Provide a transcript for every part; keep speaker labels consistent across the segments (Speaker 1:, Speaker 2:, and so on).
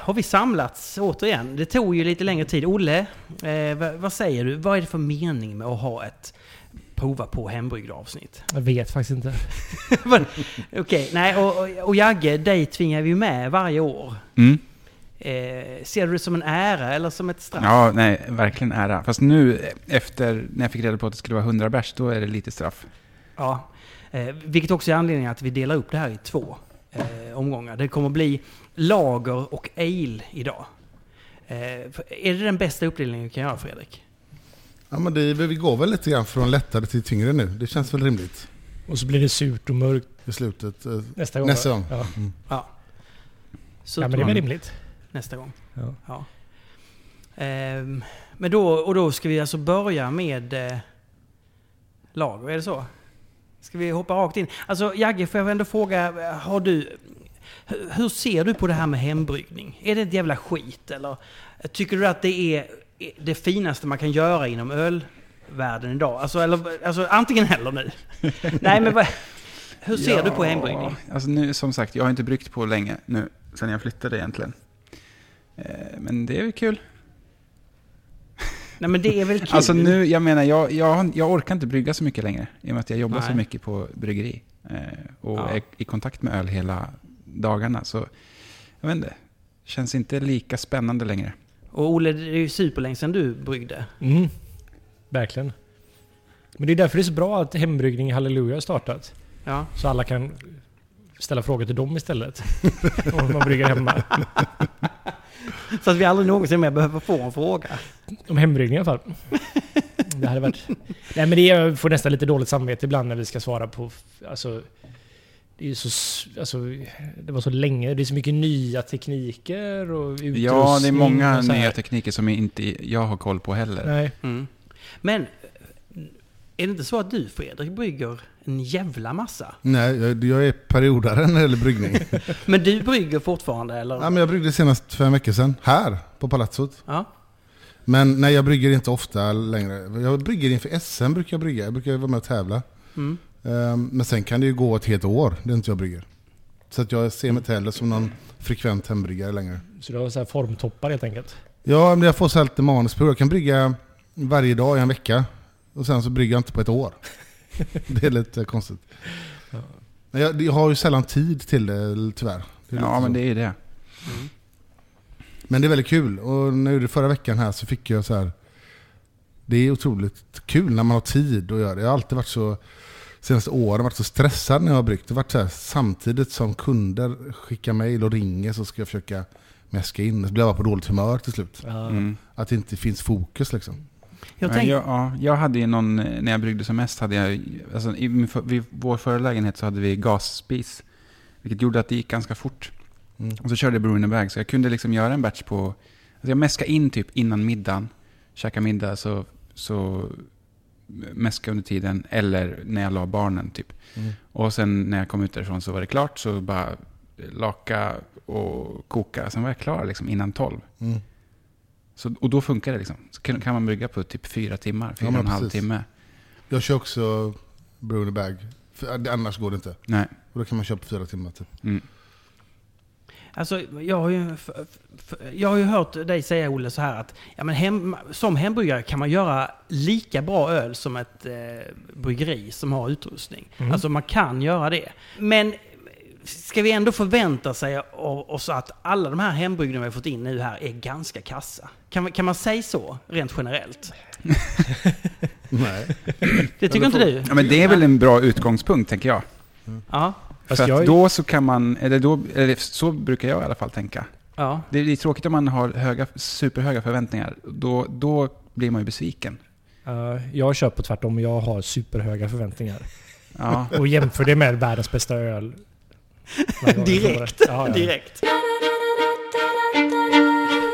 Speaker 1: har vi samlats återigen. Det tog ju lite längre tid. Olle, eh, vad, vad säger du? Vad är det för mening med att ha ett prova på hembryggd-avsnitt?
Speaker 2: Jag vet faktiskt inte.
Speaker 1: Men, Okej, nej, och, och, och Jagge, dig tvingar vi ju med varje år.
Speaker 3: Mm.
Speaker 1: Eh, ser du det som en ära eller som ett straff?
Speaker 3: Ja, nej, verkligen ära. Fast nu eh, efter, när jag fick reda på att det skulle vara 100 bärs, då är det lite straff.
Speaker 1: Ja. Eh, vilket också är anledningen att vi delar upp det här i två eh, omgångar. Det kommer bli lager och ale idag. Eh, för- är det den bästa uppdelningen vi kan göra, Fredrik?
Speaker 4: Ja, men det, vi går väl lite grann från lättare till tyngre nu. Det känns väl rimligt
Speaker 2: Och så blir det surt och mörkt
Speaker 4: i slutet. Eh,
Speaker 2: nästa gång.
Speaker 4: Nästa
Speaker 2: va?
Speaker 4: gång.
Speaker 2: Ja,
Speaker 1: Ja. Så
Speaker 2: ja men det är väl rimligt.
Speaker 1: nästa gång.
Speaker 2: Ja.
Speaker 1: Ja. Ehm, men då, och då ska vi alltså börja med eh, lager, är det så? Ska vi hoppa rakt in? Alltså Jagge, får jag ändå fråga, eh, har du, hur, hur ser du på det här med hembryggning? Är det ett jävla skit eller tycker du att det är eh, det finaste man kan göra inom ölvärlden idag? Alltså, eller, alltså antingen eller nu. Nej men vad, hur ser
Speaker 3: Ja,
Speaker 1: du på hembryggning?
Speaker 3: Alltså nu, som sagt, jag har inte bryggt på länge nu, sen jag flyttade egentligen. Eh, Men det är väl kul.
Speaker 1: Nej men det är väl kul?
Speaker 3: Alltså nu, jag menar, jag, jag, har- jag orkar inte brygga så mycket längre. I och med att jag jobbar så
Speaker 1: Nej.
Speaker 3: mycket på bryggeri. eh, Och
Speaker 1: Ja.
Speaker 3: är i kontakt med öl hela dagarna. Så, jag vet inte. Känns inte lika spännande längre.
Speaker 1: Och Olle, det är ju superlänge sedan du bryggde.
Speaker 2: Mm. Verkligen. Men det är därför det är så bra att hembryggning i Halleluja har startat.
Speaker 1: Ja.
Speaker 2: Så alla kan ställa frågor till dem istället. Om man brygger hemma.
Speaker 1: Så att vi aldrig någonsin mer behöver få en fråga.
Speaker 2: Om hembryggning i alla fall. Det hade varit... Nej men det är, jag får nästan lite dåligt samvete ibland när vi ska svara på... Alltså, det är ju så... s- Alltså, det var så länge. Det är så mycket nya tekniker och utrustning.
Speaker 3: Ja, det är många
Speaker 2: och så här.
Speaker 3: nya tekniker som inte jag har koll på heller.
Speaker 2: Nej.
Speaker 1: Men är det inte så att du Fredrik brygger en jävla massa?
Speaker 4: Nej, jag, jag är periodare när det gäller bryggning.
Speaker 1: Men du brygger fortfarande eller?
Speaker 4: ja, men jag bryggde senast fem veckor sedan, här på Palatsot.
Speaker 1: Ja.
Speaker 4: Men nej, jag brygger inte ofta längre. Jag brygger inför SM brukar jag brygga. Jag brukar vara med och tävla.
Speaker 1: Mm.
Speaker 4: Ehm, Men sen kan det ju gå ett helt år, det är inte jag brygger. Så att jag ser mig inte heller som någon frekvent hembryggare längre.
Speaker 2: Så det var så här formtoppar helt enkelt.
Speaker 4: Ja, men jag får så här lite manusprov. Jag kan brygga varje dag i en vecka. Och sen så brygger jag inte på ett år. det är lite konstigt. Men Jag, jag har ju sällan tid till det tyvärr. Det är lite
Speaker 3: Ja,
Speaker 4: så.
Speaker 3: men det är ju det.
Speaker 4: Men det är väldigt kul. Och när jag gjorde förra veckan här så fick jag så här. Det är otroligt kul när man har tid att göra det. Jag har alltid varit så, senaste åren, varit så stressad när jag har bryggt. Det har varit så här, samtidigt som kunder skickar mejl och ringer så ska jag försöka mäska in. Så blir jag bara på dåligt humör till slut.
Speaker 2: Ja.
Speaker 3: Mm.
Speaker 4: Att det inte finns fokus liksom.
Speaker 1: Jag
Speaker 3: Ja,
Speaker 1: tänkte,
Speaker 3: jag, ja, jag hade ju någon, eh, när jag bryggde som mest, hade jag, alltså, i min, för- vid vår förra lägenhet så hade vi gasspis. Vilket gjorde att det gick ganska fort.
Speaker 4: Mm.
Speaker 3: Och så körde jag Bruin bag, så jag kunde liksom göra en batch på... Alltså jag mäskade in typ innan middagen, käka middag, så, så mäska under tiden. Eller när jag la barnen typ.
Speaker 4: Mm.
Speaker 3: Och sen när jag kom ut därifrån så var det klart, så bara laka och koka. Sen var jag klar liksom innan tolv.
Speaker 4: Mm.
Speaker 3: Så, och då funkar det liksom. Så kan, kan man brygga på typ fyra timmar, fyra
Speaker 4: men
Speaker 3: och en halv
Speaker 4: precis.
Speaker 3: timme.
Speaker 4: Jag kör också Bruno Bag. För, annars går det inte.
Speaker 3: Nej.
Speaker 4: Och då kan man köra på fyra timmar typ.
Speaker 3: Mm.
Speaker 1: alltså, jag, har ju, f- f- jag har ju hört dig säga Olle så här att ja, men hem, som hembryggare kan man göra lika bra öl som ett eh, bryggeri som har utrustning.
Speaker 2: Mm.
Speaker 1: Alltså man kan göra det. Men ska vi ändå förvänta sig av oss att alla de här hembrygderna vi har fått in nu här är ganska kassa? Kan, man- kan man säga så rent generellt?
Speaker 4: Nej.
Speaker 1: Det tycker inte du?
Speaker 3: Ja, men det är väl en bra utgångspunkt, tänker jag.
Speaker 1: Ja.
Speaker 2: Fast
Speaker 3: För
Speaker 2: jag
Speaker 3: att
Speaker 2: är-
Speaker 3: då så kan man, eller, då, eller så brukar jag i alla fall tänka.
Speaker 1: ja.
Speaker 3: Det är, det är tråkigt om man har höga, superhöga förväntningar. Då, då blir man ju besviken.
Speaker 2: Eh, jag kör på tvärtom. Jag har superhöga förväntningar.
Speaker 3: Ja.
Speaker 2: Och jämför det med världens bästa öl. Varje gång jag
Speaker 1: Direkt.
Speaker 2: provar det. Ja, ja.
Speaker 1: Direkt.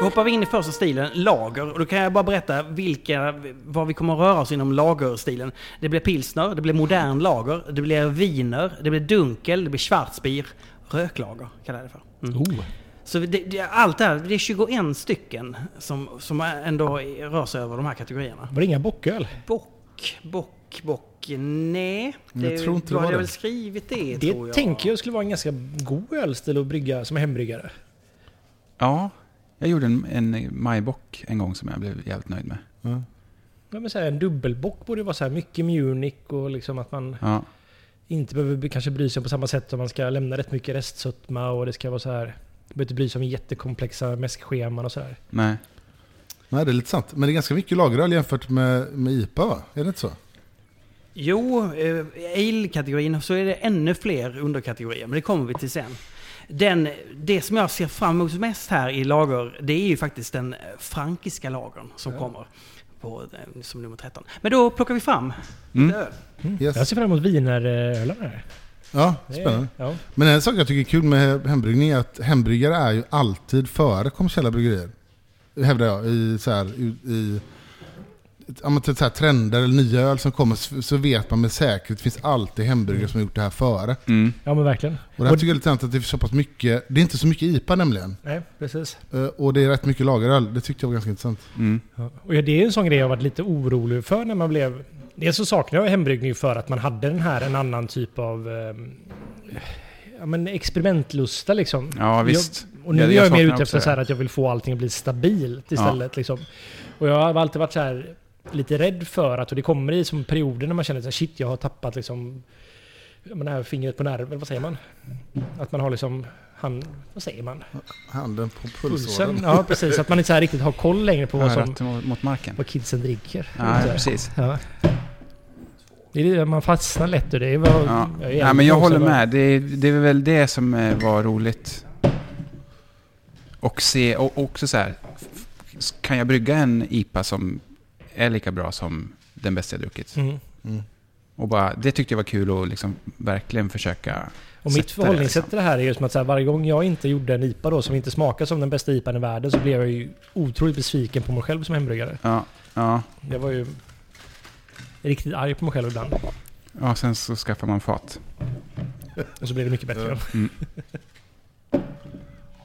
Speaker 1: Då hoppar vi in i första stilen, lager. Och då kan jag bara berätta vilka, vad vi kommer att röra oss inom lagerstilen. Det blir pilsner, det blir modern lager, det blir viner, det blir dunkel, det blir schwarzbier. Röklager kallar jag det för. Mm.
Speaker 2: Oh.
Speaker 1: Så det, det, allt det här, det är 21 stycken som, som ändå rör sig över de här kategorierna.
Speaker 2: Var det inga bocköl?
Speaker 1: Bock, bock, bock. Nej,
Speaker 4: Jag tror inte det
Speaker 1: då
Speaker 4: var
Speaker 1: hade jag
Speaker 4: det.
Speaker 1: väl skrivit det,
Speaker 2: Det
Speaker 1: tror jag.
Speaker 2: tänker jag skulle vara en ganska god ölstil att brygga som hembryggare.
Speaker 3: ja. Jag gjorde en, en majbock en gång som jag blev jävligt nöjd med.
Speaker 4: Ja.
Speaker 2: Ja, men så här, en dubbelbock borde ju vara så här mycket Munich och liksom att man
Speaker 3: Ja,
Speaker 2: inte behöver be- kanske bry sig på samma sätt om man ska lämna rätt mycket restsötma och det ska vara så här. Du behöver inte bry sig om jättekomplexa mäskscheman och sådär.
Speaker 3: nej.
Speaker 4: Nej, det är lite sant. Men det är ganska mycket lageröl jämfört med, med IPA, va? Är det inte så?
Speaker 1: Jo, eh, ale-kategorin så är det ännu fler underkategorier, men det kommer vi till sen. Den, det som jag ser fram emot mest här i lager, det är ju faktiskt den eh, frankiska lagern som kommer på, eh, som nummer 13. Men då plockar vi fram
Speaker 3: Mm.
Speaker 1: öl.
Speaker 4: Yes.
Speaker 2: Jag ser fram emot wienerölen här.
Speaker 4: Ja,
Speaker 2: Det är-
Speaker 4: spännande.
Speaker 2: Ja.
Speaker 4: Men en sak jag tycker är kul med hembryggning är att hembryggare är ju alltid före kommersiella bryggerier. Hävdar jag. I, så här, i, i ja, men typ så här, trender eller nya öl som kommer så- så vet man med säkerhet. Det finns alltid hembryggare som har gjort det här före.
Speaker 3: Mm.
Speaker 2: ja, men verkligen.
Speaker 4: Och det här tycker jag är lite sant att det är så pass mycket. Det är inte så mycket IPA nämligen.
Speaker 2: Nej, precis.
Speaker 4: Eh, Och det är rätt mycket lageröl. Det tyckte jag var ganska intressant.
Speaker 3: Mm.
Speaker 2: Ja. Och ja, det är ju en sån grej jag har varit lite orolig för när man blev... Dels så saknade jag hembryggning för att man hade den här, en annan typ av... Eh, ja, men experimentlusta liksom.
Speaker 3: Ja, visst.
Speaker 2: Jag, och nu
Speaker 3: Ja,
Speaker 2: är
Speaker 3: jag
Speaker 2: jag, mer
Speaker 3: saknar
Speaker 2: ute
Speaker 3: också
Speaker 2: efter
Speaker 3: det.
Speaker 2: så här att jag vill få allting att bli stabilt istället. Liksom. Och jag har alltid varit så här lite rädd för att, och det kommer i som perioder när man känner så här, shit jag har tappat liksom, jag menar, fingret på nerven, vad säger man? Att man har liksom, han, vad säger man?
Speaker 4: Handen på
Speaker 2: Pulsen?
Speaker 4: pulsådern.
Speaker 2: Ja precis, att man inte så här riktigt har koll längre på vad,
Speaker 3: Ja,
Speaker 2: som,
Speaker 3: rätt mot, mot marken.
Speaker 2: vad kidsen dricker.
Speaker 3: Ja,
Speaker 2: Så här.
Speaker 3: precis.
Speaker 2: Ja. Det är det, man fastnar lätt och det är vad,
Speaker 3: Ja.
Speaker 2: är
Speaker 3: Ja, men jag
Speaker 2: också,
Speaker 3: håller
Speaker 2: va?
Speaker 3: med. Det, det är väl det som eh, var roligt. Och se, och också så här, f- f- kan jag brygga en IPA som är lika bra som den bästa jag druckit?
Speaker 2: Mm.
Speaker 4: Mm.
Speaker 3: Och bara, det tyckte jag var kul att liksom verkligen försöka.
Speaker 2: Och
Speaker 3: sätta
Speaker 2: mitt
Speaker 3: det,
Speaker 2: förhållningssätt
Speaker 3: liksom.
Speaker 2: till det här är ju som att så här, varje gång jag inte gjorde en IPA då som inte smakade som den bästa IPAn i världen så blev jag ju otroligt besviken på mig själv som hembryggare.
Speaker 3: Ja, ja.
Speaker 2: Jag var ju riktigt arg på mig själv ibland.
Speaker 3: ja sen så skaffar man fat.
Speaker 2: Och så blev det mycket bättre.
Speaker 4: Ja.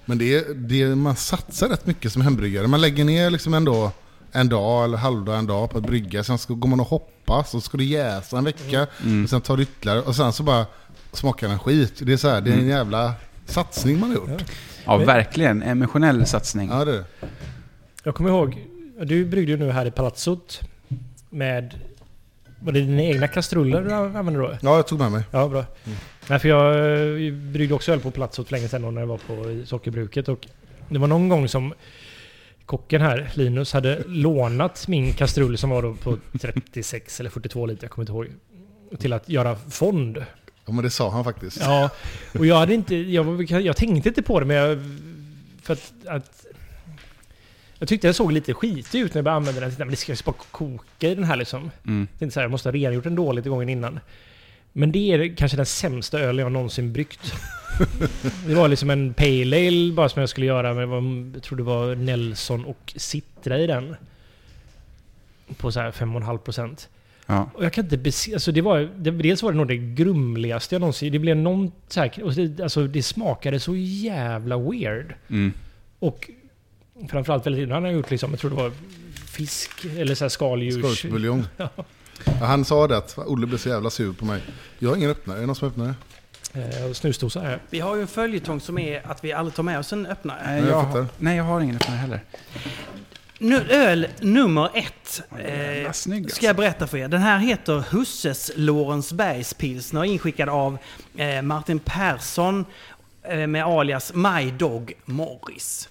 Speaker 4: Men det är, det är, man satsar rätt mycket som hembryggare. Man lägger ner liksom ändå en dag eller halvdag, en dag på att brygga. Sen ska, går man och hoppas och så ska det jäsa en vecka.
Speaker 3: Mm.
Speaker 4: Och sen tar det ytterligare och sen så bara smakar den skit. Det är så här, det är en jävla satsning man har gjort.
Speaker 3: Ja, verkligen. Emotionell satsning.
Speaker 4: Ja, det är det.
Speaker 2: Jag kommer ihåg, du bryggde ju nu här i palatsot med... Var det dina egna kastruller du använde då?
Speaker 4: Ja, jag tog med mig.
Speaker 2: Ja, bra. Nej, för jag eh, bryggde också öl på plats för länge sedan då, när jag var på i sockerbruket. Och det var någon gång som kocken här, Linus, hade lånat min kastrull som var då på 36 eller 42 liter, jag kommer inte ihåg. Till att göra fond.
Speaker 4: Ja, men det sa han faktiskt.
Speaker 2: Ja, och jag hade inte... Jag, var- jag tänkte inte på det, men jag... För att, att jag tyckte jag såg lite skitig ut när jag började använda den. Jag tänkte, men det ska ju bara koka i den här liksom.
Speaker 3: Mm.
Speaker 2: Det är inte så här, jag måste ha rengjort den dåligt i gången innan. Men det är kanske den sämsta ölen jag någonsin bryggt. det var liksom en pale ale bara som jag skulle göra med, vad- jag tror det var Nelson och Citra i den. På så här 5,5 procent.
Speaker 3: Ja.
Speaker 2: Och jag kan inte bes- alltså det var, det, dels var det nog det grumligaste jag någonsin... Det blev någon så här, och det, alltså det smakade så jävla weird.
Speaker 3: Mm.
Speaker 2: Och framförallt väldigt innan jag gjort liksom, jag tror det var fisk eller så här skaldjurs...
Speaker 4: Skorpbuljong.
Speaker 2: Ja.
Speaker 4: Ja, han sa det att Olle blev så jävla sur på mig. Jag har ingen öppnare. Är det någon som öppnar det?
Speaker 2: Eh, snusdosa här.
Speaker 1: Vi har ju en följetong som är att vi aldrig tar med oss en öppnare.
Speaker 3: Nej,
Speaker 4: jag
Speaker 3: jag,
Speaker 4: fattar.
Speaker 3: nej, jag har ingen öppnare heller.
Speaker 1: Nu, öl nummer ett.
Speaker 3: jävla
Speaker 1: Eh,
Speaker 3: snygg, alltså.
Speaker 1: ska jag berätta för er. Den här heter Husses Lorensbergspilsner inskickad av eh, Martin Persson eh, med alias My Dog Morris.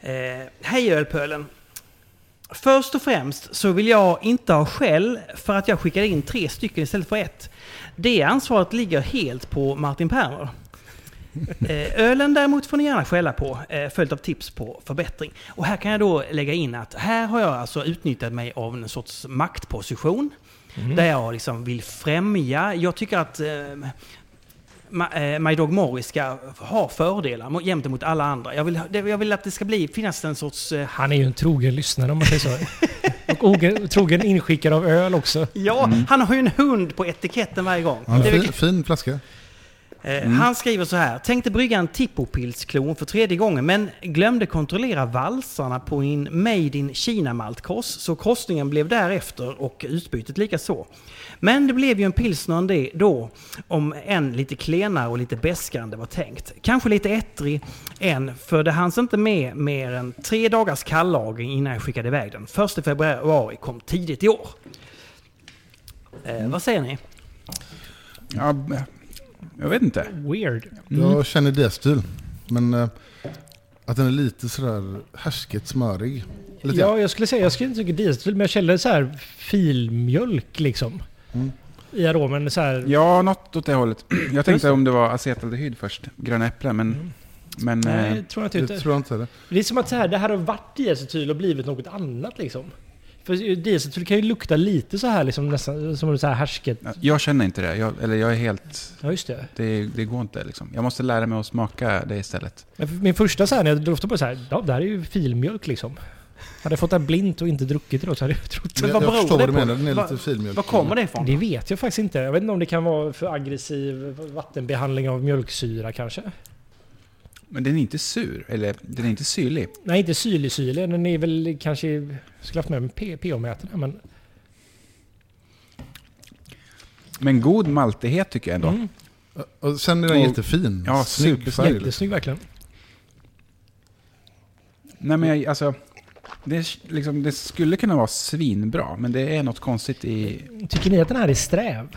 Speaker 1: Eh, hej Ölpölen! Först och främst så vill jag inte ha skäll för att jag skickade in tre stycken istället för ett. Det ansvaret ligger helt på Martin Perner. Eh, Ölen däremot får ni gärna skälla på, eh, följt av tips på förbättring. Och här kan jag då lägga in att här har jag alltså utnyttjat mig av en sorts maktposition. Där jag liksom vill främja, jag tycker att eh, Ma- eh, My Dog Morris ska ha fördelar mo- gentemot alla andra. Jag vill, ha- det- jag vill att det ska bli, finnas en sorts... Eh,
Speaker 2: Han är ju en trogen lyssnare om man säger så. Och oge- trogen inskickare av öl också.
Speaker 1: ja, han har ju en hund på etiketten varje gång.
Speaker 4: Ja,
Speaker 1: Det är
Speaker 4: fin,
Speaker 1: väl-
Speaker 4: fin flaska.
Speaker 1: Eh,
Speaker 3: Mm.
Speaker 1: Han skriver så här. Tänkte brygga en tippopilsklon för tredje gången men glömde kontrollera valsarna på en Made in China maltkross så krossningen blev därefter och utbytet lika så. Men det blev ju en pilsner ändå då, om en lite klenare och lite bäskare än det var tänkt. Kanske lite ettrig än, för det hanns inte med mer än tre dagars kallagring innan jag skickade iväg den. Första februari kom tidigt i år. Eh, vad säger ni?
Speaker 3: Ja, b- jag vet inte.
Speaker 2: Weird.
Speaker 5: Jag känner D-stil. Men eh, att den är lite sådär härsket smörig. Lite
Speaker 2: Ja, jag skulle säga, jag skulle inte tycka diesel, men jag kände så här filmjölk liksom.
Speaker 5: Mm.
Speaker 2: I aromen så här.
Speaker 3: Ja, något åt det hållet. Jag
Speaker 2: Just
Speaker 3: tänkte om det var acetaldehyd först, gröna äpplen, men...
Speaker 2: Mm.
Speaker 3: men
Speaker 2: Nej,
Speaker 3: eh,
Speaker 2: jag tror jag inte.
Speaker 5: grann. Det tror jag inte det.
Speaker 2: Det är som att så här, det här har varit i acetyl och blivit något annat liksom. För diacetyl kan ju lukta lite så här liksom nästan som så här härsket.
Speaker 3: eh, jag känner inte det. Jag, eller jag är helt...
Speaker 2: Ja just det.
Speaker 3: Det, det går inte liksom. Jag måste lära mig att smaka det istället.
Speaker 2: Men för- Min första så här när jag doftade på det så här, ja, det här är ju filmjölk liksom. Hade jag fått det här blint och inte druckit det då så hade jag trott
Speaker 1: Men
Speaker 5: Men
Speaker 1: vad
Speaker 5: jag, jag
Speaker 1: beror
Speaker 5: förstår
Speaker 1: det
Speaker 5: vad du
Speaker 1: på?
Speaker 5: menar. Den är
Speaker 1: Vad-
Speaker 5: lite filmjölk.
Speaker 1: Var kommer det ifrån?
Speaker 2: Det vet jag faktiskt inte. Jag vet inte om det kan vara för aggressiv vattenbehandling av mjölksyra kanske.
Speaker 3: Men den är inte sur, eller den är inte syrlig.
Speaker 2: Nej, inte syrlig-syrlig. Den är väl kanske... Jag skulle haft med mig P- pH-mätare. Men,
Speaker 3: Men god maltighet tycker jag ändå.
Speaker 2: mm,
Speaker 5: Och sen är den
Speaker 3: Och-
Speaker 5: jättefin.
Speaker 3: Ja,
Speaker 5: Snygg
Speaker 3: supersnygg.
Speaker 5: färg.
Speaker 2: jättesnygg verkligen.
Speaker 3: Nej men jag, alltså... Det, är liksom, det skulle kunna vara svinbra, men det är något konstigt i...
Speaker 2: Tycker ni att den här är sträv?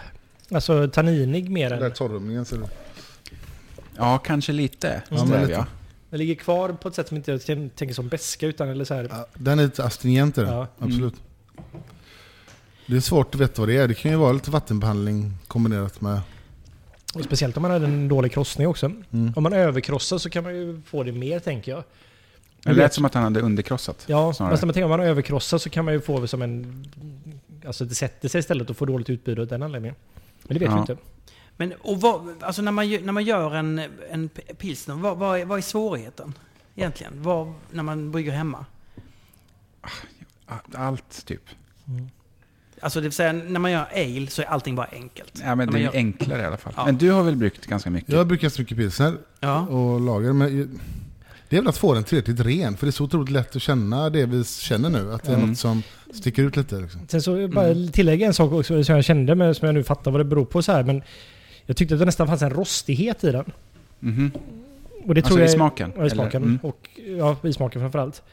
Speaker 2: Alltså tanninig mer
Speaker 5: Den där
Speaker 2: än...
Speaker 5: torrumlingen ser du.
Speaker 3: Ja, kanske lite.
Speaker 2: Ja, men
Speaker 3: sträv,
Speaker 5: lite.
Speaker 3: ja.
Speaker 2: Den ligger kvar på ett sätt som inte jag tän- tänker som beska utan eller så här...
Speaker 5: Ja, Den är lite astringent i den.
Speaker 2: Ja.
Speaker 5: Absolut. Det är svårt att veta vad det är. Det kan ju vara lite vattenbehandling kombinerat med...
Speaker 2: Och speciellt om man hade en dålig krossning också.
Speaker 5: Mm.
Speaker 2: Om man överkrossar så kan man ju få det mer tänker jag.
Speaker 3: Det lät som att han hade underkrossat.
Speaker 2: Ja,
Speaker 3: snarare.
Speaker 2: fast om man tänker om man överkrossar så kan man ju få det som en... Alltså det sätter sig istället och får dåligt utbud av den anledningen. Men det vet
Speaker 3: Ja.
Speaker 2: vi inte.
Speaker 1: Men och vad, alltså när, man, gö- när man gör en, en p- pilsner, vad, vad, är, vad är svårigheten egentligen? Vad, när man brygger hemma?
Speaker 3: Allt, typ.
Speaker 1: Alltså det vill säga, när man gör ale så är allting bara enkelt.
Speaker 3: Ja, men
Speaker 1: Ja,
Speaker 3: det
Speaker 1: men
Speaker 3: är
Speaker 1: jag-
Speaker 3: enklare i alla fall.
Speaker 1: Ja.
Speaker 3: Men du har väl brukt ganska mycket?
Speaker 5: Jag brukar så mycket pilsner
Speaker 1: Ja.
Speaker 5: och lager. Men ju- det är väl att få den tillräckligt ren. För det är så otroligt lätt att känna det vi känner nu. Att det är
Speaker 3: Mm.
Speaker 5: något som sticker ut lite. Liksom.
Speaker 2: Sen så bara tillägga en sak också som jag kände men som jag nu fattar vad det beror på så här. Men jag tyckte att det nästan fanns en rostighet i den.
Speaker 3: Mhm.
Speaker 2: Och det
Speaker 3: Alltså
Speaker 2: tror
Speaker 3: i
Speaker 2: jag,
Speaker 3: smaken?
Speaker 2: Ja, i smaken.
Speaker 3: Eller? Mm.
Speaker 2: Och, ja, i smaken framförallt.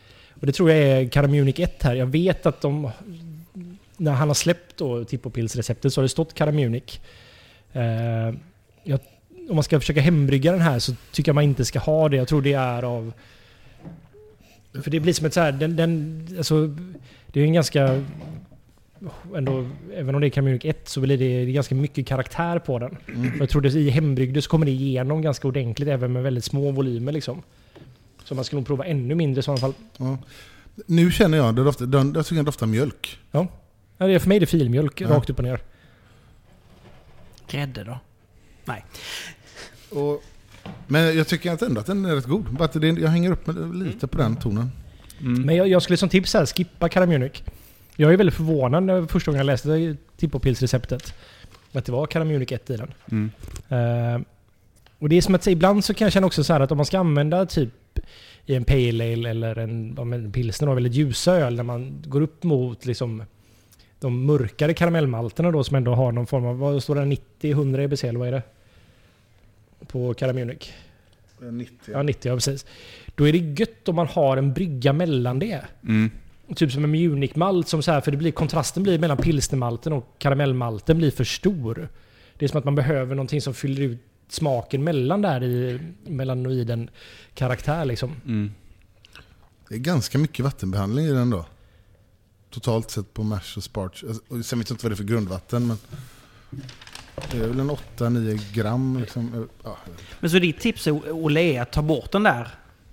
Speaker 2: Och det tror jag är Karamunic 1 här. Jag vet att de... När han har släppt då Tippopilsreceptet så har det stått Karamunic. Eh, jag, om man ska försöka hembrygga den här så tycker jag man inte ska ha det. Jag tror det är av... För det blir som ett så här... Den, den, alltså, det är en ganska... Ändå, även om det är Karamunic 1 så blir det, det är ganska mycket karaktär på den.
Speaker 3: Mm.
Speaker 2: Och Jag tror det i hembrygder så kommer det igenom ganska ordentligt även med väldigt små volymer liksom. Så man ska nog prova ännu mindre i sådana fall.
Speaker 5: Ja. Nu känner jag, det doftar, den, jag tycker den doftar mjölk.
Speaker 2: Ja, det är- För mig är det filmjölk
Speaker 5: Ja.
Speaker 2: rakt upp och ner.
Speaker 1: Grädde då?
Speaker 5: Och, men jag tycker inte ändå att den är rätt god. Bara att det, jag hänger upp med, lite på den tonen.
Speaker 3: Mm.
Speaker 2: Men jag, jag skulle som tips här skippa Karamunic. Jag är väldigt förvånad när första gången jag läste Tippopilsreceptet. Att det var Karamunic 1 i den.
Speaker 3: Mm.
Speaker 2: Eh, och det är som att säga, ibland så kan jag känna också så här att om man ska använda typ i en pale ale eller en, ja, men en pilsner då, väldigt ljusa öl när man går upp mot liksom de mörkare karamellmalterna då som ändå har någon form av, vad står det, 90-100 EBC eller vad är det? På Karamunic?
Speaker 5: 90.
Speaker 2: Ja 90, ja precis. Då är det gött om man har en brygga mellan det.
Speaker 3: Mm.
Speaker 2: Typ som en municmalt som så här, för det blir, kontrasten blir mellan pilsnermalten och karamellmalten blir för stor. Det är som att man behöver någonting som fyller ut smaken mellan där i melanoiden karaktär liksom.
Speaker 3: Mm.
Speaker 5: Det är ganska mycket vattenbehandling i den då. Totalt sett på mash och sparch. Alltså, och Sen vet jag inte vad det är för grundvatten men... Det är väl en 8-9 gram liksom. Ja,
Speaker 1: Men så ditt tips är, Olle är att ta bort den där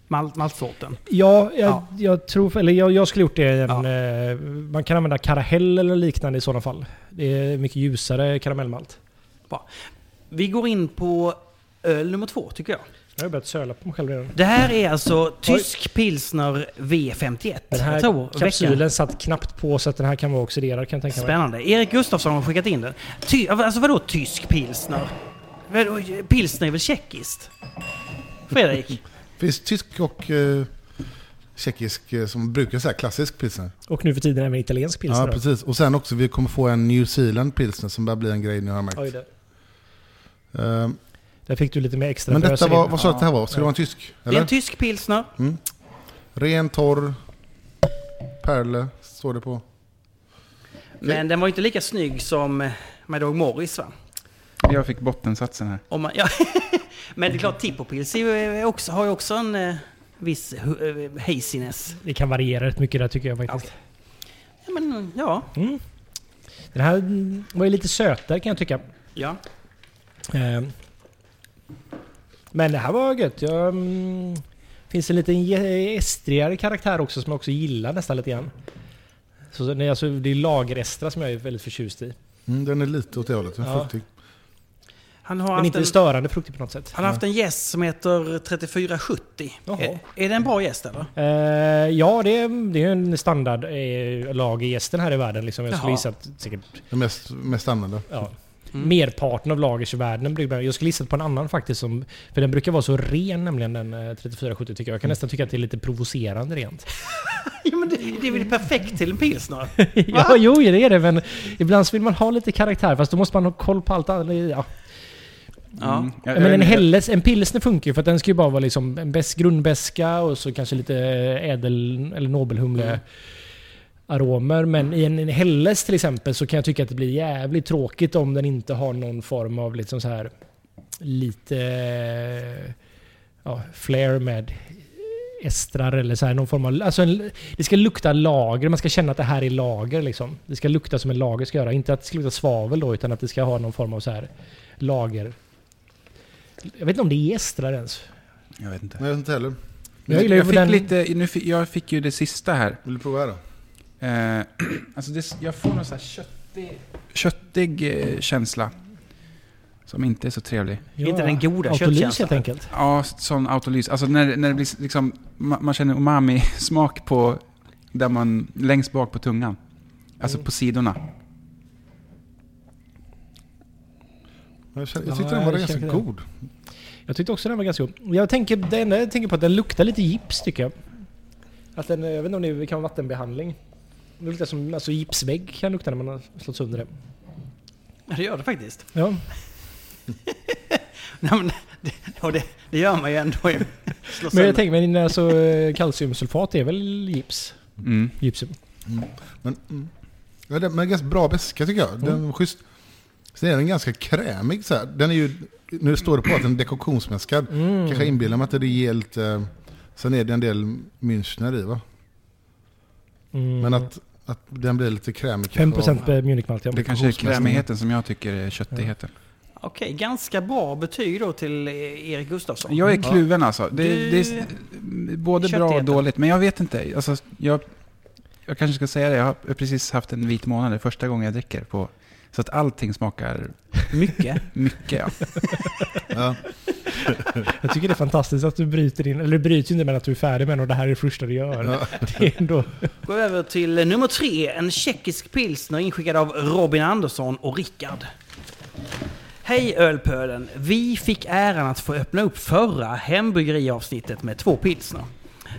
Speaker 1: mal- maltsorten?
Speaker 2: Ja, jag,
Speaker 1: Ja.
Speaker 2: jag tror, eller jag, jag skulle gjort det. i En,
Speaker 1: Ja.
Speaker 2: eh, man kan använda karahell eller liknande i sådana fall. Det är mycket ljusare karamellmalt.
Speaker 1: Vi går in på öl nummer två tycker jag.
Speaker 2: Jag har ju börjat söla på mig själv redan.
Speaker 1: Det här är alltså tysk pilsner V51.
Speaker 2: Den
Speaker 1: jag tror,
Speaker 2: här
Speaker 1: veckan.
Speaker 2: kapsylen satt knappt på så att den här kan vara oxiderad kan jag tänka mig.
Speaker 1: Spännande. Erik Gustafsson har skickat in den. Ty, alltså vadå tysk pilsner? Men, Pilsner är väl tjeckiskt? Fredrik?
Speaker 4: Finns tysk och eh, tjeckisk eh, som brukar säga klassisk pilsner.
Speaker 2: Och nu för tiden även italiensk pilsner.
Speaker 4: Ja,
Speaker 2: då.
Speaker 4: precis. Och sen också, vi kommer få en New Zealand pilsner som börjar bli en grej nu har jag märkt.
Speaker 2: Oj, där.
Speaker 4: Eh,
Speaker 5: Ehm,
Speaker 2: där fick du lite mer extra
Speaker 4: men
Speaker 2: bös
Speaker 4: detta
Speaker 2: in.
Speaker 4: var, vad sa du att det här var? Ska
Speaker 2: Ja.
Speaker 4: det vara en tysk?
Speaker 1: Det är en
Speaker 4: Eller?
Speaker 1: tysk pilsner.
Speaker 4: Ren, torr, perle, står det på.
Speaker 1: Men den var ju inte lika snygg som eh, My Dog Morris va?
Speaker 3: Mm. Jag fick bottensatsen här.
Speaker 1: Om man, ja. Men det är klart, Tippopils är ju också, har ju också en eh, viss hu- eh, haziness.
Speaker 2: Det kan variera rätt mycket där tycker jag faktiskt.
Speaker 1: Ja, men ja.
Speaker 2: Mm. Den här mm, var ju lite sötare kan jag tycka.
Speaker 1: ja.
Speaker 2: Ehm. Men det här var gött. Jag, mm, finns en liten ge- estrigare karaktär också som jag också gillar nästan lite grann. Så, nej, alltså, det är lagerestra som jag är väldigt förtjust i.
Speaker 4: Mm, den är lite åt det hållet. den är
Speaker 2: Ja.
Speaker 4: fruktig.
Speaker 1: Han har
Speaker 2: Men
Speaker 1: haft
Speaker 2: inte
Speaker 1: en,
Speaker 2: störande fruktig på något sätt.
Speaker 1: han har haft en gäst som heter 3470.
Speaker 2: Jaha.
Speaker 1: Är, är det en bra gäst eller?
Speaker 2: Eh, ja, det är, det är en standard eh, lag i gästen här i världen. Liksom. Jag skulle
Speaker 1: Jaha.
Speaker 2: gissa att säkert,
Speaker 4: Den mest, mest använda.
Speaker 2: ja,
Speaker 1: Mm.
Speaker 2: merparten av lagersvärlden brukar... Jag skulle gissa på en annan faktiskt. Som, för den brukar vara så ren nämligen den eh, 3470 tycker jag. Jag kan nästan tycka att det är lite provocerande rent.
Speaker 1: Ja, men det, det är väl perfekt till en pilsner?
Speaker 2: ja, jo det är det. Men ibland så vill man ha lite karaktär. Fast då måste man ha koll på allt annat. Ja.
Speaker 1: Ja.
Speaker 3: Mm. Jag-
Speaker 2: Ja, men
Speaker 3: jag-
Speaker 2: en helles, en pilsner funkar ju för att den ska ju bara vara liksom en bäst grundbeska och så kanske lite ädel eller nobelhumle aromer. Men i en, en helles till exempel så kan jag tycka att det blir jävligt tråkigt om den inte har någon form av liksom så här lite eh, ja, flair med estrar eller så här någon form av... Alltså en, det ska lukta lager, man ska känna att det här är lager liksom. Det ska lukta som en lager ska göra. Inte att det ska lukta svavel då utan att det ska ha någon form av så här lager... Jag vet inte om det är estrar ens.
Speaker 3: Jag vet inte.
Speaker 4: Nej, jag vet inte heller.
Speaker 2: Jag
Speaker 3: Jag,
Speaker 2: gillar ju
Speaker 3: fick
Speaker 2: den-
Speaker 3: lite, nu fick, jag fick ju det sista här.
Speaker 4: Vill du prova här då?
Speaker 3: Eh, alltså det, jag får någon så här köttig, köttig eh, känsla. Som inte är så trevlig.
Speaker 1: Inte den goda
Speaker 2: Autolys
Speaker 1: köttkänslan.
Speaker 2: helt enkelt.
Speaker 3: Ja, sån autolys. Alltså när, när det blir liksom, ma- man känner umami-smak på, där man, längst bak på tungan. Alltså
Speaker 2: Mm.
Speaker 3: på sidorna.
Speaker 4: Jag, känner,
Speaker 2: Ja,
Speaker 4: jag tyckte den var
Speaker 2: jag
Speaker 4: ganska
Speaker 2: känner det.
Speaker 4: god.
Speaker 2: Jag tyckte också den var ganska god. Jag tänker, det enda jag tänker på är att den luktar lite gips tycker jag. Att den, jag vet inte om det kan vara vattenbehandling. Det luktar som alltså, gipsvägg kan lukta när man har slått sönder det.
Speaker 1: Ja, det gör det faktiskt.
Speaker 2: Ja.
Speaker 1: Nej, men, det, och det, det gör man ju ändå. Slå
Speaker 2: Men
Speaker 1: sönder.
Speaker 2: jag tänker, men alltså, eh, kalciumsulfat är väl gips?
Speaker 3: Mm.
Speaker 2: Gypsum.
Speaker 4: Men, mm. ja, den, men ganska bra beska tycker jag. Den
Speaker 2: Mm.
Speaker 4: var schysst. Sen är den ganska krämig så här. Den är ju, nu står det på att den är dekoktionsmäskad.
Speaker 2: Mm.
Speaker 4: Kanske inbillar mig att det är rejält... Eh, sen är det en del Münchner i va?
Speaker 2: Mm.
Speaker 4: Men att, att den blir lite krämig. kanske
Speaker 2: 5% ja. Munich-malt, ja.
Speaker 3: Det kanske är krämigheten som jag tycker är köttigheten.
Speaker 1: Okej, ganska bra betyg då till eh, Erik Gustafsson.
Speaker 3: Jag är kluven alltså. Det,
Speaker 1: Du-
Speaker 3: det är s- både bra och
Speaker 1: Köttigheten.
Speaker 3: dåligt, men jag vet inte. Alltså, jag, jag kanske ska säga det, jag har precis haft en vit månad, det är första gången jag dricker på. Så att allting smakar
Speaker 1: Mycket.
Speaker 3: mycket. Ja.
Speaker 4: av. Ja.
Speaker 2: Jag tycker det är fantastiskt att du bryter in, eller du bryter ju inte men att du är färdig med den och det här är det första du gör.
Speaker 4: Ja.
Speaker 2: Det är ändå...
Speaker 1: Går över till eh, nummer tre, en tjeckisk pilsner inskickad av Robin Andersson och Rickard. Hej Ölpölen! Vi fick äran att få öppna upp förra hembryggeriavsnittet med två pilsner.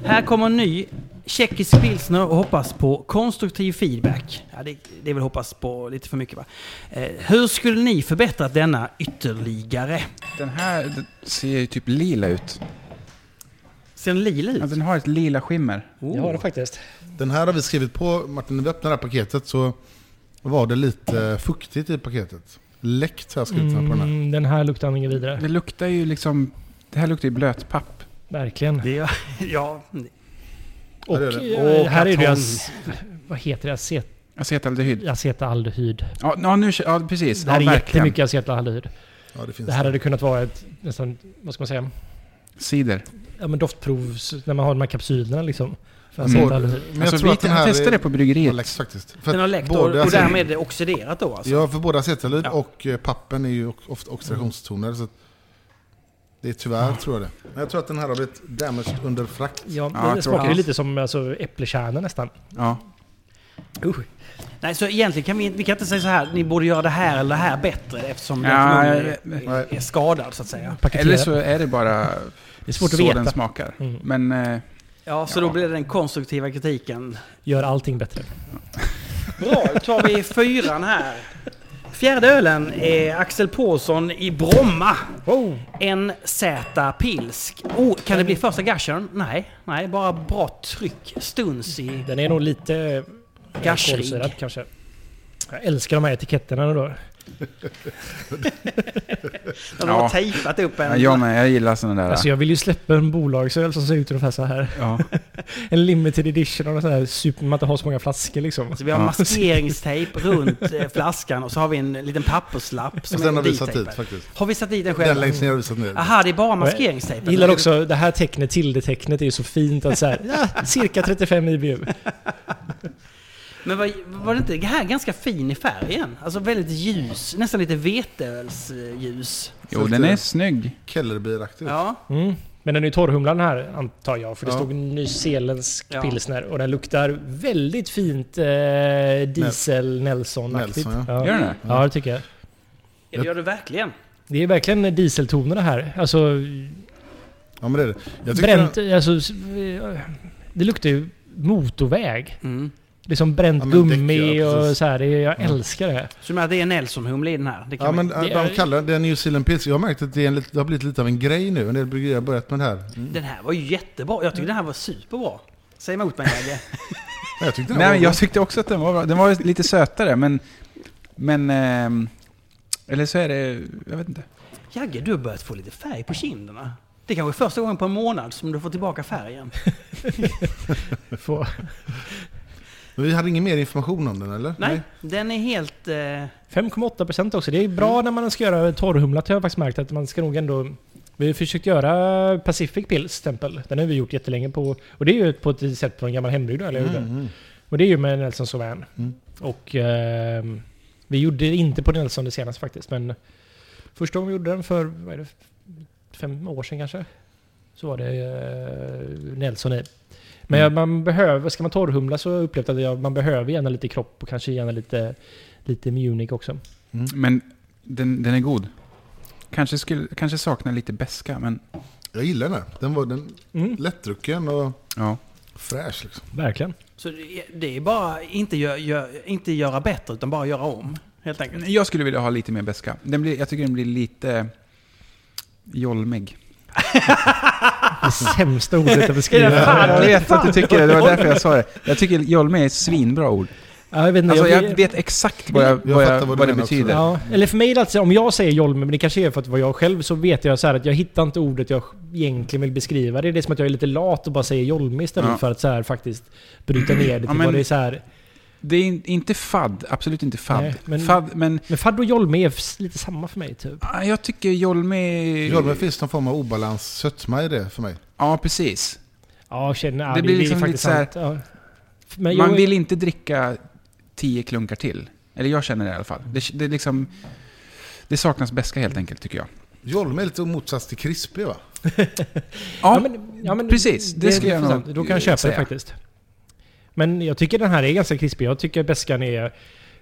Speaker 1: Här kommer en ny tjeckisk pilsner och hoppas på konstruktiv feedback. Ja, det, det är väl hoppas på lite för mycket va? Eh, hur skulle ni förbättrat denna ytterligare?
Speaker 3: Den här den ser ju typ lila ut.
Speaker 1: Ser den lila ut?
Speaker 3: Alltså, den har ett lila skimmer.
Speaker 2: Jag har det faktiskt.
Speaker 4: Den här har vi skrivit på, Martin, när vi öppnade det här paketet så var det lite fuktigt i paketet. Läckt har jag skrivit här på den här.
Speaker 2: Mm, den här luktar ingen vidare.
Speaker 3: Det luktar ju liksom... Det här luktar ju blötpapp.
Speaker 2: Verkligen.
Speaker 1: Oh, Det är, ja,
Speaker 2: Och,
Speaker 4: Ja, det är det.
Speaker 2: eh,
Speaker 1: Och
Speaker 2: här är det ju
Speaker 1: kartong.
Speaker 2: as, Vad heter det? Acet,
Speaker 3: Acetaldehyd.
Speaker 2: acetaldehyd.
Speaker 3: Ja, ja, nu, ja precis.
Speaker 2: Det här
Speaker 3: ja,
Speaker 2: är
Speaker 3: verkligen.
Speaker 2: jättemycket acetaldehyd.
Speaker 4: Ja, det finns
Speaker 2: Det här hade kunnat vara ett nästan, vad ska man säga?
Speaker 3: Cider.
Speaker 2: Ja men doftprovs, när man har de här kapsylerna liksom. För
Speaker 3: Mm.
Speaker 2: acetaldehyd.
Speaker 4: Men jag
Speaker 3: alltså,
Speaker 4: tror
Speaker 3: vi
Speaker 4: att den här
Speaker 3: testade
Speaker 4: är-
Speaker 3: det på bryggeriet.
Speaker 4: har läckt faktiskt. För
Speaker 1: den
Speaker 4: att
Speaker 1: har läckt och,
Speaker 4: både
Speaker 1: och
Speaker 4: acet-
Speaker 1: därmed oxiderat då alltså?
Speaker 4: Ja, för både acetaldehyd
Speaker 1: Ja.
Speaker 4: och eh, pappen är ju ox- ofta oxidationstoner. Så att det är tyvärr, tror jag det. Men jag tror att den här har blivit damaged under frakt.
Speaker 2: Ja,
Speaker 3: Ja,
Speaker 2: det smakar ju
Speaker 3: tråkigt.
Speaker 2: lite som alltså, äppelkärnor nästan.
Speaker 3: Ja.
Speaker 1: Nej, så egentligen kan vi, vi kan inte säga så här, ni borde göra det här eller det här bättre eftersom den
Speaker 3: Ja,
Speaker 1: förmodligen
Speaker 5: jag-
Speaker 1: är, är skadad så att säga.
Speaker 2: Paketera.
Speaker 3: Eller så är det bara
Speaker 2: det är svårt att
Speaker 3: så den
Speaker 2: veta.
Speaker 3: smakar.
Speaker 2: Mm.
Speaker 3: Men eh,
Speaker 1: Ja, så
Speaker 3: Ja.
Speaker 1: då blir det den konstruktiva kritiken.
Speaker 2: Gör allting bättre.
Speaker 1: Bra, då tar vi fyran här. Fjärde ölen är Axel Pålsson i Bromma.
Speaker 2: Wow.
Speaker 1: NZ Pilsk. Oh, kan det bli första gashern? Nej, nej, bara bra tryck. Stuns i...
Speaker 2: Den är nog lite eh,
Speaker 1: Gashrig.
Speaker 2: kolsyrad kanske. Jag älskar de här etiketterna då.
Speaker 1: De har
Speaker 3: Ja.
Speaker 1: tejpat upp en...
Speaker 3: jag med, jag gillar sådana där.
Speaker 2: Alltså jag vill ju släppa en bolagsöl som ser ut ungefär så här.
Speaker 3: ja.
Speaker 2: En limited edition av en sån här super... Man inte har så många flaskor liksom.
Speaker 1: Så vi har
Speaker 3: Ja.
Speaker 1: maskeringstejp runt eh, flaskan och så har vi en liten papperslapp som
Speaker 5: Och den har
Speaker 1: är
Speaker 5: vi satt dit
Speaker 1: dittejpad.
Speaker 5: faktiskt.
Speaker 1: Har vi satt dit den
Speaker 5: Den
Speaker 1: själva?
Speaker 5: längst ner har vi satt ner.
Speaker 1: Aha, det är bara
Speaker 2: Nej.
Speaker 1: maskeringstejpen.
Speaker 2: Jag gillar också det här tecknet, tilde-tecknet, är ju så fint att så här, ja, cirka 35 IBU.
Speaker 1: Men var, var det inte det här ganska fin i färgen? Alltså väldigt ljus, nästan lite veteölsljus.
Speaker 3: Jo, den är snygg.
Speaker 5: Kellerbiraktigt.
Speaker 1: Ja,
Speaker 2: Mm. Men den är ju torrhumlad den här antar jag, för det
Speaker 5: Ja.
Speaker 2: stod nyzeeländsk
Speaker 1: Ja.
Speaker 2: pilsner och den luktar väldigt fint eh, diesel Nelson-aktigt.
Speaker 5: Nelson,
Speaker 2: ja.
Speaker 3: Gör den det?
Speaker 2: Ja, det tycker jag.
Speaker 1: det gör det verkligen.
Speaker 2: Det är verkligen dieseltonerna här. Alltså,
Speaker 5: Ja, men det är det. Jag tycker
Speaker 2: bränt, alltså, s- eh, det luktar ju motorväg.
Speaker 1: Mm.
Speaker 2: Det är som bränt
Speaker 5: Ja, men däck,
Speaker 2: gummi
Speaker 5: ja,
Speaker 2: och
Speaker 5: precis.
Speaker 2: så här. Det, jag
Speaker 5: Mm.
Speaker 2: älskar det.
Speaker 1: Så med att det är Nelson-humle i den här. Det kan
Speaker 5: Ja,
Speaker 1: man-
Speaker 5: men
Speaker 2: Det
Speaker 5: de
Speaker 4: eh,
Speaker 2: är-
Speaker 5: kallar den New Zealand Pils. Jag har märkt att det, är en, lit- det har blivit lite av en grej nu. En del bryggerier har börjat med det här. Mm.
Speaker 1: Den här var ju jättebra. Jag tycker den här var superbra. Säg emot mig Jagge.
Speaker 5: Jag tyckte den
Speaker 3: Nej, men
Speaker 5: var
Speaker 3: jag tyckte också att den var bra. Den var lite sötare, men... Men... ehm, eller så är det... Jag vet inte.
Speaker 1: Jagge, du har börjat få lite färg på kinderna. Det kanske är första gången på en månad som du får tillbaka färgen.
Speaker 2: Få-
Speaker 5: Men vi hade ingen mer information om den eller?
Speaker 1: Nej, den är helt... Eh,
Speaker 2: 5,8% också. Det är bra
Speaker 5: Mm.
Speaker 2: när man ska göra torrhumlat. Jag har faktiskt märkt att man ska nog ändå... Vi har försökt göra Pacific Pils tempel. Den har vi gjort jättelänge på... Och det är ju på ett recept på en gammal hembygd, eller hur?
Speaker 5: Mm, mm.
Speaker 2: Och det är ju med Nelson Sauvin.
Speaker 5: Mm.
Speaker 2: Och ehm, vi gjorde inte på Nelson det senaste faktiskt, men första gången vi gjorde den för, vad är det, fem år sedan kanske? Så var det eh, Nelson i. Men
Speaker 3: Mm.
Speaker 2: man behöver, ska man torrhumla så har jag upplevt att jag, man behöver gärna lite kropp och kanske gärna lite, lite Munich också.
Speaker 3: Men den, den är god. Kanske, skulle, kanske saknar lite beska men...
Speaker 5: Jag gillar den här. Den var den
Speaker 2: Mm,
Speaker 5: lättdrucken och
Speaker 3: Ja.
Speaker 5: fräsch liksom.
Speaker 2: verkligen.
Speaker 1: så det är- det är bara inte, gö, gö, inte göra bättre, utan bara göra om. Helt enkelt.
Speaker 3: Jag skulle vilja ha lite mer beska Den blir, jag tycker den blir lite... Jolmig.
Speaker 2: Det sämsta ordet att beskriva.
Speaker 1: Är det fan?
Speaker 2: ja,
Speaker 3: Jag vet att du tycker det, det var därför jag sa det. Jag tycker jolmig är ett svinbra ord.
Speaker 2: jag vet inte,
Speaker 3: Alltså
Speaker 2: jag-
Speaker 3: jag vet exakt vad, jag,
Speaker 5: Jag
Speaker 3: vad,
Speaker 5: fattar
Speaker 3: jag,
Speaker 5: vad du
Speaker 3: vad det
Speaker 5: menar också.
Speaker 3: betyder.
Speaker 2: Ja, eller för mig är det alltså, om jag säger Jolme, men det kanske är för att det var jag själv, så vet jag så här att jag hittar inte ordet jag egentligen vill beskriva. Det är det som att jag är lite lat och bara säger Jolme istället
Speaker 3: Ja.
Speaker 2: för att så här faktiskt bryta ner det till
Speaker 3: Ja, men-
Speaker 2: vad det är så här.
Speaker 3: Det är in, inte fadd, absolut inte fadd.
Speaker 2: Nej, men-
Speaker 3: fadd, men
Speaker 2: Men fadd och Jolme är f- lite samma för mig typ.
Speaker 3: ah, jag tycker jolmig...
Speaker 5: Jolme finns någon form av obalans sötma i det för mig.
Speaker 3: Ja, precis.
Speaker 2: Ja, känner, ja
Speaker 3: Det blir
Speaker 2: är
Speaker 3: liksom
Speaker 2: faktiskt
Speaker 3: lite så här-
Speaker 2: sant. Ja. Men
Speaker 3: Man
Speaker 2: jag,
Speaker 3: vill inte dricka tio klunkar till. Eller jag känner det i alla fall. Det, det, är liksom, det saknas beska helt enkelt, tycker jag.
Speaker 5: Jolme är lite motsats till krispig va?
Speaker 3: Ja,
Speaker 2: men, ja, men
Speaker 3: precis. Det skulle jag nog,
Speaker 2: intressant. Då kan jag
Speaker 3: eh,
Speaker 2: köpa det
Speaker 3: säga.
Speaker 2: faktiskt. Men jag tycker den här är ganska krispig. Jag tycker beskan är...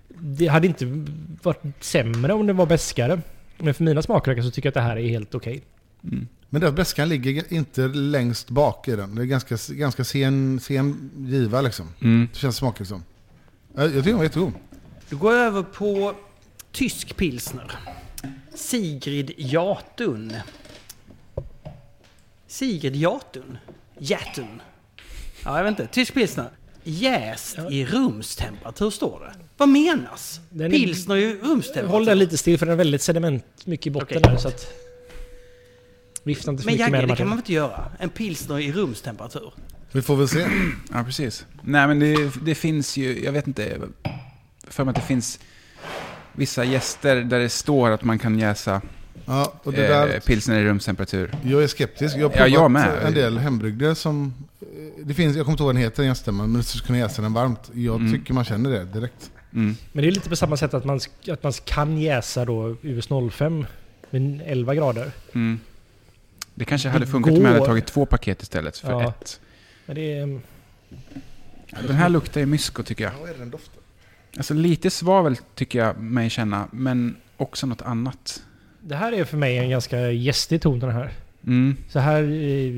Speaker 2: Det hade inte varit sämre om den var beskare. Men för mina smaklökar så tycker jag att det här är helt okej.
Speaker 3: Mm.
Speaker 5: Men den beskan ligger inte längst bak i den. Det är ganska, ganska sen, sen giva liksom.
Speaker 3: Mm.
Speaker 5: Det känns smak liksom. Ja, Jag tycker den var jättegod.
Speaker 1: Då går jag över på tysk pilsner. Sigrid Jatun. Sigrid Jatun? Jatun? Ja, jag vet inte. Tysk pilsner. Jäst i rumstemperatur står det. Vad menas?
Speaker 2: Den är-
Speaker 1: Pilsner i
Speaker 2: Håll den
Speaker 1: rumstemperatur?
Speaker 2: lite still för den är väldigt sediment mycket i botten
Speaker 1: Okej.
Speaker 2: där så att... Vifta inte för
Speaker 1: Men
Speaker 2: mycket
Speaker 1: Jagge, det
Speaker 2: med
Speaker 1: kan
Speaker 2: den
Speaker 1: man
Speaker 2: man...
Speaker 1: inte göra? En pilsner i rumstemperatur?
Speaker 5: Vi får väl se.
Speaker 3: Ja, precis. Nej, men det, det finns ju... Jag vet inte. För mig att det finns vissa gäster där det står att man kan jäsa
Speaker 5: Ja, och det
Speaker 3: eh,
Speaker 5: där,
Speaker 3: pilsner i rumstemperatur.
Speaker 5: jag är skeptisk. Jag har
Speaker 3: Ja,
Speaker 5: provat
Speaker 3: jag med.
Speaker 5: en del hembrygder som... eh, Det finns, jag kommer inte ihåg vad den heter, den jäststämman, men du skulle kunna jäsa den varmt. Jag
Speaker 3: Mm.
Speaker 5: tycker man känner det direkt.
Speaker 3: Mm.
Speaker 2: Men det är lite på samma sätt att man, sk- att man kan jäsa då US05 med 11 grader.
Speaker 3: Mm. Det kanske
Speaker 2: Det
Speaker 3: hade funkat om jag
Speaker 2: går.
Speaker 3: hade tagit två paket istället för
Speaker 2: Ja.
Speaker 3: ett.
Speaker 2: Men det är...
Speaker 3: Den här luktar ju mysko, tycker jag.
Speaker 5: vad är det den doften?
Speaker 3: Alltså lite svavel tycker jag mig känna, men också något annat.
Speaker 2: Det här är för mig en ganska gästig ton den här.
Speaker 3: Mm.
Speaker 2: Så här eh,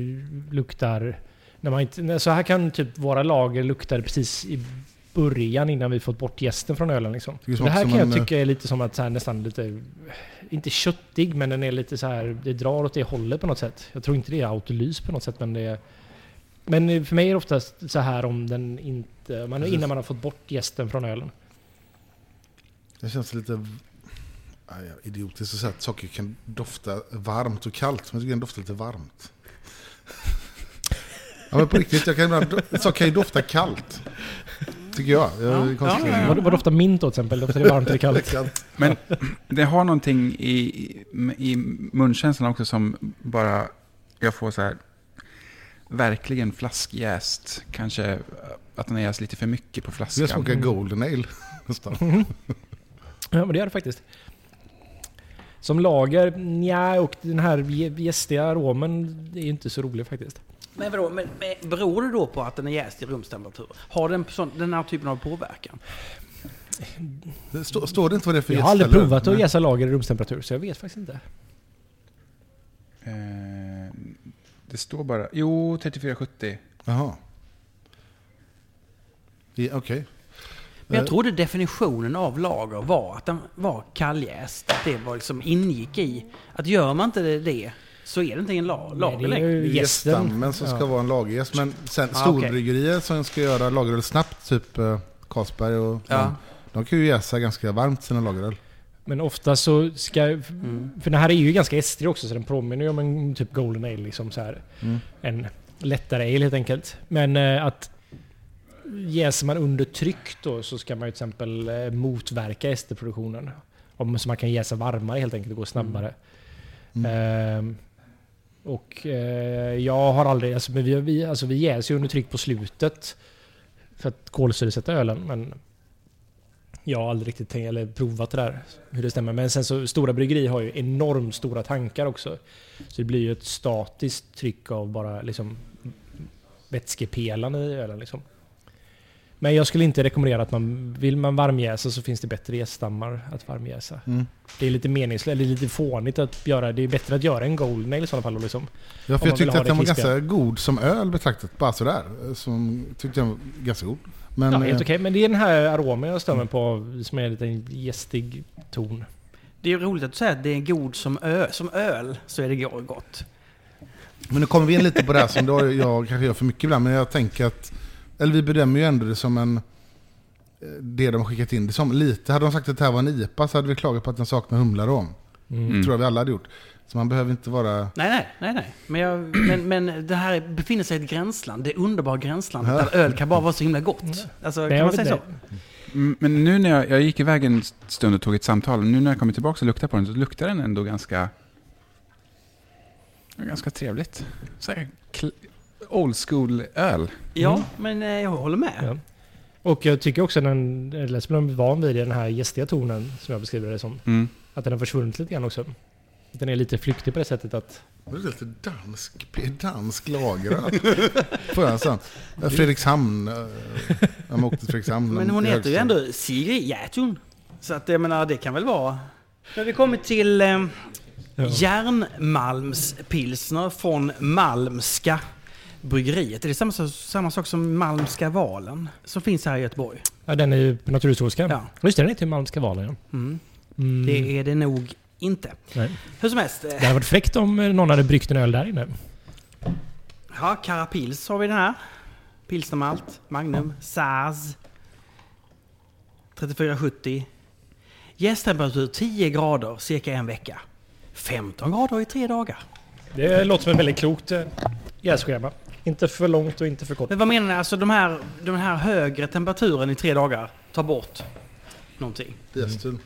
Speaker 2: luktar... När man inte, när- så här kan typ våra lager lukta precis i början innan vi fått bort gästen från ölen. Liksom.
Speaker 4: Tycker det
Speaker 2: Det här
Speaker 4: smakar
Speaker 2: kan
Speaker 4: som
Speaker 2: jag
Speaker 4: en,
Speaker 2: tycka är lite som att så här, nästan lite... Inte köttig, men den är lite så här... Det drar åt det hållet på något sätt. Jag tror inte det är autolys på något sätt, men det är... Men för mig är det oftast så här om den inte... Man,
Speaker 4: Precis.
Speaker 2: innan man har fått bort gästen från ölen.
Speaker 4: Det känns lite aj, ja, idiotiskt att säga att saker kan dofta varmt och kallt, men jag tycker den doftar lite varmt. Ja men på riktigt, jag kan ibland, saker kan ju dofta kallt. Tycker jag. jag
Speaker 1: Ja,
Speaker 4: är konstigt.
Speaker 1: ja, ja.
Speaker 2: Vad, vad doftar mint då till exempel? Doftar det varmt eller
Speaker 4: Det är
Speaker 2: kallt?
Speaker 4: kallt.
Speaker 3: Det har någonting i, i, i munkänslan också som bara jag får så här verkligen flaskjäst. Kanske eh, att den är jäst lite för mycket på
Speaker 4: Jag
Speaker 3: flaskan.
Speaker 4: smakar golden ale nästan.
Speaker 2: Ja, men det gör det faktiskt. Som lager, nja, och den här gä- gästiga aromen det är inte så rolig faktiskt.
Speaker 1: Men vadå, men, men beror det då på att den är jäst i rumstemperatur? Har den, sån, den här typen av påverkan?
Speaker 4: Det stå- Står det inte vad det är för
Speaker 2: Jag
Speaker 4: gäst,
Speaker 2: har aldrig
Speaker 4: eller?
Speaker 2: provat att
Speaker 4: Nej.
Speaker 2: jäsa lager i rumstemperatur, så jag vet faktiskt inte.
Speaker 3: Eh, det står bara... Jo, 3470.
Speaker 4: Jaha. Ja, Okej.
Speaker 1: Men jag
Speaker 4: Eh.
Speaker 1: trodde definitionen av lager var att den var kalljäst. Att det var liksom ingick i. Att gör man inte det, det så är det inte en la-
Speaker 2: Nej, det
Speaker 1: lager
Speaker 2: är
Speaker 1: längre.
Speaker 2: ju gästen.
Speaker 4: Gäststammen som ska
Speaker 2: Ja.
Speaker 4: vara en lagergäst. Men sen
Speaker 1: Ah,
Speaker 4: storbryggerier som ska göra lageröl snabbt, typ eh, Carlsberg och
Speaker 1: Ja.
Speaker 4: de kan ju jäsa ganska varmt sina lageröl.
Speaker 2: Men ofta så ska...
Speaker 1: Mm.
Speaker 2: För den här är ju ganska estrig också, så den påminner ju om en typ Golden Ale. Liksom så här.
Speaker 4: Mm.
Speaker 2: En lättare ale helt enkelt. Men eh, att jäser man under tryck då så ska man ju till exempel eh, motverka esterproduktionen. Om, så man kan jäsa varmare helt enkelt och gå snabbare. Ehm, och eh, jag har aldrig... Alltså, men vi, vi, alltså, vi jäser ju under tryck på slutet för att kolsyresätta ölen. Men jag har aldrig riktigt tänkt, eller provat det där, hur det stämmer. Men sen så, stora bryggerier har ju enormt stora tankar också. Så det blir ju ett statiskt tryck av bara liksom vätskepelan i ölen. Liksom. Men jag skulle inte rekommendera att man, vill man varmjäsa så finns det bättre jässtammar att varmjäsa.
Speaker 4: Mm.
Speaker 2: Det är lite meningslöst, eller lite fånigt att göra. Det är bättre att göra en golden ale i sådana fall. Liksom.
Speaker 4: Ja,
Speaker 2: Om
Speaker 4: för
Speaker 2: man
Speaker 4: jag
Speaker 2: vill
Speaker 4: tyckte
Speaker 2: ha
Speaker 4: att
Speaker 2: det
Speaker 4: den var
Speaker 2: krispiga.
Speaker 4: ganska god som öl betraktat, bara sådär. eh, Som tyckte jag var ganska god. Men
Speaker 2: ja, helt
Speaker 4: eh,
Speaker 2: okej. Men det är den här aromen jag stör mig på, som är en liten gästig ton.
Speaker 1: Det är ju roligt att du säger att det är god som, ö, som öl, så är det go- gott.
Speaker 4: men nu kommer vi in lite på det här som då jag kanske gör för mycket ibland, men jag tänker att... Eller vi bedömer ju ändå det som en... eh, Det de har skickat in det som. Lite, hade de sagt att det här var en IPA så hade vi klagat på att den saknar humlarom.
Speaker 3: Mm.
Speaker 4: tror jag vi alla hade gjort. Så man behöver inte vara...
Speaker 1: Nej, nej, nej. nej. Men, jag, men, men det här befinner sig i ett gränsland. Det underbara gränslandet
Speaker 4: Ja.
Speaker 1: där öl kan bara vara så himla gott. Alltså, kan
Speaker 2: jag
Speaker 1: man
Speaker 2: vet
Speaker 1: säga så?
Speaker 2: inte.
Speaker 3: Mm, Men nu när jag, jag gick iväg en stund och tog ett samtal, nu när jag kommer tillbaka och luktar på den så luktar den ändå ganska, ganska trevligt. Så här, kl- old school-öl.
Speaker 1: Ja, men eh, jag håller med.
Speaker 2: Ja. Och jag tycker också den, eller så blir man van vid den här gästiga tonen som jag beskriver det som.
Speaker 3: Mm.
Speaker 2: Att den har försvunnit lite grann också. Att Den är lite flyktig på det sättet att...
Speaker 4: Det är lite dansk, dansk lageröl. Får jag en sån? Eh, Fredrikshamn. eh, Jag åkte till Fredrikshamn.
Speaker 1: Men hon
Speaker 4: i
Speaker 1: heter ju
Speaker 4: högstadiet.
Speaker 1: ändå Sigrid Jätun. Så att jag menar, det kan väl vara... Nu har vi kommit till eh,
Speaker 2: ehm,
Speaker 1: järnmalmspilsner från Malmska bryggeriet. Är det samma, sak- samma sak som Malmska valen som finns här i Göteborg?
Speaker 2: Ja, den är ju på Naturhistoriska.
Speaker 1: Ja.
Speaker 2: Just det, den är till Malmska valen ja.
Speaker 1: Mm.
Speaker 2: Mm. Det,
Speaker 1: Det är det nog inte.
Speaker 2: Nej.
Speaker 1: Hur som helst, eh,
Speaker 2: hade varit fräckt om eh, någon hade bryggt en öl där inne.
Speaker 1: ja, Carapils har vi den här. Pilsnermalt, Magnum, Saz. 3470. Jästtemperatur 10 grader cirka en vecka. 15 grader i tre dagar.
Speaker 2: Det låter som ett väldigt klokt eh, jässchema. Inte för långt och inte för kort.
Speaker 1: Men vad menar ni? Alltså de här, de här högre temperaturen i tre dagar tar bort någonting?
Speaker 4: Diastyl.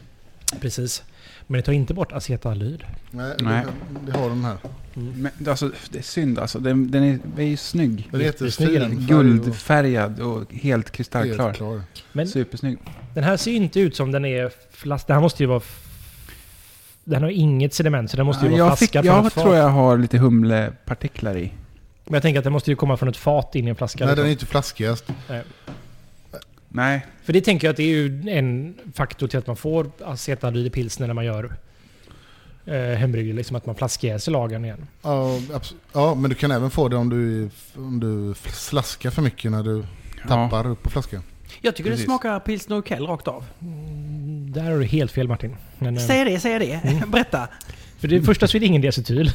Speaker 2: Precis. Men det tar inte bort acetaldehyd.
Speaker 4: Nej, det-
Speaker 3: Nej.
Speaker 4: det har de här.
Speaker 3: Men, alltså, det är synd alltså, den, den, är, den är ju snygg.
Speaker 4: Den heter
Speaker 2: Jättesnygg är den.
Speaker 4: Fin färg och
Speaker 3: Guldfärgad och helt
Speaker 4: helt
Speaker 3: kristallklar.
Speaker 4: klar.
Speaker 2: Men
Speaker 3: Supersnygg.
Speaker 2: den här ser ju inte ut som den är flask... Det här måste ju vara... f- Den har inget sediment så den måste ju vara
Speaker 3: jag
Speaker 2: flaska
Speaker 3: fick,
Speaker 2: från
Speaker 3: jag
Speaker 2: ett fat.
Speaker 3: tror jag har lite humlepartiklar i.
Speaker 2: Men jag tänker att den måste ju komma från ett fat in i en flaska.
Speaker 4: Nej, den
Speaker 2: liksom.
Speaker 4: är inte flaskjäst.
Speaker 2: Nej.
Speaker 3: Nej,
Speaker 2: För det tänker jag att det är ju en faktor till att man får acetaldehyd i pilsner när man gör eh, hembryggd. Liksom att man flaskjäser lagren igen.
Speaker 5: Ja, abs- ja, men du kan även få det om du, om du slaskar för mycket när du tappar upp på flaskan.
Speaker 1: Jag tycker det
Speaker 3: Precis.
Speaker 1: smakar pilsner och kell rakt av.
Speaker 2: Mm, Där har du helt fel Martin. Men, eh,
Speaker 1: Säg det, säg det.
Speaker 3: Mm.
Speaker 1: Berätta.
Speaker 2: för det första så är det ingen diacetyl.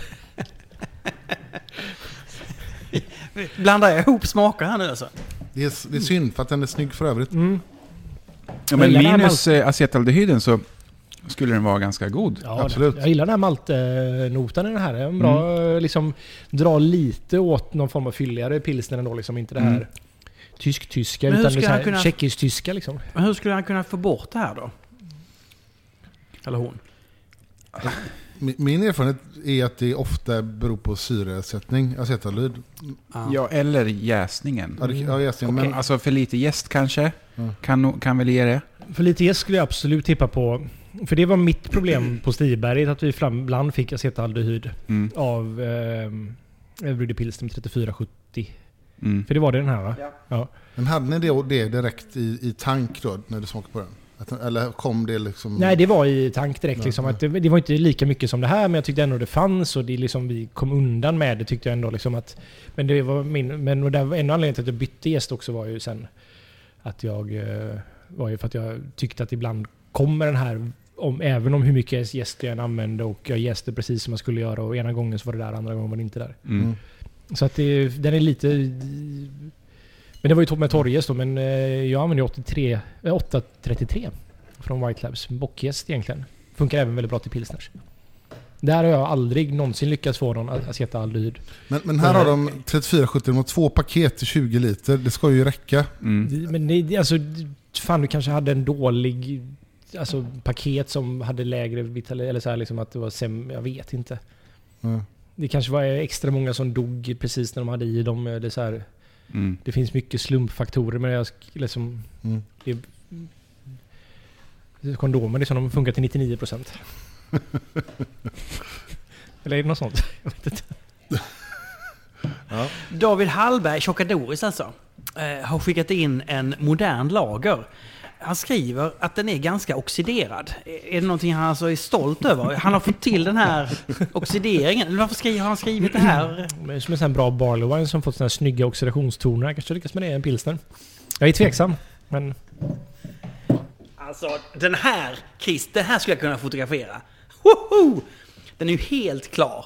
Speaker 1: Blandar jag ihop smaker här nu alltså?
Speaker 5: Det är, s- det är synd för att den är snygg för övrigt.
Speaker 2: Mm.
Speaker 3: ja, men
Speaker 2: Jag gillar
Speaker 3: minus eh, acetaldehyden så skulle den vara ganska god.
Speaker 2: Ja,
Speaker 5: Absolut.
Speaker 2: den- Jag gillar den här maltnotan i den här. En bra, eh, liksom, dra lite åt någon form av fylligare pilsner ändå. Liksom, inte det här
Speaker 3: Mm.
Speaker 2: tysk-tyska,
Speaker 1: Men hur
Speaker 2: utan
Speaker 1: ska
Speaker 2: det så här
Speaker 1: han kunna-
Speaker 2: tjeckisk-tyska. Liksom.
Speaker 1: Men hur skulle han kunna få bort det här då? Eller hon.
Speaker 5: Min, min erfarenhet är att det ofta beror på syresättning, acetaldehyd.
Speaker 1: Ah.
Speaker 3: Ja, eller jäsningen.
Speaker 5: Ja, det- ja, jäsning,
Speaker 3: Men,
Speaker 5: men,
Speaker 3: alltså för lite jäst kanske.
Speaker 5: Mm.
Speaker 3: Kan, nog- kan väl ge det.
Speaker 2: För lite jäst skulle jag absolut tippa på. För det var mitt problem på Stiberget, att vi fram- ibland fick acetaldehyd
Speaker 3: Mm.
Speaker 2: av eh, Brudde Pilsner med 3470.
Speaker 3: Mm.
Speaker 2: För det var det den här va?
Speaker 5: men hade ni det, det direkt i, i tank då, när du smakade på den? Att, den- eller kom det liksom...
Speaker 2: Nej, det var i tank direkt.
Speaker 5: Ja,
Speaker 2: Liksom,
Speaker 5: ja.
Speaker 2: att det, det var inte lika mycket som det här, men jag tyckte ändå det fanns och det liksom, vi kom undan med det tyckte jag ändå. Liksom, att, men det var min, men och där, var en anledning till att jag bytte gäst också var ju sen att jag eh, var ju för att jag tyckte att ibland kommer den här, om, även om hur mycket gäst jag än använde och jag gäste precis som jag skulle göra och ena gången så var det där, andra gången var det inte där.
Speaker 3: Mm.
Speaker 2: Så att det, den är lite... Men det var ju topp med torrjäst då, men eh, jag använder ju 83, eh, 833 från White Labs. Bockjäst egentligen. Funkar även väldigt bra till pilsners. Där har jag aldrig någonsin lyckats få någon acetaldehyd.
Speaker 5: Men, men här har de 3470, de har två paket till 20 liter. Det ska ju räcka.
Speaker 3: Mm.
Speaker 2: Men det, det- alltså, fan du kanske hade en dålig... Alltså paket som hade lägre vital... Eller så här liksom att det var sämre. Jag vet inte.
Speaker 5: Ja.
Speaker 2: Det kanske var extra många som dog precis när de hade i dem. Eller så här.
Speaker 3: Mm.
Speaker 2: Det finns mycket slumpfaktorer men jag sk- liksom...
Speaker 5: Mm.
Speaker 2: Det, kondomer liksom, de funkar till 99%. Eller är det något sånt?
Speaker 1: David Hallberg, Tjockadoris alltså, eh, har skickat in en modern lager. Han skriver att den är ganska oxiderad. Är är det någonting han alltså är stolt över? Han har fått till den här oxideringen. Eller Varför skri- har han skrivit det här?
Speaker 2: Men Som en sån här bra barley wine som fått såna här snygga oxidationstoner. Jag kanske lyckas med det i en pilsner. Jag är tveksam. Men
Speaker 1: Alltså, den här, Chris, den här skulle jag kunna fotografera. Woho! Den är ju helt klar.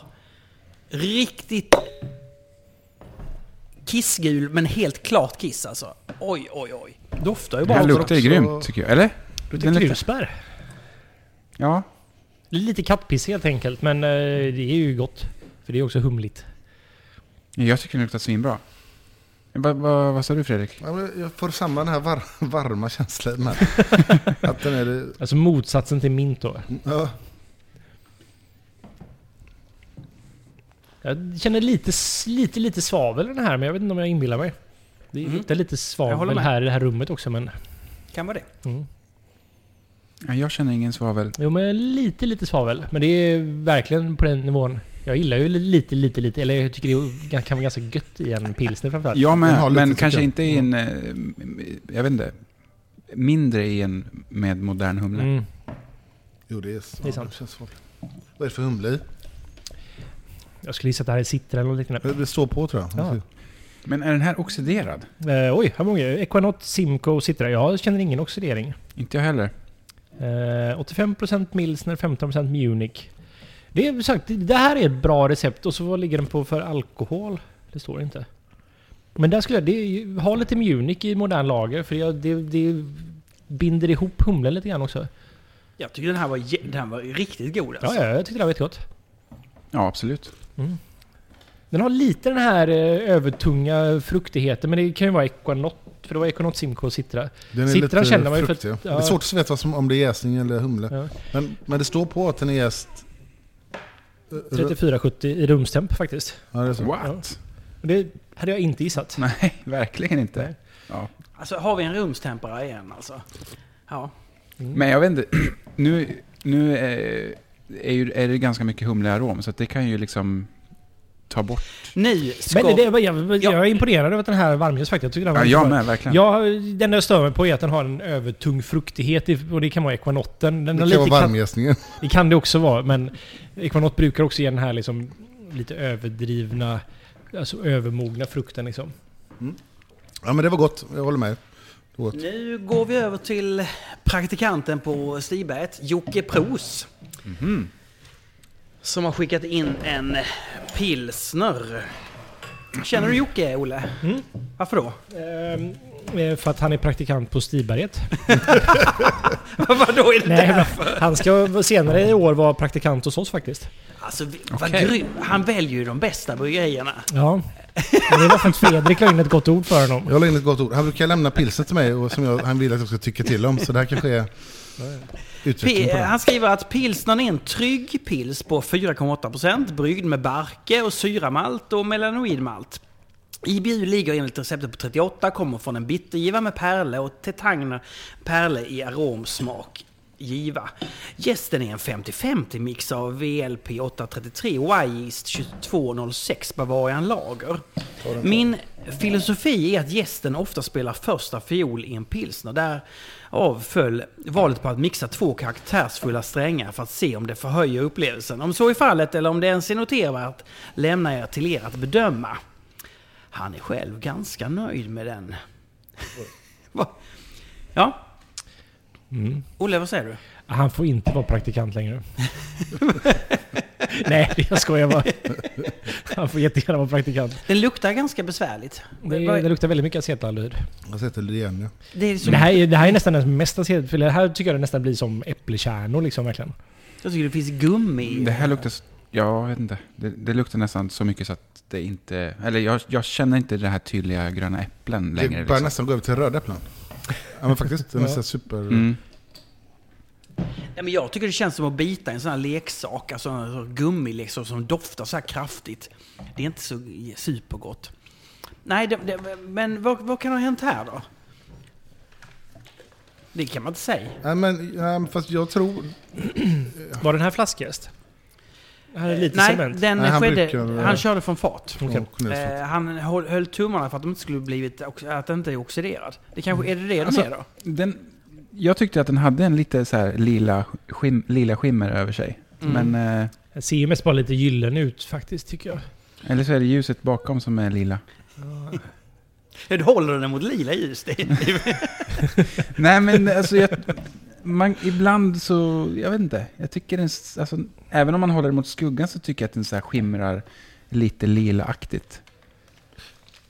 Speaker 1: Riktigt kissgul, men helt klart kiss alltså. Oj, oj, oj.
Speaker 2: doftar ju
Speaker 3: Det här
Speaker 2: bara.
Speaker 3: luktar ju
Speaker 5: också-
Speaker 3: grymt tycker jag. Eller?
Speaker 2: Luktar
Speaker 3: luktar-
Speaker 2: krusbär.
Speaker 3: Ja.
Speaker 2: Lite kattpiss helt enkelt. Men eh, det är ju gott. För det är också humligt.
Speaker 3: Jag tycker den luktar svinbra. Va, va, vad sa du Fredrik?
Speaker 5: Ja, men jag får samma den här var, varma känslan i den här. Att den är...
Speaker 2: Alltså motsatsen till mint då.
Speaker 5: Ja,
Speaker 2: Jag känner lite, lite, lite svavel i den här, men jag vet inte om jag inbillar mig. Det
Speaker 1: Mm.
Speaker 2: luktar lite
Speaker 1: Jag håller
Speaker 2: svavel
Speaker 1: med.
Speaker 2: här i det här rummet också, men...
Speaker 1: Kan vara det.
Speaker 2: Mm.
Speaker 3: Ja, Jag känner ingen svavel.
Speaker 2: Jo, men lite, lite svavel. Men det är verkligen på den nivån. Jag gillar ju lite, lite, lite. Eller jag tycker det är- gan- kan vara ganska gött i en pilsner framförallt.
Speaker 3: Jag
Speaker 5: Den har
Speaker 3: med,
Speaker 5: lite,
Speaker 3: men
Speaker 5: tycker
Speaker 3: kanske
Speaker 5: jag. Mm.
Speaker 3: inte i en... eh, Jag vet inte. Mindre i en med modern humle.
Speaker 2: Mm.
Speaker 5: jo det är,
Speaker 2: Det är sant.
Speaker 5: Ja, känns svårt. Vad är det för humle i?
Speaker 2: Jag skulle gissa att det här är citra eller något liknande.
Speaker 5: Det står på tror jag.
Speaker 2: Ja.
Speaker 3: Men är den här oxiderad?
Speaker 2: Eh, oj, här många. Equanot, Simco, citra. Jag känner ingen oxidering.
Speaker 3: Inte jag heller.
Speaker 2: Eh, 85% Milsner, 15% Munich. Det, är, sagt, det här är ett bra recept och så vad ligger den på för alkohol? Det står inte. Men där skulle jag det, är ju- ha lite Munich i modern lager för jag, det, det binder ihop humlen lite grann också.
Speaker 1: Jag tycker den här var, jä- den här var riktigt god
Speaker 2: Ja,
Speaker 1: alltså.
Speaker 2: ja, jag tyckte det var jättegott.
Speaker 3: Ja, absolut.
Speaker 2: Den har lite den här eh, övertunga fruktigheten men det kan ju vara Equanot. För det var Equanot, Simco och Citra.
Speaker 5: Den är
Speaker 2: Citra
Speaker 5: lite
Speaker 2: känner man ju för att-
Speaker 5: fruktig.
Speaker 2: ja.
Speaker 5: Det är svårt att veta vad som, om det är jäsning eller humle.
Speaker 2: Ja.
Speaker 5: Men, men det står på att den är jäst...
Speaker 2: 3470 i rumstemp faktiskt.
Speaker 5: Ja, det är så.
Speaker 3: What?
Speaker 2: Och Det hade jag inte gissat.
Speaker 3: Nej, verkligen inte.
Speaker 2: Nej.
Speaker 3: Ja.
Speaker 1: Alltså har vi en rumstempera igen alltså? Ja.
Speaker 3: Mm. Men jag vet inte. Nu, nu eh, är, ju, är det ganska mycket humlearom, så att det kan ju liksom ta bort.
Speaker 1: Nu ska...
Speaker 2: Men det, det, jag,
Speaker 1: Ja.
Speaker 2: jag är imponerad över att den här varmljus faktiskt. Jag tycker den var
Speaker 3: Ja,
Speaker 2: väldigt
Speaker 3: jag
Speaker 2: bra.
Speaker 3: med, verkligen.
Speaker 2: Ja, den enda jag stör mig på är att den har en övertung fruktighet i- och det kan vara ekvanotten. Den har
Speaker 5: Det kan vara
Speaker 2: lite
Speaker 5: varmjäsningen.
Speaker 2: Det kan det också vara, men Equanot brukar också ge den här liksom lite överdrivna, alltså övermogna frukten liksom.
Speaker 5: Ja men det var gott, jag håller med. Det var gott.
Speaker 1: Nu går vi över till praktikanten på Stiberget, Jocke Pros. Som har skickat in en pilsner. Känner du Jocke, Olle? Varför då?
Speaker 2: Eh, för att han är praktikant på Stiberget.
Speaker 1: Vadå är det
Speaker 2: Nej,
Speaker 1: där?
Speaker 2: men han ska senare i år vara praktikant hos oss faktiskt.
Speaker 1: Alltså, vi- vad
Speaker 3: Okej.
Speaker 1: grym. Han väljer ju de bästa bryggerierna.
Speaker 2: Ja. Men det var för att Fredrik la in ett gott ord för honom.
Speaker 5: Jag la in ett gott ord. Han brukar lämna pilsen till mig och som jag, han vill att jag ska tycka till om. Så det här kanske är utveckling på
Speaker 1: P-
Speaker 5: det.
Speaker 1: han skriver att pilsnern är en trygg pils på 4,8% bryggd med barke och syramalt och melanoidmalt. IBU ligger enligt receptet på 38, kommer från en bittergiva med pärle och tetagner pärle i aromsmak. Giva. Gästen är en 50-50 mix av VLP 833 Y-Yeast 2206 Bavarian Lager. Min filosofi är att gästen ofta spelar första fiol i en pilsner. Därav föll valet på att mixa två karaktärsfulla strängar för att se om det förhöjer upplevelsen. Om så är fallet eller om det ens är noterbart lämnar jag till er att bedöma. Han är själv ganska nöjd med den. Va? ja?
Speaker 2: Mm.
Speaker 1: Olle, vad säger du?
Speaker 2: Han får inte vara praktikant längre. Nej, jag skojar bara. Han får jättegärna vara praktikant.
Speaker 1: Den luktar ganska besvärligt.
Speaker 2: Det, det luktar väldigt mycket acetaldehyd.
Speaker 5: Jag sätter det igen ja.
Speaker 1: det är som,
Speaker 2: Men det här, är- det här är nästan den mest acetfyllda. Det här tycker jag det nästan blir som äppelkärnor liksom verkligen.
Speaker 1: Jag tycker det finns gummi.
Speaker 3: Det här luktar... s- Ja, jag vet inte. Det, det luktar nästan så mycket så att det inte... Eller jag, jag känner inte det här tydliga gröna äpplen
Speaker 5: Det
Speaker 3: längre.
Speaker 5: börjar
Speaker 3: liksom.
Speaker 5: nästan gå över till röda äpplen. Ja men faktiskt, den är så här super...
Speaker 3: Mm.
Speaker 1: Nej, men jag tycker det känns som att bita i en sån här leksak, alltså en sån här gummileksak som doftar så här kraftigt. Det är inte så supergott. Nej, det, det, men vad, vad kan ha hänt här då? Det kan man inte säga.
Speaker 5: Nej, men, nej, men fast jag tror...
Speaker 2: Var den här flaskjäst? Här är lite
Speaker 1: Nej,
Speaker 2: cement.
Speaker 1: den
Speaker 5: Nej, han
Speaker 1: skedde,
Speaker 5: brukar-
Speaker 1: han körde från fart.
Speaker 2: Okej.
Speaker 5: Åh, Cornelius,
Speaker 1: Eh, han höll, höll tummarna för att de inte skulle blivit, ox- att den inte är oxiderad. Det kanske, är det det den
Speaker 3: Alltså-
Speaker 1: är då?
Speaker 3: Den, jag tyckte att den hade en lite så här lila, skim, lila skimmer över sig.
Speaker 1: Mm.
Speaker 3: Men, eh,
Speaker 2: Den ser ju mest bara lite gyllene ut faktiskt tycker jag.
Speaker 3: eller så är det ljuset bakom som är lila.
Speaker 1: Du håller den mot lila ljus. Det är-
Speaker 3: Nej men alltså, jag, man, ibland så, jag vet inte. Jag tycker den, s- alltså, även om man håller den mot skuggan så tycker jag att den så här skimrar lite lilaaktigt.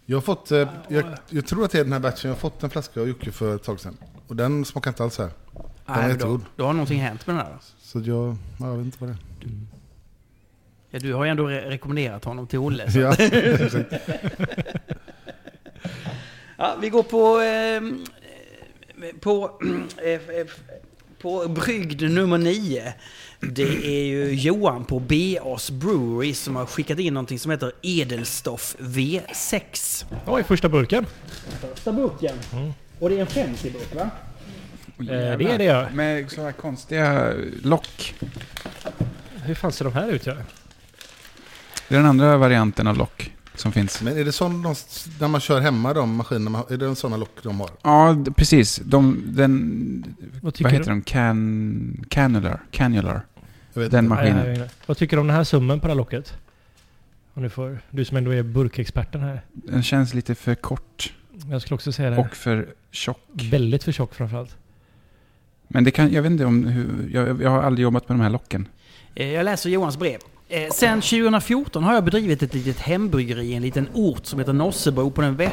Speaker 5: Jag har fått, eh, jag, jag tror att det är den här batchen, jag har fått en flaska av Jocke för ett tag sedan. Och den smakar inte alls här.
Speaker 1: Nej, men då,
Speaker 5: jättegod.
Speaker 1: då har någonting hänt med den här. då.
Speaker 5: Så att jag, ja, jag vet inte vad det
Speaker 1: Ja, du har ju ändå re- rekommenderat honom till Olle.
Speaker 5: är. Ja.
Speaker 1: Ja, vi går på... ehm, Eh, på, eh, eh, på brygd nummer nio. Det är ju Johan på BA's Brewery som har skickat in någonting som heter Edelstoff V6.
Speaker 2: Oj, första burken. Eh,
Speaker 1: Första burken. Och det är en 50-burk va?
Speaker 2: Eh, det är det, ja.
Speaker 3: Med sådana här konstiga lock.
Speaker 2: Hur fan ser de här ut? Ja?
Speaker 3: Det är den andra varianten av lock som finns.
Speaker 5: Men är det sån, de- när man kör hemma de maskinerna, är det en sån här lock de har?
Speaker 3: Ja, d- precis. De, den,
Speaker 2: Vad tycker
Speaker 3: vad
Speaker 2: du?
Speaker 3: heter de? Can, canular? Canular.
Speaker 5: Jag vet
Speaker 3: Den
Speaker 5: inte.
Speaker 3: man-
Speaker 2: Nej,
Speaker 3: Maskinen.
Speaker 2: nej, nej. Vad tycker du om den här summen på det här locket? Om du, får, du som ändå är burkexperten här.
Speaker 3: Den känns lite för kort
Speaker 2: Jag skulle också säga det.
Speaker 3: och för tjock.
Speaker 2: Väldigt för tjock framförallt.
Speaker 3: Men det kan, jag vet inte om hur, jag, jag har aldrig jobbat med de här locken.
Speaker 1: Eh, Jag läser Johans brev. Eh, Sen 2014 har jag bedrivit ett litet hembryggeri i en liten ort som heter Nossebro på den vä-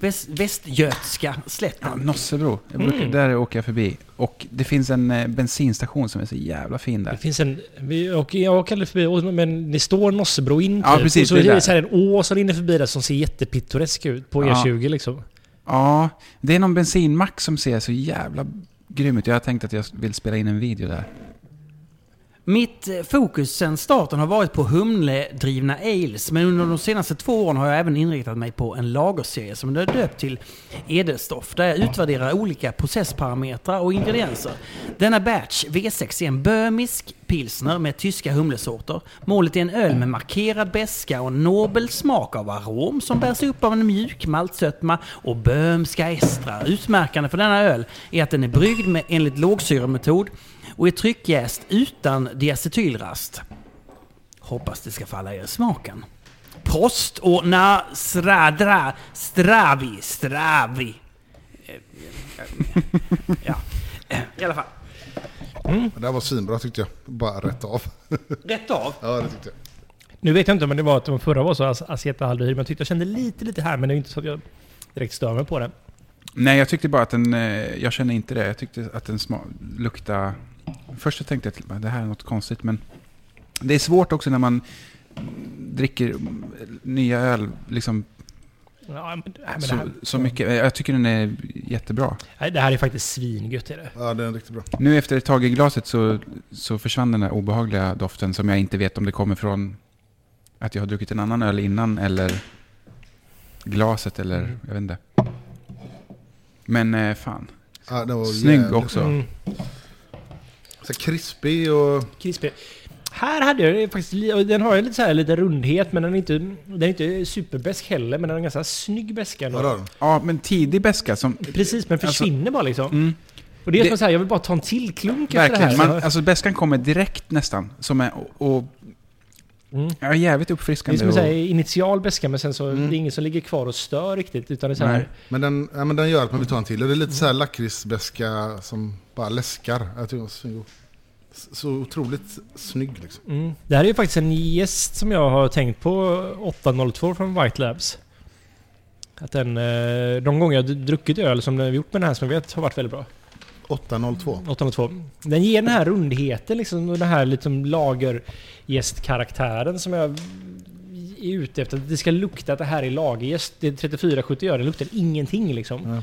Speaker 1: väst- västgötska
Speaker 3: Ja,
Speaker 1: slätten.
Speaker 3: Nossebro, jag brukar,
Speaker 2: Mm.
Speaker 3: där åker jag förbi. Och det finns en eh, bensinstation som är så jävla fin
Speaker 2: Det
Speaker 3: där.
Speaker 2: finns en... Vi, och jag kallade förbi, och- men det står Nossebro in typ.
Speaker 3: Ja, precis,
Speaker 2: Och så
Speaker 3: det
Speaker 2: är
Speaker 3: är där.
Speaker 2: det så här en å som rinner förbi där som ser jättepittoresk ut på
Speaker 3: Ja.
Speaker 2: E20 liksom.
Speaker 3: Ja, det är någon bensinmack som ser så jävla grym ut. Jag har tänkt att jag vill spela in en video där.
Speaker 1: Mitt eh, fokus sedan starten har varit på humledrivna ales, men under de senaste två åren har jag även inriktat mig på en lagerserie som är döpt till Edelstoff, där jag utvärderar olika processparametrar och ingredienser. Denna batch V6 är en böhmisk pilsner med tyska humlesorter. Målet är en öl med markerad beska och en nobel smak av arom som bärs upp av en mjuk maltsötma och böhmska estrar. Utmärkande för denna öl är att den är bryggd med, enligt lågsyremetod och är tryckjäst utan diacetylrast. Hoppas det ska falla er i smaken. Prost och na sradra stravi stravi. Eh, eh, Ja, Eh, i alla fall.
Speaker 5: Det där var svinbra tyckte jag. Bara rätt av.
Speaker 1: Rätt av.
Speaker 5: Ja, det tyckte jag.
Speaker 2: Nu vet jag inte om det var att de förra var så ac- acetaldehyd, men jag tyckte jag kände lite, lite här, men det är ju inte så att jag direkt stör mig på det.
Speaker 3: Nej, jag tyckte bara att den... eh, Jag känner inte det. Jag tyckte att den sma, lukta... Först så tänkte jag att det här är något konstigt, men... Det är svårt också när man dricker mm, nya öl liksom,
Speaker 2: Ja, men, nej, men det,
Speaker 3: så,
Speaker 2: här,
Speaker 3: så mycket. Eh, Jag tycker den är jättebra.
Speaker 2: nej, det här är faktiskt svingött. Är det.
Speaker 5: Ja, den är riktigt bra.
Speaker 3: Nu efter ett tag i glaset så, så försvann den där obehagliga doften som jag inte vet om det kommer från att jag har druckit en annan öl innan eller glaset eller
Speaker 5: Mm.
Speaker 3: jag vet inte. Men eh, fan,
Speaker 5: Ja, den var
Speaker 3: snygg
Speaker 5: jävligt-
Speaker 3: också.
Speaker 2: Mm.
Speaker 5: Så här krispig och...
Speaker 2: Krispig. Här hade jag det faktiskt, li- och den har ju lite så här lite rundhet men den är inte, den är inte superbesk heller men den är ganska snygg beska
Speaker 5: Vad
Speaker 2: ändå.
Speaker 5: har den?
Speaker 3: Ja, men tidig beska som...
Speaker 2: Precis men försvinner bara liksom.
Speaker 3: Alltså, Mm,
Speaker 2: Och det är som
Speaker 3: Det-
Speaker 2: så här, jag vill bara ta en till klunk efter det
Speaker 3: verkligen.
Speaker 2: här.
Speaker 3: Man, alltså beskan kommer direkt nästan. Som är, och, och,
Speaker 2: mm.
Speaker 3: ja, jävligt
Speaker 2: Det är
Speaker 3: uppfriskande.
Speaker 2: som en så här
Speaker 3: Och,
Speaker 2: initial beska men sen så
Speaker 3: Mm.
Speaker 2: det är ingen som ligger kvar och stör riktigt utan det är så här,
Speaker 3: Nej.
Speaker 5: Men den, ja, men den gör att man vill ta en till. Och det är lite så här lakritsbeska som bara läskar. Jag tycker den var svingod. S- Så otroligt snygg liksom.
Speaker 2: Mm. Det här är ju faktiskt en gäst som jag har tänkt på 802 från White Labs. Att den, eh, de gånger jag d- druckit öl som vi gjort med den här som jag vet har varit väldigt bra.
Speaker 5: 802.
Speaker 2: 802. Den ger den här rundheten liksom och den här liksom lagergästkaraktären som jag är ute efter. Att Det ska lukta att det här är lagergäst. Det är 3470 öl, det luktar ingenting liksom.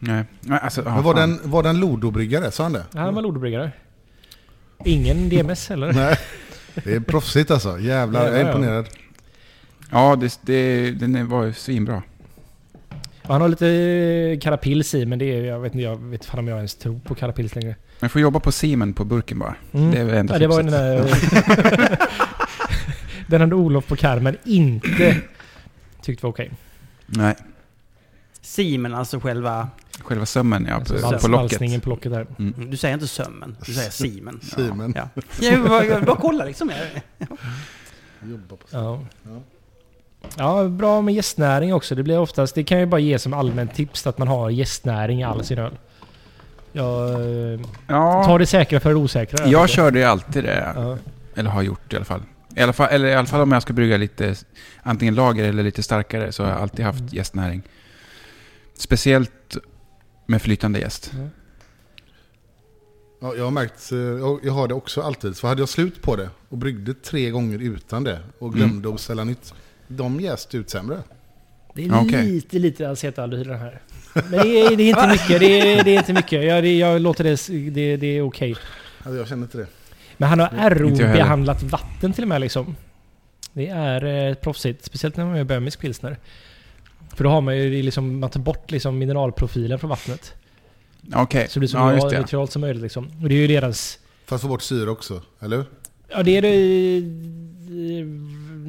Speaker 3: nej, nej, alltså, ja,
Speaker 5: Men var
Speaker 3: fan.
Speaker 5: den, var den Lodobryggare? Sa han det?
Speaker 2: Det här var lodbryggare. Ingen DMS heller.
Speaker 5: Nej. Det är proffsigt alltså. Jävlar, jag är
Speaker 2: Jävlar, ja.
Speaker 5: imponerad.
Speaker 3: Ja, det, det, den är- var ju svinbra.
Speaker 2: Och Han har lite eh, karapils i men det är, jag vet inte, jag vet fan om jag ens tror på karapils längre.
Speaker 3: Man får jobba på Siemens på burken bara.
Speaker 2: Mm.
Speaker 3: Det är väl enda
Speaker 2: ja, det var den
Speaker 3: tipset.
Speaker 2: där... den hade Olof på Carmen inte tyckt var okej.
Speaker 3: Nej.
Speaker 1: Simen, alltså själva...
Speaker 3: Själva sömmen, ja. På,
Speaker 2: Vals-
Speaker 3: på locket.
Speaker 2: Alltså, valsningen på locket där.
Speaker 1: Du säger inte sömmen, du säger simen.
Speaker 5: Simen.
Speaker 1: Ja. Jag vill bara, jag vill bara kolla liksom.
Speaker 5: Jobbar på-
Speaker 2: Ja.
Speaker 5: Ja.
Speaker 2: ja, bra med gästnäring också. Det blir oftast... Det kan jag ju bara ge som allmänt tips att man har gästnäring i all sin öl. Jag eh, tar
Speaker 3: Ja,
Speaker 2: det säkra för det osäkra.
Speaker 3: jag körde ju alltid det.
Speaker 2: Ja.
Speaker 3: Eller har gjort i alla fall. I alla fall, eller i alla fall om jag ska brygga lite, antingen lager eller lite starkare, så har jag alltid
Speaker 2: Mm.
Speaker 3: haft jästnäring. Speciellt med flytande jäst.
Speaker 5: Ja, jag har märkt, eh, jag- jag har det också alltid. Så hade jag slut på det och bryggde tre gånger utan det och
Speaker 3: Mm.
Speaker 5: glömde att ställa nytt. De jäste ut sämre.
Speaker 2: Det är
Speaker 3: Okej.
Speaker 2: lite, lite acetaldehyd i den här. Men det är, det är inte mycket. Det är, det är inte mycket. Jag, det, jag låter det... s- Det, det är okej.
Speaker 5: Alltså, jag känner inte det.
Speaker 2: Men han har
Speaker 3: Inte jag heller.
Speaker 2: RO-behandlat vatten till och med liksom. Det är eh, proffsigt. Speciellt när man gör böhmisk pilsner. För då har man ju det liksom, man tar bort liksom mineralprofilen från vattnet.
Speaker 3: Okej,
Speaker 2: Så det blir så
Speaker 3: Eh, ja just
Speaker 2: bra
Speaker 3: det.
Speaker 2: neutralt som möjligt liksom. Och det är ju deras...
Speaker 5: För att få bort syre också, eller hur?
Speaker 2: Ja det är det...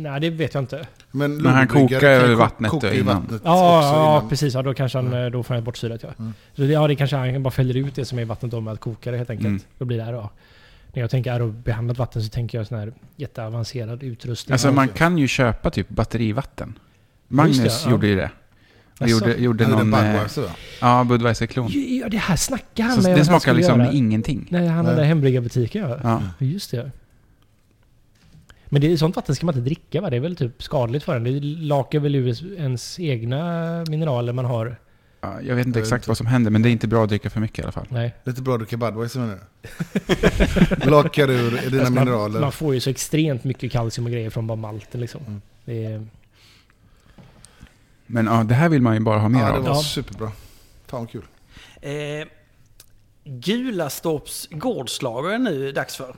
Speaker 2: Nej det vet jag inte.
Speaker 5: Men,
Speaker 3: Men han
Speaker 5: lodbryggare
Speaker 3: kokar
Speaker 5: kan
Speaker 3: ju
Speaker 5: ko-
Speaker 3: vattnet
Speaker 5: kokar ju
Speaker 3: innan.
Speaker 5: vattnet
Speaker 2: Ja,
Speaker 5: också
Speaker 2: ja
Speaker 5: innan.
Speaker 2: precis. Ja, då kanske
Speaker 3: Mm.
Speaker 2: han... eh, Då får han bort syret ja.
Speaker 5: Mm.
Speaker 2: Så det, ja det kanske han bara fäller ut det som är i vattnet om att koka det helt enkelt.
Speaker 3: Mm.
Speaker 2: Då blir det RO. När jag tänker RO-behandlat vatten så tänker jag sån här jätteavancerad utrustning.
Speaker 3: Alltså
Speaker 5: Ja,
Speaker 3: man
Speaker 5: okej.
Speaker 3: kan ju köpa typ batterivatten. Magnus
Speaker 2: Just det, ja.
Speaker 3: gjorde ju det. Han gjorde,
Speaker 2: Jaså?
Speaker 3: gjorde
Speaker 5: Han gjorde
Speaker 3: någon... eh,
Speaker 5: Budweiser, va?
Speaker 3: Ja, Budweiser-klon.
Speaker 2: Ja, det här snackar han
Speaker 3: Så
Speaker 2: med
Speaker 3: det
Speaker 2: att han
Speaker 3: smakar
Speaker 2: skulle
Speaker 3: liksom
Speaker 2: göra.
Speaker 3: ingenting.
Speaker 2: Nej, han
Speaker 5: Nej.
Speaker 2: hade hembryggarbutiken ja.
Speaker 3: Ja.
Speaker 2: ja. Just det. Men det, sånt vatten ska man inte dricka va? Det är väl typ skadligt för en? Det lakar väl ur ens egna mineraler man har?
Speaker 3: Ja, jag vet
Speaker 5: vet
Speaker 3: inte exakt
Speaker 5: inte.
Speaker 3: vad som händer, men det är inte bra att dricka för mycket i alla fall.
Speaker 2: Nej.
Speaker 5: Lite bra att dricka Budweiser menar du? Lakar ur dina
Speaker 2: Alltså,
Speaker 5: mineraler.
Speaker 2: Man, man får ju så extremt mycket kalcium och grejer från bara malten liksom.
Speaker 5: Mm.
Speaker 2: Det är,
Speaker 3: Men ja, det här vill man ju bara ha mer
Speaker 5: ja, det
Speaker 3: av.
Speaker 5: var
Speaker 2: Ja.
Speaker 5: superbra. Fan vad kul.
Speaker 1: Eh, Gulastorps gårdslager är nu dags för.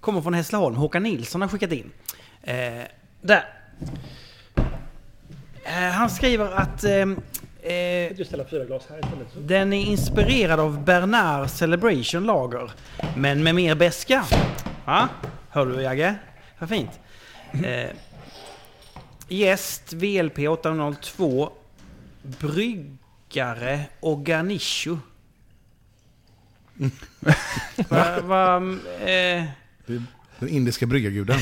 Speaker 1: Kommer från Hässleholm. Håkan Nilsson har skickat in. Eh, där. Eh, han skriver att ehm, eh,
Speaker 2: Du ställer fyra glas här istället.
Speaker 1: den är inspirerad av Bernard Celebration Lager. Men med mer beska. Ja, hör du Jagge? Vad fint. Eh, Gäst VLP 802. Bryggare Organicho. va, va, eh,
Speaker 5: Den indiska bryggarguden.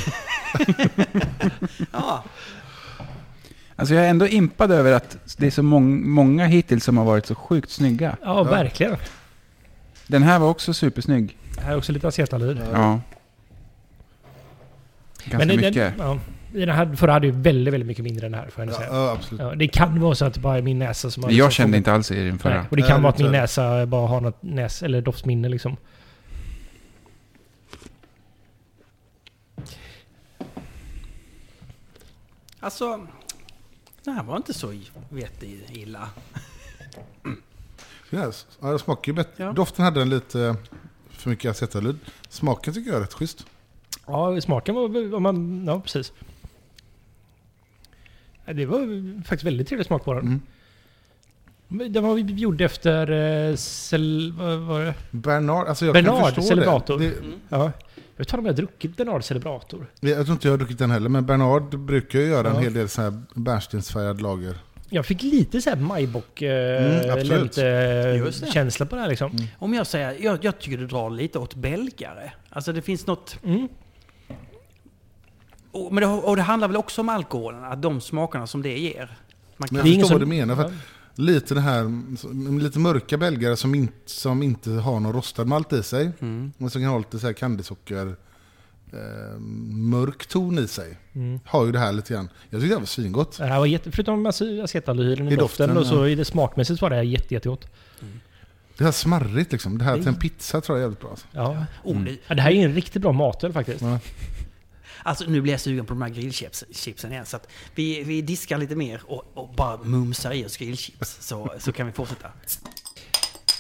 Speaker 1: ja.
Speaker 3: Alltså jag är ändå impad över att det är så mång- många hittills som har varit så sjukt snygga.
Speaker 2: Ja, verkligen.
Speaker 3: Den här var också supersnygg.
Speaker 2: Här är också lite acetalyd.
Speaker 3: Ja. Ganska
Speaker 2: Men i den-
Speaker 3: mycket.
Speaker 2: Ja, I den här förra hade ju väldigt, väldigt mycket mindre än den här, får jag ändå
Speaker 5: Ja,
Speaker 2: säga.
Speaker 5: ja, absolut.
Speaker 2: Ja, det kan vara så att det bara är min näsa som har... liksom
Speaker 3: jag kände
Speaker 2: kommit-
Speaker 3: inte alls i den förra.
Speaker 2: Nej, och det
Speaker 5: Nej,
Speaker 2: kan vara att
Speaker 5: det
Speaker 2: min
Speaker 5: tror jag.
Speaker 2: näsa bara har något näs eller doftminne liksom.
Speaker 1: Alltså, det här var inte så jätteilla.
Speaker 5: Yes. Ja, den smakar ju bättre.
Speaker 1: Ja.
Speaker 5: Doften hade den lite eh, för mycket acetalyd. Smaken tycker jag är rätt schysst.
Speaker 2: Ja, smaken var... Om man, ja, precis. Ja, Det var faktiskt väldigt trevlig smak på den.
Speaker 5: Mm.
Speaker 2: Men Den var vi gjord efter... eh, Cel, vad var det?
Speaker 5: Bernard, alltså jag
Speaker 2: Bernard,
Speaker 5: kan förstå
Speaker 2: celibator.
Speaker 5: det. det.
Speaker 2: Ja. Jag vet inte om jag har druckit Bernard Celebrator.
Speaker 5: Jag tror inte jag har druckit den heller, men Bernard brukar ju göra
Speaker 2: Ja.
Speaker 5: en hel del så här bärnstensfärgad lager.
Speaker 2: Jag fick lite så här majbock
Speaker 5: Mm, absolut.
Speaker 1: Just det.
Speaker 2: känsla på det här liksom.
Speaker 1: Om jag säger, jag, jag tycker du drar lite åt belgare. Alltså det finns något...
Speaker 2: Mm.
Speaker 1: Och, men det, och det handlar väl också om alkoholen, att de smakerna som det ger.
Speaker 5: Men
Speaker 1: Man kan,
Speaker 5: jag
Speaker 2: Det
Speaker 5: förstår
Speaker 2: är ingen
Speaker 5: vad du menar.
Speaker 2: som-
Speaker 5: För att lite, det här, som- lite mörka belgare som inte, som inte har någon rostad malt i sig.
Speaker 4: Mm.
Speaker 5: Men som kan ha lite så här kandisocker, eh, mörk ton i sig.
Speaker 2: Mm.
Speaker 5: Har ju det här lite grann. Jag tyckte det var svingott.
Speaker 2: Det här var jätte, förutom massa acetalyhylen i
Speaker 5: I
Speaker 2: doften,
Speaker 5: doften,
Speaker 2: och så i det smakmässigt var det här jätte, jättegott.
Speaker 5: Det här smarrigt liksom. Det här till en pizza tror jag är jävligt bra. Alltså.
Speaker 2: Ja.
Speaker 1: oh, nu,
Speaker 2: Ja, det här är ju en riktigt bra matöl faktiskt.
Speaker 5: Ja.
Speaker 1: alltså nu blir jag sugen på de här grillchips- chipsen igen. Så att vi, vi diskar lite mer och, och bara mumsar i oss grillchips. Så, så kan vi fortsätta.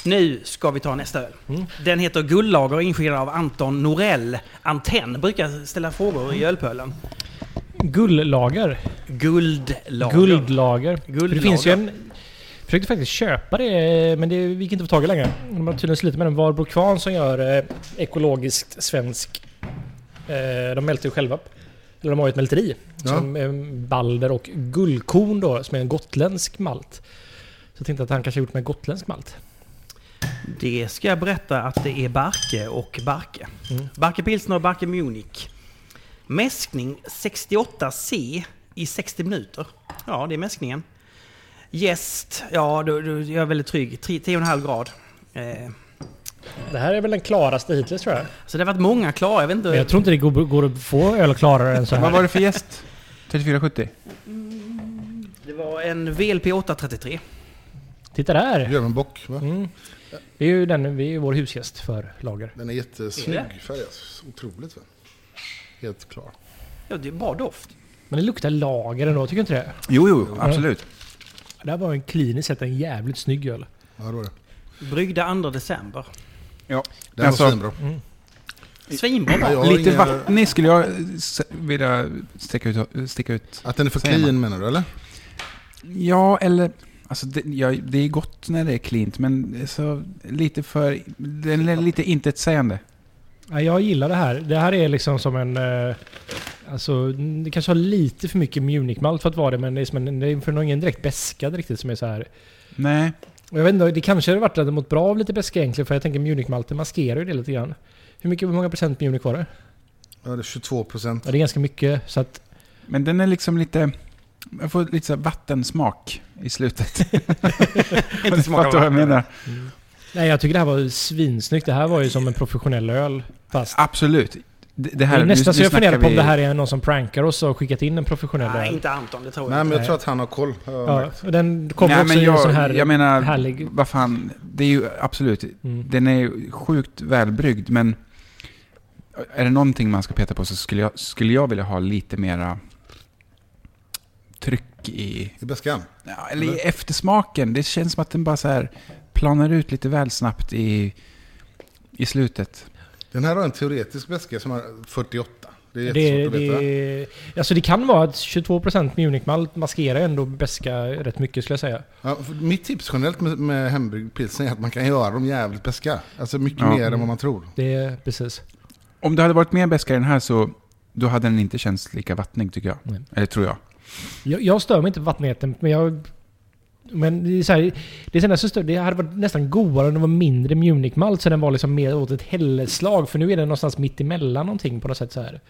Speaker 1: Nu ska vi ta nästa öl. Den heter Guldlager inskickad av Anton Norell. Antenn brukar ställa frågor i ölpölen.
Speaker 2: Guldlager.
Speaker 1: Guldlager.
Speaker 2: Guldlager.
Speaker 1: Guldlager.
Speaker 2: Det finns ju en... Jag försökte faktiskt köpa det, men det gick inte att få tag i längre. De har tydligen slutat med den. Varbro Kvarn som gör eh, ekologiskt svensk... Eh, de mälter ju själva. Eller de har ju ett mälteri.
Speaker 5: Ja.
Speaker 2: Som eh, Balder och Gullkorn då, som är en gotländsk malt. Så jag tänkte att han kanske gjort med gotländsk malt.
Speaker 1: Det ska jag berätta att det är Barke och Barke. Barke Pilsner och Barke Munich. Mäskning 68C i 60 minuter. Ja, det är mäskningen. Gäst, ja, då, då, jag är väldigt trygg. 10,5 grad. Eh,
Speaker 2: Det här är väl den klaraste hittills tror jag.
Speaker 1: så det har varit många klara. Jag vet inte.
Speaker 2: Men jag tror inte det går, går att få öl klarare än så här.
Speaker 3: Vad var det för gäst? 3470?
Speaker 1: Det var en VLP 833.
Speaker 2: Titta där!
Speaker 5: Gör en bock va?
Speaker 2: Mm. Det är ju den, vi är ju vår husgäst för lager.
Speaker 5: Den är jättesnygg färg. Alltså. Otroligt va? Helt klar.
Speaker 1: Ja, det är bra doft.
Speaker 2: Men det luktar lager ändå, tycker du inte det?
Speaker 3: Jo, jo, absolut.
Speaker 2: Det här var en kliniskt sett en jävligt snygg öl.
Speaker 5: Ja, det var det.
Speaker 1: Bryggda 2 december.
Speaker 3: Ja.
Speaker 5: Den
Speaker 3: Alltså,
Speaker 5: var svinbra.
Speaker 1: Svinbra
Speaker 5: Ja,
Speaker 1: bra.
Speaker 5: jag har
Speaker 3: Lite
Speaker 5: inga-
Speaker 3: vattnig skulle jag s- vilja sticka ut. Sticka ut.
Speaker 5: Att den är för
Speaker 3: Säger man.
Speaker 5: clean menar du eller?
Speaker 3: Ja, eller... Alltså det, ja, det är gott när det är cleant, men det är så lite för... Den är lite intetsägande.
Speaker 2: Ja, jag gillar det här. Det här är liksom som en... eh, Alltså, mm, det kanske har lite för mycket Munich-malt för att vara det, men det är, som en, det är för någon ingen direkt beska riktigt som är så här.
Speaker 3: Nej.
Speaker 2: Och jag vet inte, det kanske hade varit att det mått bra av lite beska egentligen, för jag tänker Munich-malten maskerar ju det lite grann. Hur, mycket, hur många procent Munich var det?
Speaker 5: Ja, det är 22 procent.
Speaker 2: Ja, det är ganska mycket, så att...
Speaker 3: Men den är liksom lite... Jag får lite så här vattensmak i slutet. Inte
Speaker 1: smak av
Speaker 3: vad jag menar.
Speaker 2: mm. Nej, jag tycker det här var svinsnyggt. Det här var ju som en professionell öl, fast...
Speaker 3: Absolut. Det, det
Speaker 2: Det
Speaker 3: här...
Speaker 2: är nästan så jag
Speaker 3: snackar
Speaker 2: funderar på om
Speaker 3: vi-
Speaker 2: det här är någon som prankar oss och har skickat in en professionell
Speaker 1: Nej,
Speaker 2: öl.
Speaker 1: inte Anton. Det tror jag
Speaker 5: Nej men
Speaker 1: inte.
Speaker 5: jag tror att han har koll. har jag
Speaker 2: Ja,
Speaker 5: märkt.
Speaker 2: och den kommer
Speaker 3: Nej,
Speaker 2: också
Speaker 3: men
Speaker 2: i en
Speaker 3: jag,
Speaker 2: sån här...
Speaker 3: jag menar,
Speaker 2: härlig-
Speaker 3: vad fan, det är ju absolut,
Speaker 2: Mm.
Speaker 3: den är ju sjukt välbryggd, men är det någonting man ska peta på så skulle jag, skulle jag vilja ha lite mera tryck i,
Speaker 5: I beskan.
Speaker 3: ja, eller i eftersmaken. Det känns som att den bara så här planar ut lite väl snabbt i, i slutet.
Speaker 4: Den här har en teoretisk väska som har 48. Det är
Speaker 2: Det,
Speaker 4: jättesvårt att veta.
Speaker 2: det, alltså det kan vara att 22% Munich-malt maskerar ändå beska rätt mycket skulle jag säga.
Speaker 4: Ja, för mitt tips generellt med, med hembryggd pilsner är att man kan göra dem jävligt beska. Alltså mycket
Speaker 3: Ja.
Speaker 4: mer än vad man tror.
Speaker 2: Det är precis.
Speaker 3: Om det hade varit mer beska i den här så då hade den inte känts lika vattnig tycker jag.
Speaker 2: Nej.
Speaker 3: Eller tror jag.
Speaker 2: Jag, jag stör mig inte på vattenheten, men jag... Men det är så här, det är så här, så stör, det hade varit nästan godare om det var mindre Munich-malt så den var liksom mer åt ett hälleslag. För nu är den någonstans mitt emellan någonting på något sätt så här.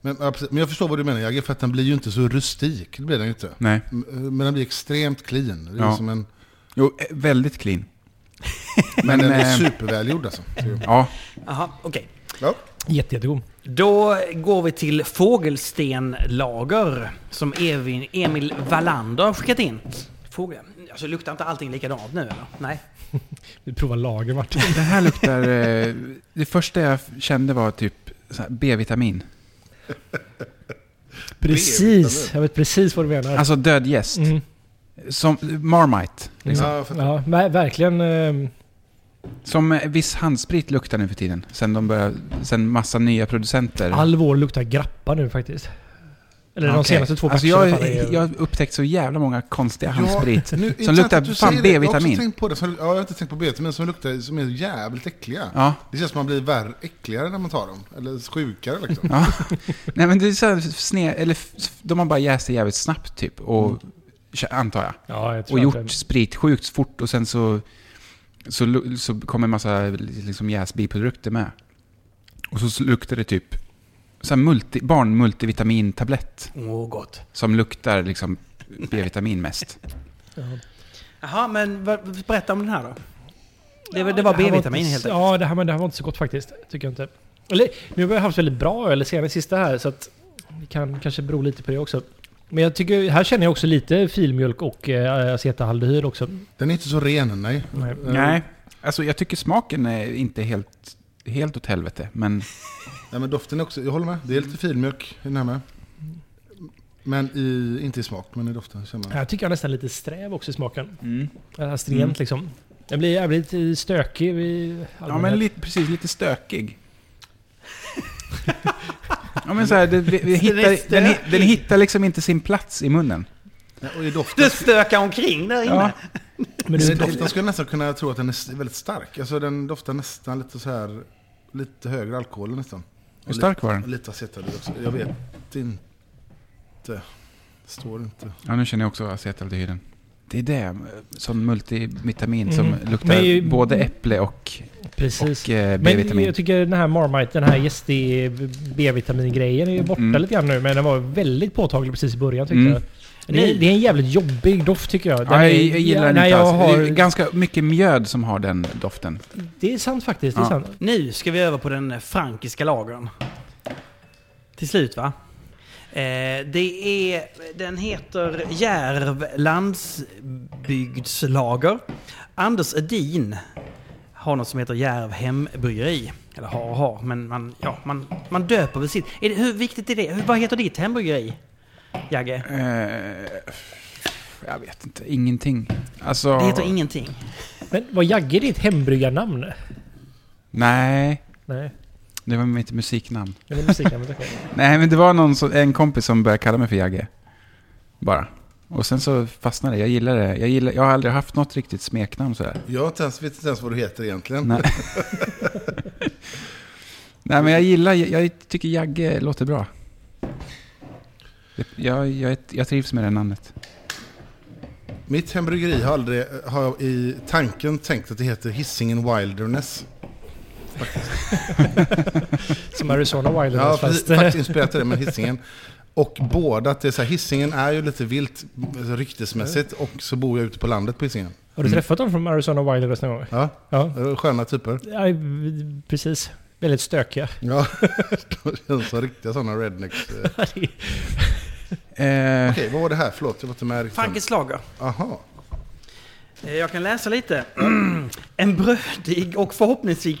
Speaker 4: Men, ja, precis. men jag förstår vad du menar Jagge, för att den blir ju inte så rustik. Det blir den ju inte.
Speaker 3: Nej.
Speaker 4: M- Men den blir extremt clean. Det är
Speaker 3: Ja.
Speaker 4: som en,
Speaker 3: Jo, eh, väldigt clean.
Speaker 4: men den är
Speaker 3: eh,
Speaker 4: supervälgjord alltså. Så-
Speaker 3: Ja,
Speaker 1: Jaha, okej.
Speaker 4: Ja.
Speaker 2: Jätte, jättegod.
Speaker 1: Då går vi till fågelstenlager som Evin, Emil Wallander har skickat in. Fågel. Alltså luktar inte allting likadant nu eller? Nej.
Speaker 2: Vi provar lager Martin.
Speaker 3: det här luktar... eh, Det första jag kände var typ så här B-vitamin.
Speaker 2: Precis! Jag vet precis vad du menar.
Speaker 3: Alltså död jäst.
Speaker 2: Mm.
Speaker 3: Som Marmite. Liksom.
Speaker 4: Ja, för-
Speaker 2: Ja, ver- verkligen. ehm,
Speaker 3: Som eh, viss handsprit luktar nu för tiden. Sen, de börjar, sen massa nya producenter.
Speaker 2: All vår luktar grappa nu faktiskt. Eller de
Speaker 3: Okej.
Speaker 2: senaste två
Speaker 3: alltså
Speaker 2: batcherna
Speaker 3: jag,
Speaker 2: fan är-
Speaker 3: jag har upptäckt så jävla många konstiga
Speaker 4: Ja,
Speaker 3: handsprit.
Speaker 4: nu-
Speaker 3: som
Speaker 4: intressant att du
Speaker 3: luktar fan
Speaker 4: säger det. Jag har också
Speaker 3: B-vitamin.
Speaker 4: tänkt på det. Som, ja, jag har inte tänkt på B-vitamin som luktar som är jävligt äckliga.
Speaker 3: Ja.
Speaker 4: Det känns som att man blir värre, äckligare när man tar dem. Eller sjukare liksom.
Speaker 3: Ja. Nej men det är så här sne, eller f- de har bara jäst det jävligt snabbt typ, och,
Speaker 2: Mm.
Speaker 3: antar jag.
Speaker 2: ja, jag tror
Speaker 3: Och
Speaker 2: att
Speaker 3: gjort sprit sjukt fort och sen så, så, lu- så kommer en massa liksom jäsbiprodukter med. Och så luktar det typ så här multi, barnmultivitamintablett
Speaker 1: Åh, oh, gott.
Speaker 3: som luktar liksom B-vitamin mest.
Speaker 2: det- ja.
Speaker 1: Jaha, men vad- berätta om den här då. Det, var- det
Speaker 2: Ja,
Speaker 1: var
Speaker 2: här
Speaker 1: B-vitamin
Speaker 2: inte
Speaker 1: helt
Speaker 2: så-
Speaker 1: enkelt.
Speaker 2: Ja, det här, men det här var inte så gott faktiskt. Tycker jag inte. Eller, nu har jag haft väldigt bra öl senast sista här, så att det kan kanske bero lite på det också. Men jag tycker, här känner jag också lite filmjölk och eh, acetaldehyd också.
Speaker 4: Den är inte så ren, nej. Eh,
Speaker 2: Nej.
Speaker 3: Nej, alltså jag tycker smaken är inte helt, helt åt helvete, men
Speaker 4: Nej, men doften är också, jag håller med. Det är lite filmjölk i den här med. Men i, inte i smak, men i doften känner man.
Speaker 2: Här tycker jag nästan lite sträv också i smaken.
Speaker 3: mm.
Speaker 2: Eh, Astringent
Speaker 3: Mm.
Speaker 2: liksom. Den blir jävligt eh, stökig i
Speaker 3: Ja, men lite, precis. Lite stökig. ja, men så här, det, vi, vi hittar, den, hi- den hittar liksom inte sin plats i munnen.
Speaker 4: Ja, och i doften,
Speaker 1: Du stökar omkring där inne.
Speaker 3: Ja,
Speaker 2: men
Speaker 4: i
Speaker 2: du,
Speaker 4: doften skulle jag nästan kunna tro att den är s- väldigt stark. Alltså den doftar nästan lite så här, lite högre alkohol nästan.
Speaker 3: hur stark var
Speaker 4: Och
Speaker 3: den?
Speaker 4: Lite acetaldehyd också. Jag vet inte. Står inte.
Speaker 3: Ja, nu känner jag också acetaldehyden. Det är det, sån multivitamin
Speaker 2: Mm.
Speaker 3: som luktar
Speaker 2: Men ju-
Speaker 3: både äpple och,
Speaker 2: precis.
Speaker 3: och eh,
Speaker 2: Men jag
Speaker 3: B-vitamin.
Speaker 2: tycker den här Marmite, den här gästig B-vitamingrejen är ju borta
Speaker 3: Mm.
Speaker 2: lite grann nu. Men den var väldigt påtaglig precis i början tyckte
Speaker 3: Mm.
Speaker 2: jag. Det är, det är en jävligt jobbig doft tycker jag. Den
Speaker 3: Ja, jag,
Speaker 2: är,
Speaker 3: jag gillar den
Speaker 2: nej,
Speaker 3: inte
Speaker 2: jag
Speaker 3: alls.
Speaker 2: har,
Speaker 3: Det är ganska mycket mjöd som har den doften.
Speaker 2: Det är sant faktiskt. Det är
Speaker 3: Ja.
Speaker 2: sant.
Speaker 1: Nu ska vi över på den frankiska lagren. Till slut va? Eh, det är, den heter Järv landsbygdslager. Anders Edin har något som heter Järv hembryggeri. Eller har och har, men man, ja, man, man döper väl sitt. Är det, hur viktigt är det? Hur, vad heter ditt hembryggeri? Jagge?
Speaker 3: Eh, jag vet inte, ingenting. Alltså,
Speaker 1: Det heter ingenting.
Speaker 2: Men vad Jagge ditt hembryggarnamn?
Speaker 3: Nej,
Speaker 2: Nej,
Speaker 3: det var mitt musiknamn.
Speaker 2: det var musiknamnet. okej.
Speaker 3: Nej, men det var någon som, en kompis som började kalla mig för Jagge. Bara. Och sen så fastnade jag. Jag gillar det. Jag, gillar, jag har aldrig haft något riktigt smeknamn sådär.
Speaker 4: Jag har inte ens, vet inte ens vad du heter egentligen.
Speaker 3: Nej. Nej, men jag gillar... Jag, jag tycker Jagge låter bra. Det- Jag, jag, jag trivs med det namnet.
Speaker 4: Mitt hembryggeri har aldrig, har jag i tanken tänkt att det heter Hisingen Wilderness.
Speaker 2: Som Arizona Wilderness
Speaker 4: Ja,
Speaker 2: fast...
Speaker 4: precis, faktiskt inspirerat av det, men Hisingen. Och båda, att det är så här, Hisingen är ju lite vilt alltså, ryktesmässigt och så bor jag ute på landet på Hisingen.
Speaker 2: Har du träffat dem från Arizona Wilderness någon gång?
Speaker 4: Ja,
Speaker 2: Ja.
Speaker 4: det är sköna typer.
Speaker 2: ja, precis. Väldigt stökiga.
Speaker 4: Ja, de känns som riktiga sådana rednecks. eh. Okej,
Speaker 3: Eh,
Speaker 4: vad var det här? Förlåt, jag var inte med riktigt.
Speaker 1: Frankes lager.
Speaker 4: Aha.
Speaker 1: Eh, Jag kan läsa lite. En brödig och förhoppningsvis,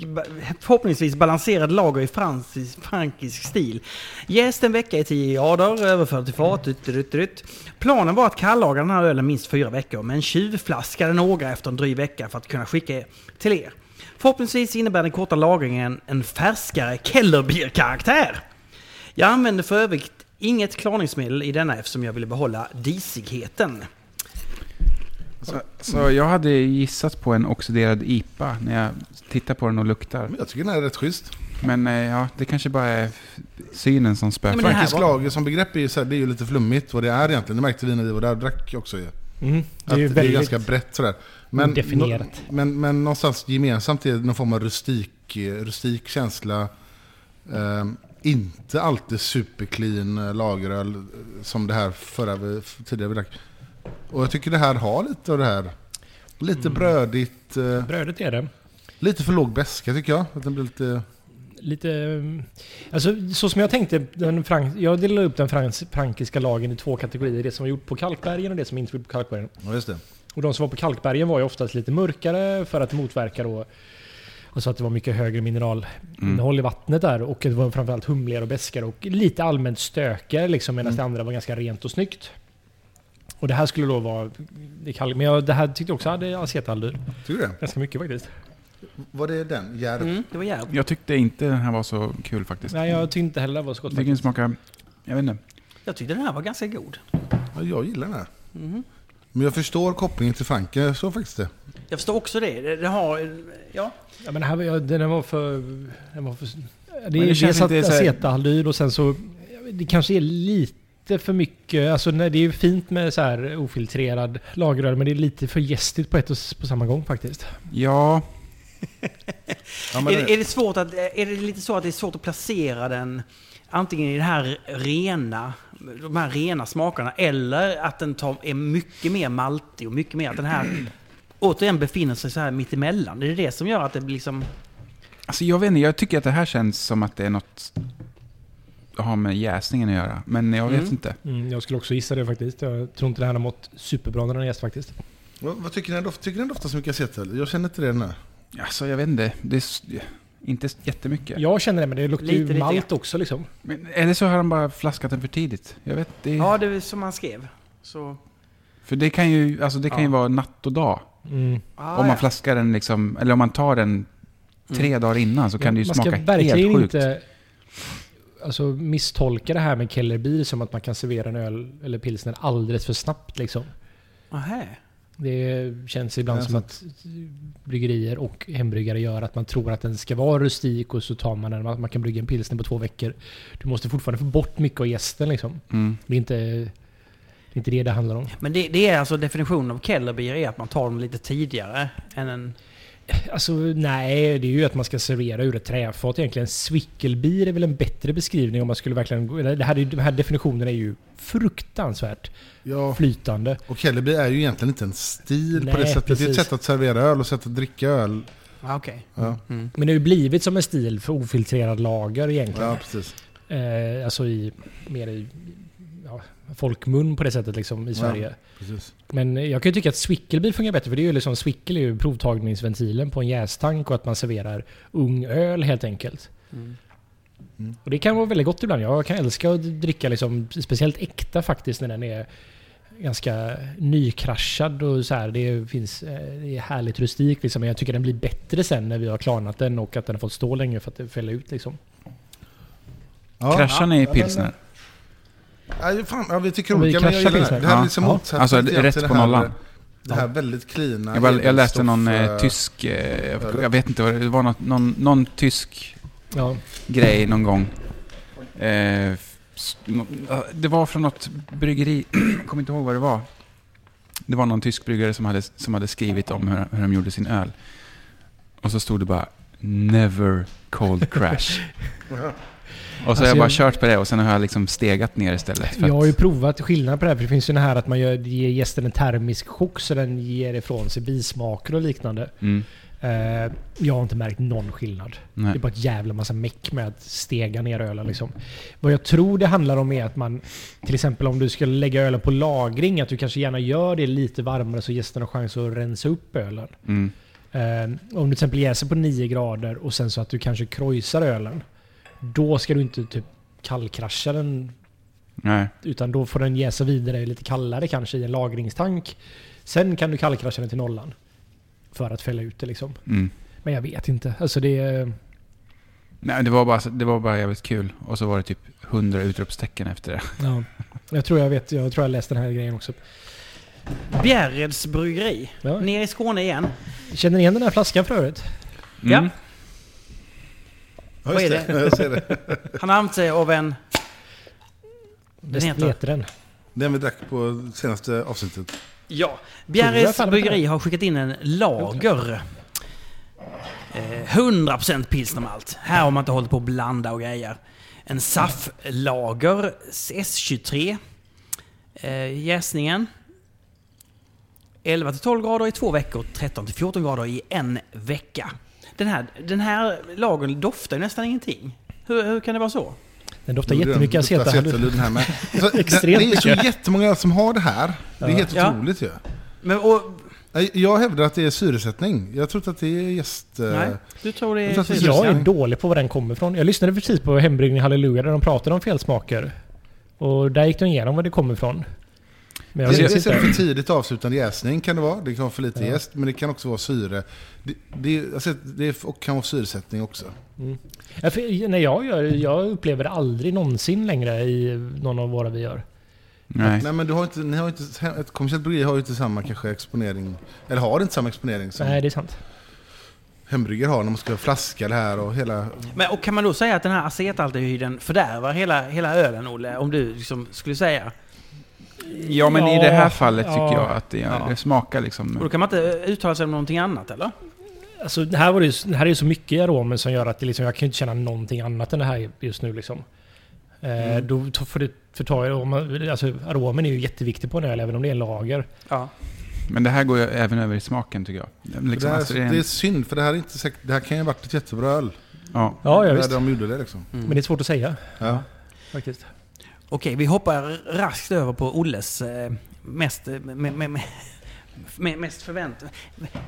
Speaker 1: förhoppningsvis balanserad lager i fransisk, frankisk stil. Jäst en vecka i 10 grader, överförd till fat. Dytt, dytt, dytt. Planen var att kallagra den här ölen minst fyra veckor, men tjuvflaskade några efter en dryg vecka för att kunna skicka till er. Förhoppningsvis innebär den korta lagringen en färskare Kellerbier-karaktär. Jag använde för övrigt inget klarningsmedel i denna eftersom jag ville behålla disigheten.
Speaker 3: Så, så jag hade gissat på en oxiderad IPA när jag tittar på den och luktar.
Speaker 5: Men jag tycker den här är rätt schysst.
Speaker 3: Men eh, ja, det kanske bara är synen som
Speaker 1: Ja,
Speaker 3: spökar.
Speaker 1: men det här
Speaker 5: Frankisk
Speaker 1: var-
Speaker 5: lager som begrepp är ju, så här, det är ju lite flummigt vad det är egentligen. Det märkte vi när vi var där och drack också ju.
Speaker 2: Mm.
Speaker 5: Att
Speaker 2: Det är ju
Speaker 5: det är
Speaker 2: väldigt...
Speaker 5: ganska brett sådär. Men,
Speaker 2: odefinierat.
Speaker 5: nå- men, men någonstans gemensamt är det någon form av rustik, eh, rustik känsla. Ehm, inte alltid superclean eh, lageröl eh, som det här förra vi, f- tidigare vi drack. Och jag tycker det här har lite av det här. Lite
Speaker 2: Mm.
Speaker 5: brödigt, eh,
Speaker 2: Brödet är det.
Speaker 5: lite för låg beska tycker jag. Att den blir lite...
Speaker 2: lite... eh, Alltså, så som jag tänkte, den frank, jag delade upp den frans, frankiska lagen i två kategorier. Det som var gjort på kalkbergen och det som inte var gjort på kalkbergen.
Speaker 5: Ja, just det.
Speaker 2: Och de som var på kalkbergen var ju oftast lite mörkare för att motverka då... Och så att det var mycket högre
Speaker 3: Mm.
Speaker 2: mineralinnehåll i vattnet där. Och det var framförallt humligare och beskare och lite allmänt stökigare liksom. Medan det andra var ganska rent och snyggt. Och det här skulle då vara... Det kalk, men jag, det här tyckte jag också hade acetaldyr.
Speaker 5: Tycker du det?
Speaker 2: Ganska mycket faktiskt.
Speaker 5: Var det den? Järv?
Speaker 1: Mm, det var djärvt.
Speaker 3: Jag tyckte inte den här var så kul faktiskt.
Speaker 2: Nej, jag tyckte inte heller det var så
Speaker 3: Jag
Speaker 2: gott
Speaker 3: tycker den
Speaker 2: faktiskt.
Speaker 3: smakar... Jag vet inte.
Speaker 1: Jag tyckte den här var ganska god.
Speaker 5: Ja, jag gillar den här.
Speaker 2: Mm-hmm.
Speaker 5: Men jag förstår kopplingen till Frankrike, jag såg faktiskt det.
Speaker 1: Jag förstår också det. Det, det har... Ja.
Speaker 2: Ja, men det här, var- ja, den här var för... Den var för det
Speaker 3: det
Speaker 2: är det
Speaker 3: känns
Speaker 2: dels att
Speaker 3: inte så här-
Speaker 2: acetaldehyd och sen så... Det kanske är lite för mycket. Alltså nej, det är ju fint med så här ofiltrerad lageröl men det är lite för gästigt på ett och s- på samma gång faktiskt.
Speaker 3: Ja,
Speaker 5: Ja,
Speaker 1: Är,
Speaker 5: men
Speaker 1: det- är det svårt att... Är det lite så att det är svårt att placera den antingen i det här rena, de här rena smakerna eller att den tar, är mycket mer maltig och mycket mer att den här återigen befinner sig så här mittemellan. Det är det som gör att det blir liksom...
Speaker 3: alltså jag vet inte. Jag tycker att det här känns som att det är något att ha med jäsningen att göra. Men jag vet
Speaker 1: Mm.
Speaker 3: inte.
Speaker 2: Mm, jag skulle också gissa det faktiskt. Jag tror inte det här har mått superbra när den är gäst faktiskt.
Speaker 5: vad, vad tycker ni? Doft, tycker ni doftar så mycket acetyl? Jag känner inte det den här.
Speaker 3: Alltså jag vet inte. Det är s- inte s- jättemycket.
Speaker 2: Jag känner det men det luktar
Speaker 1: Lite,
Speaker 2: ju
Speaker 1: lite,
Speaker 2: malt också liksom.
Speaker 3: Men, eller så har han bara flaskat den för tidigt. Jag vet det,
Speaker 1: Ja, det är som han skrev. Så...
Speaker 3: För det kan ju, alltså det kan ju
Speaker 1: Ja.
Speaker 3: vara natt och dag.
Speaker 2: Mm.
Speaker 1: Ah,
Speaker 3: om man
Speaker 1: ja.
Speaker 3: flaskar den liksom, eller om man tar den tre dagar innan så kan det ju
Speaker 2: man
Speaker 3: smaka
Speaker 2: ska verkligen
Speaker 3: helt sjukt.
Speaker 2: inte alltså, misstolka det här med Kellerbier som att man kan servera en öl eller pilsner alldeles för snabbt liksom.
Speaker 1: Aha.
Speaker 2: Det känns ibland
Speaker 5: Ja,
Speaker 2: som att bryggerier och hembryggare gör att man tror att den ska vara rustik och så tar man den. Man man kan brygga en pilsner på två veckor. Du måste fortfarande få bort mycket av gästen liksom.
Speaker 3: Mm.
Speaker 2: Det är inte det, är inte det, det handlar om.
Speaker 1: Men det, det är alltså definitionen av kellerbier är att man tar dem lite tidigare än en...
Speaker 2: Alltså nej, det är ju att man ska servera ur ett träfat egentligen. Swickelbier är väl en bättre beskrivning om man skulle verkligen... gå- eller Det här, är ju- de här definitionerna är ju fruktansvärt
Speaker 5: Ja,
Speaker 2: flytande.
Speaker 5: och Kelleby är ju egentligen inte en stil på
Speaker 2: Nej,
Speaker 5: det sättet. Det är ett
Speaker 2: precis.
Speaker 5: sätt att servera öl och sätt att dricka öl.
Speaker 1: Ah, Okej.
Speaker 5: Ja,
Speaker 2: Men det har ju blivit som en stil för ofiltrerad lager egentligen.
Speaker 5: ja precis.
Speaker 2: Eh, alltså i mer i ja, folkmun på det sättet liksom i Sverige.
Speaker 5: precis.
Speaker 2: Men jag kan ju tycka att swickelbil fungerar bättre för det är ju liksom swickel är ju provtagningsventilen på en jästank och att man serverar ung öl helt enkelt.
Speaker 1: Mm.
Speaker 5: Mm.
Speaker 2: Och det kan vara väldigt gott ibland. Jag kan älska att dricka liksom speciellt äkta faktiskt när den är ganska nykraschad och så här. Det finns eh, det är härligt rustik liksom. Men jag tycker den blir bättre sen när vi har klarnat den och att den har fått stå länge för att det fäller ut liksom.
Speaker 5: Ja.
Speaker 3: Kraschar ni i
Speaker 5: Ja, den-
Speaker 3: pilsner?
Speaker 5: Nej, fan, ja, vi tycker
Speaker 2: Om vi
Speaker 5: olika, men jag
Speaker 2: kraschar
Speaker 5: gillar det här.
Speaker 2: pilsner.
Speaker 5: Det här
Speaker 3: Ja.
Speaker 5: är liksom
Speaker 2: Ja.
Speaker 5: motsatsen
Speaker 3: Alltså,
Speaker 5: till- till
Speaker 3: rätt
Speaker 5: det
Speaker 3: på
Speaker 5: här-
Speaker 3: nollan.
Speaker 5: Det här väldigt cleana.
Speaker 3: Jag, bara, jag läste
Speaker 5: edelstoff,
Speaker 3: någon eh,
Speaker 5: eh,
Speaker 3: tysk, eh, jag vet inte vad det det var, något, någon, någon tysk
Speaker 2: Ja.
Speaker 3: grej någon gång. Eh, s- nå- eh, det var från något bryggeri, jag kommer inte ihåg vad det var. Det var någon tysk bryggare som hade, som hade skrivit om hur, hur de gjorde sin öl. Och så stod det bara “Never cold crash”. och så
Speaker 2: Alltså,
Speaker 3: har jag bara
Speaker 2: jag-
Speaker 3: kört på det och sen har jag liksom stegat ner istället. För
Speaker 2: Jag har
Speaker 3: att,
Speaker 2: ju provat skillnad på det här. För det finns ju den här att man gör, ger gästen en termisk chock så den ger ifrån sig bismaker och liknande.
Speaker 3: mm,
Speaker 2: Eh, jag har inte märkt någon skillnad. Det är
Speaker 3: nej.
Speaker 2: bara ett jävla massa meck med att stega ner ölen liksom. Vad jag tror det handlar om är att man, till exempel om du ska lägga ölen på lagring, att du kanske gärna gör det lite varmare så gästen har chans att rensa upp ölen.
Speaker 3: Mm.
Speaker 2: Eh, om du till exempel jäser på 9 grader och sen så att du kanske krojsar ölen. Då ska du inte typ kallkrascha den
Speaker 3: Nej.
Speaker 2: utan då får den jäsa vidare lite kallare kanske i en lagringstank. Sen kan du kallkrascha den till nollan. För att fälla ut det liksom.
Speaker 3: Mm.
Speaker 2: Men jag vet inte. Alltså det... är-
Speaker 3: Nej, det var, bara, det var bara jävligt kul. Och så var det typ hundra utropstecken efter det.
Speaker 2: Ja. Jag tror jag vet. Jag tror jag läste den här grejen också.
Speaker 1: Bjärreds bryggeri.
Speaker 2: Ja.
Speaker 1: Nere i Skåne igen.
Speaker 2: Känner ni igen den här flaskan för övrigt?
Speaker 3: Mm,
Speaker 1: Ja.
Speaker 4: Ja,
Speaker 1: Vad
Speaker 4: just
Speaker 1: är
Speaker 4: det. Jag ser det.
Speaker 1: Han har använt sig av en... Den heter-
Speaker 2: heter den.
Speaker 4: Den vi drack på senaste avsnittet.
Speaker 1: Ja.
Speaker 2: Tror jag
Speaker 1: Bjärreds
Speaker 2: fan det
Speaker 1: bryggeri har skickat in en lager. Eh, 100% pilsnermalt. Här har man inte hållit på att blanda och grejer. En safflager S23. Eh, jäsningen. 11 till 12 grader i två veckor, 13 till 14 grader i en vecka. Den här, den här lagern doftar ju nästan ingenting. Hur, hur kan det vara så?
Speaker 2: Den doftar jättemycket
Speaker 4: Luktar
Speaker 2: aceta.
Speaker 4: acetalud den här med. Så,
Speaker 2: Extremt
Speaker 4: det är så
Speaker 2: mycket.
Speaker 4: jättemånga som har det här. Det är
Speaker 2: Ja.
Speaker 4: helt
Speaker 1: Ja.
Speaker 4: otroligt ju.
Speaker 1: Men, och,
Speaker 4: Nej, Jag hävdar att det är syresättning. Jag tror inte att det är gäst... eh,
Speaker 1: nej, du tror det
Speaker 4: jag tror
Speaker 1: är...
Speaker 4: att det är
Speaker 2: Jag är
Speaker 4: Precis.
Speaker 2: dålig på var den kommer ifrån. Jag lyssnade precis på Hembryggning Halleluja där de pratade om felsmaker. Och där gick de igenom var det kommer ifrån. Men jag
Speaker 4: det,
Speaker 2: minns
Speaker 4: det är
Speaker 2: inte.
Speaker 4: för tidigt avslutande jäsning kan det vara. Det kan vara för lite
Speaker 2: Ja.
Speaker 4: jäst, men det kan också vara syre. Det, det, alltså, det är, och kan vara syresättning också.
Speaker 2: Ja, för när jag gör, jag upplever det aldrig någonsin längre i någon av våra vi gör.
Speaker 3: Nej.
Speaker 4: Nej, men du har inte, ni har inte, ett kommersiellt bryggeri har ju inte samma kanske exponering, eller har inte samma exponering som
Speaker 2: Nej, det är sant.
Speaker 4: hembryggare har när man ska göra flaska det här och hela...
Speaker 3: Liksom,
Speaker 1: Men, och kan man då säga att den här acetaldehyden fördärvar hela, hela ölen, Olle? Om du liksom skulle säga.
Speaker 3: Ja, men i det här fallet tycker
Speaker 2: Ja.
Speaker 3: jag att det,
Speaker 1: Ja.
Speaker 3: det smakar
Speaker 1: Och då
Speaker 3: liksom...
Speaker 1: kan man inte eh, uttala sig om någonting annat, eller?
Speaker 2: Alltså, det här, var det, ju- det här är ju så mycket aromer som gör att det liksom, jag kan ju inte känna någonting annat än det här just nu. Liksom. Eh, Då tar- får det förta alltså, aromen är ju jätteviktig på en öl, även om det är en lager.
Speaker 1: Ja.
Speaker 3: Men det här går ju även över i smaken tycker jag. Liksom,
Speaker 4: det, här,
Speaker 3: alltså,
Speaker 4: det,
Speaker 3: det
Speaker 4: är
Speaker 3: är en,
Speaker 4: synd, för det här, är inte säkert, det här kan ju ha varit ett jättebra öl.
Speaker 3: ja.
Speaker 2: Ja, ja
Speaker 4: där
Speaker 2: visst.
Speaker 4: de gjorde det liksom.
Speaker 2: Men det är svårt att säga
Speaker 4: Ja.
Speaker 2: faktiskt.
Speaker 1: Okej, vi hoppar raskt över på Olles eh, mest... eh, Med, med, med, med mest förväntan...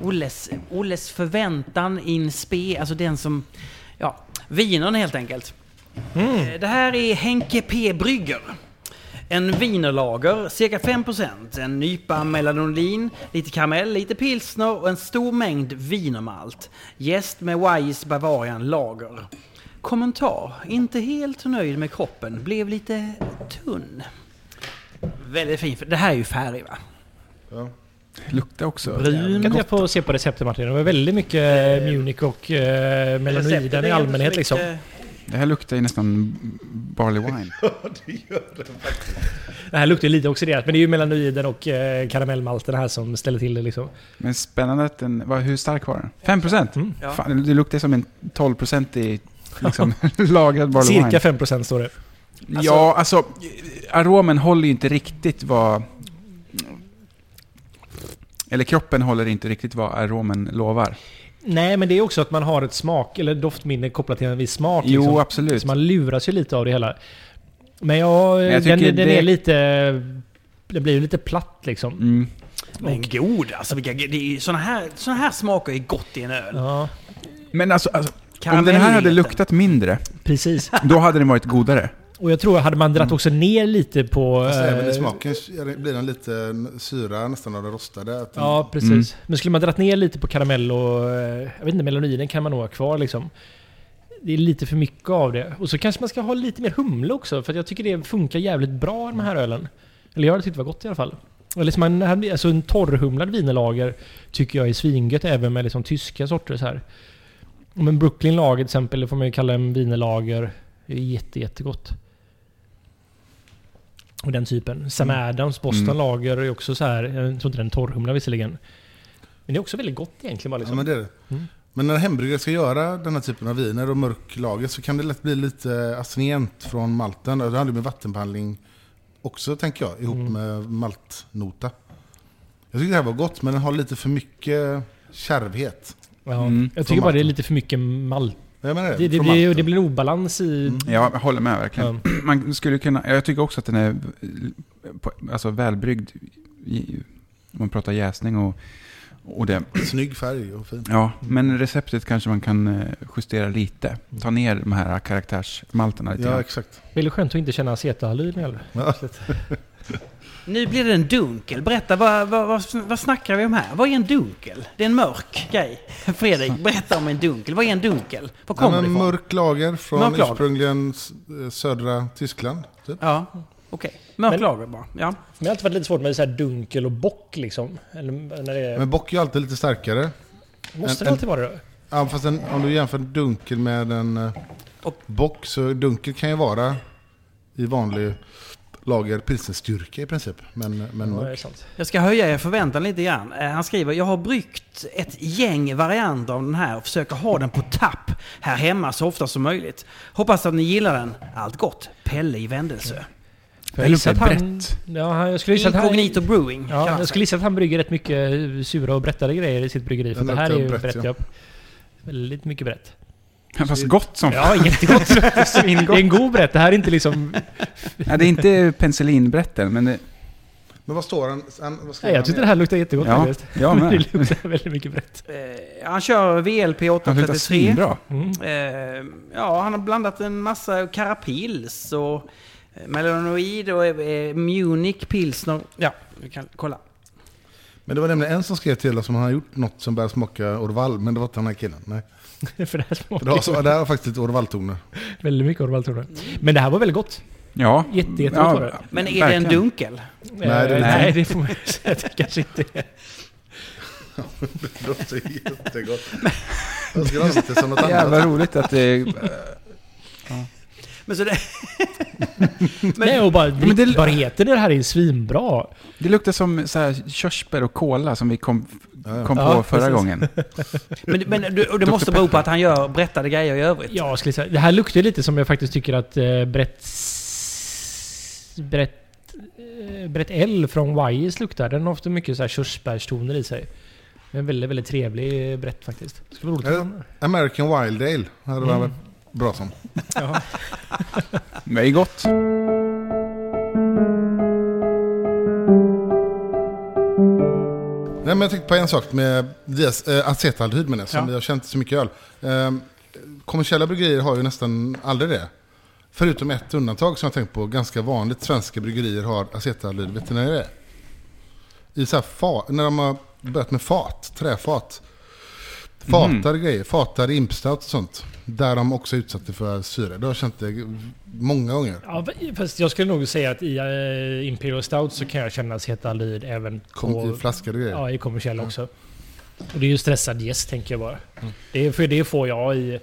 Speaker 1: Olles, Olles förväntan in spe, alltså den som... Ja, vinern helt enkelt. Eh, Det här är Henke P. Brygger. En vinerlager, cirka 5%, en nypa melanolin, lite karamell, lite pilsner och en stor mängd vinermalt. Gäst med Wise Bavarian Lager. Kommentar. Inte helt nöjd med kroppen, blev lite tunn. Väldigt fin. Det här är ju färg va?
Speaker 4: Ja.
Speaker 3: Luktar också.
Speaker 2: Kan
Speaker 1: Brun.
Speaker 2: inte jag få se på receptet Martin? Det var väldigt mycket eh, Munich och eh,
Speaker 1: Receptet
Speaker 2: melanoiden
Speaker 1: är
Speaker 2: i allmänhet
Speaker 1: lite-
Speaker 2: liksom.
Speaker 3: Det här luktar ju nästan barley wine.
Speaker 2: Det här luktar ju lite oxiderat, men det är ju melanoiden och eh, karamellmalten här som ställer till det liksom.
Speaker 3: Men spännande att den... Vad, hur stark var den? 5 procent?
Speaker 2: Mm.
Speaker 1: Ja.
Speaker 3: Fan, det luktar som en 12-procentig liksom, lagrad barley wine.
Speaker 2: Cirka 5% står det.
Speaker 3: Ja, alltså aromen håller ju inte riktigt vad... Eller kroppen håller inte riktigt vad aromen lovar.
Speaker 2: Nej, men det är också att man har ett smak eller doftminne kopplat till en viss smak.
Speaker 3: Jo,
Speaker 2: liksom.
Speaker 3: absolut.
Speaker 2: Så man luras ju lite av det hela. Men jag,
Speaker 3: Men jag
Speaker 2: den,
Speaker 3: tycker
Speaker 2: den
Speaker 3: det-
Speaker 2: är lite... Det blir ju lite platt liksom.
Speaker 3: Mm.
Speaker 1: Men god alltså. Vilka, det är, ju- såna, här, såna här smaker är gott i en öl.
Speaker 2: Ja,
Speaker 3: Men alltså, alltså om den
Speaker 1: Karamell
Speaker 3: här
Speaker 1: i
Speaker 3: hade
Speaker 1: liten.
Speaker 3: luktat mindre,
Speaker 2: precis.
Speaker 3: då hade den varit godare.
Speaker 2: Och jag tror, hade man
Speaker 3: Mm.
Speaker 2: dratt också ner lite på...
Speaker 4: Fast Alltså, även i
Speaker 2: eh,
Speaker 4: smaken blir den lite syra nästan av det rostade. Att den, Mm.
Speaker 2: Ja, precis. Men skulle man dratt ner lite på karamell och... eh, Jag vet inte, melaninen kan man nog ha kvar liksom. Det är lite för mycket av det. Och så kanske man ska ha lite mer humle också, för att jag tycker det funkar jävligt bra i den
Speaker 4: Mm.
Speaker 2: här ölen. Eller jag hade tyckt det var gott i alla fall. Och liksom en, alltså en torrhumlad vinelager tycker jag är svingött även med liksom tyska sorter så här. Men Brooklyn lager till exempel, det får man ju kalla en vinelager. Det är jätte, jättegott. Och den typen. Sam Adams Boston
Speaker 3: Mm.
Speaker 2: lager är ju också så här. Jag tror inte den torrhumlar visserligen. Men det är också väldigt gott egentligen bara
Speaker 4: ja,
Speaker 2: liksom.
Speaker 4: men det är det.
Speaker 2: Mm.
Speaker 4: Men när hembryggare ska göra den här typen av viner och mörk lager så kan det lätt bli lite astringent från malten. Och Det handlar ju om vattenbehandling också, tänker jag, ihop
Speaker 2: Mm.
Speaker 4: med maltnota. Jag tycker det här var gott, men den har lite för mycket kärvhet.
Speaker 2: ja.
Speaker 3: Mm,
Speaker 2: jag
Speaker 4: från
Speaker 2: tycker bara det är
Speaker 4: malten.
Speaker 2: lite för mycket malt.
Speaker 4: Jag menar det.
Speaker 2: Det, det,
Speaker 4: från
Speaker 2: blir, det
Speaker 4: malten.
Speaker 2: blir en obalans i...
Speaker 4: Mm.
Speaker 3: Jag håller med verkligen.
Speaker 2: Ja.
Speaker 3: Man skulle kunna, jag tycker också att den är på- alltså, välbryggd, i- om man pratar jäsning och, och det.
Speaker 4: Snygg färg och fin.
Speaker 3: Ja, men receptet kanske man kan eh, justera lite. Ta ner de här karaktärsmalterna lite
Speaker 4: Ja,
Speaker 3: grann.
Speaker 4: exakt.
Speaker 2: Väldigt skönt att inte känna acetahalin eller?
Speaker 4: Ja.
Speaker 1: Nu blir det en dunkel. Berätta, vad, vad, vad, vad snackar vi om här? Vad är en dunkel? Det är en mörk grej. Fredrik, berätta om en dunkel. Vad är en dunkel? Var kommer
Speaker 4: ja,
Speaker 1: det
Speaker 4: men
Speaker 1: ifrån?
Speaker 4: mörk lager från
Speaker 1: Mörk lager.
Speaker 4: ursprungligen s- eh, södra Tyskland. Typ.
Speaker 1: Ja, okej. Mörk
Speaker 2: Men-
Speaker 1: lager bara. Ja.
Speaker 2: Men det har alltid varit lite svårt med så här dunkel och bock liksom. Eller när det är...
Speaker 4: Men bock är ju alltid lite starkare.
Speaker 2: måste
Speaker 4: en-
Speaker 2: det alltid vara det då?
Speaker 4: Ja, fast en, om du jämför en dunkel med en eh,
Speaker 1: Och-
Speaker 4: bock så dunkel kan ju vara i vanlig lager pilsnerstyrka i princip. Men, men
Speaker 2: Ja, det är
Speaker 4: mörk.
Speaker 2: sant.
Speaker 1: Jag ska höja er förväntan lite grann. Eh, Han skriver, jag har bryggt ett gäng varianter av den här och försöker ha den på tapp här hemma så ofta som möjligt. Hoppas att ni gillar den. Allt gott. Pelle i Vändelsö.
Speaker 2: För
Speaker 3: Jag gissar
Speaker 2: gissar att han-
Speaker 3: brett.
Speaker 2: Ja, han- jag skulle gissa att han...
Speaker 1: Incognito Brewing.
Speaker 2: Ja,
Speaker 1: kallas
Speaker 2: jag skulle gissa att han brygger rätt mycket eh, sura och brettade grejer i sitt bryggeri. För
Speaker 4: Den
Speaker 2: det här är
Speaker 4: luktar
Speaker 2: ju
Speaker 4: brett,
Speaker 2: brett,
Speaker 4: ja.
Speaker 2: ja. Väldigt mycket brett.
Speaker 3: Fast gott som fan.
Speaker 2: Ja, jättegott. det är en god brett. Det här är inte liksom...
Speaker 3: Ja, det är inte penicillinbrätten, men det,
Speaker 4: Men vad står han? han vad
Speaker 2: Nej, jag tyckte det här luktar jättegott
Speaker 3: Ja,
Speaker 2: faktiskt.
Speaker 3: jag med.
Speaker 2: det luktar väldigt mycket brett.
Speaker 1: Eh, Han kör VLP
Speaker 3: han luktar
Speaker 1: 833.
Speaker 3: svinbra.
Speaker 2: Mm.
Speaker 1: Eh, ja, han har blandat en massa Carapils och eh, Melanoid och eh, Munich Pilsner. Ja, vi kan kolla.
Speaker 4: Men det var nämligen en som skrev till oss om han har gjort något som börjar smaka Orval, men det var inte den här killen. Nej.
Speaker 2: för det här
Speaker 4: För det,
Speaker 2: smakar
Speaker 4: har, så, det här har faktiskt lite Orval-toner.
Speaker 2: väldigt mycket Orval tror jag. Men det här var väldigt gott.
Speaker 3: Ja.
Speaker 2: Jätte, jättegott var det.
Speaker 1: Men är
Speaker 3: verkligen.
Speaker 1: det en dunkel?
Speaker 2: Nej,
Speaker 4: det är inte.
Speaker 2: Eh, Nej, det får man ju säga att det kanske inte är.
Speaker 4: Det låter jättegott. Jag skulle ha det som något annat.
Speaker 3: Jävla roligt att det... eh,
Speaker 1: Men så det...
Speaker 2: Nej, och bara
Speaker 3: men det-
Speaker 2: drickbarheten i det här är svinbra.
Speaker 3: Det luktar som så här, körsbär och kola som vi kom,
Speaker 4: Ja,
Speaker 3: kom
Speaker 2: Ja,
Speaker 3: på förra
Speaker 2: precis.
Speaker 3: gången.
Speaker 1: Men, men du, och det måste bero på att han gör berättade grejer i övrigt.
Speaker 2: Ja, jag skulle säga. Det här luktar ju lite som jag faktiskt tycker att eh, Brett... s- Brett... eh, Brett L från Wise luktar. Den har ofta mycket så här körsbärstoner i sig. En väldigt, väldigt trevlig eh, Brett faktiskt. Det skulle vara roligt.
Speaker 4: Ja. American Wild Ale hade
Speaker 2: Mm.
Speaker 4: varit bra som.
Speaker 2: Ja.
Speaker 3: Men det är gott.
Speaker 4: Nej, men jag tänkte på en sak med dias, äh, acetaldehyd med det, som
Speaker 1: Ja.
Speaker 4: vi har känt så mycket öl. Ehm, kommersiella bryggerier har ju nästan aldrig det. Förutom ett undantag som jag tänkt på, ganska vanligt svenska bryggerier har acetaldehyd. Vet ni när det är? I så här fa- när de har börjat med fat, träfat. Fatar grejer, fatar impstout och sånt. Där de också är utsatta för syre. Det har jag känt det många gånger.
Speaker 2: Ja, fast jag skulle nog säga att i eh, Imperial Stout så kan jag känna acetaldehyd även
Speaker 4: Kom,
Speaker 2: på...
Speaker 4: I flaskade grejer.
Speaker 2: Ja, i kommersiell också. Och det är ju stressad gäst tänker jag bara.
Speaker 4: Mm.
Speaker 2: Det, är- för det får jag i...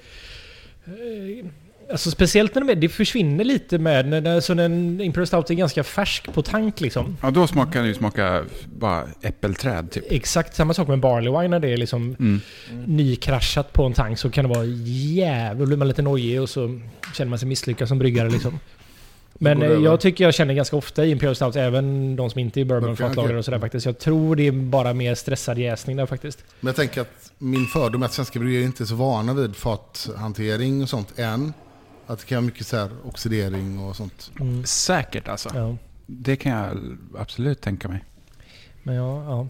Speaker 2: eh, Alltså speciellt när de är, det försvinner lite med... När, när, så när en Imperial Stout är ganska färsk på tank liksom.
Speaker 3: Ja, då smakar det ju smaka bara äppelträd typ.
Speaker 2: Exakt samma sak med Barley Wine när det är liksom
Speaker 3: Mm.
Speaker 2: nykraschat på en tank så kan det vara jävligt... Då blir man lite nojig och så känner man sig misslyckad som bryggare liksom. Men
Speaker 4: Går
Speaker 2: eh,
Speaker 4: Mm. det över?
Speaker 2: jag tycker jag känner ganska ofta i Imperial Stout, även de som inte är bourbon,
Speaker 4: Okej,
Speaker 2: fatlager
Speaker 4: okej.
Speaker 2: och sådär faktiskt. Jag tror det är bara mer stressad jäsning där faktiskt.
Speaker 4: Men jag tänker att min fördom är att svenska bryggerier inte är så vana vid fathantering och sånt än. Att det kan vara mycket så här oxidering och sånt.
Speaker 2: Mm.
Speaker 3: Säkert alltså.
Speaker 2: Ja.
Speaker 3: Det kan jag absolut tänka mig.
Speaker 2: Men ja, ja.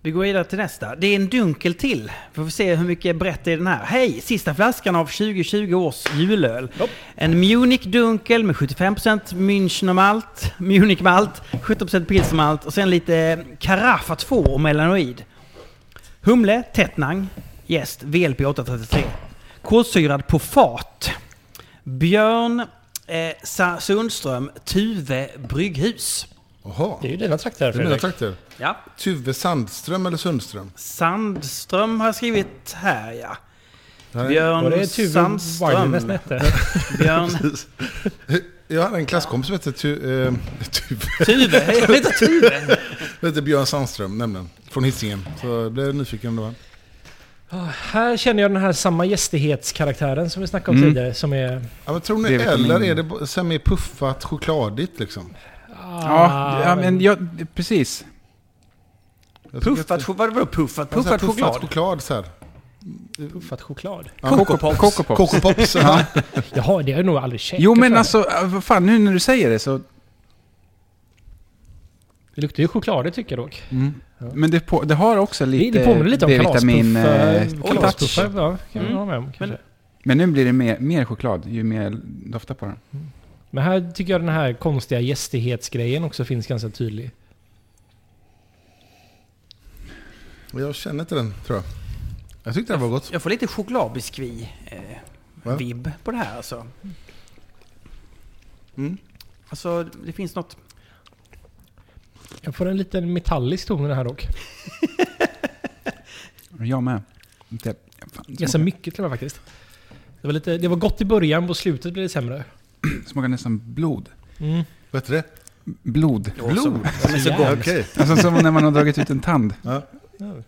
Speaker 1: Vi går vidare till nästa. Det är en dunkel till. Får vi se hur mycket brett det är i den här. Hej! Sista flaskan av 2020 års julöl.
Speaker 2: Hopp.
Speaker 1: En Munich dunkel med 75% München och malt, Munich malt, 17% pilsmalt och sen lite Carafa 2 och melanoid. Humle, tätnang, jäst, VLP 833. Kolsyrad på fat. Björn eh, Sa- Sundström, Tuve brygghus.
Speaker 4: Jaha,
Speaker 2: Det är ju dina trakter
Speaker 4: det är mina
Speaker 2: Fredrik.
Speaker 4: trakter.
Speaker 1: Ja.
Speaker 4: Tuve Sandström eller Sundström?
Speaker 1: Sandström har jag skrivit här ja.
Speaker 4: Det här
Speaker 2: Var
Speaker 4: är-
Speaker 1: Björn
Speaker 2: det Tuve Wireless
Speaker 1: Sandström.
Speaker 2: hette?
Speaker 1: Björn
Speaker 4: Eh, Jag hade en klasskompis som hette, tu, eh, Tuve,
Speaker 1: Tuve. Jag heter Tuve.
Speaker 4: som hette Björn Sandström nämligen. Från Hisingen. Så jag blev nyfiken om det var.
Speaker 2: Ja, Här känner jag den här samma gästighetskaraktären som vi snackade om
Speaker 3: Mm.
Speaker 2: tidigare. Som är...
Speaker 4: Ja, men tror ni,
Speaker 3: D-vitamin.
Speaker 4: eller är det bo- semi puffat chokladigt liksom?
Speaker 2: Ah,
Speaker 3: Ja, ja men jag, precis.
Speaker 4: Jag tycker
Speaker 1: Puffat
Speaker 4: att-
Speaker 1: choklad. Vadå puffat?
Speaker 4: Ja, så här
Speaker 1: Puffat choklad?
Speaker 4: choklad så här.
Speaker 2: Puffat choklad.
Speaker 3: Coco Pops. Coco Pops.
Speaker 4: Coco Pops. ja.
Speaker 2: Jaha, det har jag nog aldrig käkat.
Speaker 3: Jo
Speaker 2: för
Speaker 3: men
Speaker 2: mig.
Speaker 3: alltså, äh, vad fan nu när du säger det så...
Speaker 2: Det luktar ju choklad det tycker jag dock.
Speaker 3: Men det, på, det har också
Speaker 2: Det,
Speaker 3: lite
Speaker 2: det påminner lite om
Speaker 3: D-vitamin, eh,
Speaker 2: kalaspuff, eh,
Speaker 3: touch.
Speaker 2: kalaspuffar. Ja, kan
Speaker 1: Mm.
Speaker 2: jag hålla med om kanske.
Speaker 3: Men nu blir det mer, mer choklad ju mer jag doftar på den.
Speaker 2: Men här tycker jag den här konstiga gästighetsgrejen också finns ganska tydlig.
Speaker 5: Jag känner inte den tror jag. Jag tyckte den var gott.
Speaker 1: Jag får lite chokladbiskvi-vibb
Speaker 5: Va?
Speaker 1: på det här alltså.
Speaker 5: Mm.
Speaker 1: Alltså, det finns något...
Speaker 2: Jag får en liten metallisk ton i det här dock.
Speaker 3: Jag med. Inte, fan, det
Speaker 2: Ganska
Speaker 3: smakar,
Speaker 2: mycket till och med faktiskt. Det var, lite, det var gott i början, på slutet blev det sämre.
Speaker 3: smakar nästan blod.
Speaker 2: Mm.
Speaker 5: Vad heter det?
Speaker 3: Blod.
Speaker 1: Blod? De är så
Speaker 2: Järn.
Speaker 1: gott.
Speaker 5: Okej.
Speaker 3: Alltså som när man har dragit ut en tand.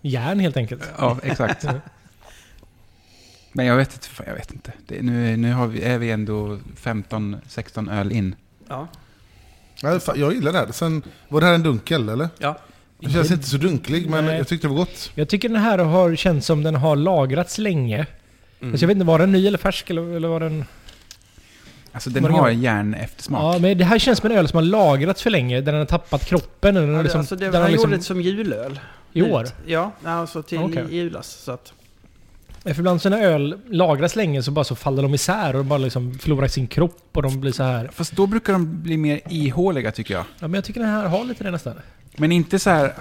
Speaker 2: Järn helt enkelt.
Speaker 3: Ja, exakt. Men jag vet inte. fan, Jag vet inte. Det, nu nu har vi, är vi ändå 15-16 öl in.
Speaker 1: Ja.
Speaker 5: Nej, fan, Jag gillar det här. Sen, var det här en dunkel eller?
Speaker 1: Ja.
Speaker 5: Det känns inte så dunklig men
Speaker 2: Nej.
Speaker 5: jag tyckte det var gott.
Speaker 2: Jag tycker den här har känts som den har lagrats länge.
Speaker 1: Mm.
Speaker 2: Alltså jag vet inte, var den ny eller färsk eller, eller var den...
Speaker 3: Alltså den
Speaker 2: Vad
Speaker 3: har
Speaker 2: gör
Speaker 3: järneftersmak.
Speaker 2: Ja, men det här känns som en öl som har lagrats för länge. Där den har tappat kroppen. Eller
Speaker 1: Ja,
Speaker 2: ja,
Speaker 1: det,
Speaker 2: liksom,
Speaker 1: alltså det,
Speaker 2: där
Speaker 1: han
Speaker 2: den liksom,
Speaker 1: gjorde det som julöl.
Speaker 2: I år.
Speaker 1: Ja, alltså till
Speaker 2: Okej.
Speaker 1: i julas. Så att,
Speaker 2: För ibland så när öl lagras länge så bara så faller de isär och de bara liksom förlorar sin kropp och de blir så här.
Speaker 3: Fast då brukar de bli mer ihåliga tycker jag.
Speaker 2: Ja, men jag tycker den här har lite det nästan.
Speaker 3: Men inte så här...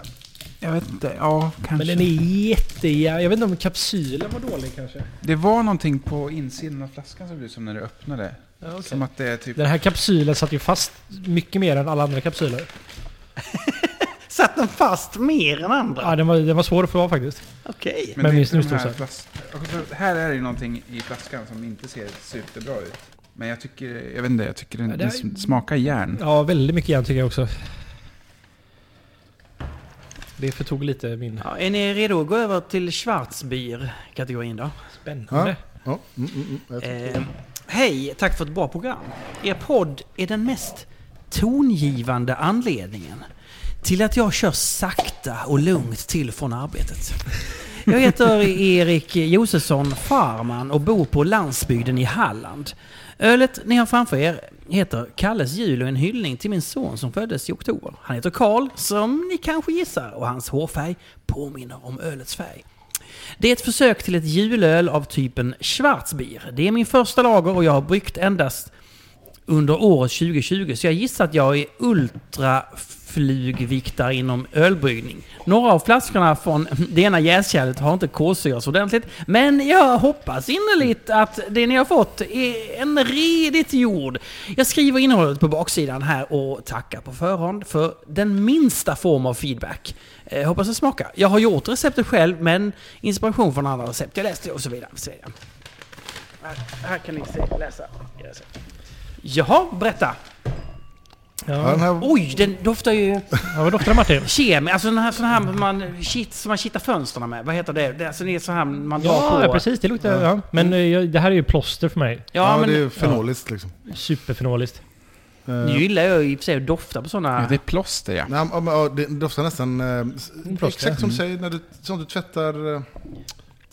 Speaker 3: Jag vet inte. Ja, kanske.
Speaker 2: Men den är jätte... Jag vet inte om kapsylen var dålig kanske.
Speaker 3: Det var någonting på insidan av flaskan som du som när du öppnade.
Speaker 2: Ja, okej.
Speaker 3: Som att det är typ...
Speaker 2: Den här kapsylen satt ju fast mycket mer än alla andra kapsyler.
Speaker 1: satt den fast mer än andra?
Speaker 2: Ja, den var, den var svår att få av faktiskt.
Speaker 1: Okej.
Speaker 2: Men
Speaker 3: det är
Speaker 2: minst
Speaker 3: inte de
Speaker 2: nu
Speaker 3: här,
Speaker 2: står
Speaker 3: flas... Och så- här är det ju någonting i flaskan som inte ser superbra ut. Men jag tycker, jag vet inte, jag tycker den,
Speaker 2: Ja, det
Speaker 3: den
Speaker 2: här-
Speaker 3: sm- smakar järn.
Speaker 2: Ja, väldigt mycket järn tycker jag också. Det förtog lite min...
Speaker 1: Ja, är ni redo att gå över till Schwarzbier-kategorin då?
Speaker 2: Spännande.
Speaker 5: Ja. Mm, mm, mm. Jag tyckte-
Speaker 1: Eh, hej, tack för ett bra program. Er podd är den mest tongivande anledningen till att jag kör sakta och lugnt till från arbetet. Jag heter Erik Josefsson Farman och bor på landsbygden i Halland. Ölet ni har framför er heter Kalles jul och en hyllning till min son som föddes i oktober. Han heter Karl, som ni kanske gissar, och hans hårfärg påminner om ölets färg. Det är ett försök till ett julöl av typen Schwarzbier. Det är min första lager och jag har bryggt endast under året 2020, så jag gissar att jag är ultraflugviktare inom ölbryggning. Några av flaskorna från det ena jäskärlet har inte kolsyrats ordentligt, men jag hoppas innerligt att det ni har fått är en redigt jord. Jag skriver innehållet på baksidan här och tackar på förhand för den minsta form av feedback. Eh, hoppas det smakar. Jag har gjort receptet själv, men inspiration från andra recept jag läste och så vidare. Så vidare. Här, här kan ni se, läsa. Jaha, berätta.
Speaker 5: Ja, den
Speaker 2: Ja.
Speaker 5: här,
Speaker 1: Oj, den doftar ju
Speaker 2: Ja, vad doftar det Martin?
Speaker 1: kemi. Alltså den här sån här man, shit, som man kittar fönstren med. Vad heter det? det alltså, det är så här man drar
Speaker 2: Ja,
Speaker 1: på.
Speaker 2: precis. Det luktar... Ja. Men eh,
Speaker 1: Mm.
Speaker 2: jag, det här är ju plåster för mig.
Speaker 1: Ja, men
Speaker 5: det är fenoliskt liksom.
Speaker 2: Superfenoliskt.
Speaker 5: Eh,
Speaker 1: nu gillar jag ju i och för sig att dofta på såna.
Speaker 3: Ja, det är plåster ja.
Speaker 5: nej, ja, men, ja, det doftar nästan eh, s-
Speaker 2: plåster.
Speaker 5: exakt som du säger, när du, som du tvättar, eh,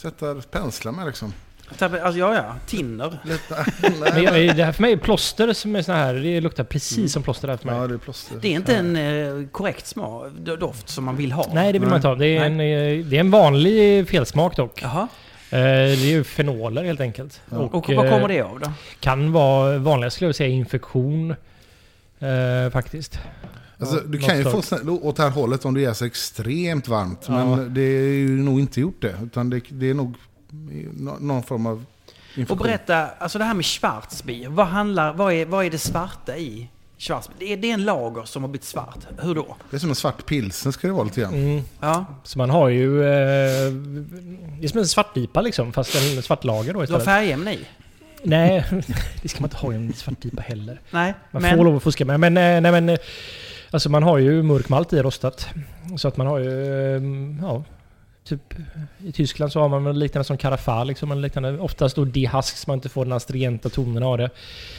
Speaker 5: tvättar penslar med liksom.
Speaker 1: Alltså, ja, ja. Tinner.
Speaker 5: Lite,
Speaker 2: Men
Speaker 5: nej,
Speaker 2: jag, det här för mig är plåster som är så här. Det luktar precis
Speaker 1: Mm.
Speaker 2: som plåster där för mig.
Speaker 5: ja, det är plåster.
Speaker 1: Det är inte en eh, korrekt smak, doft som man vill ha.
Speaker 2: Nej, det vill man inte ha. Det är, en, eh, det är en vanlig felsmak dock.
Speaker 1: Jaha.
Speaker 2: Eh, Det är ju fenoler helt enkelt.
Speaker 1: Och, vad
Speaker 2: eh,
Speaker 1: kommer det av då?
Speaker 2: Kan vara vanliga skulle jag säga infektion. Eh, faktiskt.
Speaker 5: Alltså,
Speaker 2: Ja,
Speaker 5: du
Speaker 2: något
Speaker 5: kan ju
Speaker 2: slag.
Speaker 5: få snäll åt det här hållet om det är så extremt varmt.
Speaker 2: Ja.
Speaker 5: Men det är ju nog inte gjort det. Utan det, det är nog nå- någon form av
Speaker 1: Och
Speaker 5: infektion.
Speaker 1: berätta, alltså det här med Schwarzbier. Vad, handlar, vad, är, vad är det svarta i Schwarzbier? Det är, det är en lager som har blivit svart. Hur då?
Speaker 5: Det är som en svart pilsen ska det vara lite grann.
Speaker 2: Mm.
Speaker 1: Ja,
Speaker 2: Så man har ju... Eh, det är som en svartpipa liksom, fast en svartlager då
Speaker 1: du har
Speaker 2: istället.
Speaker 1: färgämne i?
Speaker 2: Nej, det ska man inte ha i en svartpipa heller.
Speaker 1: Nej,
Speaker 2: Man
Speaker 1: men...
Speaker 2: får lov att fuska med. Men, eh, nej, men eh, alltså man har ju mörk malt i rostat. Så att man har ju, eh, ja, typ i Tyskland så har man väl liknande som Carafa liksom. En liknande, oftast då dehask så man inte får den astringenta tonen av det.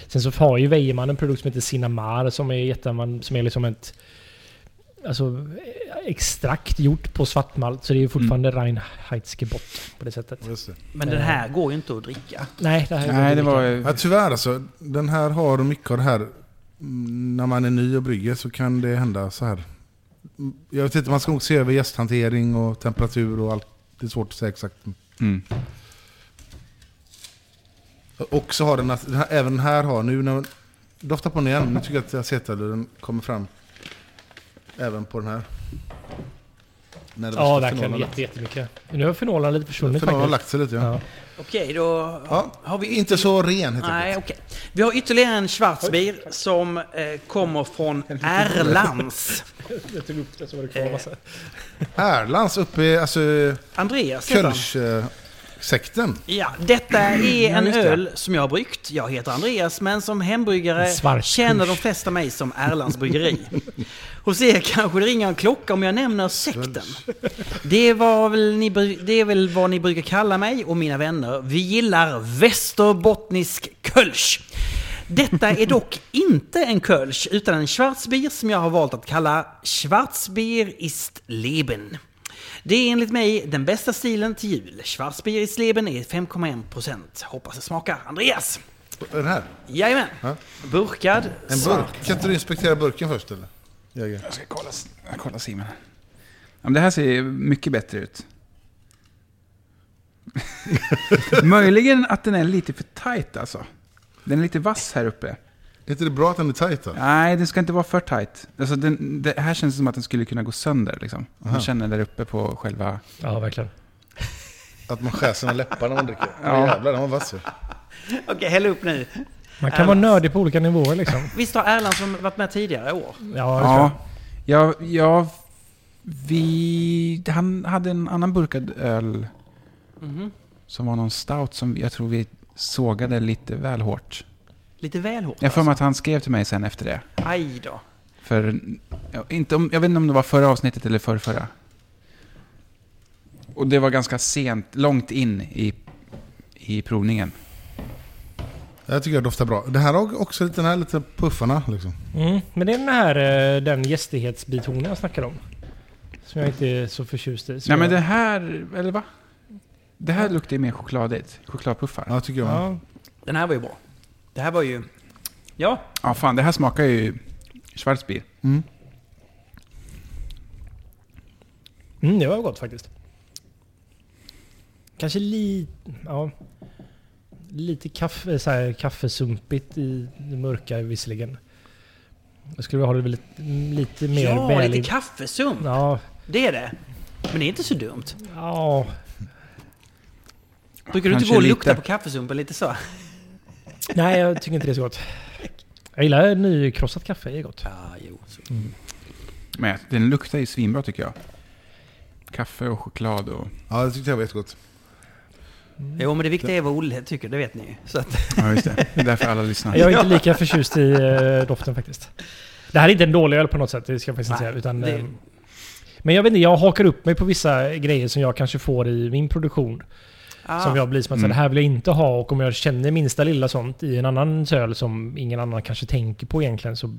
Speaker 2: Sen så har ju Weimann en produkt som heter Cinamar som är jätteanvänd, som är liksom ett Alltså eh, extrakt gjort på svartmalt så det är ju fortfarande Reinheitsgebot på det sättet.
Speaker 5: Just det.
Speaker 1: Men den här går ju inte att dricka.
Speaker 2: Nej, det här är
Speaker 3: Nej, det var ju...
Speaker 5: Ja, tyvärr alltså. Den här har mycket av det här. mm, När man är ny och brygger så kan det hända så här. Mm, Jag vet inte, man ska nog se över gästhantering och temperatur och allt. Det är svårt att säga exakt.
Speaker 3: Mm.
Speaker 5: Och så har den, att- den här, även den här har nu när man doftar på den igen. Nu tycker jag att acetylsyran kommer fram. Även på den här. När det
Speaker 2: Ja,
Speaker 5: värsta
Speaker 2: verkligen.
Speaker 5: fenolen lagt-
Speaker 2: Jätte, jättemycket. Nu har fenolerna lite försvunnit
Speaker 5: fenolen har
Speaker 2: faktiskt.
Speaker 5: lagt sig lite ja.
Speaker 2: Ja.
Speaker 1: Okej, då
Speaker 5: ja.
Speaker 1: har vi
Speaker 5: Inte så ren helt
Speaker 1: Nej,
Speaker 5: enkelt.
Speaker 1: okej. Vi har ytterligare en schwarzbier som eh, kommer från Erlands.
Speaker 2: Jag tog upp det så var det kvar en massa.
Speaker 5: Erlands uppe i alltså,
Speaker 1: Andreas heter han.
Speaker 5: Kölsch-sekten.
Speaker 1: Ja, detta är en
Speaker 3: just det.
Speaker 1: öl som jag har bryggt. Jag heter Andreas, men som
Speaker 2: En
Speaker 1: hembryggare
Speaker 2: svartkurs.
Speaker 1: känner de flesta mig som Erlands bryggeri. Hos er kanske det ringer en klocka om jag nämner sekten. Det, var väl ni, bru- det är väl vad ni brukar kalla mig och mina vänner. Vi gillar västerbottnisk kölsch. Detta är dock inte en kölsch, utan en schwarzbier som jag har valt att kalla Schwarzbier ist Leben. Det är enligt mig den bästa stilen till jul. Schwarzbier ist Leben är 5,1%. Hoppas det smakar. Andreas!
Speaker 5: Den här.
Speaker 1: Jajamän!
Speaker 5: Ja.
Speaker 1: Burkad.
Speaker 5: En burk. Kan inte du inspektera burken först eller? Jäger.
Speaker 3: Jag ska kolla, jag kollar Simon. här. Ja, men det här ser mycket bättre ut. Möjligen att den är lite för tight alltså. Den är lite vass här uppe.
Speaker 5: Är inte det bra att den är tajt då?
Speaker 3: Nej, den ska inte vara för tight. Alltså, den, det här känns som att den skulle kunna gå sönder. Liksom. Man känner där uppe på själva...
Speaker 2: Ja, verkligen.
Speaker 5: Att man skär sina läppar när man dricker.
Speaker 3: Ja.
Speaker 5: Ja. Jävlar, den var vass ju.
Speaker 1: Okej, häll upp nu.
Speaker 2: Man kan vara nördig på olika nivåer liksom.
Speaker 1: Visst har Erland som varit med tidigare år?
Speaker 2: Ja, det tror jag.
Speaker 3: Ja, jag, jag, vi, han hade en annan burkad öl som var någon stout som jag tror vi sågade lite väl hårt.
Speaker 1: Lite väl hårt
Speaker 3: Jag har för
Speaker 1: alltså.
Speaker 3: mig att han skrev till mig sen efter det.
Speaker 1: Aj då.
Speaker 3: För, ja, inte om, jag vet inte om det var förra avsnittet eller förra, Och det var ganska sent, långt in i, i provningen.
Speaker 5: Jag tycker jag doftar bra. Det här har också lite, den här lite puffarna liksom.
Speaker 2: Mm. Men det är den här eh, den gästighetsbitonen jag snackar om. Som jag inte är så förtjust i. Så
Speaker 3: Nej men det
Speaker 2: jag-
Speaker 3: här, eller va? Det här luktar ju mer chokladigt. Chokladpuffar.
Speaker 5: Ja, tycker jag med.
Speaker 2: Ja,
Speaker 1: Den här var ju bra. Det här var ju... Ja,
Speaker 3: Ja, fan det här smakar ju Schwarzbier.
Speaker 5: Mm.
Speaker 2: mm, det var gott faktiskt. Kanske lite... Ja. Lite kaffe, så här, kaffesumpigt i det mörka visserligen. Jag skulle vilja ha det lite, lite mer
Speaker 1: ja
Speaker 2: väl...
Speaker 1: lite kaffesump.
Speaker 2: ja,
Speaker 1: Det är det. Men det är inte så dumt.
Speaker 2: ja,
Speaker 1: Brukar du inte
Speaker 3: Kanske
Speaker 1: gå och
Speaker 3: lite.
Speaker 1: lukta på kaffesumpen lite så?
Speaker 2: Nej, jag tycker inte det är så gott. Jag gillar nykrossat kaffe, det är gott.
Speaker 3: Ah,
Speaker 1: Ja, jo.
Speaker 3: Men den luktar ju svinbra tycker jag. Kaffe och choklad och...
Speaker 5: Ja, det tyckte jag var jättegott.
Speaker 2: Mm.
Speaker 1: Jo, men det viktiga är vad Olle tycker, det vet ni ju. Så att,
Speaker 3: Ja, just det. Det är därför alla lyssnar.
Speaker 2: Jag är inte lika förtjust i eh, doften faktiskt. Det här är inte en dålig öl på något sätt, det ska jag faktiskt inte
Speaker 1: Nej,
Speaker 2: säga. Utan,
Speaker 1: det-
Speaker 2: eh, Men jag vet inte, jag hakar upp mig på vissa grejer som jag kanske får i min produktion.
Speaker 1: ah,
Speaker 2: Som jag blir som att så här,
Speaker 3: Mm.
Speaker 2: det här vill jag inte ha. Och om jag känner minsta lilla sånt i en annan öl som ingen annan kanske tänker på egentligen så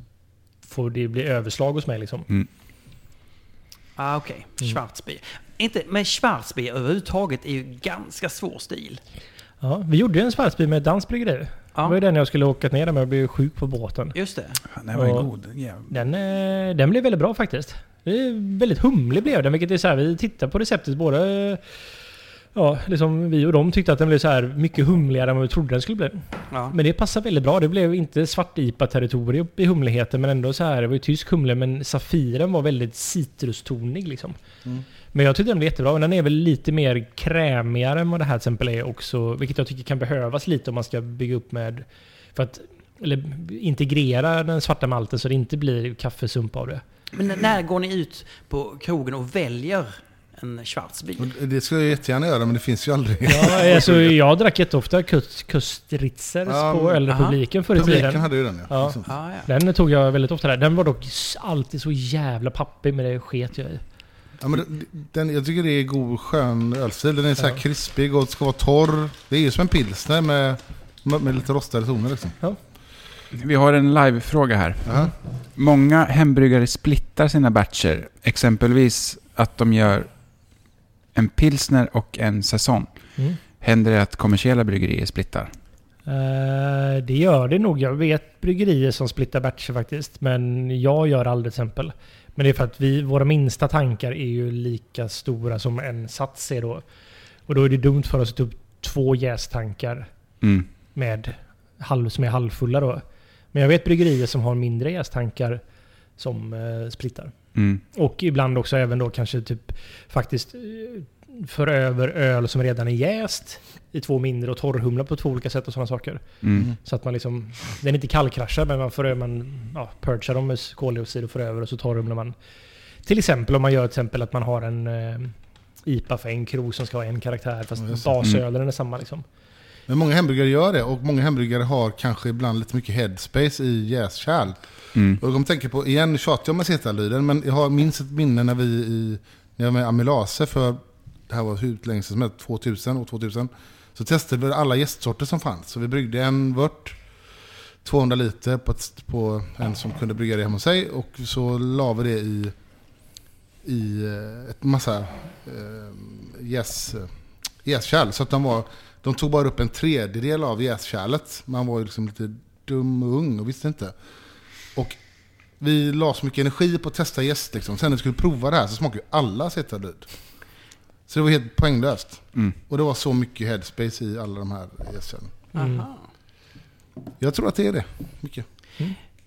Speaker 2: får det bli överslag hos mig liksom.
Speaker 1: ah, okej.
Speaker 2: Mm.
Speaker 1: Schwarzbier. Inte, men schwarzbier överhuvudtaget är ju ganska svår stil.
Speaker 2: Ja, vi gjorde ju en svartbil med ett danskt bryggeri. Det var ju
Speaker 1: Ja,
Speaker 2: den jag skulle åka ner där men jag blev sjuk på båten.
Speaker 1: just det.
Speaker 3: Fan, den var ju
Speaker 2: Ja.
Speaker 3: god. Ja.
Speaker 2: Den, eh, den blev väldigt bra faktiskt. Det är väldigt humlig blev den, vilket är så här, vi tittar på receptet både... eh, Ja, liksom vi och de tyckte att den blev så här mycket humligare än vad vi trodde den skulle bli.
Speaker 1: Ja.
Speaker 2: Men det passar väldigt bra. Det blev inte svart-IPA-territorium i humligheten, men ändå så här, det var ju tysk humle, men safiren var väldigt citrustonig liksom.
Speaker 5: Mm.
Speaker 2: Men jag tyckte den blev jättebra, men den är väl lite mer krämigare än vad det här till exempel är också, vilket jag tycker kan behövas lite om man ska bygga upp med, för att, eller integrera den svarta malten så det inte blir kaffesump av det.
Speaker 1: Men när går ni ut på krogen och väljer en
Speaker 2: Mm.
Speaker 1: schwarzbier?
Speaker 5: Och det skulle jag jättegärna göra, men det finns ju aldrig.
Speaker 2: Ja, alltså, jag drack jätteofta kust, kustritzers
Speaker 5: Ja,
Speaker 2: på äldre
Speaker 1: aha.
Speaker 2: publiken förr i
Speaker 5: Publiken
Speaker 2: tiden.
Speaker 5: hade ju den ja.
Speaker 2: Ja.
Speaker 5: Liksom.
Speaker 1: Ah, ja.
Speaker 2: Den tog jag väldigt ofta där. Den var dock s- alltid så jävla pappig med det sket jag i.
Speaker 5: Ja, men den- den, jag tycker det är god skön ölstil. Den är så här
Speaker 2: Ja.
Speaker 5: krispig och ska vara torr. Det är ju som en pilsner med, med, med lite rostade toner liksom.
Speaker 3: Vi har en live-fråga här.
Speaker 5: Jaha.
Speaker 3: Många hembryggare splittar sina batcher. Exempelvis att de gör en pilsner och en säsong.
Speaker 2: Mm.
Speaker 3: Händer det att kommersiella bryggerier splittar?
Speaker 2: Eh, det gör det nog. Jag vet bryggerier som splittar batcher faktiskt. Men jag gör aldrig till exempel. Men det är för att vi, våra minsta tankar är ju lika stora som en sats är då. Och då är det dumt för oss att ta upp två jästankar
Speaker 3: Mm.
Speaker 2: med halv, som är halvfulla då. Men jag vet bryggerier som har mindre jästankar som eh, splittar.
Speaker 3: Mm.
Speaker 2: Och ibland också även då kanske typ faktiskt eh, för över öl som redan är jäst i två mindre och torrhumla på två olika sätt och sådana saker.
Speaker 3: Mm.
Speaker 2: Så att man liksom, den är inte kallkraschar men man för över, man ja, purgar dem med koldioxid och för över och så torrhumlar man. Till exempel om man gör till exempel att man har en eh, IPA för en krog som ska ha en karaktär
Speaker 4: Ja, just
Speaker 2: fast
Speaker 4: det.
Speaker 2: basölen är samma liksom.
Speaker 4: Men många hamburgare gör det och många hamburgare har kanske ibland lite mycket headspace i jäskärl.
Speaker 3: Mm.
Speaker 4: Och jag kommer tänka på, igen tjatar jag om acetalylen, men jag har minns ett minne när vi i, när jag var med Amylase för, det här var hur länge sedan som helst, 2000, år 2000. Så testade vi alla jästsorter som fanns. Så vi bryggde en vört, 200 liter på, ett, på en som kunde brygga det hemma hos sig. Och så la vi det i, i eh, ett massa eh, jäs, jäskärl. Så att de var, de tog bara upp en tredjedel av jäskärlet. Man var ju liksom lite dum och ung och visste inte. Och vi la så mycket energi på att testa gäst liksom. Sen när vi skulle prova det här så smakade ju alla acetalyl. Så det var helt poänglöst.
Speaker 3: Mm.
Speaker 4: Och det var så mycket headspace i alla de här gästerna.
Speaker 2: Mm.
Speaker 1: Aha.
Speaker 4: Jag tror att det är det. Mycket.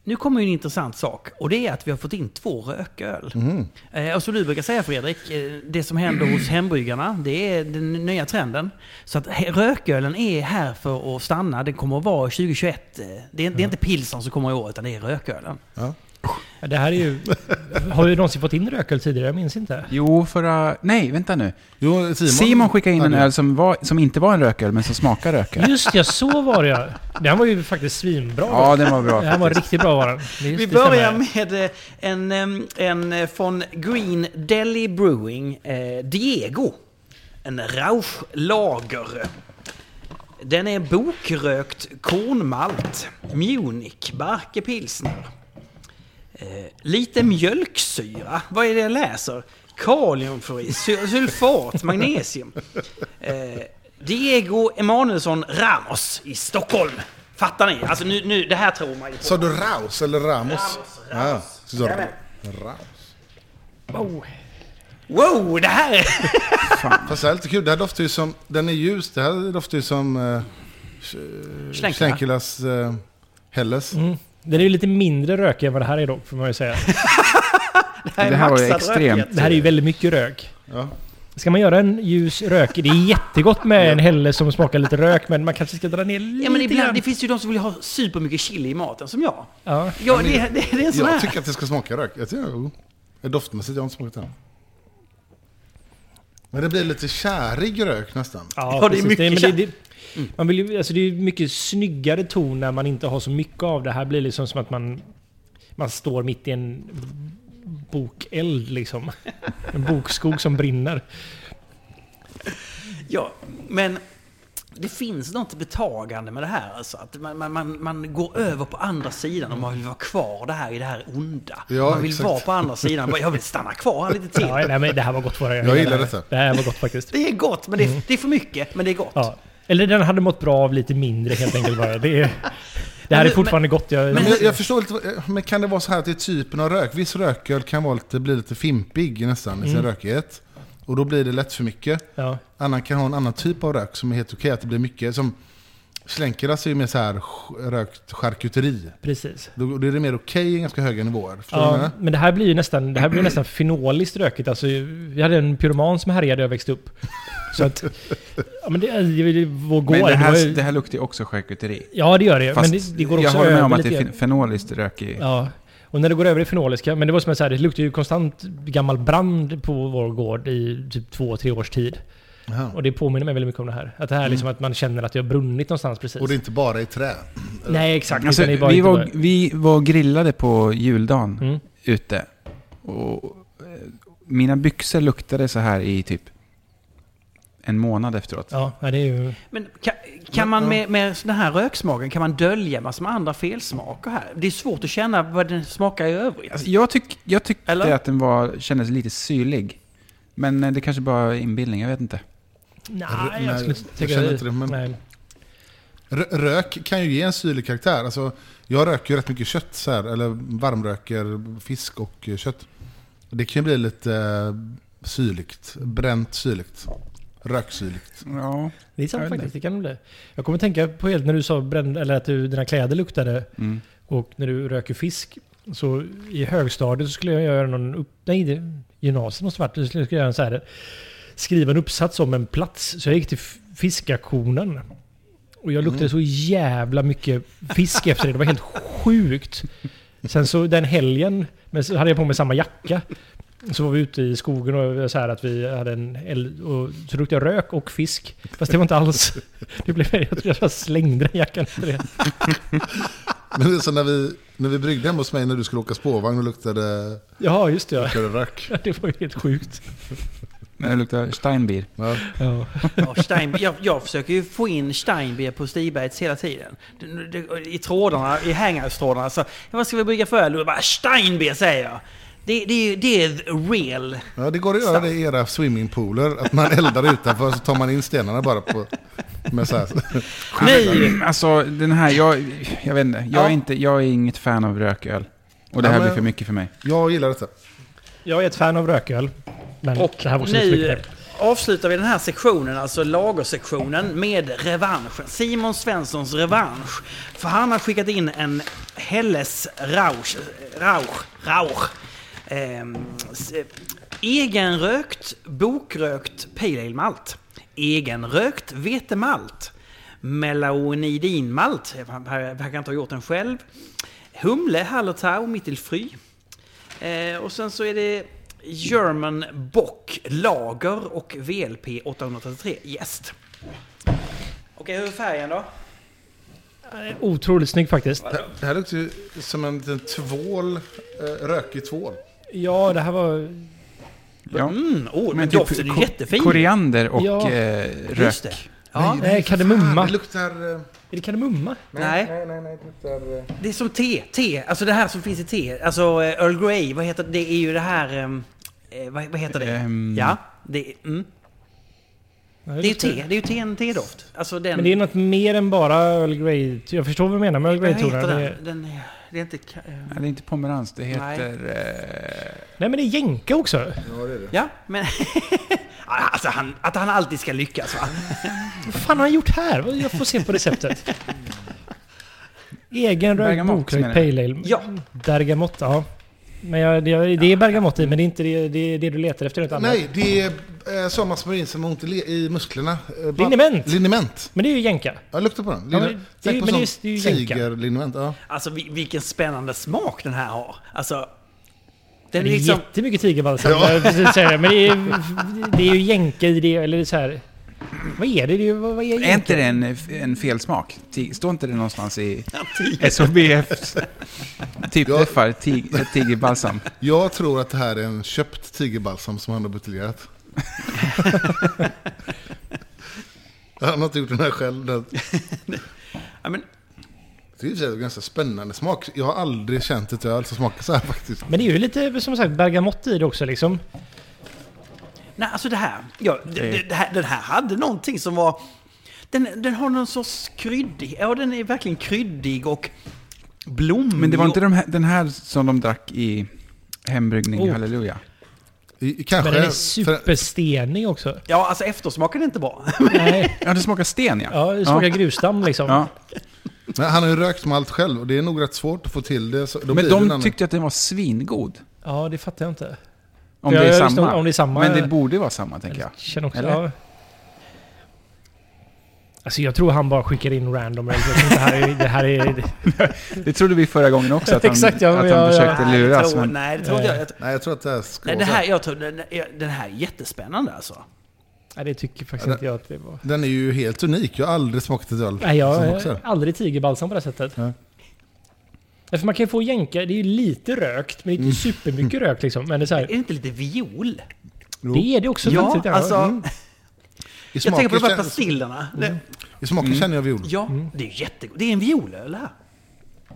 Speaker 1: Nu kommer ju en intressant sak och det är att vi har fått in två rököl.
Speaker 4: Mm.
Speaker 1: Eh, och som du brukar säga Fredrik, eh, det som händer hos hembryggarna, det är den nya trenden. Så att he- rökölen är här för att stanna. Den kommer att vara 2021. eh, Det är, det är inte pilsen som kommer i år, utan det är rökölen.
Speaker 4: Ja.
Speaker 2: Ja, Det här är ju... Har vi någonsin fått in rököl tidigare? Jag minns inte.
Speaker 3: Jo, förra... Nej, vänta nu.
Speaker 4: Jo, Simon,
Speaker 3: Simon skickade in en
Speaker 4: hade-
Speaker 3: öl som, var, som inte var en rököl, men som smakar rököl.
Speaker 2: Just ja, så var det ja. Den var ju faktiskt svinbra.
Speaker 3: Ja, den var bra.
Speaker 2: Den här var
Speaker 3: faktiskt.
Speaker 2: riktigt bra var den. Det är-
Speaker 1: Vi
Speaker 2: det stämmer.
Speaker 1: börjar med eh, en, em, en eh, från Green Deli Brewing, eh, Diego. En Rausch Lager. Den är bokrökt kornmalt, Munich, barkepilsner. Eh, lite mjölksyra, vad är det jag läser? Kaliumfluorid, sy- sulfat, magnesium. Eh, Diego Emanuelsson Ramos i Stockholm. Fattar ni? Alltså nu, nu, det här tror man ju på.
Speaker 4: Sa du Raus eller Ramos?
Speaker 1: Ramos, Ramos.
Speaker 4: Ja, så sa du-
Speaker 1: Jajamän.
Speaker 4: Raus.
Speaker 2: Oh.
Speaker 1: Wow, det här är...
Speaker 4: Fast det här är lite kul. Det här doftar ju som... Den är ljus. Det här doftar ju som... Eh, sh-
Speaker 1: Schlenkerna.
Speaker 4: Schlenkerlas eh, Helles.
Speaker 2: Mm. Den är ju lite mindre rökig än vad det här är dock, får man ju säga.
Speaker 3: Det här var ju
Speaker 1: maxad
Speaker 3: extremt.
Speaker 1: rökhet.
Speaker 2: Det här är ju väldigt mycket rök.
Speaker 4: Ja.
Speaker 2: Ska man göra en ljus rökig, det är jättegott med en hälle som smakar lite rök, men man kanske ska dra ner lite
Speaker 1: Ja, men ibland,
Speaker 2: grann.
Speaker 1: det finns ju de som vill ha supermycket chili i maten, som jag.
Speaker 2: Ja.
Speaker 1: Ja, det, det, det är en sån
Speaker 4: Jag
Speaker 1: här.
Speaker 4: tycker att det ska smaka rök. Jag tycker, jo. Det är doftmässigt, jag har inte smakat den. Men det blir lite kärig rök nästan.
Speaker 1: Ja, det är
Speaker 2: precis.
Speaker 1: mycket
Speaker 2: men det, det, man vill ju, alltså det är ju mycket snyggare ton när man inte har så mycket av det. Här blir det liksom som att man, man står mitt i en bokeld liksom. En bokskog som brinner.
Speaker 1: Ja, men det finns något betagande med det här. Alltså, att man, man, man, man går över på andra sidan och man vill vara kvar det här i det här onda.
Speaker 4: Ja,
Speaker 1: man vill
Speaker 4: exakt.
Speaker 1: vara på andra sidan. Bara, Jag vill stanna kvar här lite till.
Speaker 2: Ja, nej, men det här var gott för
Speaker 4: Jag gillar detta.
Speaker 2: Det här var gott faktiskt.
Speaker 1: Det är gott, men det, det är för mycket. Men det är gott.
Speaker 2: Ja. Eller den hade mått bra av lite mindre helt enkelt bara. Det, är, det här är
Speaker 1: Men-
Speaker 2: fortfarande gott. Jag,
Speaker 4: Men jag, jag förstår lite, eh, men kan det vara så här att det är typen av rök? Viss rököl kan vara lite, bli lite fimpig nästan i sin rökighet. Och då blir det lätt för mycket.
Speaker 2: ja.
Speaker 4: Annan kan ha en annan typ av rök som är helt okej att det blir mycket. Som slänkeras är ju mer så här sch- rökt charkuteri.
Speaker 2: Precis.
Speaker 4: Då, då är det mer okej i ganska höga nivåer. Förstår du vad jag
Speaker 2: Ja,
Speaker 4: menar?
Speaker 2: men det här blir ju nästan, det här blir nästan fenoliskt rökigt. Alltså, vi hade en pyroman som härjade när jag växte upp. Så att... Ja, men det, det, det går...
Speaker 3: Men det
Speaker 2: var ju-
Speaker 3: här, det här luktar ju också charkuteri.
Speaker 2: Ja, det gör det.
Speaker 3: Fast
Speaker 2: men det, det går
Speaker 3: jag
Speaker 2: också
Speaker 3: håller med om
Speaker 2: över
Speaker 3: att det
Speaker 2: lite
Speaker 3: är
Speaker 2: grann.
Speaker 3: fen- fenoliskt rökig.
Speaker 2: Ja. Och när det går över i fenoliska, men det var som jag sa, det luktar ju konstant gammal brand på vår gård i typ två, tre års tid.
Speaker 4: Jaha.
Speaker 2: Och det påminner mig väldigt mycket om det här. Att det här
Speaker 3: Mm.
Speaker 2: är liksom att man känner att det har brunnit någonstans precis.
Speaker 4: Och det är inte bara i trä.
Speaker 2: Nej, exakt.
Speaker 3: Alltså,
Speaker 2: utan det är bara
Speaker 3: vi,
Speaker 2: inte
Speaker 3: var,
Speaker 2: bara-
Speaker 3: vi var grillade på juldagen
Speaker 2: Mm.
Speaker 3: ute. Och, eh, mina byxor luktade så här i typ en månad efteråt.
Speaker 2: Ja, nej, det är ju...
Speaker 1: Men kan, kan man med, med den här röksmaken, kan man dölja massor med andra felsmaker här? Det är svårt att känna vad den smakar i övrigt.
Speaker 3: Alltså, jag, tyck, jag tyckte
Speaker 1: Eller?
Speaker 3: att den var, kändes lite syrlig. Men eh, det kanske bara är inbildning, jag vet inte.
Speaker 2: Nej,
Speaker 4: nej,
Speaker 2: jag skulle inte
Speaker 4: jag
Speaker 2: tycka...
Speaker 4: känner inte det, men-
Speaker 2: Nej.
Speaker 4: Rö- Rök kan ju ge en syrlig karaktär. Alltså, jag röker ju rätt mycket kött så här, eller varmröker fisk och eh, kött. Det kan ju bli lite eh, syrligt, bränt syrligt. Röksyrligt.
Speaker 3: Ja.
Speaker 2: Det är sant
Speaker 3: Jag vet
Speaker 2: faktiskt, det kan det bli. Jag kommer tänka på helt när du sa bränd, eller att du, dina kläder luktade
Speaker 3: Mm.
Speaker 2: och när du röker fisk. Så i högstadiet så skulle jag göra någon... Upp, nej, det, gymnasiet måste ha varit. Jag skulle göra en så här, skriva en uppsats om en plats. Så jag gick till f- fiskaktionen. Och jag luktade så jävla mycket fisk efter det. Det var helt sjukt. Sen så den helgen, men så hade jag på mig samma jacka. Så var vi ute i skogen och så här att vi hade en eld, och så luktade jag rök och fisk. Fast det var inte alls... Det blev, jag tror jag bara slängde den jackan efter det.
Speaker 4: Men det är så när vi, när vi bryggde hemma hos mig när du skulle åka spårvagn och luktade,
Speaker 2: Ja, just det. Ja.
Speaker 4: luktade rök.
Speaker 2: Det var ju helt sjukt.
Speaker 3: Men det luktar Steinbier.
Speaker 4: Ja.
Speaker 2: Ja.
Speaker 1: Ja, Stein, jag, jag försöker ju få in Steinbier på Stigbergets hela tiden. Det- det- I trådarna, i hangouts-trådarna. Så, vad ska vi brygga för öl? Och bara Steinbier säger jag. Det, det, är ju- det är the real.
Speaker 4: Ja, det går att göra det i era swimmingpooler. Att man eldar utanför så tar man in stenarna bara på... Med så här.
Speaker 1: Nej!
Speaker 3: Alltså den här, jag, jag vet inte. Jag,
Speaker 1: Ja.
Speaker 3: är inte, jag är inget fan av rököl. Och det
Speaker 4: Ja,
Speaker 3: här
Speaker 4: men-
Speaker 3: blir för mycket för mig.
Speaker 4: Jag gillar detta.
Speaker 2: Jag är ett fan av rököl. Men
Speaker 1: Och
Speaker 2: det här var också lite
Speaker 1: nu
Speaker 2: knäppt.
Speaker 1: avslutar vi den här sektionen, alltså lagersektionen, med revanschen. Simon Svenssons revansch. För han har skickat in en Helles Rauch, Rauch, Rauch. Ehm, s- eh, egenrökt, bokrökt pale ale malt. Egenrökt vetemalt. Melaonidinmalt. Han han verkar inte ha gjort den själv. Humle, Hallertau, Mittelfry. Eh, och sen så är det German Bock Lager och VLP 833 Gäst. Okej, hur är färgen då?
Speaker 2: Otroligt snygg faktiskt.
Speaker 4: Det här- Det här luktar ju som en liten tvål, eh, rökig tvål.
Speaker 2: Ja, det här var...
Speaker 3: Ja.
Speaker 1: Mm, oh, men,
Speaker 3: typ
Speaker 1: doften är
Speaker 3: ko-
Speaker 1: jättefin.
Speaker 3: Koriander och
Speaker 2: Ja.
Speaker 3: eh,
Speaker 1: Just
Speaker 3: rök.
Speaker 1: det. Ja,
Speaker 2: Nej, kardemumma.
Speaker 4: Det luktar... eh,
Speaker 2: Är det kardemumma?
Speaker 1: Nej.
Speaker 4: nej, nej, nej, det luktar... eh,
Speaker 1: det är som te. Te, alltså det här som finns i te. Alltså eh, Earl Grey, vad heter det? Det är ju det här... ehm, Eh, vad, vad heter det?
Speaker 2: Mm.
Speaker 3: Ehm.
Speaker 1: ja, det, mm.
Speaker 2: Nej,
Speaker 1: det är ju te. Det är ju te, en tedoft. Alltså den...
Speaker 2: Men det är något mer än bara Earl Grey. Jag förstår vad du menar med Earl
Speaker 1: vad
Speaker 2: Grey-tonen.
Speaker 1: heter
Speaker 2: Det är-
Speaker 1: den? den är, det är inte... ka- eh,
Speaker 3: Nej, det är inte pomerans. Det
Speaker 1: Nej.
Speaker 3: heter... Eh,
Speaker 2: Nej, men det är jänka också.
Speaker 4: Ja, det är det.
Speaker 1: Ja, men... alltså han, att han alltid ska lyckas va?
Speaker 2: Vad fan har han gjort här? Vad- Jag får se på receptet. Egen rökt
Speaker 3: Bergamott,
Speaker 2: bokrökt
Speaker 3: menar du?
Speaker 2: pale ale.
Speaker 1: Ja.
Speaker 2: Bergamott, ja. Men jag, det, det är bergamott i, men det är inte det, det, det du letar efter. Utan
Speaker 4: Nej, det är eh, samma smoorin som har ont i le- i musklerna. Eh, ba-
Speaker 2: Liniment.
Speaker 4: Liniment.
Speaker 2: Men det är ju jänka.
Speaker 4: Ja, lukta på den.
Speaker 2: Ja,
Speaker 4: Lin-
Speaker 2: men det-
Speaker 4: Tänk
Speaker 2: men det
Speaker 4: på
Speaker 2: är- det är
Speaker 4: sån
Speaker 2: ju jänka.
Speaker 4: tigerliniment. Ja.
Speaker 1: Alltså vi- vilken spännande smak den här har. Alltså,
Speaker 2: Det är
Speaker 1: den är liksom...
Speaker 2: jättemycket tigerbalsam. jag precis säger det. Men det är, det är ju jänka i det. Eller så här. Vad är det? det är, ju- vad vad är jänka?
Speaker 3: är inte det en, en felsmak? Ti- Står inte det någonstans i SHBF? typ
Speaker 4: Ja.
Speaker 3: träffar tig, eh, tigerbalsam.
Speaker 4: Jag tror att det här är en köpt tigerbalsam som han har buteljerat. han har inte gjort den här själv. Den-
Speaker 1: Ja, men,
Speaker 4: Det är i och för sig en ganska spännande smak. Jag har aldrig känt ett öl som smakar så här faktiskt.
Speaker 2: Men det är ju lite som sagt bergamott i det också liksom.
Speaker 1: nej, alltså det här, ja, det, det, det här. Den här hade någonting som var... Den, den har någon sorts kryddig... Ja, den är verkligen kryddig och blommig.
Speaker 3: Men det var inte
Speaker 1: och-
Speaker 3: de här, den här som de drack i hembryggning,
Speaker 2: Oh.
Speaker 3: halleluja.
Speaker 4: I, i- kanske
Speaker 2: Men den är
Speaker 4: för,
Speaker 2: superstenig också.
Speaker 1: Ja, alltså eftersmaken är inte bra.
Speaker 2: Nej.
Speaker 3: Ja, det smakar sten ja.
Speaker 2: Ja, det smakar grusdamm liksom.
Speaker 3: Ja.
Speaker 4: men han har ju rökt malt själv och det är nog rätt svårt att få till det. Så, då
Speaker 3: Men
Speaker 4: blir det en
Speaker 3: de
Speaker 4: annan-
Speaker 3: tyckte att den var svingod.
Speaker 2: Ja, det fattar jag inte.
Speaker 3: Om
Speaker 2: Ja,
Speaker 3: det, är
Speaker 2: jag visste
Speaker 3: samma.
Speaker 2: om det är samma.
Speaker 3: Men det borde vara samma, tänker jag.
Speaker 2: Jag känner också...
Speaker 3: Eller?
Speaker 2: Ja. Alltså jag tror han bara skickar in random eller något. det här är, det här är,
Speaker 3: Det trodde vi förra gången också, att han,
Speaker 2: Exakt, ja,
Speaker 3: att
Speaker 2: ja, ja.
Speaker 3: han försökte
Speaker 1: nej, det
Speaker 3: luras.
Speaker 1: tror,
Speaker 3: Men
Speaker 1: nej, det tror inte jag. jag tror,
Speaker 4: Nej, jag tror att det här ska
Speaker 1: nej,
Speaker 4: vara
Speaker 1: det
Speaker 4: så här.
Speaker 1: här, jag tror, den, den här är jättespännande alltså.
Speaker 2: nej, det tycker faktiskt inte jag att det var.
Speaker 4: Den är ju helt unik. Jag har aldrig smakat ett öl
Speaker 2: Nej,
Speaker 4: som
Speaker 2: jag
Speaker 4: smakar så
Speaker 2: har
Speaker 4: här.
Speaker 2: aldrig tigerbalsam på det här sättet.
Speaker 4: Nej.
Speaker 2: Nej, för man kan ju få jänka, det är ju lite rökt, men
Speaker 4: Mm.
Speaker 2: det är inte supermycket rök liksom. Men det är så
Speaker 1: Är det
Speaker 2: här,
Speaker 1: inte lite viol?
Speaker 2: det är det också.
Speaker 1: Ja,
Speaker 2: faktiskt,
Speaker 1: alltså...
Speaker 2: Mm.
Speaker 4: I
Speaker 1: Jag tänker på de här
Speaker 4: kän-
Speaker 1: pastillerna.
Speaker 3: Mm.
Speaker 1: Det,
Speaker 4: I smaken känner jag viol.
Speaker 1: ja, det är jättegott. Det är en violöl det här.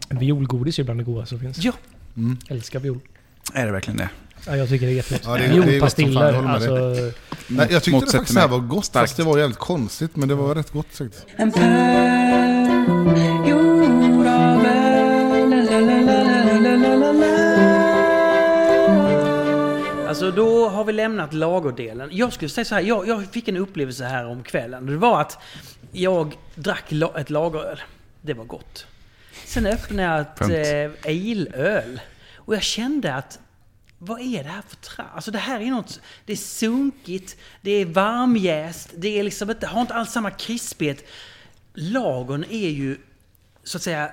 Speaker 2: Mm. Violgodis är ju bland det godaste som finns.
Speaker 1: Ja.
Speaker 2: Älskar viol.
Speaker 3: är det verkligen det?
Speaker 2: Ja, jag tycker det är jättegott.
Speaker 4: Ja, det är- det är gott som fan,
Speaker 2: Violpastiller,
Speaker 4: jag håller med dig.
Speaker 2: alltså...
Speaker 4: Nej, jag tyckte det
Speaker 3: Motsätter
Speaker 4: faktiskt det här
Speaker 3: mig.
Speaker 4: var gott,
Speaker 3: Starkt.
Speaker 4: fast det var jävligt konstigt. Men det var rätt gott faktiskt.
Speaker 6: En pärl gjord av öl, la, la, la, la, la, la, la, la.
Speaker 1: Alltså då har vi lämnat lagerdelen. Jag skulle säga så här, jag, jag fick en upplevelse här om kvällen. Det var att jag drack la, ett lageröl. Det var gott. Sen öppnade jag
Speaker 3: Punkt.
Speaker 1: ett eh, aleöl. Och jag kände att vad är det här för tra? Alltså det här är något, det är sunkigt, det är varmjäst, det är liksom inte, har inte alls samma krispighet. Lagern är ju, så att säga,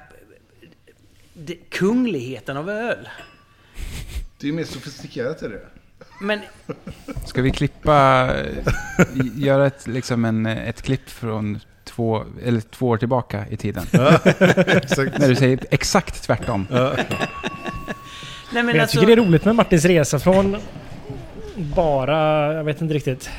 Speaker 1: det, kungligheten av öl.
Speaker 4: Det är ju mer sofistikerat är det.
Speaker 1: Men
Speaker 3: Ska vi klippa, eh, göra ett, liksom en, eh, ett klipp från två, eller två år tillbaka i tiden?
Speaker 4: Exakt.
Speaker 3: När du säger exakt tvärtom.
Speaker 1: Nej, men
Speaker 2: Men jag
Speaker 1: alltså,
Speaker 2: tycker det är roligt med Martins resa från bara, jag vet inte riktigt,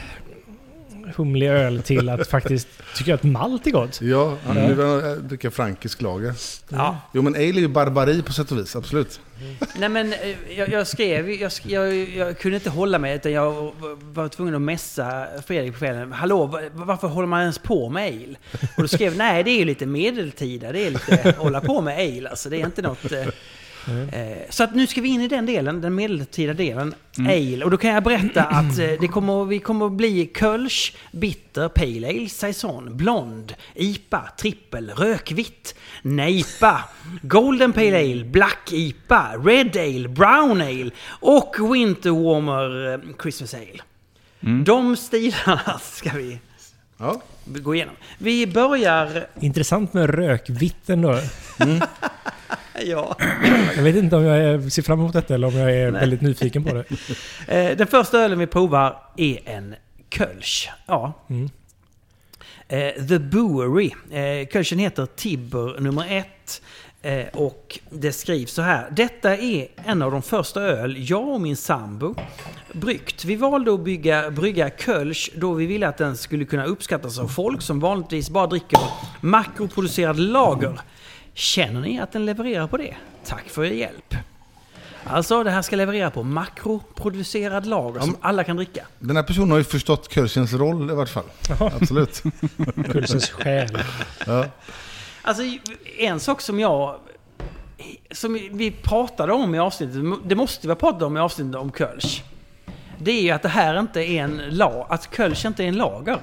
Speaker 2: humlig öl till att faktiskt tycka att malt är gott.
Speaker 4: Ja, han nu vill han dricka frankisk lager.
Speaker 1: ja,
Speaker 4: Jo men ale är ju barbari på sätt och vis, absolut.
Speaker 1: nej, men eh, jag, jag skrev, jag, sk- jag, jag kunde inte hålla mig utan jag var tvungen att messa Fredrik på kvällen. Hallå, va- varför håller man ens på med ale? Och då skrev nej, det är ju lite medeltida, det är lite hålla på med ale, alltså det är inte något... eh, eh, Så att nu ska vi in i den delen, den medeltida delen, ale. Och då kan jag berätta att eh, det kommer, vi kommer bli Kölsch, Bitter, Pale Ale, Saison, Blond, IPA, Trippel, Rökvitt, Nejpa, Golden Pale Ale, Black IPA, Red Ale, Brown Ale och Winter Warmer eh, Christmas Ale. De stilarna ska vi
Speaker 4: Ja.
Speaker 1: gå igenom. Vi börjar...
Speaker 2: Intressant med rökvitten då.
Speaker 1: Ja.
Speaker 2: Jag vet inte om jag är- ser fram emot detta eller om jag är väldigt nyfiken på det.
Speaker 1: Eh, Den första ölen vi provar är en Kölsch. Ja. Eh, The Brewery. Eh, Kölschen heter Tibber nummer ett. Eh, och det skrivs så här. Detta är en av de första öl jag och min sambo bryggt. Vi valde att bygga, brygga Kölsch då vi ville att den skulle kunna uppskattas av folk som vanligtvis bara dricker makroproducerad lager. Känner ni att den levererar på det? Tack för er hjälp. Alltså, det här ska leverera på makroproducerad lager som alla kan dricka.
Speaker 4: Den här personen har ju förstått Kölschens roll i vart fall. Absolut.
Speaker 2: Kulsens själ.
Speaker 1: Alltså, en sak som jag... Som vi pratade om i avsnittet, det måste vi ha pratat om i avsnittet om Kölsch. Det är ju att det här inte är en la, att Kölsch inte är en lager.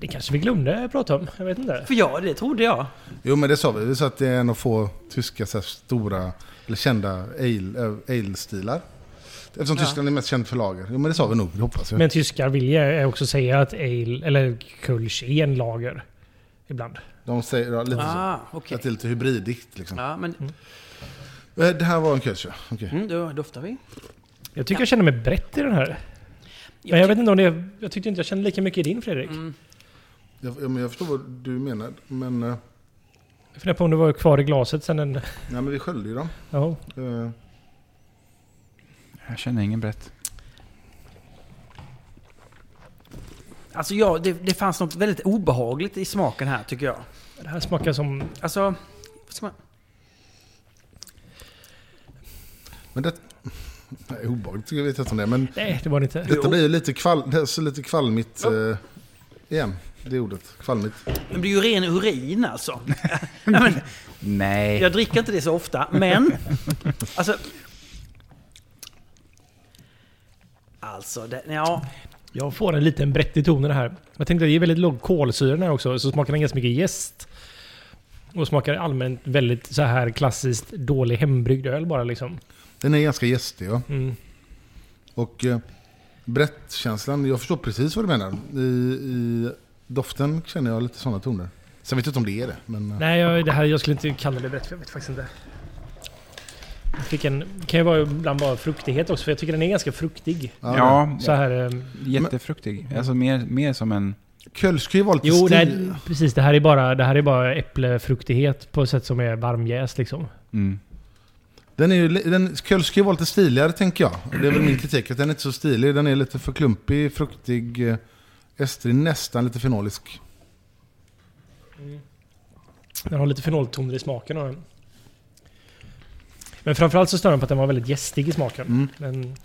Speaker 2: Det kanske vi glömde prata om. Jag vet inte.
Speaker 1: För ja, det trodde jag.
Speaker 4: Jo men det sa vi, vi sa att det är en av få tyska så här, stora, eller kända ale- ö, ale-stilar. Eftersom Tyskland är mest känd för lager. Jo men det sa vi nog, det hoppas jag.
Speaker 2: Men tyskar vill ju också säga att ale, eller kulsch är en lager. Ibland.
Speaker 4: De säger ja, lite så.
Speaker 1: Ah, okej.
Speaker 4: Att det är lite hybridigt liksom.
Speaker 1: Ja, men
Speaker 4: Eh, Det här var en Kölsch ja. Okej.
Speaker 1: mm, då doftar vi.
Speaker 2: Jag tycker jag känner mig brett i den här. Men jag vet inte om det... Jag tyckte inte jag kände lika mycket i din Fredrik.
Speaker 4: Jag, ja, men jag förstår vad du menar. Men, eh,
Speaker 2: Jag funderar på om det var kvar i glaset sen den...
Speaker 4: nej, men vi sköljde ju dem.
Speaker 2: Ja.
Speaker 4: Eh,
Speaker 3: Jag känner ingen brett.
Speaker 1: Alltså, ja, det, det fanns något väldigt obehagligt i smaken här, tycker jag.
Speaker 2: Det här smakar som...
Speaker 1: Alltså, vad ska man...
Speaker 4: Men det... Nej, obehagligt tycker jag vet inte om det är, men
Speaker 2: Nej, det var det inte.
Speaker 4: detta blir ju lite, kvall, det är så lite kvalmigt eh, igen. Det ordet, kvalmigt.
Speaker 1: Men det är ju ren urin alltså.
Speaker 3: Nej.
Speaker 1: Jag dricker inte det så ofta, men... Alltså... Alltså, det, ja...
Speaker 2: Jag får en liten brett i tonen här. Jag tänkte att det är väldigt låg kolsyra i den här också, så smakar den ganska mycket jäst. Och smakar allmänt väldigt så här klassiskt dålig hembryggd öl bara liksom.
Speaker 4: Den är ganska gästig ja.
Speaker 2: Mm.
Speaker 4: Och eh, brettkänslan, jag förstår precis vad du menar. I, I doften känner jag lite sådana toner. Sen vet jag inte om det är det, men... eh,
Speaker 2: Nej, jag, det här, jag skulle inte kalla det brett för jag vet faktiskt inte. Jag fick en, det kan ju vara ibland bara fruktighet också, för jag tycker den är ganska fruktig.
Speaker 3: Ja,
Speaker 2: Så här... eh,
Speaker 3: jättefruktig. Alltså mer, mer som en...
Speaker 4: Kölsch kan ju vara lite
Speaker 2: Jo,
Speaker 4: stil.
Speaker 2: nej, precis. Det här är bara, det här är bara äpplefruktighet på ett sätt som är varmjäst liksom.
Speaker 3: Mm.
Speaker 4: Den är ju, li- den, Kölsch kan ju vara lite stiligare tänker jag. Det är väl min kritik, att den är inte så stilig. Den är lite för klumpig, fruktig, eh, estrig, nästan lite fenolisk.
Speaker 2: Den har lite fenoltoner i smaken. Och den. Men framförallt så stör den på att den var väldigt jästig i smaken.
Speaker 3: Mm.
Speaker 2: Den,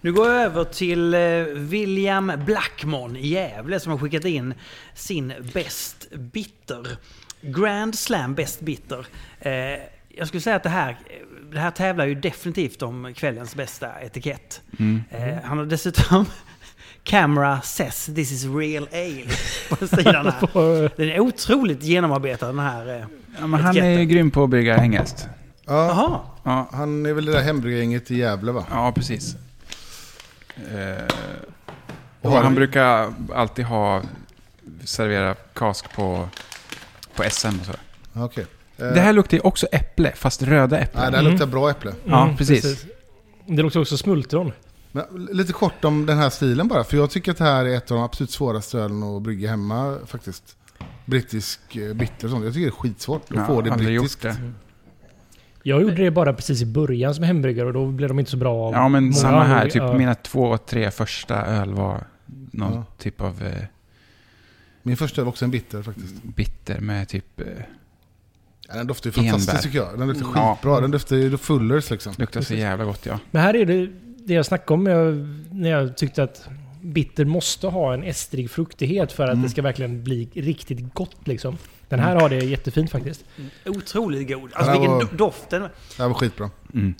Speaker 1: Nu går jag över till eh, William Blackmon i Gävle som har skickat in sin Bäst Bitter. Grand Slam Bäst Bitter. Eh, jag skulle säga att det här, det
Speaker 3: mm.
Speaker 1: här tävlar ju definitivt om kvällens bästa etikett. Eh, han har dessutom Camera says this is real ale på sidan här.
Speaker 2: På-
Speaker 1: Den är otroligt genomarbetad den här. eh.
Speaker 3: Ja, men han är ju
Speaker 1: Etiketten.
Speaker 3: grym på att brygga hängäst.
Speaker 4: Ja,
Speaker 1: Jaha.
Speaker 3: Ja,
Speaker 4: han är väl det där hembryggargänget i Gävle va?
Speaker 3: ja precis. Eh, och
Speaker 4: har
Speaker 3: han
Speaker 4: vi-
Speaker 3: brukar alltid ha, servera kask på, på SM och så.
Speaker 4: Ja, Okej. Eh,
Speaker 3: Det här luktar ju också äpple, fast röda äpplen.
Speaker 4: Nej, det här
Speaker 2: Mm.
Speaker 4: luktar bra äpple.
Speaker 3: Ja, precis.
Speaker 2: Det luktar också smultron.
Speaker 4: Men lite kort om den här stilen bara, för jag tycker att det här är ett av de absolut svåraste ölen att brygga hemma faktiskt. Brittisk eh, bitter och sånt. Jag tycker det är skitsvårt att
Speaker 3: Ja,
Speaker 4: få det
Speaker 3: aldrig
Speaker 4: brittiskt.
Speaker 3: gjort det.
Speaker 2: Jag gjorde det bara precis i början som hembryggare och då blev de inte så bra. av
Speaker 3: Ja, men
Speaker 2: många
Speaker 3: samma här.
Speaker 2: hamburgare.
Speaker 3: Typ
Speaker 2: Ja.
Speaker 3: mina två, tre första öl var någon
Speaker 4: Ja.
Speaker 3: typ av eh,
Speaker 4: Min första öl var också en bitter faktiskt.
Speaker 3: bitter med typ... Eh,
Speaker 4: Ja, den doftar ju fantastiskt
Speaker 3: Enbär.
Speaker 4: tycker jag. Den luktar
Speaker 3: Mm. Ja.
Speaker 4: skitbra. Den doftar ju fullers liksom.
Speaker 3: luktar så jävla gott ja.
Speaker 2: Men här är det det jag snackade om jag, när jag tyckte att bitter måste ha en estrig fruktighet för att
Speaker 3: Mm.
Speaker 2: det ska verkligen bli riktigt gott liksom. Den här har det jättefint faktiskt.
Speaker 1: Otroligt god. Alltså
Speaker 4: Det här
Speaker 1: vilken
Speaker 4: var-
Speaker 1: do- doft den
Speaker 4: Det här var skitbra.
Speaker 3: Mm.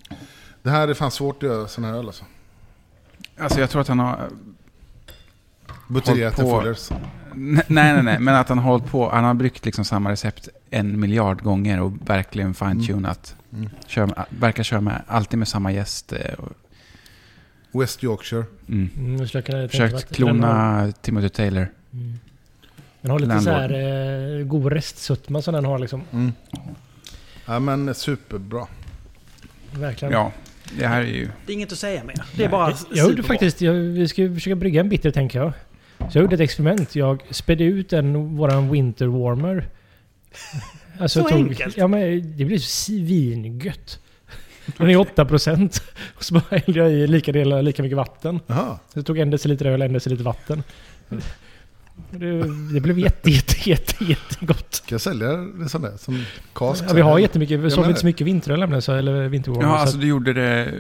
Speaker 4: Det här är fan svårt att göra sån här öl alltså.
Speaker 3: Alltså jag tror att han har...
Speaker 4: Buteljerat
Speaker 3: Håll på.
Speaker 4: fullers.
Speaker 3: Nej, nej, nej. Men att han har hållit på. Han har bryggt liksom samma recept en miljard gånger och verkligen fine-tunat.
Speaker 4: Mm.
Speaker 3: Kör med, verkar köra med, alltid med samma gäst. eh, Och,
Speaker 4: West Yorkshire.
Speaker 3: mm.
Speaker 2: Mm, jag skulle kunna tänka mig
Speaker 3: Försökt
Speaker 2: att Den har,
Speaker 3: klona Timothy Taylor.
Speaker 2: mm. den har lite så
Speaker 3: Landlord.
Speaker 2: här eh, god restsötma som den har liksom.
Speaker 4: Mm. Ja men superbra.
Speaker 2: Verkligen.
Speaker 3: Ja, det här är ju...
Speaker 1: Det är inget att säga mer. Det är bara
Speaker 2: Jag- Jag gjorde
Speaker 1: superbra.
Speaker 2: faktiskt, jag, vi ska ju försöka brygga en bitter tänker jag. Så jag gjorde ett experiment. Jag spädde ut en, våran winter warmer. Alltså,
Speaker 1: Så
Speaker 2: jag tog,
Speaker 1: enkelt.
Speaker 2: Ja men det blev svingött. Den är 8% och så bara hällde jag i lika, delar, lika mycket vatten.
Speaker 4: Jaha.
Speaker 2: Så jag tog en deciliter öl och en deciliter vatten. Det, det blev jätte, jätte, jätte, jättegott.
Speaker 4: Ska jag sälja det sån där som kask?
Speaker 2: Ja, vi har jättemycket, vi
Speaker 4: Jag
Speaker 2: sålde
Speaker 4: menar
Speaker 2: inte så
Speaker 4: det.
Speaker 2: mycket vinteröl nämligen, så- eller vinterwarmer.
Speaker 3: Ja,
Speaker 2: så
Speaker 3: alltså du gjorde det...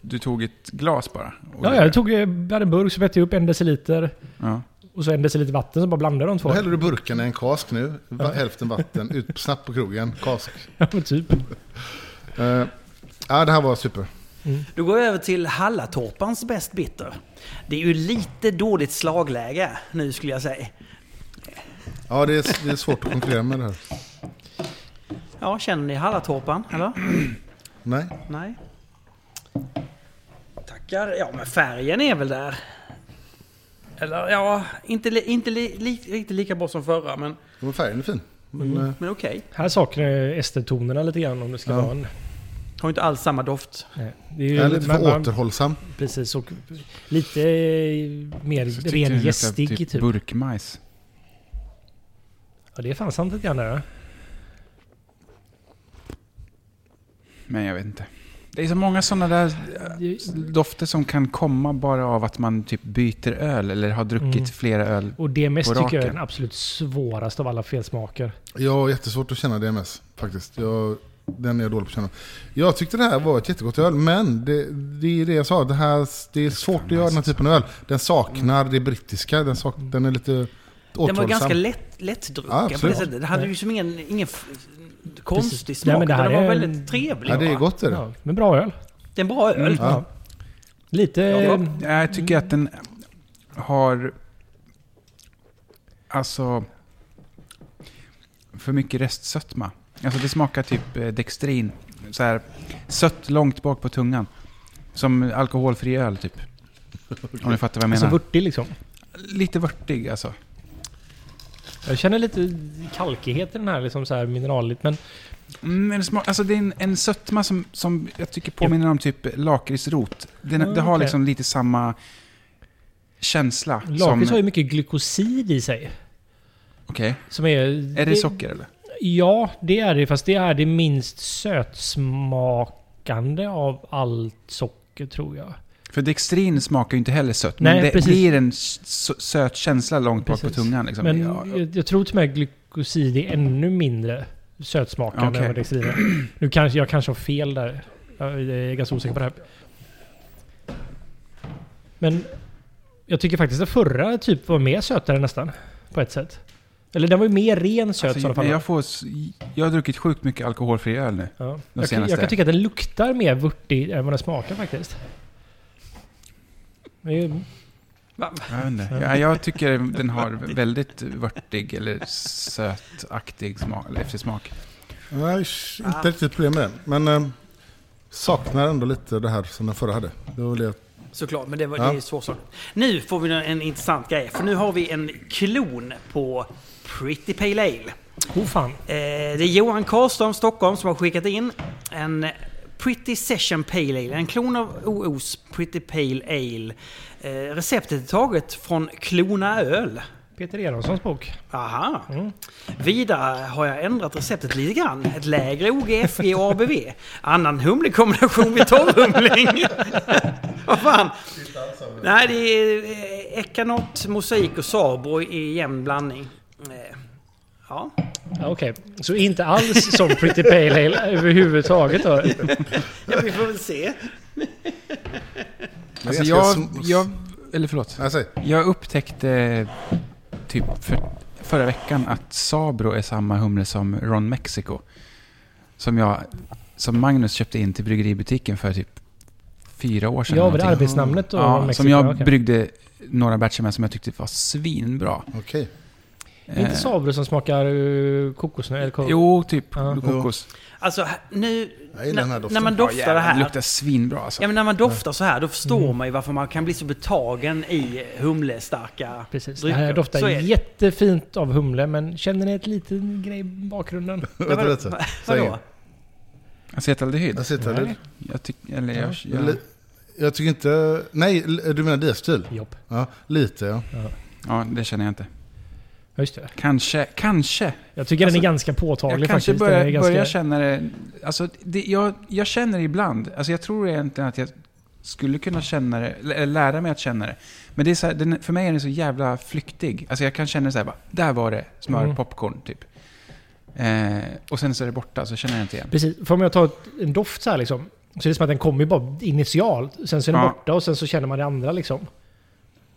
Speaker 3: Du tog ett glas bara? och
Speaker 2: Ja,
Speaker 3: gjorde
Speaker 2: jag
Speaker 3: det.
Speaker 2: tog, jag hade en burk, så bätte jag upp en deciliter
Speaker 3: Ja.
Speaker 2: och så en deciliter vatten, så bara blandade de två.
Speaker 4: Då häller du burkarna i en kask nu. Va- Hälften vatten. Ut snabbt på krogen. Kask.
Speaker 2: Ja, men typ.
Speaker 4: Eh, ja, det här var super.
Speaker 1: Då går jag över till Hallatorpans bäst bitter. Det är ju lite dåligt slagläge nu skulle jag säga.
Speaker 4: Ja, det är, det är svårt att konkurrera med det här.
Speaker 1: Ja, känner ni Hallatorpan? Eller?
Speaker 4: Nej.
Speaker 1: Nej. Tackar. Ja, men färgen är väl där. Eller ja, inte, li, inte li, li, riktigt lika bra som förra, men,
Speaker 4: Men färgen är fin. Men,
Speaker 2: Mm.
Speaker 4: eh,
Speaker 1: men okej.
Speaker 2: Här saknar jag estertonerna lite grann om det ska
Speaker 4: Ja.
Speaker 2: vara en...
Speaker 1: Har inte alls samma doft.
Speaker 2: Nej, det är ju-
Speaker 4: jag är lite
Speaker 2: man-
Speaker 4: för
Speaker 2: man-
Speaker 4: återhållsam.
Speaker 2: Precis, och lite eh, mer
Speaker 3: Så tyckte jag
Speaker 2: ren
Speaker 3: det luktade
Speaker 2: gästig typ.
Speaker 3: Burkmajs.
Speaker 2: Ja, det är fan sant lite grann där. ja.
Speaker 3: Men jag vet inte. Det är så många sådana där eh,
Speaker 2: Det-
Speaker 3: dofter som kan komma bara av att man typ byter öl eller har druckit
Speaker 2: Mm.
Speaker 3: flera öl.
Speaker 2: Och det mest
Speaker 3: På
Speaker 2: tycker jag är
Speaker 3: raken.
Speaker 2: den absolut svåraste av alla felsmaker.
Speaker 4: Jag har jättesvårt att känna DMS faktiskt. Jag, den är jag dålig på att känna. Jag tyckte det här var ett jättegott öl, men det, det är det jag sa. Det, här, det är svårt att göra den här typen av öl. Den saknar det brittiska. Den, sak, den är lite
Speaker 1: Den var ganska
Speaker 4: återhållsam.
Speaker 1: lätt,
Speaker 4: Ja,
Speaker 1: lättdrucken på det
Speaker 4: absolut.
Speaker 1: sättet. Det hade ju som ingen, ingen f- konstig
Speaker 2: Precis.
Speaker 1: smak,
Speaker 2: Nej, men det
Speaker 1: utan
Speaker 2: här
Speaker 1: den var
Speaker 2: är en-
Speaker 1: väldigt trevlig.
Speaker 4: Ja, det är
Speaker 1: va?
Speaker 4: gott Mm. är det.
Speaker 2: Ja, men bra öl.
Speaker 1: Det är en bra öl.
Speaker 4: Ja.
Speaker 2: Lite... eh,
Speaker 1: Ja.
Speaker 3: Jag tycker att den har... Alltså... För mycket restsötma. Alltså det smakar typ eh, Dextrin. Så här sött långt bak på tungan. Som alkoholfri öl typ. Om ni fattar vad jag
Speaker 2: Alltså
Speaker 3: menar.
Speaker 2: vörtig liksom.
Speaker 3: Lite vörtig alltså.
Speaker 2: Jag känner lite kalkighet i den här, liksom så här mineraligt. Men
Speaker 3: Mm, en smak, alltså det är en, en sötma som, som jag tycker påminner om typ lakritsrot. Den,
Speaker 2: Mm,
Speaker 3: det har
Speaker 2: okej.
Speaker 3: liksom lite samma känsla.
Speaker 2: lakrits har
Speaker 3: som...
Speaker 2: ju mycket glykosid i sig.
Speaker 3: Okej.
Speaker 2: Som är...
Speaker 3: Är det socker eller?
Speaker 2: Ja, det är det. Fast det är det minst sötsmakande av allt socker tror jag.
Speaker 3: För Dextrin smakar ju inte heller sött.
Speaker 2: Nej,
Speaker 3: men det
Speaker 2: precis.
Speaker 3: blir en s- söt känsla långt bak
Speaker 2: Precis.
Speaker 3: på tungan. Liksom.
Speaker 2: Men
Speaker 3: ja, ja.
Speaker 2: jag, jag tror till och med glykosid är ännu mindre sötsmakande
Speaker 3: Okej.
Speaker 2: än vad dextrin är. Nu kanske jag kanske har fel där. Jag är ganska osäker på det här. Men jag tycker faktiskt att förra typ var mer sötare nästan. På ett sätt. Eller den var ju mer ren söt i alla
Speaker 3: Alltså,
Speaker 2: fall.
Speaker 3: jag, får, s- jag har druckit sjukt mycket alkoholfri öl nu.
Speaker 2: ja.
Speaker 3: de
Speaker 2: jag, kan, jag
Speaker 3: senaste.
Speaker 2: kan tycka att den luktar mer vörtig än vad den smakar faktiskt. Men, ju-
Speaker 1: Va?
Speaker 3: Jag, vet inte. Ja, jag tycker den har väldigt vörtig eller sötaktig smak, eller eftersmak.
Speaker 4: Nej, sh- inte riktigt problem med det. Men eh, saknar ändå lite det här som den förra hade. Det var väl det.
Speaker 1: Såklart, men det, var,
Speaker 4: Ja.
Speaker 1: det är svårslaget. Nu får vi en, en intressant grej, för nu har vi en klon på Pretty Pale Ale.
Speaker 2: Oh fan.
Speaker 1: Eh, det är Johan Karlström, Stockholm, som har skickat in en Pretty Session Pale Ale. En klon av OO's Pretty Pale Ale. Eh, receptet är taget från Klona Öl.
Speaker 2: Peter Eronssons bok.
Speaker 1: Aha. Vidare har jag ändrat receptet lite grann. Ett lägre OG, FG och ABV. Annan humlekombination vid torrhumling. Vad fan? Nej, det är eh, ekanot, mosaik och sabro i jämn blandning. Eh, Ja.
Speaker 2: Ja, Okej, så inte alls som Pretty Pale Ale överhuvudtaget då?
Speaker 1: ja, vi får väl se.
Speaker 3: Alltså
Speaker 4: ganska
Speaker 3: jag,
Speaker 4: sm-
Speaker 3: jag, eller förlåt.
Speaker 4: Nej, säg.
Speaker 3: Jag upptäckte typ för, förra veckan att Sabro är samma humle som Ron Mexico. Som, jag, som Magnus köpte in till bryggeributiken för typ fyra år sedan.
Speaker 2: Ja, var det
Speaker 3: någonting.
Speaker 2: arbetsnamnet då?
Speaker 3: Ja,
Speaker 2: Mexico?
Speaker 3: som jag
Speaker 2: Okej.
Speaker 3: bryggde några batcher med som jag tyckte var svinbra.
Speaker 4: Okej.
Speaker 2: Det är inte
Speaker 3: Eh,
Speaker 2: Sabro som smakar uh, kokosnöt? Eller ko-
Speaker 3: Jo, typ
Speaker 2: Ja.
Speaker 3: kokos.
Speaker 1: Alltså h- nu...
Speaker 4: Nej, den här
Speaker 1: när-
Speaker 4: doften.
Speaker 1: när man doftar det
Speaker 3: Det
Speaker 1: här.
Speaker 3: luktar svinbra alltså.
Speaker 1: Ja, men när man doftar så här, då förstår man ju varför man kan bli så betagen i humlestarka
Speaker 2: Precis. Det
Speaker 1: drycker.
Speaker 2: här doftar
Speaker 1: Så är det.
Speaker 2: jättefint av humle, men känner ni ett liten grej i bakgrunden?
Speaker 4: Vänta lite. Säg
Speaker 1: Vadå?
Speaker 4: igen.
Speaker 3: Acetaldehyd.
Speaker 4: Jag sitter
Speaker 2: Nej.
Speaker 4: lite.
Speaker 3: Jag tycker... Eller jag...
Speaker 4: Jag,
Speaker 3: jag
Speaker 4: li- jag tycker inte... Nej, l- du menar diastyl?
Speaker 2: Jobb.
Speaker 4: Ja, lite ja.
Speaker 3: ja, det känner jag inte.
Speaker 2: Ja, just det.
Speaker 3: Kanske, kanske
Speaker 2: Jag tycker den
Speaker 3: Alltså,
Speaker 2: är ganska påtaglig
Speaker 3: jag kanske
Speaker 2: faktiskt. Den
Speaker 3: börjar,
Speaker 2: är ganska...
Speaker 3: börjar känna det. Alltså, det jag, jag känner det ibland. Alltså, jag tror egentligen att jag skulle kunna känna det, eller lära mig att känna det. Men det är så här, den, för mig är den så jävla flyktig. Alltså, jag kan känna så här, bara, där var det smör,
Speaker 2: Mm.
Speaker 3: popcorn, typ. Eh, och sen så är det borta, så känner jag inte igen.
Speaker 2: Precis. För om jag tar ett, en doft så här liksom, så är det som att den kommer ju bara initialt. Sen så är den
Speaker 3: Ja.
Speaker 2: borta och sen så känner man det andra liksom.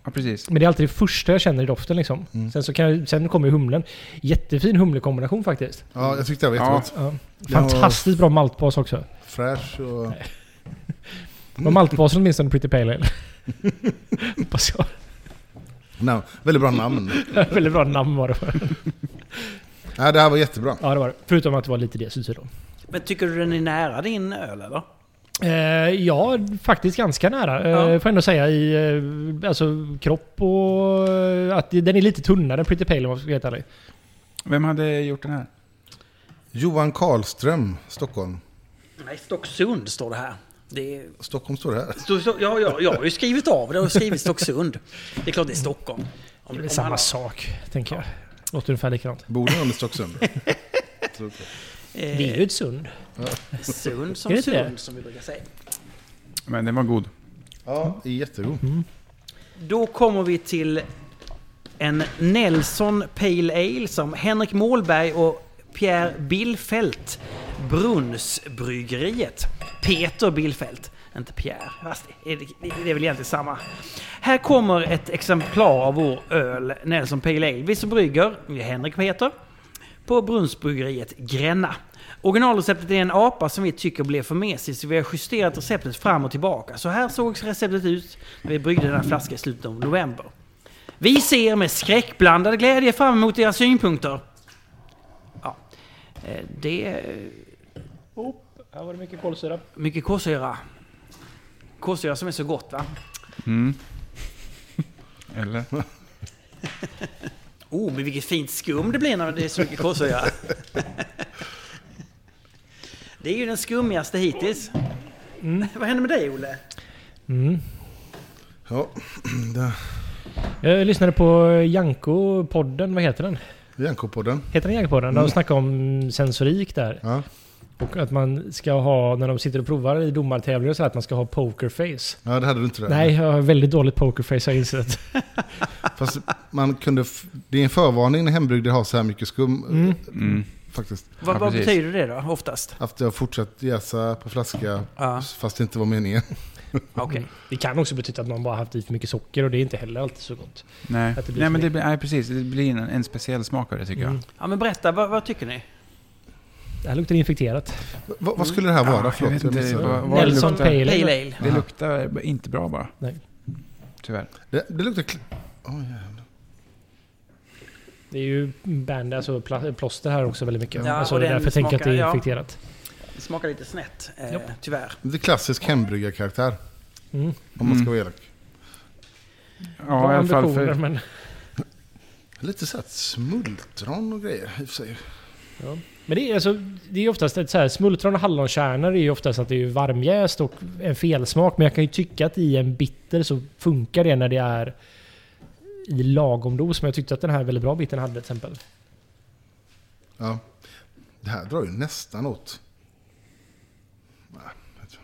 Speaker 3: Ja, precis.
Speaker 2: Men det är alltid det första jag känner i doften liksom. Sen, så kan jag, sen kommer ju humlen. Jättefin humlekombination faktiskt.
Speaker 4: Ja, jag tyckte det var jättegott.
Speaker 2: Ja.
Speaker 4: Den var-
Speaker 2: Fantastiskt bra maltbas också.
Speaker 4: Fräsch och...
Speaker 2: Men maltbasen åtminstone Pretty Pale Ale. Hoppas jag.
Speaker 4: Nej, väldigt bra namn.
Speaker 2: Väldigt bra namn var det. för.
Speaker 4: Nej, det här var jättebra.
Speaker 2: Ja, det var det. Förutom att det var lite diacetyl då.
Speaker 1: Men tycker du den är nära din öl eller?
Speaker 2: Eh, ja, faktiskt ganska nära. Eh,
Speaker 1: Ja.
Speaker 2: Får jag ändå säga i eh, alltså, kropp och... eh, Att det- den är lite tunnare än Pretty Pale om jag ska vara helt ärlig.
Speaker 3: Vem hade gjort den här?
Speaker 4: Johan Karlström, Stockholm.
Speaker 1: Nej, Stocksund står det här. Det är,
Speaker 4: Stockholm står det här.
Speaker 1: stå, stå, ja, ja, jag har ju skrivit av det och skrivit Stocksund. Det är klart det är Stockholm.
Speaker 2: Det
Speaker 1: Om,
Speaker 2: är
Speaker 1: om
Speaker 2: väl samma
Speaker 1: alla-
Speaker 2: sak, tänker jag. Låter ungefär likadant.
Speaker 4: Bor du under Stocksund?
Speaker 2: Det är
Speaker 1: eh,
Speaker 2: ju ett sund.
Speaker 1: Sund
Speaker 2: Är det
Speaker 1: som
Speaker 2: inte det?
Speaker 1: Sund som vi brukar säga.
Speaker 3: Men den var god.
Speaker 4: Ja, jättegod.
Speaker 1: Då kommer vi till en Nelson Pale Ale som Henrik Målberg och Pierre Billfelt, Brunnsbryggeriet. Peter Billfelt, inte Pierre. Fast det är, det är väl egentligen samma. Här kommer ett exemplar av vår öl Nelson Pale Ale. Vi som brygger, vi är Henrik och Peter, på Brunnsbryggeriet Gränna. Originalreceptet är en apa som vi tycker blev för mesig så vi har justerat receptet fram och tillbaka. Så här såg receptet ut när vi bryggde den här flaskan i slutet av november. Vi ser med skräckblandad glädje fram emot era synpunkter. Ja, eh, det är
Speaker 2: Här var det mycket kolsyra.
Speaker 1: mycket kolsyra. Kolsyra som är så gott va?
Speaker 3: Mm. Eller?
Speaker 1: Oh, men vilket fint skum det blir när det är så mycket kolsyra. Det är ju den skummigaste hittills. Vad händer med dig Olle?
Speaker 2: Mm.
Speaker 4: Ja, där.
Speaker 2: Jag lyssnade på Janko-podden, vad heter den?
Speaker 4: Janko-podden.
Speaker 2: Heter den Janko-podden?
Speaker 1: Mm.
Speaker 2: De snackade om sensorik där.
Speaker 4: Ja.
Speaker 2: Och att man ska ha, när de sitter och provar i domartävlingar och så här, att man ska ha pokerface.
Speaker 4: ja, det hade du
Speaker 1: Mm.
Speaker 4: inte där.
Speaker 2: Nej, jag har väldigt dåligt pokerface har jag insett.
Speaker 4: Fast man kunde... F- det är en förvarning när hembryggder har så här mycket skum. eh,
Speaker 2: Mm.
Speaker 3: Mm.
Speaker 4: Faktiskt.
Speaker 1: Vad,
Speaker 3: Ja,
Speaker 1: vad
Speaker 3: precis.
Speaker 1: betyder det då oftast?
Speaker 4: Att jag har fortsatt jäsa på flaska
Speaker 1: Ja,
Speaker 4: fast det inte var meningen.
Speaker 1: okej.
Speaker 2: Mm. Det kan också betyda att någon bara haft i för mycket socker och det är inte heller alltid så gott.
Speaker 3: Nej.
Speaker 2: Att det blir
Speaker 3: Nej,
Speaker 2: för
Speaker 3: men det
Speaker 2: mycket.
Speaker 3: blir, nej, precis. Det blir en, en speciell smak av det tycker jag.
Speaker 2: Mm.
Speaker 1: Ja men berätta, vad, vad tycker ni?
Speaker 2: Det här luktar infekterat.
Speaker 4: Va, vad skulle det här
Speaker 3: Ja,
Speaker 4: vara?
Speaker 3: jag
Speaker 4: Förlåt,
Speaker 3: vet
Speaker 4: jag
Speaker 3: inte.
Speaker 4: missade.
Speaker 3: Vad- vad
Speaker 2: Nelson
Speaker 3: luktar-
Speaker 2: Pale
Speaker 1: Pale
Speaker 2: Ale.
Speaker 1: ale.
Speaker 3: Det luktar inte bra bara. tyvärr.
Speaker 4: Det, det luktar... kl- Åh, jävlar.
Speaker 2: Det är ju band, alltså pla- plåster här också väldigt mycket.
Speaker 1: Ja,
Speaker 2: alltså,
Speaker 1: och
Speaker 2: det är
Speaker 1: den
Speaker 2: därför jag tänker att det
Speaker 1: smakar-
Speaker 2: är
Speaker 1: ja.
Speaker 2: infekterat.
Speaker 1: Det smakar lite snett, eh,
Speaker 2: Japp.
Speaker 1: tyvärr.
Speaker 4: Lite klassisk hembryggarkaraktär.
Speaker 2: Mm.
Speaker 4: Om man
Speaker 3: Mm.
Speaker 4: ska vara elak.
Speaker 3: Ja, i alla fall
Speaker 2: ambitioner,
Speaker 3: för...
Speaker 2: men...
Speaker 4: Lite såhär smultron och grejer i och för sig.
Speaker 2: Men det är, alltså, det är oftast ett så här, smultron och hallonkärnor är ju oftast att det är ju varmjäst och en felsmak. Men jag kan ju tycka att i en bitter så funkar det när det är i lagom dos. Men jag tyckte att den här väldigt bra biten hade till exempel.
Speaker 4: Ja. Det här drar ju nästan åt... Nej, jag tror-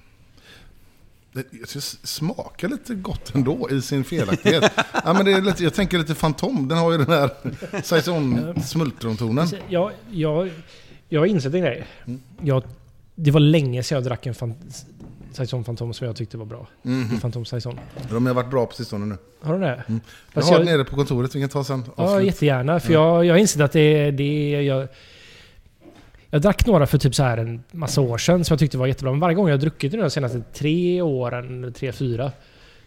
Speaker 4: Det- Jag tycker det smakar lite gott ändå i sin felaktighet. ja, men det är lite, jag tänker lite Fantom, den har ju den här saison smultrontonen.
Speaker 2: Så Jag, jag, jag har insett en grej. Jag, det var länge sedan jag drack en fan, Saison Fantom som jag tyckte var bra.
Speaker 4: Mhm.
Speaker 2: Fantom Saison.
Speaker 4: De har varit bra på sistone nu.
Speaker 2: Har du det?
Speaker 4: Mm. Jag
Speaker 2: Fast
Speaker 4: har
Speaker 2: jag,
Speaker 4: den nere på kontoret, vi kan ta sen.
Speaker 2: ja,
Speaker 4: Avslut.
Speaker 2: jättegärna.
Speaker 4: Mm.
Speaker 2: För jag, jag har insett att det, det jag, jag drack några för typ så här en massa år sedan som jag tyckte var jättebra. Men varje gång jag har druckit det nu de senaste tre åren, eller tre, fyra.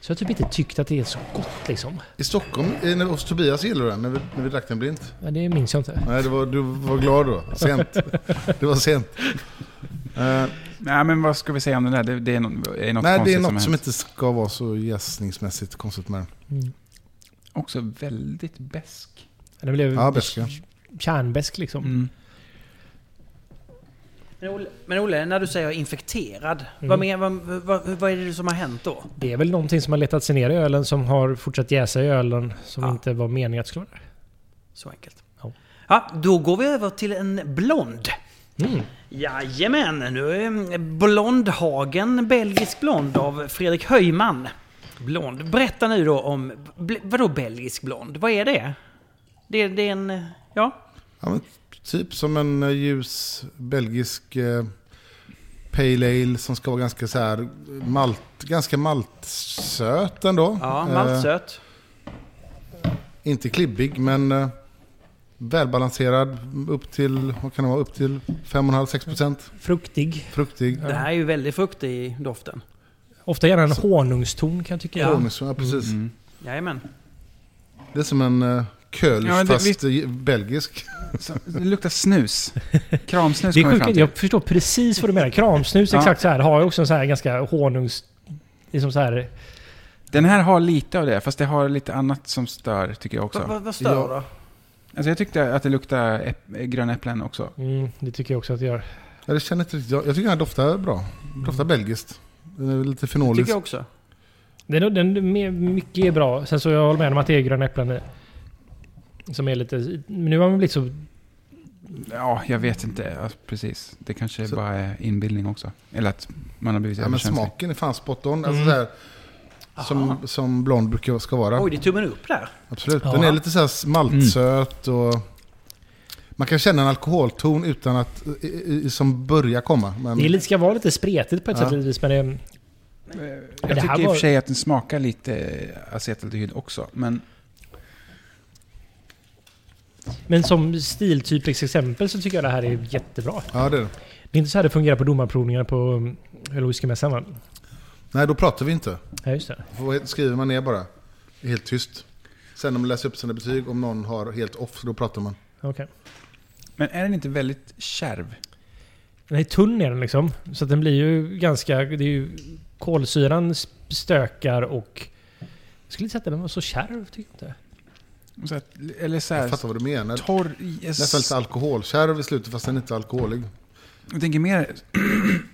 Speaker 2: Så jag har typ inte tyckt att det är så gott liksom.
Speaker 4: I Stockholm, eh, när- hos Tobias gillade du den, när vi, när vi drack den blint.
Speaker 2: Men det minns jag inte.
Speaker 4: Nej, det var, du var glad då. Sent. Det var sent. Eh,
Speaker 3: Nej, men vad ska vi säga om den där? Det, det är något, är något
Speaker 4: nej, det
Speaker 3: konstigt
Speaker 4: är
Speaker 3: som,
Speaker 4: något
Speaker 3: har
Speaker 4: som
Speaker 3: hänt.
Speaker 4: inte ska vara så gästningsmässigt konstigt med den.
Speaker 2: Mm.
Speaker 3: Också väldigt besk.
Speaker 2: Den blev
Speaker 4: Ja, beska.
Speaker 2: kärnbesk liksom.
Speaker 3: Mm.
Speaker 1: Men Olle, men Olle när du säger infekterad,
Speaker 2: Mm.
Speaker 1: vad, men, vad, vad, vad är det som har hänt då?
Speaker 2: Det är väl någonting som har letat sig ner i ölen som har fortsatt jäsa i ölen som
Speaker 1: Ja.
Speaker 2: inte var meningen att skulle vara
Speaker 1: Så enkelt.
Speaker 2: Ja.
Speaker 1: Ja, då går vi över till en blond.
Speaker 2: där. Mm.
Speaker 1: Jajamän, nu är Blondhagen, belgisk blond av Fredrik Höjman. Blond. Berätta nu då om, bl- vadå belgisk blond? Vad är det? Det, det är en, ja?
Speaker 4: Ja, men typ som en eh, ljus belgisk eh, pale ale som ska vara ganska så här malt, ganska maltsöt ändå.
Speaker 1: Ja,
Speaker 4: Eh,
Speaker 1: maltsöt.
Speaker 4: inte klibbig, men eh, välbalanserad. Upp till, vad kan det vara, upp till 5,5-6%
Speaker 2: Fruktig.
Speaker 4: fruktig.
Speaker 1: Det här är ju väldigt fuktig i doften.
Speaker 2: Ofta gärna en honungston kan jag tycka.
Speaker 1: Ja.
Speaker 4: Konungsson, Ja, precis.
Speaker 3: Mm.
Speaker 1: Jajamän.
Speaker 4: Det är som en uh, köl
Speaker 3: Ja, men det-
Speaker 4: fast eh, belgisk.
Speaker 3: Så, det luktar snus. Kramsnus
Speaker 2: Det är
Speaker 3: kommer fram
Speaker 2: sjukt,
Speaker 3: till.
Speaker 2: jag förstår precis vad du menar. Kramsnus
Speaker 3: Ja.
Speaker 2: exakt så här har jag också en så här ganska honungs... Liksom så här,
Speaker 3: Den här har lite av det, fast det har lite annat som stör tycker jag också.
Speaker 1: Vad, vad, vad stör
Speaker 4: Ja.
Speaker 1: då?
Speaker 3: Alltså jag tyckte att det luktade äpp- gröna äpplen också.
Speaker 2: mm, det tycker jag också att det gör.
Speaker 4: Ja, det känner inte riktigt. Jag, jag tycker den här doftar bra.
Speaker 2: Mm.
Speaker 4: Doftar belgiskt. Den är lite fenolisk.
Speaker 1: Tycker jag också.
Speaker 2: Den, den, den, mycket är bra. Sen så jag håller med om att det är gröna äpplen i. Som är lite... men Nu har man blivit så...
Speaker 3: Ja, jag vet inte. Ja, precis. Det kanske
Speaker 4: Så-
Speaker 3: bara är inbildning också. Eller att man har blivit
Speaker 4: Ja, men
Speaker 3: överkänslig.
Speaker 4: smaken är fan spot on. Alltså,
Speaker 2: Mm.
Speaker 4: så här, som, som blond brukar ska vara.
Speaker 1: Oj, det är tummen upp där.
Speaker 4: Absolut.
Speaker 2: Ja.
Speaker 4: Den är lite så här maltsöt och... Man kan känna en alkoholton utan att... I, i, som börjar komma. Men,
Speaker 2: Det är lite- ska vara lite spretigt på ett
Speaker 4: Mm. Ja.
Speaker 2: sätt givetvis, men eh, det,
Speaker 3: Jag
Speaker 2: det här
Speaker 3: tycker i och
Speaker 2: var-
Speaker 3: för sig att den smakar lite acetaldehyd också. Men
Speaker 2: Men som stiltypiskt exempel så tycker jag det här är jättebra.
Speaker 4: Ja, det är det.
Speaker 2: Det är inte så här det fungerar på domarprovningarna på mm, eller whiskymässan va?
Speaker 4: Nej, då pratar vi inte.
Speaker 2: Ja, just det.
Speaker 4: Då skriver man ner bara. Helt tyst. Sen när man läser upp sina betyg, om någon har helt off, då pratar man.
Speaker 2: Okej.
Speaker 3: Men är den inte väldigt kärv?
Speaker 2: Den är tunn är den liksom. Så att den blir ju ganska... Det är ju, kolsyran sp- stökar och... Jag skulle inte säga att den var så kärv, tycker jag inte.
Speaker 3: Så att, eller så
Speaker 4: Jag
Speaker 3: här,
Speaker 4: fattar vad du menar.
Speaker 3: torr...
Speaker 4: Nästan
Speaker 3: Jag,
Speaker 4: lite alkoholkärv i slutet fast den är inte alkoholig.
Speaker 3: jag tänker mer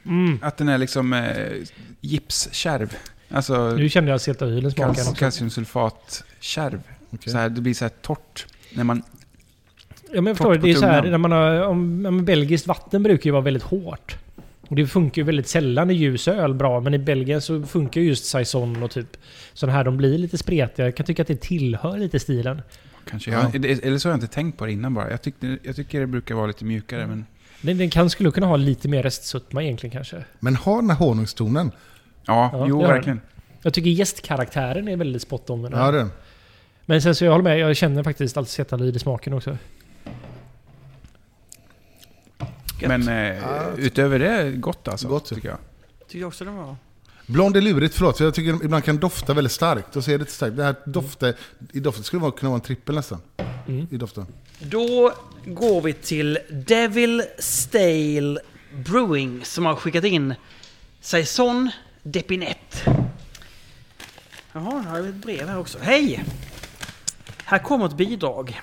Speaker 2: Mm.
Speaker 3: att den är liksom eh, gipskärv. Alltså
Speaker 2: Nu kände jag acetylens smaken
Speaker 3: kals-
Speaker 2: också.
Speaker 3: kalciumsulfatkärv.
Speaker 4: Okej.
Speaker 3: Så här, det blir så här torrt. När man,
Speaker 2: Ja, men jag förstår.
Speaker 3: torrt på
Speaker 2: Det är så här,
Speaker 3: tungan.
Speaker 2: när man har, om, ja, men belgiskt vatten brukar ju vara väldigt hårt. Och det funkar ju väldigt sällan i ljus öl bra, men i Belgien så funkar ju just saison och typ sådana här. De blir lite spretiga. Jag kan tycka att det tillhör lite stilen.
Speaker 3: kanske,
Speaker 4: Ja.
Speaker 3: jag, eller så har jag inte tänkt på det innan bara. Jag, tyckte, jag tycker det brukar vara lite mjukare.
Speaker 4: Mm.
Speaker 3: Men,
Speaker 2: Den, den kan, skulle kunna ha lite mer restsötma egentligen kanske.
Speaker 4: Men har den här honungstonen?
Speaker 3: ja,
Speaker 2: Ja,
Speaker 3: jo
Speaker 2: det har den.
Speaker 3: verkligen.
Speaker 2: Jag tycker gästkaraktären är väldigt spot on. med den här.
Speaker 4: Ja, det är den.
Speaker 2: Men sen så jag håller med, jag känner faktiskt acetaldehyd i smaken också.
Speaker 1: Gött.
Speaker 3: Men eh,
Speaker 4: Ja.
Speaker 3: utöver det, gott alltså.
Speaker 4: Gott, ja.
Speaker 3: tycker jag.
Speaker 1: Tycker jag också den var.
Speaker 4: Blond är lurigt, förlåt. Jag tycker de ibland kan dofta väldigt starkt. Och så är det lite starkt. Det här doften, i doften skulle vara- kunna vara en trippel nästan. I doften.
Speaker 1: Då går vi till Devil Stale Brewing som har skickat in Saison Depinette. Jaha, här har vi ett brev här också. Hej! Här kommer ett bidrag.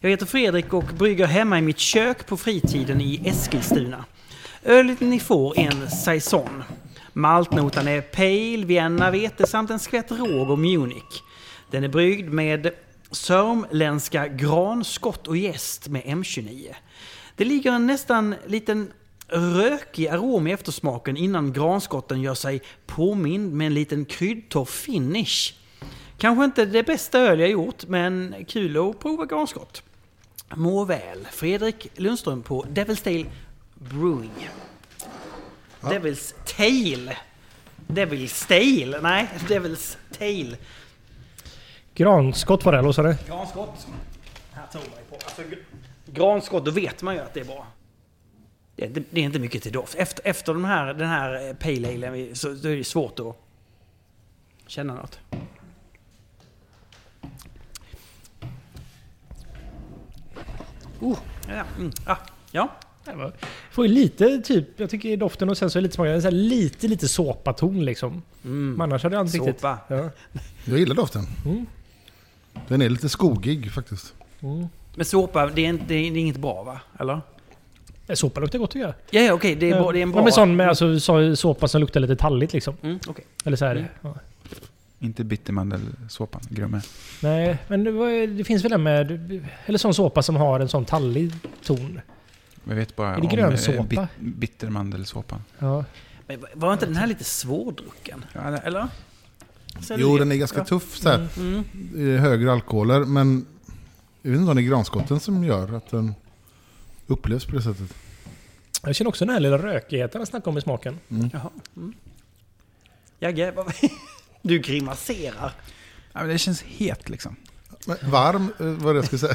Speaker 1: Jag heter Fredrik och brygger hemma i mitt kök på fritiden i Eskilstuna. Ölet ni får är en saison. Maltnotan är pale, Vienna vete samt en skvätt råg och Munich. Den är bryggd med sörmländska gran, skott och jäst med M29. Det ligger en nästan liten rökig arom i eftersmaken innan granskotten gör sig påmind med en liten kryddtorr finish. Kanske inte det bästa öl jag gjort, men kul att prova granskott. Må väl. Fredrik Lundström på Devil's Tail Brewing. Devil's Tail. Devil's Tail. Nej, Devil's Tail.
Speaker 2: Granskott var det, eller vad sa du?
Speaker 1: Granskott. Här tror man ju på. Alltså, gr- granskott, då vet man ju att det är bra. Det, det, det är inte mycket till doft. Efter, efter den här, den här eh, Pale Alen vi- så, så är det svårt att känna något. Oh, ja, mm, ah, ja.
Speaker 2: Det var- Får ju lite typ, jag tycker i doften och sen så är det lite smaken, så här lite lite såpaton liksom. Men annars hade jag inte riktigt...
Speaker 1: Mm. Såpa.
Speaker 2: Ja.
Speaker 4: Jag gillar doften. Den är lite skogig faktiskt.
Speaker 1: Men såpa, det är, inte, det är inget bra va? Eller?
Speaker 2: Ja, Såpa luktar gott tycker jag.
Speaker 1: Ja, ja okej. det, är bra- det är en bra...
Speaker 2: Ja, men sån med alltså, så- såpa som luktar lite talligt liksom.
Speaker 1: Mm, okej.
Speaker 2: Eller så här.
Speaker 1: Mm.
Speaker 2: Ja.
Speaker 3: Inte bittermandelsåpan, grummen.
Speaker 2: Nej, men det, var, det finns väl den med... Eller sån såpa som har en sån tallig ton.
Speaker 3: Jag vet bara
Speaker 2: Är det
Speaker 3: om
Speaker 2: grön
Speaker 3: eh,
Speaker 2: såpa?
Speaker 3: bit- bittermandelsåpan.
Speaker 2: Ja.
Speaker 1: Men var inte den här lite svårdrucken?
Speaker 3: Ja, det-
Speaker 1: Eller? Så
Speaker 4: Jo,
Speaker 1: det-
Speaker 4: den är ganska
Speaker 1: ja.
Speaker 4: tuff så här.
Speaker 1: Mm.
Speaker 4: I Högre alkoholer, men jag vet inte om det är granskotten som gör att den upplevs på det sättet.
Speaker 2: Jag känner också den här lilla rökigheten jag snackade om i smaken.
Speaker 1: Jaha. Mm. Jagge, vad... du grimaserar.
Speaker 3: Ja, men det känns het liksom.
Speaker 4: Men varm eh, var det jag skulle säga.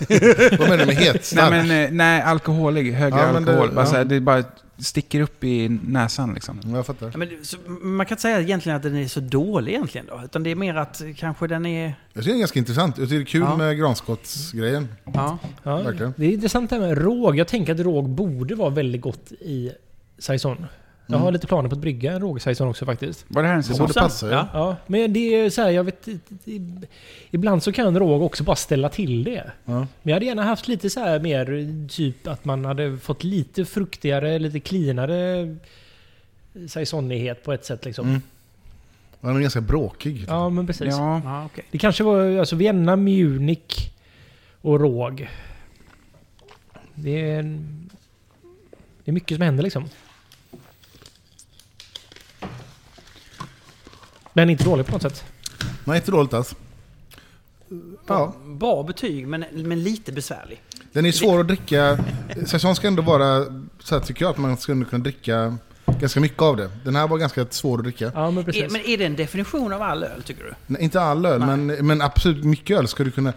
Speaker 4: Vad menar du med het?
Speaker 3: Nej,
Speaker 4: Stark?
Speaker 3: men, eh, nej, alkoholig. Högre
Speaker 4: Ja, men det-
Speaker 3: alkohol. bara,
Speaker 4: ja.
Speaker 3: så här, det bara sticker upp i näsan liksom.
Speaker 4: Ja, jag fattar.
Speaker 1: Ja, men, så, man kan inte säga egentligen att den är så dålig egentligen då. Utan det är mer att kanske den är...
Speaker 4: Jag tycker det är ganska intressant. Jag tycker det är kul
Speaker 1: Ja.
Speaker 4: med granskottsgrejen.
Speaker 1: Ja.
Speaker 2: Ja,
Speaker 4: Verkligen.
Speaker 2: Det är intressant det här med råg. Jag tänker att råg borde vara väldigt gott i saison. Jag har lite planer på att brygga en råg-saison också faktiskt.
Speaker 3: Var det här en
Speaker 4: Mm. Det
Speaker 3: säsong?
Speaker 4: borde passa ja.
Speaker 2: Ja, men det är så här, jag vet i- Ibland så kan råg också bara ställa till det. Men jag hade gärna haft lite så här mer typ att man hade fått lite fruktigare, lite cleanare saisonighet på ett sätt liksom.
Speaker 4: Mm. Den är ganska bråkig.
Speaker 2: Ja, men precis.
Speaker 3: Ja,
Speaker 4: Mm.
Speaker 1: Ja, okej.
Speaker 2: Det kanske var alltså Vienna, Munich och råg. Det är, en- det är mycket som händer liksom. Men inte dålig på något sätt.
Speaker 4: Nej, inte dåligt alls. Ja.
Speaker 1: Bra betyg, men, men lite besvärlig.
Speaker 4: Den är svår att dricka. Saison ska ändå vara, så här tycker jag, att man ska ändå kunna dricka ganska mycket av det. Den här var ganska svår att dricka.
Speaker 2: Ja, men
Speaker 1: Är,
Speaker 2: precis.
Speaker 1: Eh, men är det en definition av all öl, tycker du?
Speaker 4: Nej, inte all öl,
Speaker 1: Nej.
Speaker 4: men, men absolut mycket öl ska du kunna...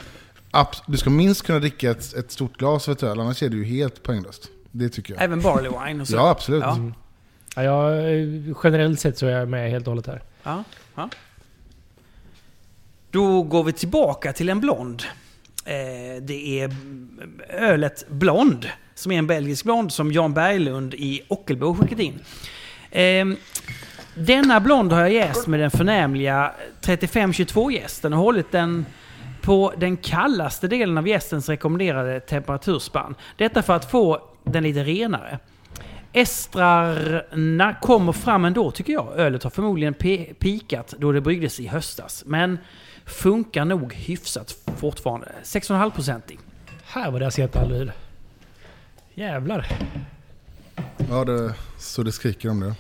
Speaker 4: abs- du ska minst kunna dricka ett, ett stort glas av ett öl, annars är det ju helt poänglöst. Det tycker jag.
Speaker 1: Även barley wine och så?
Speaker 4: Ja, absolut.
Speaker 1: Ja.
Speaker 2: Ja, jag, eh, generellt sett så är jag med helt och hållet här.
Speaker 1: Ja, ja. Då går vi tillbaka till en blond. Eh, det är eh, ölet Blond, som är en belgisk blond som Jan Berglund i Ockelbo skickat in. Ehm, denna blond har jag jäst med den förnämliga 3522-jästen och hållit den på den kallaste delen av jästens rekommenderade temperaturspann. Detta för att få den lite renare. Estrarna kommer fram ändå tycker jag. Ölet har förmodligen pe- pikat då det bryggdes i höstas. Men funkar nog hyfsat fortfarande. 6,5% i.
Speaker 2: Här var det acetaldehyd. Jävlar.
Speaker 4: Ja, det, så det skriker om det.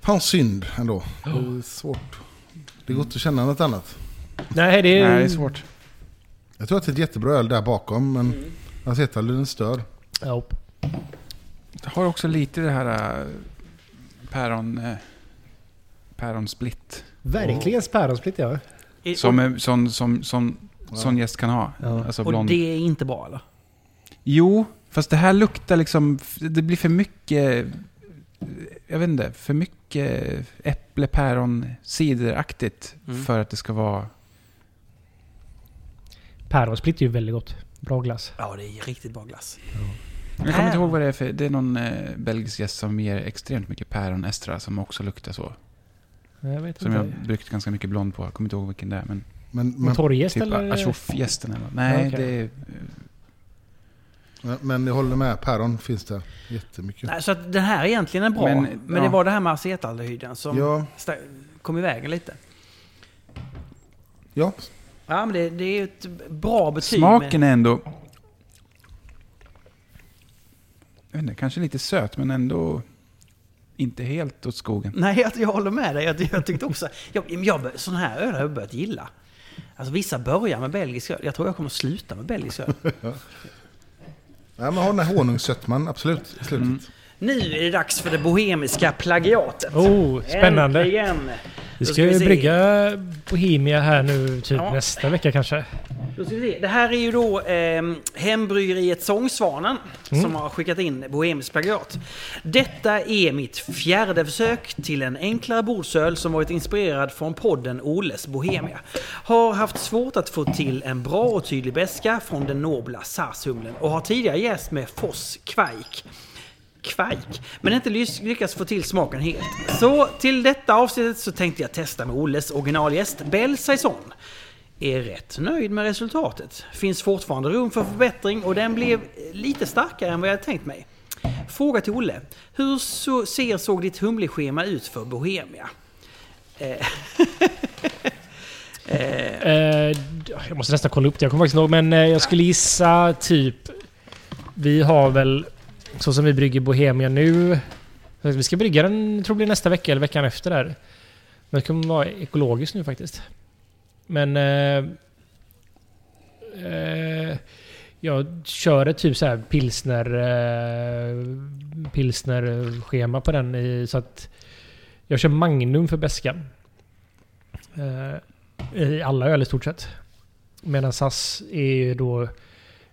Speaker 4: Fan synd ändå. Det
Speaker 1: Oh.
Speaker 4: är svårt. Det går inte att känna något annat.
Speaker 2: Nej, det är,
Speaker 3: nej, det är svårt.
Speaker 4: Jag tror att det är ett jättebra öl där bakom, men
Speaker 1: Mm.
Speaker 4: alltså, acetalden stör.
Speaker 2: Ja,
Speaker 3: Det har också lite det här äh, päron... Äh, päronsplitt.
Speaker 2: verkligen päronsplitt ja.
Speaker 3: Som, eh, som, som, som, sån gäst kan ha.
Speaker 2: Ja.
Speaker 3: Alltså
Speaker 1: och, och
Speaker 3: blond.
Speaker 1: det är inte bra eller?
Speaker 3: Jo, fast det här luktar liksom... Det blir för mycket jag vet inte, för mycket äpple, päron, cideraktigt
Speaker 1: Mm.
Speaker 3: för att det ska vara...
Speaker 2: Päronsplitt är ju väldigt gott. Bra glass.
Speaker 1: Ja, det är riktigt bra glass.
Speaker 3: Jag kommer inte
Speaker 1: Päron.
Speaker 3: ihåg vad det är för... Det är någon eh, belgisk gäst som ger extremt mycket päronestra som också luktar så.
Speaker 2: Jag vet
Speaker 3: Som
Speaker 2: inte.
Speaker 3: jag bryggt ganska mycket blond på. Jag kommer inte ihåg vilken det är. Men
Speaker 4: Men,
Speaker 2: Men,
Speaker 4: men,
Speaker 2: Torrjäst
Speaker 3: typ
Speaker 2: eller?
Speaker 3: achoffgästen eller något. Nej,
Speaker 2: Ja, okej.
Speaker 3: det är...
Speaker 4: men, men jag håller med, päron finns det jättemycket.
Speaker 1: Nej, så att den här egentligen är bra. Men,
Speaker 3: Men,
Speaker 1: det
Speaker 3: ja.
Speaker 1: var det här med acetaldehyden som
Speaker 4: Ja,
Speaker 1: sta- kom i vägen lite.
Speaker 4: ja,
Speaker 1: Ja, men det, det är ju ett bra betyg.
Speaker 3: Smaken är ändå... Jag vet inte, kanske lite söt men ändå inte helt åt skogen.
Speaker 1: Men, nej, jag, jag håller med dig. Jag, jag tyckte också... Jag, men jag, bör- sån här öl har jag börjat gilla. Alltså vissa börjar med belgisk öl. Jag tror jag kommer sluta med belgisk öl.
Speaker 4: Nej, men har den här honungssötman, absolut. i Slutet.
Speaker 3: Mm,
Speaker 1: Nu är det dags för det bohemiska plagiatet.
Speaker 2: Oh, spännande.
Speaker 1: Äntligen! Då
Speaker 2: Vi ska,
Speaker 1: ska vi
Speaker 2: ju
Speaker 1: se.
Speaker 2: brygga Bohemia här nu typ
Speaker 1: Ja.
Speaker 2: nästa vecka kanske.
Speaker 1: Då ska vi se. Det här är ju då eh, Hembryggeriet Sångsvanen
Speaker 2: Mm.
Speaker 1: som har skickat in Bohemiskt plagiat. Detta är mitt fjärde försök till en enklare bordsöl som varit inspirerad från podden Oles Bohemia. Har haft svårt att få till en bra och tydlig beska från den nobla sarshumlen och har tidigare jäst med Foss Kvaik kvajk. Men inte lys- lyckats få till smaken helt. Så till detta avsnittet så tänkte jag testa med Olles originalgäst Bell Saison. Är rätt nöjd med resultatet. Finns fortfarande rum för förbättring och den blev lite starkare än vad jag hade tänkt mig. Fråga till Olle. Hur så ser såg ditt humleschema ut för Bohemia?
Speaker 2: Eh, jag måste nästan kolla upp det. Jag kommer faktiskt inte ihåg. Men eh, jag skulle gissa typ... Vi har väl... Så som vi brygger Bohemia nu. Vi ska brygga den, tror det blir nästa vecka eller veckan efter där. Men det kommer vara ekologiskt nu faktiskt. Men... Eh, eh, jag kör ett typ så här pilsner... Eh, pilsner-schema på den i, så att... Jag kör Magnum för beskan. Eh, i alla öl i stort sett. Medan SAS är ju då...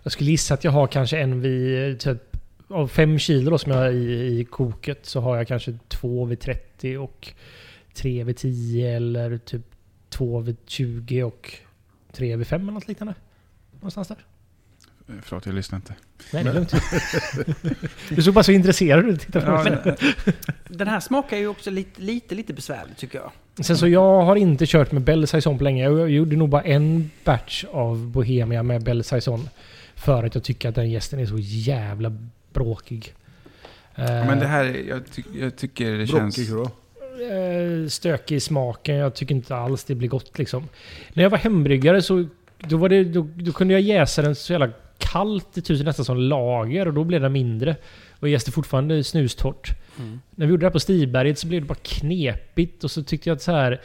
Speaker 2: Jag skulle gissa att jag har kanske en vid... Typ, av fem kilo då som jag har i, i koket så har jag kanske två vid 30 och tre vid 10 eller typ två vid 20 och tre vid 5 eller något liknande. Någonstans där.
Speaker 3: Eh, Förlåt, jag lyssnar inte.
Speaker 2: Nej, det är lugnt. du såg bara så intresserad ut. Titta på mig.
Speaker 1: Men, den här smakar ju också lite, lite, lite besvärlig tycker jag.
Speaker 2: Sen så jag har inte kört med Bell Saison på länge. Jag gjorde nog bara en batch av Bohemia med Bell Saison. För att jag tycker att den gästen är så jävla bråkig.
Speaker 3: Ja, Men det här, jag, ty- jag tycker det känns...
Speaker 4: Bråkig då.
Speaker 2: eh, stökig i smaken. Jag tycker inte alls det blir gott liksom. När jag var hembryggare så då var det, då, då kunde jag jäsa den så jävla kallt i tusen nästan som lager och då blev den mindre. Och jag jäste fortfarande snustorrt.
Speaker 1: Mm.
Speaker 2: När vi gjorde det här på Stiberget så blev det bara knepigt och så tyckte jag att så här...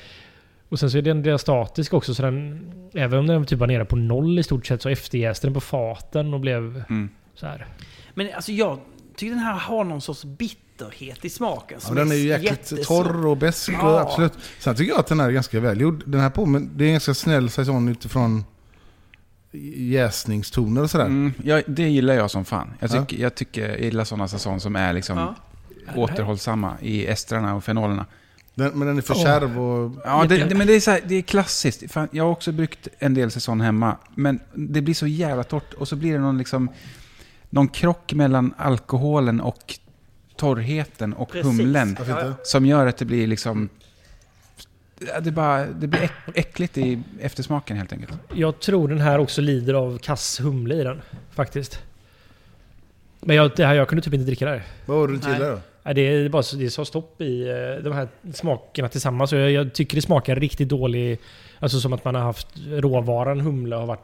Speaker 2: Och sen så är den den är statisk också så den... Även om den typ var nere på noll i stort sett så efterjäste den på faten och blev
Speaker 3: Mm.
Speaker 2: så här.
Speaker 1: Men alltså jag tycker den här har någon sorts bitterhet i smaken.
Speaker 4: Ja,
Speaker 1: som
Speaker 4: den är ju jäkligt
Speaker 1: jätteså-
Speaker 4: torr och besk och
Speaker 1: Ja.
Speaker 4: absolut. Sen tycker jag att den här är ganska välgjord. Den här på, men det är en ganska snäll saison utifrån jäsningstoner och sådär.
Speaker 3: Mm, jag, det gillar jag som fan. Jag
Speaker 4: Ja.
Speaker 3: tycker, jag tycker jag gillar sådana säsong som är liksom
Speaker 1: Ja.
Speaker 3: återhållsamma i estrarna och fenolerna.
Speaker 4: Den, men den är för
Speaker 2: Åh.
Speaker 4: kärv och...
Speaker 3: Ja, det, det, men det är, så här, det är klassiskt. Fan, jag har också bryggt en del säsong hemma, men det blir så jävla torrt. Och så blir det någon, liksom, någon krock mellan alkoholen och torrheten och
Speaker 1: Precis.
Speaker 3: humlen
Speaker 4: Varför inte?
Speaker 3: som gör att det blir liksom... ja, Det, bara, det blir äck, äckligt i eftersmaken helt enkelt.
Speaker 2: Jag tror den här också lider av kass humle i den. Faktiskt. Men jag, det här, jag kunde typ inte dricka det här.
Speaker 4: Vad var det du inte
Speaker 1: Nej.
Speaker 4: gillade då?
Speaker 2: Nej, Det är bara så, det är så stopp i eh, de här smakerna tillsammans. Och Jag, jag tycker det smakar riktigt dålig... Alltså som att man har haft råvaran humle har varit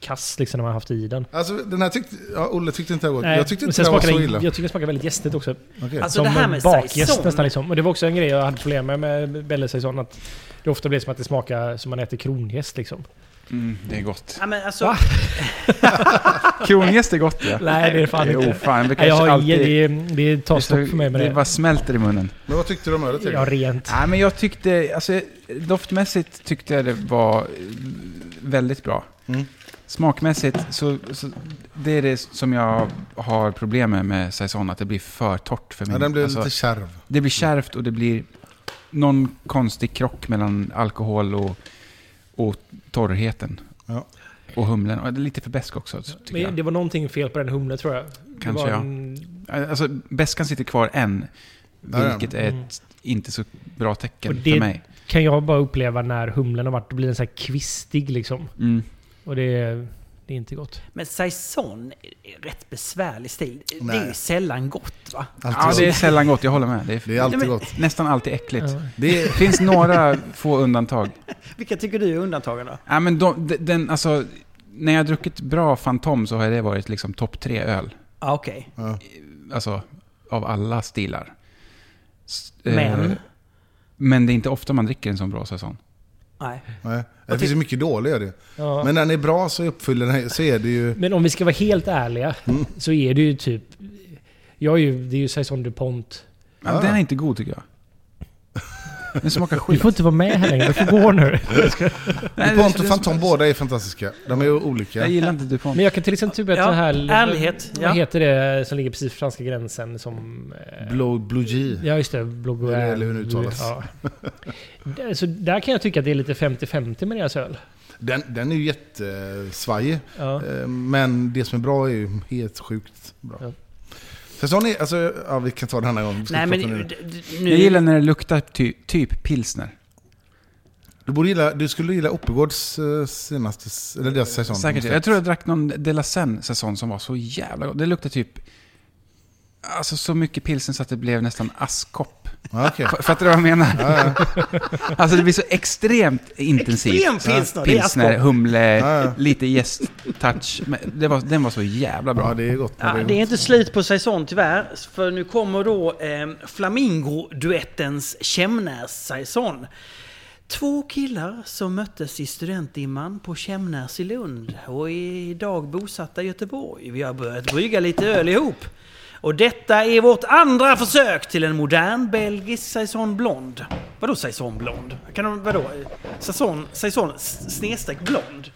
Speaker 2: kass liksom när man har haft i den.
Speaker 4: Alltså den här tyckte... Ja, Olle tyckte inte det var gott.
Speaker 2: Nej,
Speaker 4: Jag tyckte
Speaker 2: men
Speaker 4: inte
Speaker 2: sen
Speaker 4: det var
Speaker 2: smakar
Speaker 4: så
Speaker 2: den-
Speaker 4: illa.
Speaker 2: Jag tycker det smakar väldigt jästigt också.
Speaker 4: Okej.
Speaker 1: Alltså
Speaker 2: som
Speaker 1: det här
Speaker 2: en
Speaker 1: med
Speaker 2: bakjäst
Speaker 1: saison.
Speaker 2: nästan liksom. Och det var också en grej jag hade problem med med Belle Saison. Att det ofta blir som att det smakar som man äter kronjäst liksom.
Speaker 3: Mm, det är gott.
Speaker 1: Ja, men alltså,
Speaker 2: Va?
Speaker 3: Kronjäst är gott ja.
Speaker 2: Nej det är fan
Speaker 3: Jo,
Speaker 2: inte.
Speaker 3: fan. Det
Speaker 2: Nej, jag
Speaker 3: kanske
Speaker 2: har,
Speaker 3: alltid...
Speaker 2: det, det tar stopp för mig med
Speaker 3: det
Speaker 2: det.
Speaker 3: bara smälter i munnen.
Speaker 4: Men vad tyckte du om ölet?
Speaker 2: Ja,
Speaker 4: Erik?
Speaker 2: rent.
Speaker 3: Nej, men jag tyckte, alltså, doftmässigt tyckte jag det var eh, väldigt bra.
Speaker 4: Mm.
Speaker 3: Smakmässigt så, så det är det som jag har problem med med saison, att det blir för torrt för min.
Speaker 4: Ja, den blir
Speaker 3: alltså,
Speaker 4: lite kärv.
Speaker 3: Det blir kärvt och det blir någon konstig krock mellan alkohol och, och torrheten.
Speaker 4: Ja.
Speaker 3: Och humlen. Och det är lite för besk också, tycker
Speaker 2: Men
Speaker 3: jag.
Speaker 2: det var någonting fel på den humlen tror jag.
Speaker 3: Kanske,
Speaker 2: det var
Speaker 3: ja.
Speaker 2: en,
Speaker 3: Alltså, beskan sitter kvar än,
Speaker 4: Där är den.
Speaker 3: vilket är
Speaker 2: Mm.
Speaker 3: ett inte så bra tecken
Speaker 2: Och det-
Speaker 3: för mig.
Speaker 2: Kan jag bara uppleva när humlen har varit, då blir den så här kvistig liksom.
Speaker 3: Mm.
Speaker 2: Och det, är- det är inte gott.
Speaker 1: Men saison är rätt besvärlig stil.
Speaker 4: Nej.
Speaker 1: Det är sällan gott va?
Speaker 3: Ja, det är sällan gott, jag håller med. Det är,
Speaker 4: Det är alltid
Speaker 1: Nej, men-
Speaker 4: gott.
Speaker 3: nästan alltid äckligt.
Speaker 2: Ja.
Speaker 4: Det
Speaker 3: Det
Speaker 4: är,
Speaker 3: finns några få undantag.
Speaker 1: Vilka tycker du är undantagen då?
Speaker 3: Ja, men de, de- den, alltså, när jag har druckit bra Fantom så har det varit liksom topp tre öl.
Speaker 1: Ah, Okej.
Speaker 4: ja.
Speaker 3: Alltså, av alla stilar. S- eh,
Speaker 1: Men?
Speaker 3: Men det är inte ofta man dricker en sån bra säsong.
Speaker 1: Nej.
Speaker 4: Nej. Det finns ju mycket dåliga det.
Speaker 2: Ja.
Speaker 4: Men när den är bra så uppfyller den, så är det ju...
Speaker 2: Men om vi ska vara helt ärliga
Speaker 3: Mm.
Speaker 2: så är det ju typ... Jag är ju, det är ju Saison DuPont.
Speaker 3: Men
Speaker 4: Ah.
Speaker 3: Den är inte god tycker jag. Den smakar
Speaker 2: Du
Speaker 3: skit.
Speaker 2: får inte vara med här längre, du får gå nu.
Speaker 3: Nej,
Speaker 4: DuPont
Speaker 3: det-
Speaker 4: och
Speaker 3: det-
Speaker 4: Fantom båda är fantastiska. De är ju olika.
Speaker 3: Jag gillar inte DuPont.
Speaker 2: Men jag kan till exempel typ
Speaker 1: Ja,
Speaker 2: ja, här...
Speaker 1: ärlighet,
Speaker 2: Vad
Speaker 1: ja.
Speaker 2: heter det som ligger precis vid franska gränsen som... eh,
Speaker 4: Blue, Blue G.
Speaker 2: Ja, just det. Blogg
Speaker 4: Eller- eller hur det uttalas.
Speaker 2: Ja. Där- Så där kan jag tycka att det är lite 50-50 med deras öl.
Speaker 4: Den, den är ju jättesvajig.
Speaker 2: Ja.
Speaker 4: Eh, Men det som är bra är ju helt sjukt bra.
Speaker 2: Ja.
Speaker 4: Säsong är, alltså, ja vi kan ta den här gången. Vi ska
Speaker 1: Nej
Speaker 4: inte
Speaker 1: men
Speaker 4: prata om det nu.
Speaker 1: d- d- nu...
Speaker 3: Jag gillar när det luktar ty, typ pilsner.
Speaker 4: Du, borde gilla, du skulle gilla Oppegårds eh, senaste, s- eller deras säsong.
Speaker 3: Säkert. Jag tror jag drack någon De La Sen säsong som var så jävla god. Det luktar typ... Alltså så mycket pilsner så att det blev nästan askkopp.
Speaker 4: Ja, okej.
Speaker 3: F- Fattar du vad jag menar? Alltså det blir så extremt intensivt.
Speaker 1: Extremt pilsner! Det är
Speaker 3: Pilsner,
Speaker 1: askgott.
Speaker 3: humle,
Speaker 4: Ja, ja.
Speaker 3: lite gästtouch. Men det var, den var så jävla
Speaker 4: ja
Speaker 3: bra.
Speaker 4: det är gott. men
Speaker 1: Ja, det är inte slut på saison tyvärr, för nu kommer då eh, Flamingo-duettens Kämnäs-saison. Två killar som möttes i studentdimman på Kämnäs i Lund och är idag bosatta i Göteborg. Vi har börjat brygga lite öl ihop. Och detta är vårt andra försök till en modern belgisk saison blond. Vadå saison blond? Kan de, vadå? Saison, saison s- snedstreck blond?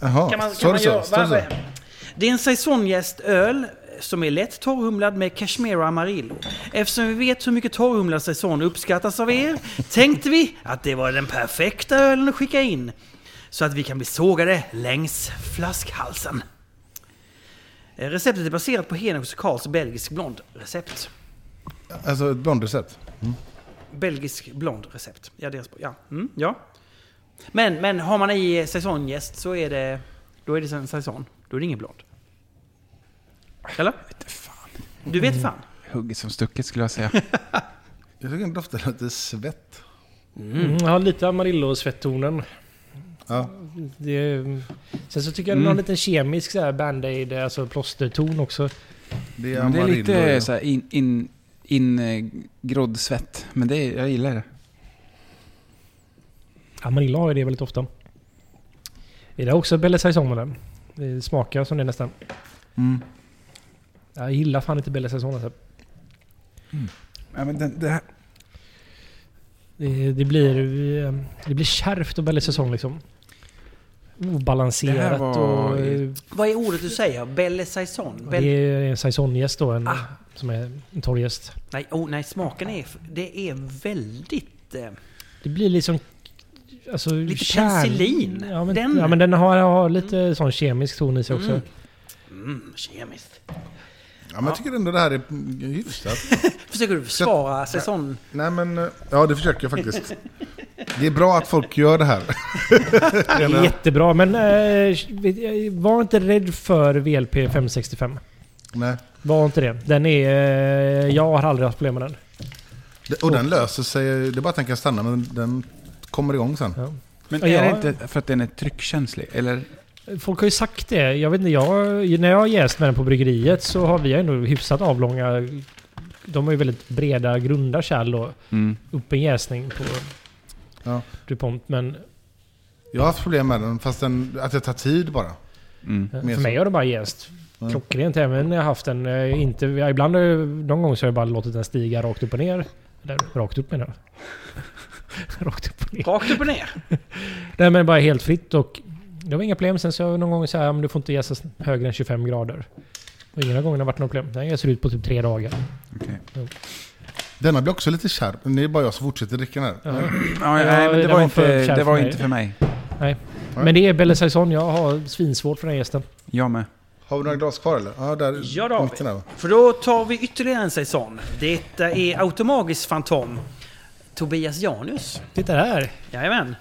Speaker 4: Jaha,
Speaker 1: Kan man,
Speaker 4: står
Speaker 1: kan
Speaker 4: det
Speaker 1: man
Speaker 4: så?
Speaker 1: göra,
Speaker 4: Står det så?
Speaker 1: vad- det är en saisongästöl som är lätt torrhumlad med cashmere amarillo. Eftersom vi vet hur mycket torrhumlad saison uppskattas av er tänkte vi att det var den perfekta ölen att skicka in. Så att vi kan bli sågade längs flaskhalsen. Eh, Receptet är baserat på Henriks och Karls belgisk blond recept.
Speaker 4: Alltså ett blondrecept.
Speaker 1: Belgisk blond recept. Ja, deras, ja. Mm, ja. Men, men har man i säsonggäst så är det... Då är det en säsong. Då är det ingen blond. Eller? Du vet fan.
Speaker 3: Hugget som stucket skulle jag säga.
Speaker 4: Jag tycker den doftar lite svett.
Speaker 2: Mm. Jag har lite Amarillo-svettonen.
Speaker 4: Ja.
Speaker 2: Det är- mm. Sen så tycker jag den har en liten kemisk så här band-aid, alltså plåsterton också.
Speaker 4: Det är,
Speaker 3: Men det är
Speaker 4: amarillo, ja.
Speaker 3: lite så här in, in, in eh, grodd svett. Men det, är- jag gillar det.
Speaker 2: Amarillo har ju det väldigt ofta. Det är också Belle Saison med den. Det smakar som det nästan.
Speaker 3: Mm.
Speaker 2: Jag gillar fan inte Belle Saison alltså.
Speaker 3: Ja, men den, det här,
Speaker 2: Det, det, blir, eh, det blir kärvt och Belle Saison liksom.
Speaker 3: Det här
Speaker 2: Obalanserat
Speaker 3: var-
Speaker 2: och... eh,
Speaker 1: Vad är ordet du säger? Belle saison?
Speaker 2: Det
Speaker 1: Belle...
Speaker 2: är en saisongäst då, en,
Speaker 1: Ah.
Speaker 2: som är en torrgäst.
Speaker 1: Nej, oh, nej, smaken är... Det är väldigt... Eh,
Speaker 2: Det blir liksom... Alltså,
Speaker 1: Lite penicillin.
Speaker 2: Ja men,
Speaker 1: Den.
Speaker 2: den. Ja, men den har, har lite sån kemisk ton i sig också.
Speaker 1: Mm. mm, kemiskt.
Speaker 4: ja, men jag tycker ändå det här är mm, hyfsat.
Speaker 1: Försöker du försvara säsong?
Speaker 4: Nej men, eh, ja det försöker jag faktiskt. Det är bra att folk gör det här.
Speaker 2: Det är jättebra, men eh, vet- eh, var inte rädd för VLP 565.
Speaker 4: Nej.
Speaker 2: Var inte det. Den är... Eh, jag har aldrig haft problem med den.
Speaker 4: Det- Och den löser sig, det är bara att den kan stanna men den kommer igång sen.
Speaker 2: Ja.
Speaker 3: men
Speaker 2: Ja,
Speaker 3: är det
Speaker 2: ja.
Speaker 3: inte för att den är tryckkänslig? Eller?
Speaker 2: Folk har ju sagt det. Jag vet inte, jag, när jag har jäst med den på bryggeriet så har vi ändå hyfsat avlånga... De har ju väldigt breda, grunda kärl då.
Speaker 3: Mm.
Speaker 2: upp en jäsning på
Speaker 4: Ja.
Speaker 2: DuPont. Men
Speaker 4: Jag har haft problem med den fast den, att det tar tid bara.
Speaker 3: Mm.
Speaker 2: eh, för
Speaker 4: Mer så.
Speaker 2: mig har det bara jäst
Speaker 4: Mm.
Speaker 2: klockrent. Även när jag haft den. eh, Inte, ja, ibland har jag, någon gång så har jag bara låtit den stiga rakt upp och ner. Eller rakt upp menar jag. rakt upp och ner.
Speaker 1: Rakt upp och ner.
Speaker 2: Nej men bara helt fritt och Det var inga problem. Sen så har jag någon gång sagt att du får inte jäsa högre än 25 grader. Och ingen av gångerna har varit något problem. Den jäser ut på typ tre dagar.
Speaker 3: Okej.
Speaker 4: Denna blir också lite kärv, men det är bara jag som fortsätter dricka den här.
Speaker 2: Ja.
Speaker 3: Ja,
Speaker 2: Ja,
Speaker 3: nej, men det
Speaker 2: den
Speaker 3: var,
Speaker 2: var för
Speaker 3: inte,
Speaker 2: kär
Speaker 3: det
Speaker 2: för
Speaker 3: var
Speaker 2: mig.
Speaker 3: inte för mig.
Speaker 2: Men det är Belle Saison. Jag har svinsvårt för den gästen.
Speaker 3: Jag med.
Speaker 4: Har vi några glas kvar eller? Ja, där
Speaker 1: Ja, det har vi.
Speaker 4: mitten där va?
Speaker 1: För då tar vi ytterligare en säsong. Detta är Automagisk Fantom. Tobias Janus.
Speaker 2: Titta här!
Speaker 1: Jajamän.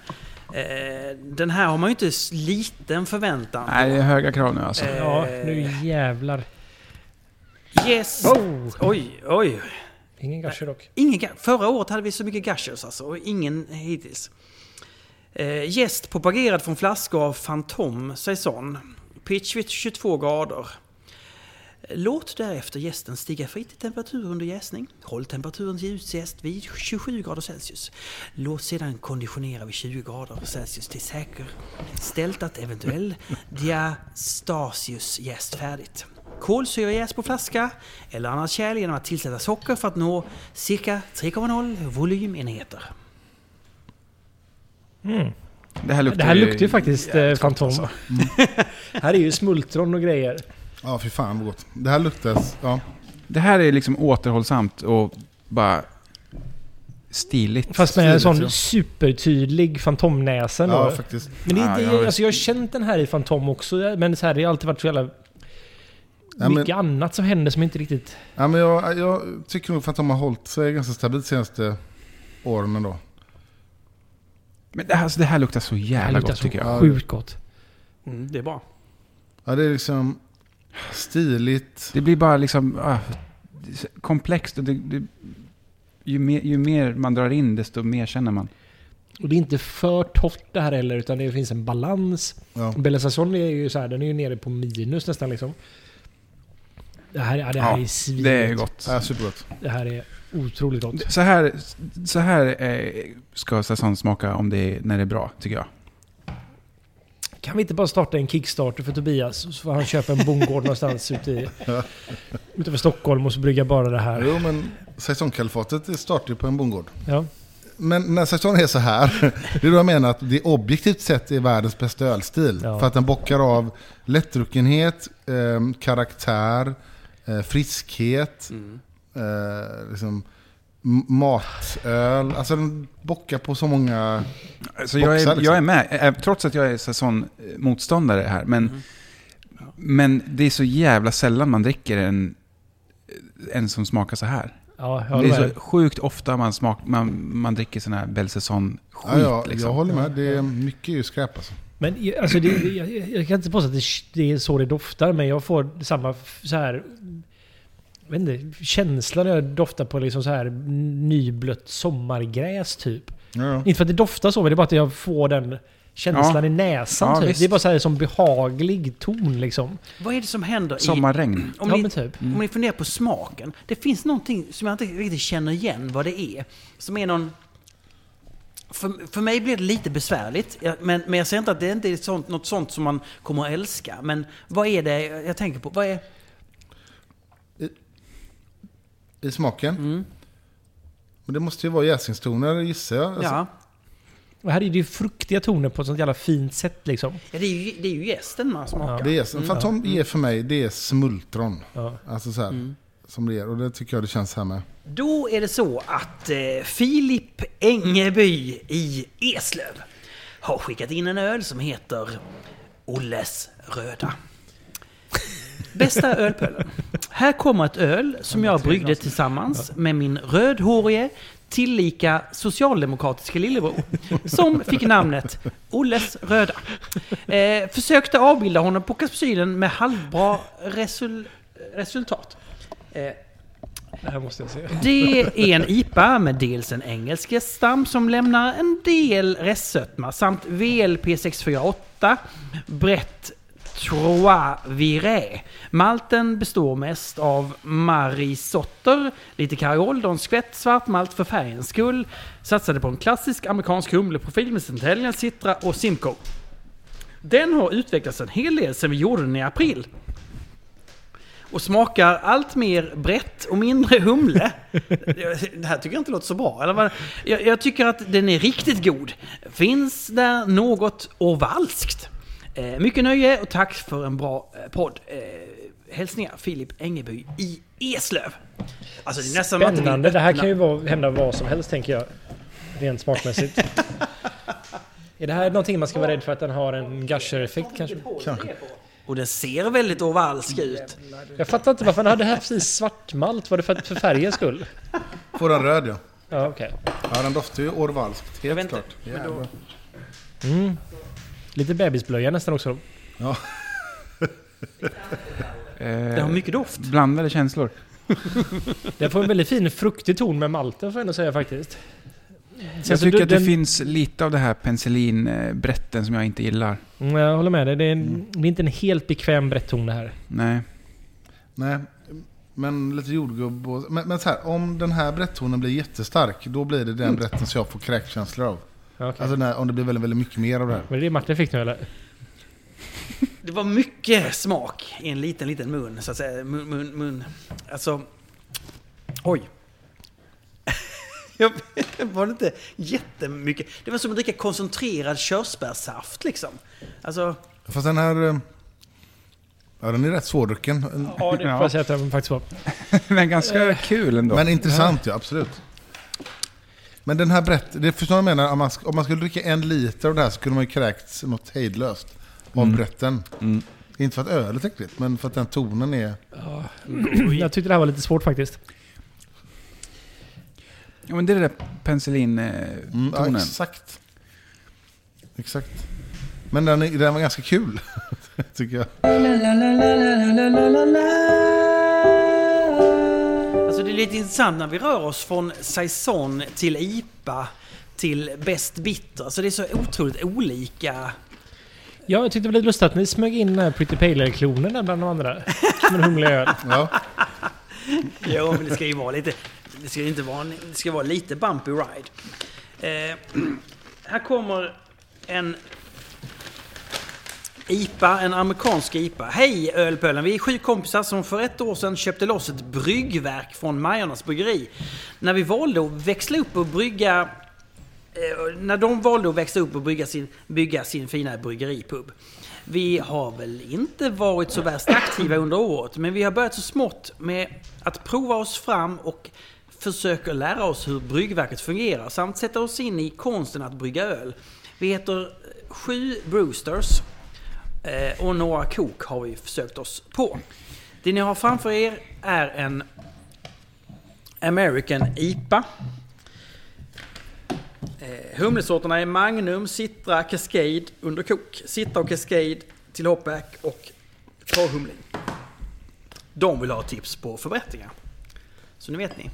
Speaker 1: Eh, den här har man ju inte s- liten förväntan.
Speaker 3: Nej, det är höga krav nu alltså.
Speaker 1: Eh,
Speaker 2: Ja, nu jävlar.
Speaker 1: Yes!
Speaker 2: Oh!
Speaker 1: Oj, oj.
Speaker 2: Ingen gusher dock.
Speaker 1: Ingen, ga- förra året hade vi så mycket gushers alltså, och ingen hittills. Eh, gäst propagerad från flaskor av Fantom Saison. Pitch vid 22 grader. Låt därefter gästen stiga fritt i temperatur under jäsning. Håll temperaturen till utjäst vid 27 grader Celsius. Låt sedan konditionera vid 20 grader Celsius till säker. Ställt att eventuell diastasius jäst färdigt. Kolsyrejäst på flaska eller annat kärl genom att tillsätta socker för att nå cirka 3,0 volymenheter.
Speaker 3: Det här luktar
Speaker 2: Det här luktar ju faktiskt eh,
Speaker 3: jävligt gott,
Speaker 2: Fantom. Mm.
Speaker 3: alltså.
Speaker 2: här är ju smultron och grejer.
Speaker 4: Ja, fy fan vad gott. Det här luktar... Ja.
Speaker 3: Det här är liksom återhållsamt och bara stiligt. alltså.
Speaker 2: Fast med en
Speaker 4: Stiligt,
Speaker 2: sån
Speaker 4: ja.
Speaker 2: supertydlig Fantomnäsa.
Speaker 4: ja,
Speaker 2: då.
Speaker 4: faktiskt.
Speaker 2: Men det,
Speaker 3: Ja,
Speaker 2: det,
Speaker 3: jag-
Speaker 2: alltså jag har känt den här i Fantom också, men så här, det har alltid varit så jävla...
Speaker 4: Ja, men-
Speaker 2: mycket annat som händer som inte riktigt...
Speaker 4: Ja, men jag, jag tycker nog för att de har hållit sig ganska stabilt senaste åren ändå.
Speaker 3: Men det här, alltså, det här luktar så
Speaker 2: Det här
Speaker 3: jävla
Speaker 2: luktar
Speaker 3: gott
Speaker 2: så
Speaker 3: tycker jag.
Speaker 2: sjukt gott.
Speaker 1: Mm, det är bra.
Speaker 4: Ja, det är liksom stiligt.
Speaker 3: Det blir bara liksom ah, det är så komplext. Och det, det, ju, mer, ju mer man drar in desto mer känner man.
Speaker 2: Och det är inte för torrt det här heller, utan det finns en balans.
Speaker 4: Ja.
Speaker 2: Bella Saison är ju så här, den är ju nere på minus nästan liksom. Det här, ja, det här
Speaker 3: Ja,
Speaker 2: är svingott.
Speaker 3: Det är gott.
Speaker 4: Ja, supergott.
Speaker 2: Det här är otroligt gott.
Speaker 3: Så här, så här eh, ska säsong smaka om det är, när det är bra, tycker jag.
Speaker 2: Kan vi inte bara starta en Kickstarter för Tobias? Så får han köpa en bondgård någonstans ute i, utanför Stockholm och så brygga bara det här.
Speaker 4: Jo, men säsongkalifatet startar ju på en bondgård.
Speaker 2: Ja.
Speaker 4: Men när säsongen är så här, det är då jag menar att det objektivt sett är världens bästa ölstil.
Speaker 2: Ja.
Speaker 4: För att den bockar av lättdruckenhet, ehm, karaktär, eh, friskhet,
Speaker 1: Mm.
Speaker 4: eh, liksom, m- matöl. Alltså den bockar på så många...
Speaker 3: Så Alltså, jag,
Speaker 4: Boxar,
Speaker 3: är,
Speaker 4: liksom.
Speaker 3: jag är med, eh, eh, trots att jag är säsongmotståndare här. Men, men det är så jävla sällan man dricker en, en som smakar så här.
Speaker 2: Ja, jag
Speaker 3: det
Speaker 2: håller
Speaker 3: är
Speaker 2: med.
Speaker 3: så sjukt ofta man, smak, man, man dricker sån här Belle Saison skit
Speaker 4: Ja, ja,
Speaker 3: liksom.
Speaker 4: Jag håller med, det är mycket ju skräp alltså.
Speaker 2: Men i- alltså, det, jag, jag- jag kan inte påstå att det, det är så det doftar, men jag får samma f- så här... Jag vet inte, känsla när jag doftar på liksom så här nyblött sommargräs typ.
Speaker 4: Ja, ja.
Speaker 2: Inte för att det doftar så, men det är bara att jag får den känslan
Speaker 3: Ja.
Speaker 2: i näsan
Speaker 3: Ja,
Speaker 2: typ.
Speaker 3: visst.
Speaker 2: Det är bara så här som behaglig ton liksom.
Speaker 1: Vad är det som händer i...
Speaker 3: Sommarregn.
Speaker 1: Om,
Speaker 2: ja,
Speaker 1: ni,
Speaker 2: men typ.
Speaker 4: Mm.
Speaker 1: om ni funderar på smaken. Det finns någonting som jag inte riktigt känner igen vad det är. Som är någon... För, för mig blir det lite besvärligt. Jag- Men, men jag säger inte att det inte är sånt, något sånt som man kommer att älska. Men vad är det jag tänker på? Vad är...
Speaker 4: I smaken. Men det måste ju vara jäsningstoner gissar jag. Alltså,
Speaker 1: Ja,
Speaker 2: Och här är det ju fruktiga toner på ett sånt jävla fint sätt liksom.
Speaker 1: ja det, är ju, det är ju gästen man smakar.
Speaker 4: Det är, Fantom ger för mig, det är smultron.
Speaker 2: mm. Ja.
Speaker 4: Alltså så här,
Speaker 1: Mm.
Speaker 4: som det är. Och det tycker jag det känns här med.
Speaker 1: Då är det så att eh, Filip Engeby i Eslöv har skickat in en öl som heter Olles Röda. Bästa ölpölen. Här kommer ett öl som jag bryggde tillsammans med min rödhårige tillika socialdemokratiska lillebror som fick namnet Olles Röda. Eh, försökte avbilda honom på kapsylen med halvbra resul- resultat. Eh,
Speaker 2: Det här måste jag se.
Speaker 1: det är en IPA med dels en engelsk stam som lämnar en del restsötma samt VLP 648 Brett Trois Viré. Malten består mest av marisotter, lite karriol, då en skvätt svart malt för färgens skull. Satsade på en klassisk amerikansk humleprofil med centennial, citra och simcoe. Den har utvecklats en hel del sedan vi gjorde den i april och smakar allt mer brett och mindre humle. Det här tycker jag inte låter så bra. Eller vad? Jag, jag tycker att den är riktigt god. Finns där något ovalskt? Eh, mycket nöje och tack för en bra eh, podd. Eh, hälsningar Filip Engeby i Eslöv. Alltså det är nästan man inte vill
Speaker 2: Spännande. Det här
Speaker 1: öppna.
Speaker 2: kan ju vara, hända vad som helst, tänker jag. Rent smakmässigt. är det här någonting man ska vara rädd för att den har en gusher-effekt kanske?
Speaker 4: Kanske.
Speaker 1: Och den ser väldigt ovalsk ut.
Speaker 2: Jag fattar inte varför han hade här precis svartmalt. Var det för, för färgens skull?
Speaker 4: Får den röd ja.
Speaker 2: Ja, okej.
Speaker 4: Ja, den doftar ju orvalskt.
Speaker 1: Jag vet
Speaker 4: Helt
Speaker 1: inte,
Speaker 4: klart.
Speaker 2: Mm. Lite bebisblöja nästan också.
Speaker 1: Den har mycket doft.
Speaker 3: Eh, Blandade känslor.
Speaker 2: Den får en väldigt fin fruktig ton med malten får jag ändå säga faktiskt.
Speaker 3: jag
Speaker 2: så
Speaker 3: tycker
Speaker 2: Alltså, du-
Speaker 3: att det
Speaker 2: den-
Speaker 3: finns lite av det här penicillinbrätten som jag inte gillar.
Speaker 2: Mm, Jag håller med dig. Det är,
Speaker 3: Mm.
Speaker 2: en, det är inte en helt bekväm brett ton det här.
Speaker 3: Nej.
Speaker 4: Nej, men lite jordgubb och... Men, men så här, om den här brättonen blir jättestark, då blir det den brätten som jag får kräkkänslor av.
Speaker 2: Ja, Mm. okej.
Speaker 4: Alltså när, om det blir väldigt, väldigt mycket mer av det här.
Speaker 2: Men det är det Martin fick nu eller?
Speaker 1: Det var mycket smak i en liten, liten mun. Så att säga. Mun, mun, mun. Alltså... Oj. Jag var det inte jättemycket. Det var som att dricka koncentrerad körsbärssaft liksom. Alltså,
Speaker 4: Fast den här... eh, Ja, den är rätt svårdrucken.
Speaker 2: Ja, det får jag säga att den faktiskt var.
Speaker 3: Men ganska kul ändå.
Speaker 4: Men intressant ja, absolut. Men den här brett, det förstår jag vad jag menar, om man, sk- om man skulle dricka en liter av det här så kunde man ju kräkts något hejdlöst av brätten.
Speaker 3: Mm.
Speaker 4: Inte för att ölet är äckligt, men för att den tonen är...
Speaker 2: Jag tyckte det här var lite svårt faktiskt.
Speaker 3: ja, men det är det där eh, penicillintonen.
Speaker 4: Mm, ja, exakt. Exakt. Men den, är- den var ganska kul, tycker jag.
Speaker 1: alltså det är lite intressant när vi rör oss från saison till IPA till bäst bitter. Så det är så otroligt olika.
Speaker 2: Ja, jag tyckte det var lite lustigt att ni smög in den här Pretty Paler-klonen där bland de andra. Som en humlig öl.
Speaker 4: Ja.
Speaker 1: Jo, men det ska ju vara lite... Det ska ju inte vara... en- Det ska vara lite bumpy ride. Eh, här kommer en... IPA, en amerikansk IPA. Hej Ölpölen! Vi är sju kompisar som för ett år sedan köpte loss ett bryggverk från Majornas bryggeri. När vi valde att växla upp och brygga Eh, när de valde att växa upp och bygga sin, bygga sin fina bryggeripub. Vi har väl inte varit så värst aktiva under året, men vi har börjat så smått med att prova oss fram och försöker lära oss hur bryggverket fungerar samt sätta oss in i konsten att brygga öl. Vi heter eh, Sju Brewsters eh, och några kok har vi försökt oss på. Det ni har framför er är en American IPA. Eh, Humlesorterna är Magnum, Citra, Cascade under kok. Citra och Cascade till hoppback och torrhumling. De vill ha tips på förbättringar. Så nu vet ni.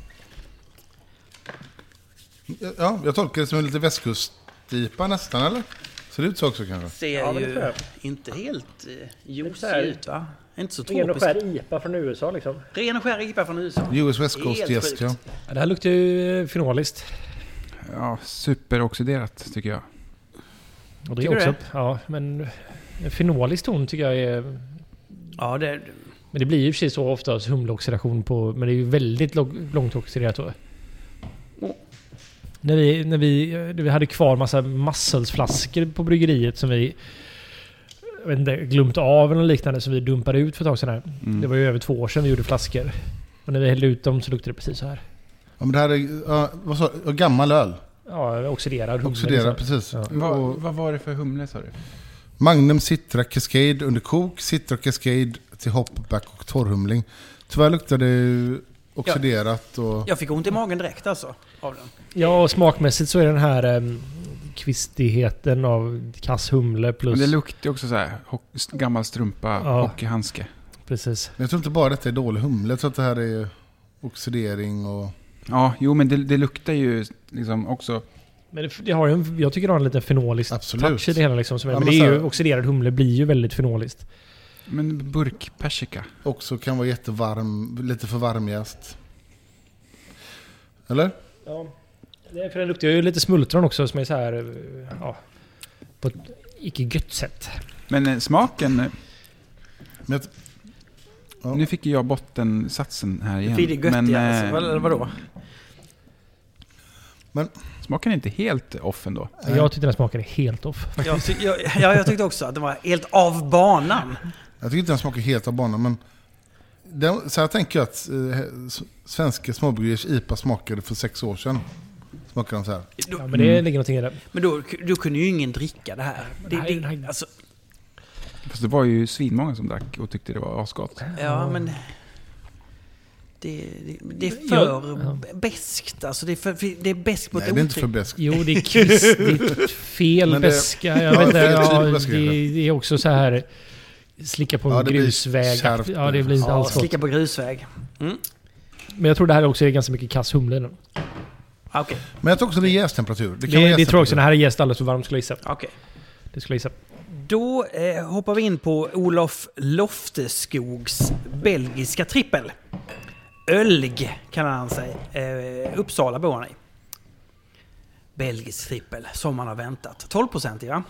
Speaker 4: ja, jag tolkar det som en lite västkustdipa nästan, eller? Ser det ut så också kanske?
Speaker 1: Ser
Speaker 2: Ja, men det tror
Speaker 1: ju
Speaker 2: jag.
Speaker 1: inte helt eh,
Speaker 2: så
Speaker 1: ljusig
Speaker 2: här-
Speaker 1: ut va? Inte så
Speaker 2: Ren och
Speaker 1: tropisk.
Speaker 2: skär IPA från USA liksom.
Speaker 1: Ren och skär IPA från USA.
Speaker 4: US West
Speaker 1: Helt
Speaker 4: Coast
Speaker 1: sjukt.
Speaker 4: gäst, ja.
Speaker 2: Ja, det här luktar ju fenoliskt.
Speaker 3: Ja, superoxiderat tycker jag.
Speaker 2: Och det är
Speaker 1: Tycker du
Speaker 2: också, ja, men en fenolisk ton tycker jag är...
Speaker 1: Ja, det,
Speaker 2: Men det blir ju i och för sig så ofta hos humleoxidation på... Men det är ju väldigt lång- långt oxiderat då. När vi, när vi, när vi hade kvar massa musselsflaskor på bryggeriet som vi... Jag vet inte, glömt av eller något liknande som vi dumpade ut för ett tag sedan. Här. Det var ju över två år sedan vi gjorde flaskor. Och när vi hällde ut dem så luktade det precis så här.
Speaker 4: ja men det här är, ja, vad sa du? gammal öl.
Speaker 2: Ja, oxiderad humle.
Speaker 4: Oxiderad,
Speaker 2: liksom.
Speaker 4: precis.
Speaker 2: Ja.
Speaker 4: Och-
Speaker 3: Vad, vad var det för humle sa du?
Speaker 4: Magnum Citra Cascade under kok, Citra Cascade till hoppback och torrhumling. Tyvärr luktar det ju oxiderat och...
Speaker 1: jag fick ont i magen direkt alltså. Av den.
Speaker 2: Ja, och smakmässigt så är den här em, kvistigheten av kass humle
Speaker 3: Men
Speaker 2: plus...
Speaker 3: det luktar ju också så här hock- gammal strumpa,
Speaker 2: Ja.
Speaker 3: hockeyhandske.
Speaker 2: precis.
Speaker 4: Men jag tror inte bara detta är dålig humle, jag tror att det här är oxidering och...
Speaker 3: Ja, jo men det, det luktar ju liksom också...
Speaker 2: Men det, det har ju en, jag tycker det har en liten fenolisk
Speaker 4: Absolut.
Speaker 2: touch i det hela. Liksom, som är,
Speaker 4: Ja,
Speaker 2: men det
Speaker 4: men alltså-
Speaker 2: är
Speaker 4: så
Speaker 2: ju,
Speaker 4: här-
Speaker 2: oxiderad humle blir ju väldigt fenoliskt.
Speaker 3: Men burkpersika.
Speaker 4: Också kan vara jättevarm, lite för varm jäst. Eller?
Speaker 2: Ja. Det är, för den luktar ju lite smultron också som är så här... eh, Ja, på ett icke gött sätt.
Speaker 3: Men eh, smaken... eh,
Speaker 4: Men jag, Ja.
Speaker 3: Nu fick ju jag bottensatsen här igen.
Speaker 1: Blir det gött alltså,
Speaker 3: men,
Speaker 1: igen?
Speaker 3: eh,
Speaker 1: Alltså, vad- eller vadå?
Speaker 3: Smaken är inte helt off ändå.
Speaker 2: Jag tyckte den smakade helt off.
Speaker 1: Jag, ty- jag, ja, jag tyckte också att den var helt av banan.
Speaker 4: Jag tycker inte den smakar helt av banan, men den, så här tänker jag att eh, s- svenska småbryggeriers IPA smakade för sex år sedan. Smakar de så här.
Speaker 1: Då,
Speaker 2: Ja, men det
Speaker 4: Mm.
Speaker 2: ligger någonting i det.
Speaker 1: Men då, då kunde ju ingen dricka det här. Det,
Speaker 2: Nej,
Speaker 1: det,
Speaker 2: nej.
Speaker 1: alltså,
Speaker 3: Fast det var ju svinmånga som drack och tyckte det var asgott.
Speaker 1: ja, men... Det, det, det är
Speaker 2: Ja,
Speaker 1: för
Speaker 2: ja.
Speaker 1: ja. beskt. Alltså det är, för, det är beskt på ett
Speaker 4: Nej, det är inte för
Speaker 1: otryggt...
Speaker 4: beskt.
Speaker 2: Jo, det är kristigt fel
Speaker 4: Men det-
Speaker 2: beska. Jag
Speaker 4: Ja,
Speaker 2: vet inte,
Speaker 4: fel
Speaker 2: ja,
Speaker 4: typ beska
Speaker 2: det,
Speaker 4: kanske.
Speaker 2: det är också så här... Slicka på en
Speaker 4: Ja, det blir
Speaker 2: grusväg.
Speaker 4: kärvt.
Speaker 2: Ja, det blir inte
Speaker 1: Ja,
Speaker 2: alls gott.
Speaker 1: slicka på grusväg.
Speaker 2: Men jag tror det här också är ganska mycket kass humle. i den.
Speaker 1: Ah, Okej,
Speaker 4: Men jag tror också det är jästemperatur. Det,
Speaker 2: Det,
Speaker 4: kan vara
Speaker 2: det, tror jag också.
Speaker 4: jästemperatur.
Speaker 2: Den här är jäst alldeles för varm skulle jag gissa.
Speaker 1: okej.
Speaker 2: Det skulle jag gissa.
Speaker 1: Då eh, hoppar vi in på Olof Lofteskogs belgiska trippel. Ölg kallar han sig. Eh, Uppsala bor han i. Belgisk trippel, som man har väntat. 12 procent, ja.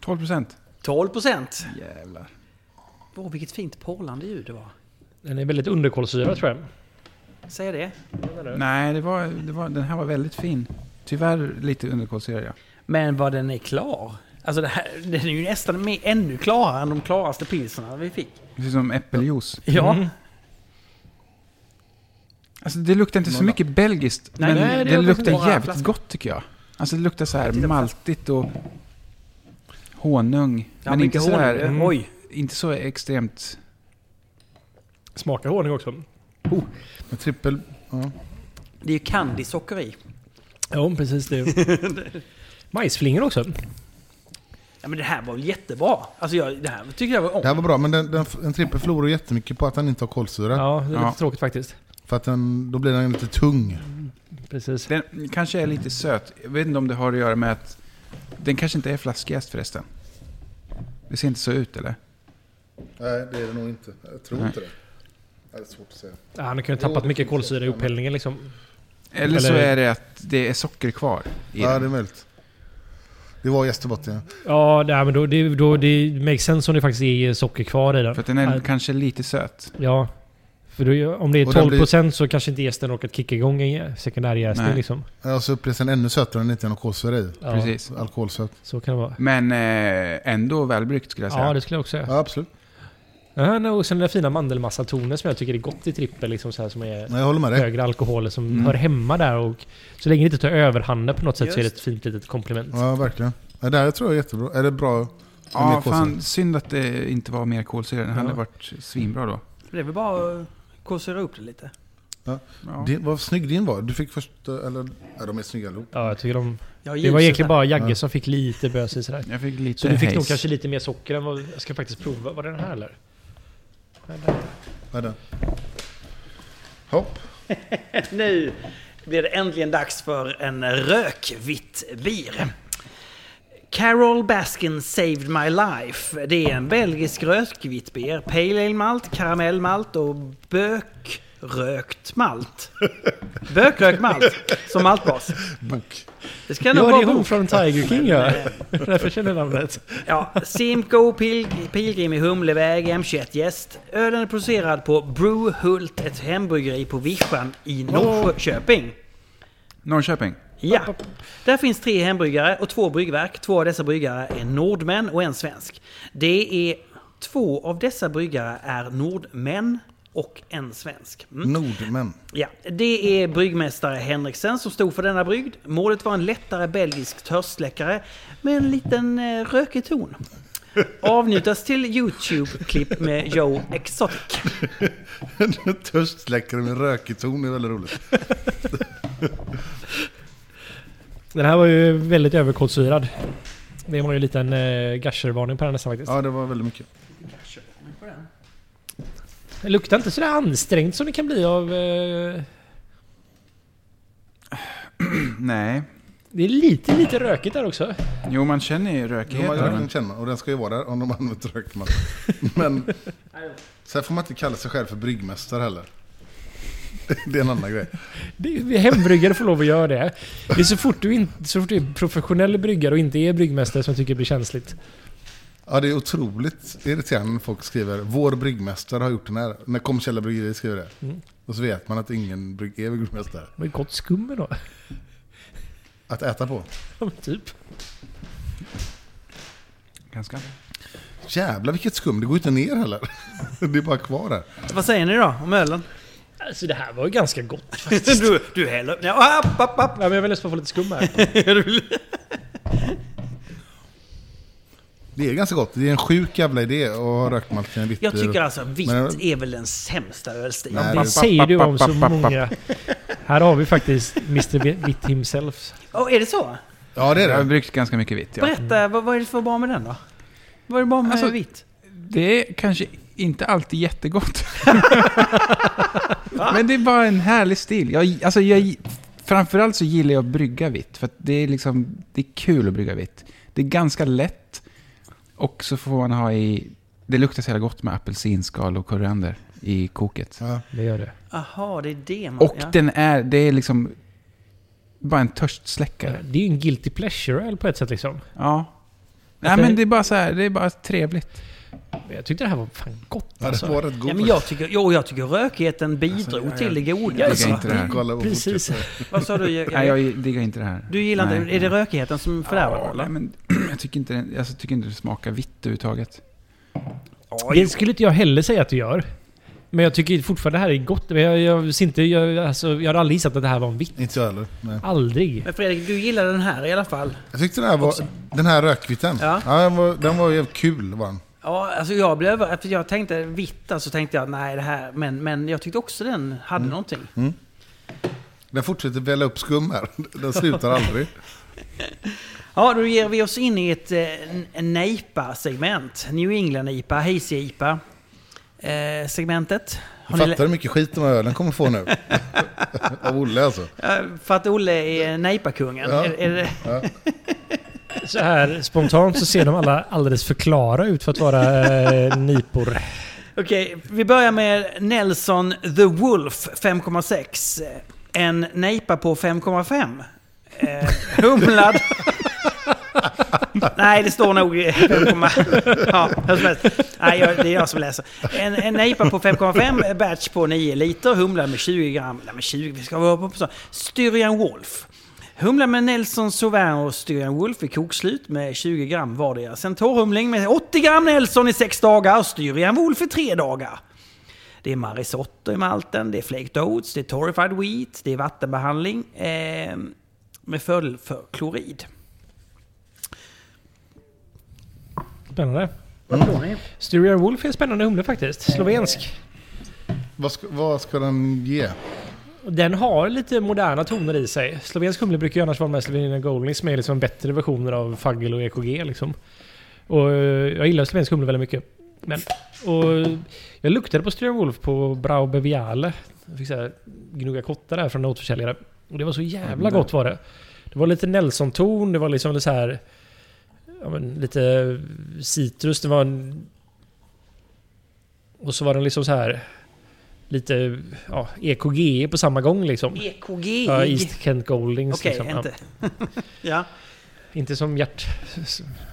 Speaker 3: 12 procent.
Speaker 1: 12 procent!
Speaker 3: Jävlar.
Speaker 1: Åh, vilket fint porlande ljud det var.
Speaker 2: Den är väldigt underkolsyrad tror jag.
Speaker 1: Säg det.
Speaker 3: Nej, det var, det var, den här var väldigt fin. Tyvärr lite underkolsyrad ja.
Speaker 1: Men vad den är klar. Alltså det här, den är ju nästan mer, ännu klarare än de klaraste pilserna vi fick.
Speaker 3: Precis som äppeljuice.
Speaker 1: Ja.
Speaker 3: Alltså det luktar inte så mycket belgiskt,
Speaker 1: Nej,
Speaker 3: men
Speaker 1: nej, det
Speaker 3: det,
Speaker 1: är
Speaker 3: luktar
Speaker 1: bara
Speaker 3: jävligt
Speaker 1: flaskan.
Speaker 3: gott tycker jag. Alltså det luktar så här
Speaker 1: Titta på
Speaker 3: maltigt och honung.
Speaker 1: Ja,
Speaker 3: men inte
Speaker 1: mycket
Speaker 3: så, här,
Speaker 1: honung.
Speaker 3: mm,
Speaker 1: Oj.
Speaker 3: inte så extremt...
Speaker 2: Smakar honung också.
Speaker 4: Men trippel... Ja.
Speaker 1: Det är ju candysocker i.
Speaker 2: Ja, precis det. Majsflingor också.
Speaker 1: Ja, men det här var väl jättebra? Alltså jag, det här tycker jag var...
Speaker 4: Det här var bra, men den, den, en trippel förlorar jättemycket på att den inte har kolsyra.
Speaker 2: Ja, det är lite
Speaker 3: Ja.
Speaker 2: tråkigt faktiskt.
Speaker 4: För att den, då blir den lite tung.
Speaker 2: Precis.
Speaker 3: Den kanske är lite söt. Jag vet inte om det har att göra med att den kanske inte är flaskjäst förresten. Det ser inte så ut eller?
Speaker 4: Nej, det är det nog inte. Jag tror
Speaker 3: Nej.
Speaker 4: inte det. Det är svårt att säga.
Speaker 2: Ja, han kan ju ha tappat mycket kolsyra i upphällningen liksom.
Speaker 3: Eller, så
Speaker 2: Eller-
Speaker 3: är det att det är socker kvar i
Speaker 4: Ja, det är
Speaker 3: den.
Speaker 4: möjligt. Det var Gästerbotten.
Speaker 2: Ja, nej, men då, det, då, det makes sense om det faktiskt är socker kvar i den.
Speaker 3: För att den är
Speaker 2: Ja.
Speaker 3: kanske lite söt.
Speaker 2: Ja. För då, om det är
Speaker 4: Och den
Speaker 2: 12 procent så kanske inte jästen råkat kicka igång en sekundärjäsning
Speaker 3: Nej.
Speaker 2: liksom.
Speaker 4: Ja, så upplevs den alltså, ännu sötare än inte någon kolsyra i.
Speaker 2: Ja,
Speaker 3: Precis.
Speaker 4: Alkoholsöt.
Speaker 2: Så kan det vara.
Speaker 3: Men eh, ändå välbryggt skulle jag säga.
Speaker 2: Ja, det skulle jag också säga.
Speaker 4: Ja, absolut.
Speaker 2: Ja, nej, och sen den där fina mandelmassatonen som jag tycker är gott i trippel. Liksom så här, som är
Speaker 4: Nej, jag håller med dig.
Speaker 2: högre alkoholer som hör hemma där. Och så länge det inte tar överhanden på något sätt så är det
Speaker 1: Just.
Speaker 2: ett fint litet komplement.
Speaker 4: Ja, verkligen. Ja, det här tror jag är jättebra. Är det bra?
Speaker 3: Ja,
Speaker 4: Mer kolsyra.
Speaker 3: fan synd att det inte var mer kolsyra. Den hade varit svinbra då.
Speaker 1: Det är väl bara att kolsyra upp det lite.
Speaker 3: Ja.
Speaker 4: Din, vad snygg din var. Du fick först... Eller... Ja, de är snygga allihop.
Speaker 2: Ja, jag tycker de...
Speaker 1: Ja,
Speaker 2: Det var
Speaker 1: ljuset
Speaker 2: egentligen
Speaker 1: där.
Speaker 2: bara Jagge
Speaker 4: Ja.
Speaker 2: som fick lite bös i sådär.
Speaker 3: Jag fick lite
Speaker 2: Så du fick
Speaker 3: haze.
Speaker 2: nog kanske lite mer socker än vad... Jag ska faktiskt prova. Var det den här eller?
Speaker 4: Vad är det? Hopp.
Speaker 1: Nu blir det äntligen dags för en rökvitt bier. Carol Baskin Saved My Life. Det är en belgisk rökvitt bier. Pale ale malt, karamellmalt och bökrökt malt. Bökrökt malt som maltbas.
Speaker 4: Bok.
Speaker 1: Det ska nog
Speaker 2: Ja, det
Speaker 1: vara
Speaker 2: är hon
Speaker 1: bok.
Speaker 2: från Tiger King ja. Därför känner jag namnet.
Speaker 1: Ja, Simco Pil- Pilgrim i Humleväg, M21 Gäst. Ölen är producerad på Brohult, ett hembryggeri på Vischan i Norrköping.
Speaker 3: Norrköping.
Speaker 1: Ja, där finns tre hembryggare och två bryggverk. Två av dessa bryggare är nordmän och en svensk. Det är två av dessa bryggare är nordmän och en svensk. Mm.
Speaker 4: Nordmän.
Speaker 1: Ja, det är bryggmästare Henriksen som stod för denna brygd. Målet var en lättare belgisk törstsläckare med en liten eh, rökig ton. Avnjutas till YouTube-klipp med Joe Exotic.
Speaker 4: Törstsläckare med rökig ton är väldigt roligt.
Speaker 2: Den här var ju väldigt överkolsyrad. Det var ju en liten eh, gashervarning på den nästan faktiskt.
Speaker 4: Ja, det var väldigt mycket.
Speaker 2: Det luktar inte sådär ansträngt som det kan bli av... Eh,
Speaker 3: Nej.
Speaker 2: det är lite, lite rökigt där också.
Speaker 3: Jo, man känner ju
Speaker 4: Jo, man,
Speaker 3: rökigheten.
Speaker 4: den känner man. Och den ska ju vara där om de har använt rökmalt. Men sen får man inte kalla sig själv för bryggmästare heller. Det är en annan grej.
Speaker 2: Det, vi hembryggare får lov att göra det. Det är så fort du, inte, så fort du är professionell bryggare och inte är bryggmästare som jag tycker det blir känsligt.
Speaker 4: Ja, det är otroligt irriterande när folk skriver Vår bryggmästare har gjort den här. När Kommersiella Bryggerier skriver det. Och så vet man att ingen brygg- är bryggmästare.
Speaker 2: Det var ju gott skum då.
Speaker 4: att äta på.
Speaker 2: Ja, men typ.
Speaker 3: Ganska.
Speaker 4: Jävlar vilket skum, det går ju inte ner heller. Det är bara kvar där.
Speaker 1: Så vad säger ni då om ölen?
Speaker 2: Alltså det här var ju ganska gott.
Speaker 1: Du, du häller... Ja, app, app, app.
Speaker 2: Ja, men jag vill nästan få lite skum här.
Speaker 4: Det är ganska gott. Det är en sjuk jävla idé att ha rökmalken i vitt.
Speaker 1: Jag tycker alltså vitt
Speaker 4: Men-
Speaker 1: är väl den sämsta ölstilen.
Speaker 4: Nej,
Speaker 2: Det säger du om så många. Här har vi faktiskt Mr. Vitt himself.
Speaker 1: Åh, är det så?
Speaker 4: Ja, det är
Speaker 3: Jag har
Speaker 4: det.
Speaker 3: brukt ganska mycket vitt. Ja. Mm.
Speaker 1: Berätta, vad, vad är det för bra med den då? Vad är det bra med
Speaker 3: Alltså-
Speaker 1: vitt?
Speaker 3: Det är kanske inte alltid jättegott. Men det är bara en härlig stil. Jag, alltså jag, framförallt så gillar jag att brygga vitt. För att det är, liksom, det är kul att brygga vitt. Det är ganska lätt. Och så får man ha i... Det luktar så jävla gott med apelsinskal och koriander i koket.
Speaker 4: Ja.
Speaker 2: Det gör det.
Speaker 1: Aha, det är det man...
Speaker 3: Och den är... Det är liksom... Bara en törstsläckare.
Speaker 2: Det är ju en guilty pleasure på ett sätt liksom.
Speaker 3: Ja. Nej men det är bara så här, det är bara trevligt.
Speaker 2: Men Jag tyckte det här var fan gott
Speaker 4: Ja, det
Speaker 2: alltså.
Speaker 4: var rätt god.
Speaker 1: Ja, men jag tycker, jo, jag tycker rökigheten bidrog
Speaker 4: jag-
Speaker 1: till det goda. Alltså,
Speaker 2: jag-
Speaker 3: Alltså, Jag diggar inte det här.
Speaker 4: Kolla vad
Speaker 2: Precis.
Speaker 4: fortsätter.
Speaker 1: Vad sa du?
Speaker 3: Nej, jag diggar inte det här.
Speaker 1: Du gillar inte...
Speaker 3: Nej,
Speaker 1: Är det
Speaker 3: nej.
Speaker 1: rökigheten som fördärvar den,
Speaker 3: Ja,
Speaker 1: eller?
Speaker 3: nej, men jag tycker inte, den- alltså, jag tycker inte det smakar vitt överhuvudtaget.
Speaker 2: Det skulle inte jag heller säga att du gör. Men jag tycker fortfarande det här är gott. Men jag, jag, ser inte, jag, alltså, jag hade aldrig gissat att det här var en vitt.
Speaker 4: Inte jag heller. Nej.
Speaker 2: Aldrig.
Speaker 1: Men Fredrik, du gillar den här i alla fall.
Speaker 4: Jag tyckte den här, var, den här rökvitten,
Speaker 1: Ja.
Speaker 4: ja. den, var, den var jävligt kul. Var den.
Speaker 1: Ja, alltså jag blev över... För jag tänkte vitt, så alltså, tänkte jag nej det här... Men, men jag tyckte också den hade
Speaker 3: Mm.
Speaker 1: någonting.
Speaker 4: den fortsätter välla upp skum här. Den slutar aldrig.
Speaker 1: Ja, då ger vi oss in i ett eh, n- nejpa-segment. New England-IPA, Hazy-IPA. Eh, segmentet. Har ni
Speaker 4: Fattar du hur mycket skit den här ölen kommer få nu? Av Olle alltså.
Speaker 1: lä- Eh, för att Olle är nejpa-kungen.
Speaker 4: Ja.
Speaker 1: Är, är det...
Speaker 2: Så här spontant så ser de alla alldeles för klara ut för att vara eh, nipor.
Speaker 1: Okej, vi börjar med Nelson The Wolf 5,6. Eh, En nejpa på 5,5. Eh, humlad... Nej, det står nog 5,5. Ja, hur som helst. Nej, jag, det är jag som läser. En, en nejpa på 5,5, batch på 9 liter, humlad med 20 gram. Nej, men 20, vi ska vara på så. Styrian Wolf. Humla med Nelson Sauvin och Styrian Wolf i kokslut med 20 gram vardera. Sen torrhumling med 80 gram Nelson i 6 dagar och Styrian Wolf i 3 dagar. Det är marisotto i malten, det är flaked oats, det är torrified wheat, det är vattenbehandling eh, med fördel för klorid.
Speaker 2: Spännande. Styrian Wolf är en spännande humle faktiskt. Slovensk.
Speaker 4: Vad ska, vad ska den ge?
Speaker 2: Och Den har lite moderna toner i sig. Slovensk humle brukar ju annars vara med Slovenia Golding som är liksom bättre versioner av Fagel och EKG. Liksom. Och eh, jag gillar slovensk humle väldigt mycket. Men, och eh, jag luktade på Styrian Wolf på Brau Beviale. Jag fick så här, gnugga kottar där från en återförsäljare. Och det var så jävla gott var det. Det var lite Nelson-ton, det var liksom lite så här... Ja, men lite citrus, det var en... Och så var den liksom så här... Lite ja, EKG på samma gång liksom.
Speaker 1: EKG?
Speaker 2: Ja, East Kent Goldings.
Speaker 1: E Okej,
Speaker 2: liksom.
Speaker 1: inte.
Speaker 2: Ja,
Speaker 1: ja.
Speaker 2: inte som hjärt...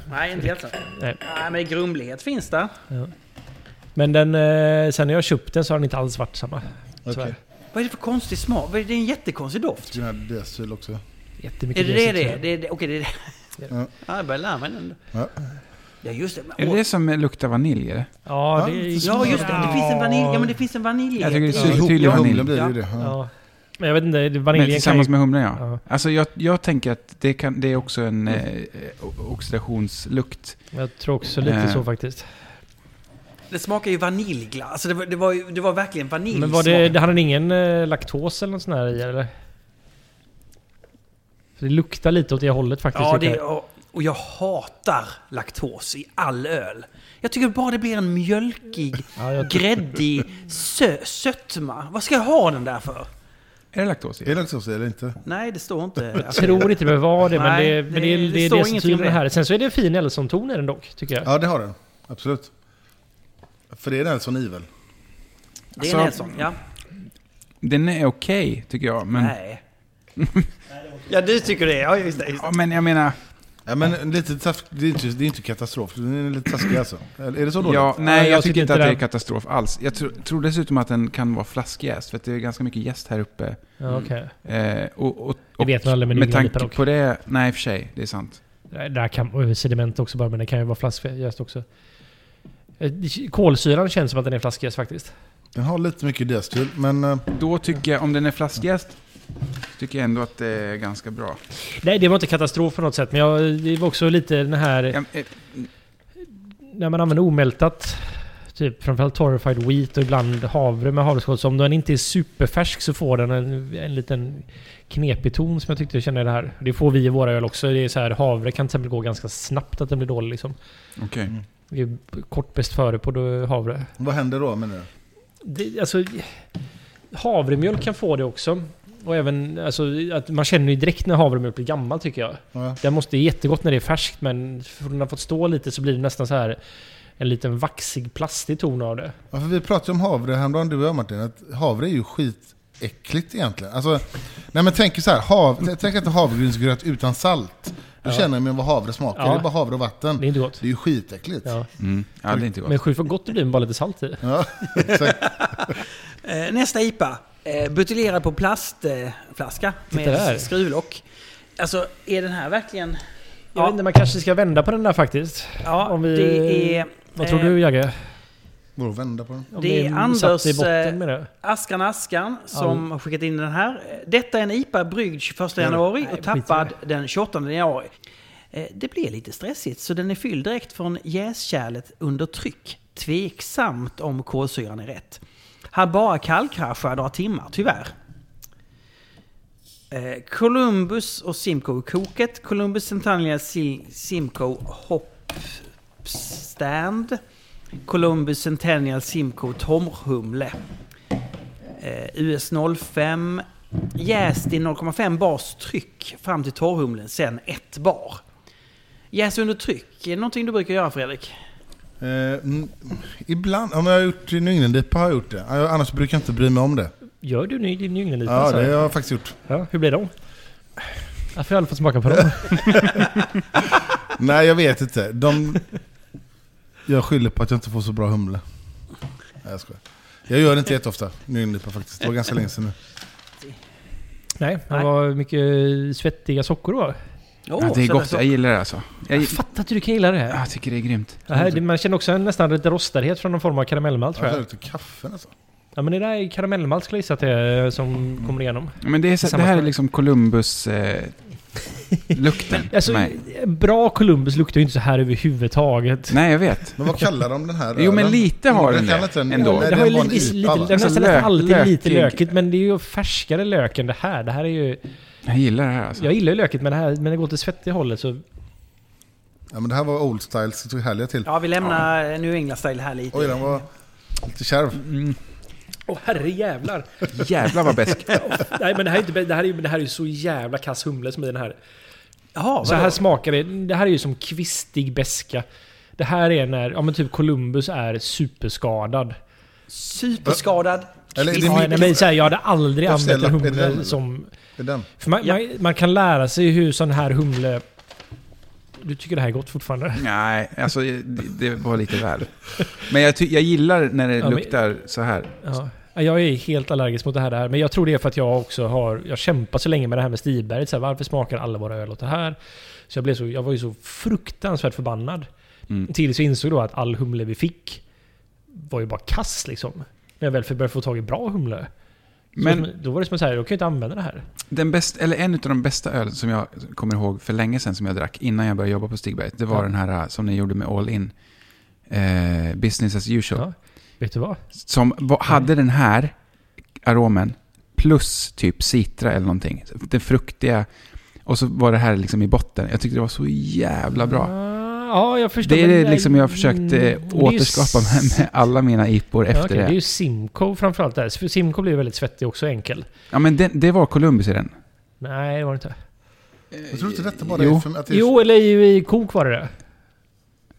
Speaker 1: Nej, inte helt så.
Speaker 2: Nej.
Speaker 1: Nej, men grumlighet finns där.
Speaker 2: Men den, eh, sen när jag köpte den så har den inte alls varit samma. Tyvärr.
Speaker 4: Okej.
Speaker 1: Vad är det för konstig smak? Vad är det- Det är en jättekonstig doft.
Speaker 4: Den här desyl också.
Speaker 1: Är
Speaker 2: Jättemycket
Speaker 1: det det
Speaker 2: gräs,
Speaker 1: det är?
Speaker 2: tyvärr.
Speaker 1: Det är det- Okej, det är det.
Speaker 4: Ja.
Speaker 1: Ja, jag börjar lära mig den.
Speaker 4: Ja.
Speaker 1: Ja, just det.
Speaker 3: Är det det som luktar vanilj? Eller?
Speaker 2: Ja,
Speaker 4: Ja,
Speaker 2: det är...
Speaker 1: Ja, just det. Det finns en vanilj. Ja, men det finns en vanilj.
Speaker 3: Jag tycker det är
Speaker 4: Så
Speaker 3: tydlig-
Speaker 4: ihop
Speaker 3: tydlig
Speaker 4: med humlen
Speaker 3: vanilj.
Speaker 4: blir det ju
Speaker 1: Ja.
Speaker 4: det. Ja.
Speaker 2: Ja. Men jag vet inte, det- vaniljen
Speaker 3: Men tillsammans
Speaker 2: kan ju...
Speaker 3: med humlen ja.
Speaker 2: Ja. Mm.
Speaker 3: Alltså jag, jag tänker att det, kan, det är också en eh, o- oxidationslukt.
Speaker 2: Jag tror också lite
Speaker 3: Eh.
Speaker 2: så faktiskt.
Speaker 1: Det smakar ju vaniljglass. Alltså det, var, det, var, ju- det var verkligen vaniljsmak.
Speaker 2: Men var det, det hade den ingen eh, laktos eller något sånt här i eller? För det luktar lite åt det hållet faktiskt.
Speaker 1: Ja,
Speaker 2: tycker
Speaker 1: det,
Speaker 2: jag.
Speaker 1: och, och jag hatar laktos i all öl. Jag tycker bara det blir en mjölkig,
Speaker 2: Ja, jag-
Speaker 1: gräddig sö, sötma. Vad ska jag ha den där för?
Speaker 3: Är det laktos i?
Speaker 4: Är det också så eller inte?
Speaker 1: Nej, det står inte.
Speaker 2: Jag tror inte det behöver vara det, men
Speaker 1: Nej,
Speaker 2: det, men det, det, är
Speaker 1: står
Speaker 2: det som
Speaker 1: ingenting om
Speaker 2: tyder det
Speaker 1: det.
Speaker 2: här. Sen så är det en fin Ellison-ton i den dock, tycker jag.
Speaker 4: Ja, det har den. Absolut. För det är den som Ivel.
Speaker 1: Det är
Speaker 3: Alltså-
Speaker 1: Nelson, ja.
Speaker 3: Den är okej tycker jag. Men,
Speaker 1: Nej. ja, du tycker det. Ja, just det. Just det.
Speaker 3: ja, men jag menar,
Speaker 4: Ja, men lite task, det, är inte, det är inte katastrof, den är lite taskig alltså. Eller Är det så dåligt?
Speaker 3: Ja, nej,
Speaker 2: Ja,
Speaker 3: jag, tycker inte att det är katastrof alls. Jag tror, tror dessutom att den kan vara flaskjäst, för att det är ganska mycket jäst här uppe.
Speaker 2: Ja, okej.
Speaker 3: Eh, och, och,
Speaker 2: Det
Speaker 3: och
Speaker 2: vet man aldrig med
Speaker 3: med
Speaker 2: nya
Speaker 3: tanke
Speaker 2: nipper och-
Speaker 3: på det, nej i och för sig, det är sant.
Speaker 2: Det Där kan och sediment också bara, men det kan ju vara flaskjäst också. Eh, Kolsyran känns som att den är flaskjäst faktiskt.
Speaker 4: Den har lite mycket diastyl, men eh,
Speaker 3: Då tycker jag, om den är flaskjäst, tycker jag ändå att det är ganska bra.
Speaker 2: Nej, det var inte katastrof på något sätt, men jag, det var också lite den här...
Speaker 3: Ja, eh,
Speaker 2: när man använder omältat, typ framförallt torrified wheat och ibland havre med havreskal, så om den inte är superfärsk så får den en, en liten knepig ton som jag tyckte jag kände i det här. Det får vi i våra öl också. Det är så här, havre kan till exempel gå ganska snabbt att den blir dålig liksom.
Speaker 3: Okej.
Speaker 2: Det är kort bäst före på då- havre.
Speaker 4: vad händer då menar du?
Speaker 2: Det, alltså, havremjölk kan få det också. Och även alltså, att man känner ju direkt när havremjölk blir gammal tycker jag.
Speaker 4: Ja.
Speaker 2: Den måste det är jättegott när det är färskt men från den har fått stå lite så blir det nästan så här en liten vaxig plastig ton av det.
Speaker 4: Ja, för vi pratade om havre häromdagen, du och jag Martin, att havre är ju skitäckligt egentligen. Alltså, nej men tänk så här, hav, t- tänk inte havregrynsgröt utan salt. Då
Speaker 2: Ja.
Speaker 4: känner man vad havre smakar,
Speaker 2: Ja.
Speaker 4: det är bara havre och vatten.
Speaker 2: Det är inte gott.
Speaker 4: Det är ju skitäckligt.
Speaker 2: Ja.
Speaker 3: Mm. Ja, det är inte gott.
Speaker 2: Men sjukt vad gott det blir med bara lite salt i.
Speaker 4: Ja, exakt.
Speaker 1: Eh, nästa IPA. Eh, buteljerad på plastflaska eh, flaska
Speaker 2: Titta där.
Speaker 1: med skruvlock. Alltså, är den här verkligen...
Speaker 2: Jag vet inte, man kanske ska vända på den där faktiskt.
Speaker 1: Ja,
Speaker 2: Om vi-
Speaker 1: det är...
Speaker 2: Vad tror
Speaker 1: eh,
Speaker 2: du Jagge?
Speaker 4: Går att vända på den.
Speaker 2: Om
Speaker 1: det är
Speaker 2: satt
Speaker 1: Anders,
Speaker 2: i
Speaker 1: eh,
Speaker 2: botten med det?
Speaker 1: Askan Askan som har skickat in den här. Detta är en IPA bryggd 21 januari
Speaker 2: Nej,
Speaker 1: och
Speaker 2: skit i
Speaker 1: tappad den 28 januari. Eh, Det blir lite stressigt så den är fylld direkt från jäskärlet under tryck. Tveksamt om kolsyran är rätt. Här bara kallkraschar några timmar, tyvärr. Eh, Columbus och Simcoe i koket. Columbus Centennial Sil- Simcoe Hoppstand. Columbus Centennial Simcoe Tomrhumle. Eh, US 05. Jäst i 0,5 bars tryck fram till torrhumlen, sen 1 bar. Jäst under tryck, är det någonting du brukar göra Fredrik?
Speaker 4: Eh, mm, ibland, om jag har gjort New England-dipa har jag gjort det. Ja, Annars brukar jag inte bry mig om det.
Speaker 2: Gör du ny- din yngling lite?
Speaker 4: Ja,
Speaker 2: så här?
Speaker 4: det har jag faktiskt gjort.
Speaker 2: ja, hur blir de? Varför har jag aldrig fått smaka på dem?
Speaker 4: Nej, jag vet inte. De... Jag skyller på att jag inte får så bra humle. Nej, jag skojar. Jag gör det inte jätteofta, New England-dipa faktiskt. Det var ganska länge sedan nu.
Speaker 2: Nej,
Speaker 1: Nej.
Speaker 2: det var mycket svettiga sockor då.
Speaker 1: Oh,
Speaker 3: ja, det är gott, jag gillar det alltså. Jag,
Speaker 2: Jag fattar inte du kan gilla det här.
Speaker 3: jag tycker det är grymt.
Speaker 2: Det här det, man känner också en, nästan lite rostadhet från någon form av karamellmalt tror
Speaker 4: Jag tar
Speaker 2: jag.
Speaker 4: lite kaffe nästan.
Speaker 2: Ja men det där är karamellmalt skulle jag gissa att det är eh, som kommer igenom.
Speaker 3: Men det, är, så- det här är liksom eh, Columbus-lukten.
Speaker 2: Alltså, bra Columbus luktar ju inte så här överhuvudtaget.
Speaker 3: Nej, jag vet.
Speaker 4: Men vad kallar de den här
Speaker 3: Jo, men
Speaker 4: ölen?
Speaker 3: lite har
Speaker 4: Jag
Speaker 3: den
Speaker 4: kallar
Speaker 3: det,
Speaker 4: inte den-
Speaker 3: ändå.
Speaker 4: Nej,
Speaker 2: det
Speaker 4: det
Speaker 2: har ju
Speaker 4: var en
Speaker 2: lite,
Speaker 4: IPA, va?
Speaker 2: lite,
Speaker 3: Alltså,
Speaker 2: nästan
Speaker 3: lök-
Speaker 2: alltid lite
Speaker 3: lökig.
Speaker 2: lökigt, men det är ju färskare lök än det här. Det här är ju...
Speaker 3: Jag gillar det här alltså.
Speaker 2: Jag gillar ju lökigt, men det här, men det går till svettig hållet så...
Speaker 4: Ja, men det här var old style, så det tog härliga till.
Speaker 1: Ja, vi lämnar eh, New England-style här lite.
Speaker 4: Oj, den var lite kärv.
Speaker 3: Mm,
Speaker 2: Åh herrejävlar!
Speaker 3: jävlar vad bäsk.
Speaker 2: Nej men det här är ju inte, det här är ju, men det här är ju så jävla kass humle som är den här.
Speaker 1: Jaha,
Speaker 2: Så här
Speaker 1: vadå?
Speaker 2: smakar det. Det här är ju som kvistig beska. Det här är när, ja men typ Columbus är superskadad.
Speaker 1: Superskadad.
Speaker 4: Eller är det
Speaker 1: kvist.
Speaker 2: Ja, nej, men så här, jag hade aldrig
Speaker 4: Jag
Speaker 2: använt en
Speaker 4: ställer upp i
Speaker 2: humle
Speaker 4: den.
Speaker 2: som...
Speaker 4: Det är den.
Speaker 2: För man,
Speaker 1: Ja.
Speaker 2: man, man kan lära sig hur sån här humle... Du tycker det här är gott fortfarande?
Speaker 3: Nej, alltså det, det var lite väl. Men jag, ty- jag gillar när det
Speaker 2: Ja, men-
Speaker 3: luktar så här.
Speaker 2: Ja. Ja, Jag är helt allergisk mot det här, det här. Men jag tror det är för att jag också har... Jag kämpar så länge med det här med Stiberget. Så här, varför smakar alla våra öl åt det här? Så jag, blev så, jag var ju så fruktansvärt förbannad.
Speaker 3: Mm.
Speaker 2: Tills jag insåg då att all humle vi fick var ju bara kass liksom. När jag väl började få tag i bra humle.
Speaker 3: Men-
Speaker 2: Men, då var det som att så här, jag kan ju inte använda det här.
Speaker 3: Den bäst, eller en av de bästa öl som jag kommer ihåg för länge sedan som jag drack innan jag började jobba på Stigberget. Det var
Speaker 2: Ja.
Speaker 3: den här eh, som ni gjorde med All In. Eh, business as usual.
Speaker 2: Ja. Vet du vad?
Speaker 3: Som va- hade den här aromen plus typ citra eller någonting. Den fruktiga. Och så var det här liksom i botten. Jag tyckte det var så jävla bra.
Speaker 2: Ah, Ja, jag förstår.
Speaker 3: Det är
Speaker 2: men
Speaker 3: det liksom jag har försökt
Speaker 2: mm,
Speaker 3: eh,
Speaker 2: och det är ju
Speaker 3: återskapa med, med alla mina IPor
Speaker 2: Ja,
Speaker 3: efter
Speaker 2: okej, Det är
Speaker 3: det.
Speaker 2: ju Simco framförallt där. För Simco blir ju väldigt svettig också, enkel.
Speaker 3: Ja, men det, det var Columbus i den.
Speaker 2: Nej, det var det inte.
Speaker 4: Jag tror inte detta bara
Speaker 3: Jo.
Speaker 4: är för att det är...
Speaker 2: Jo, eller i, i kok var det det.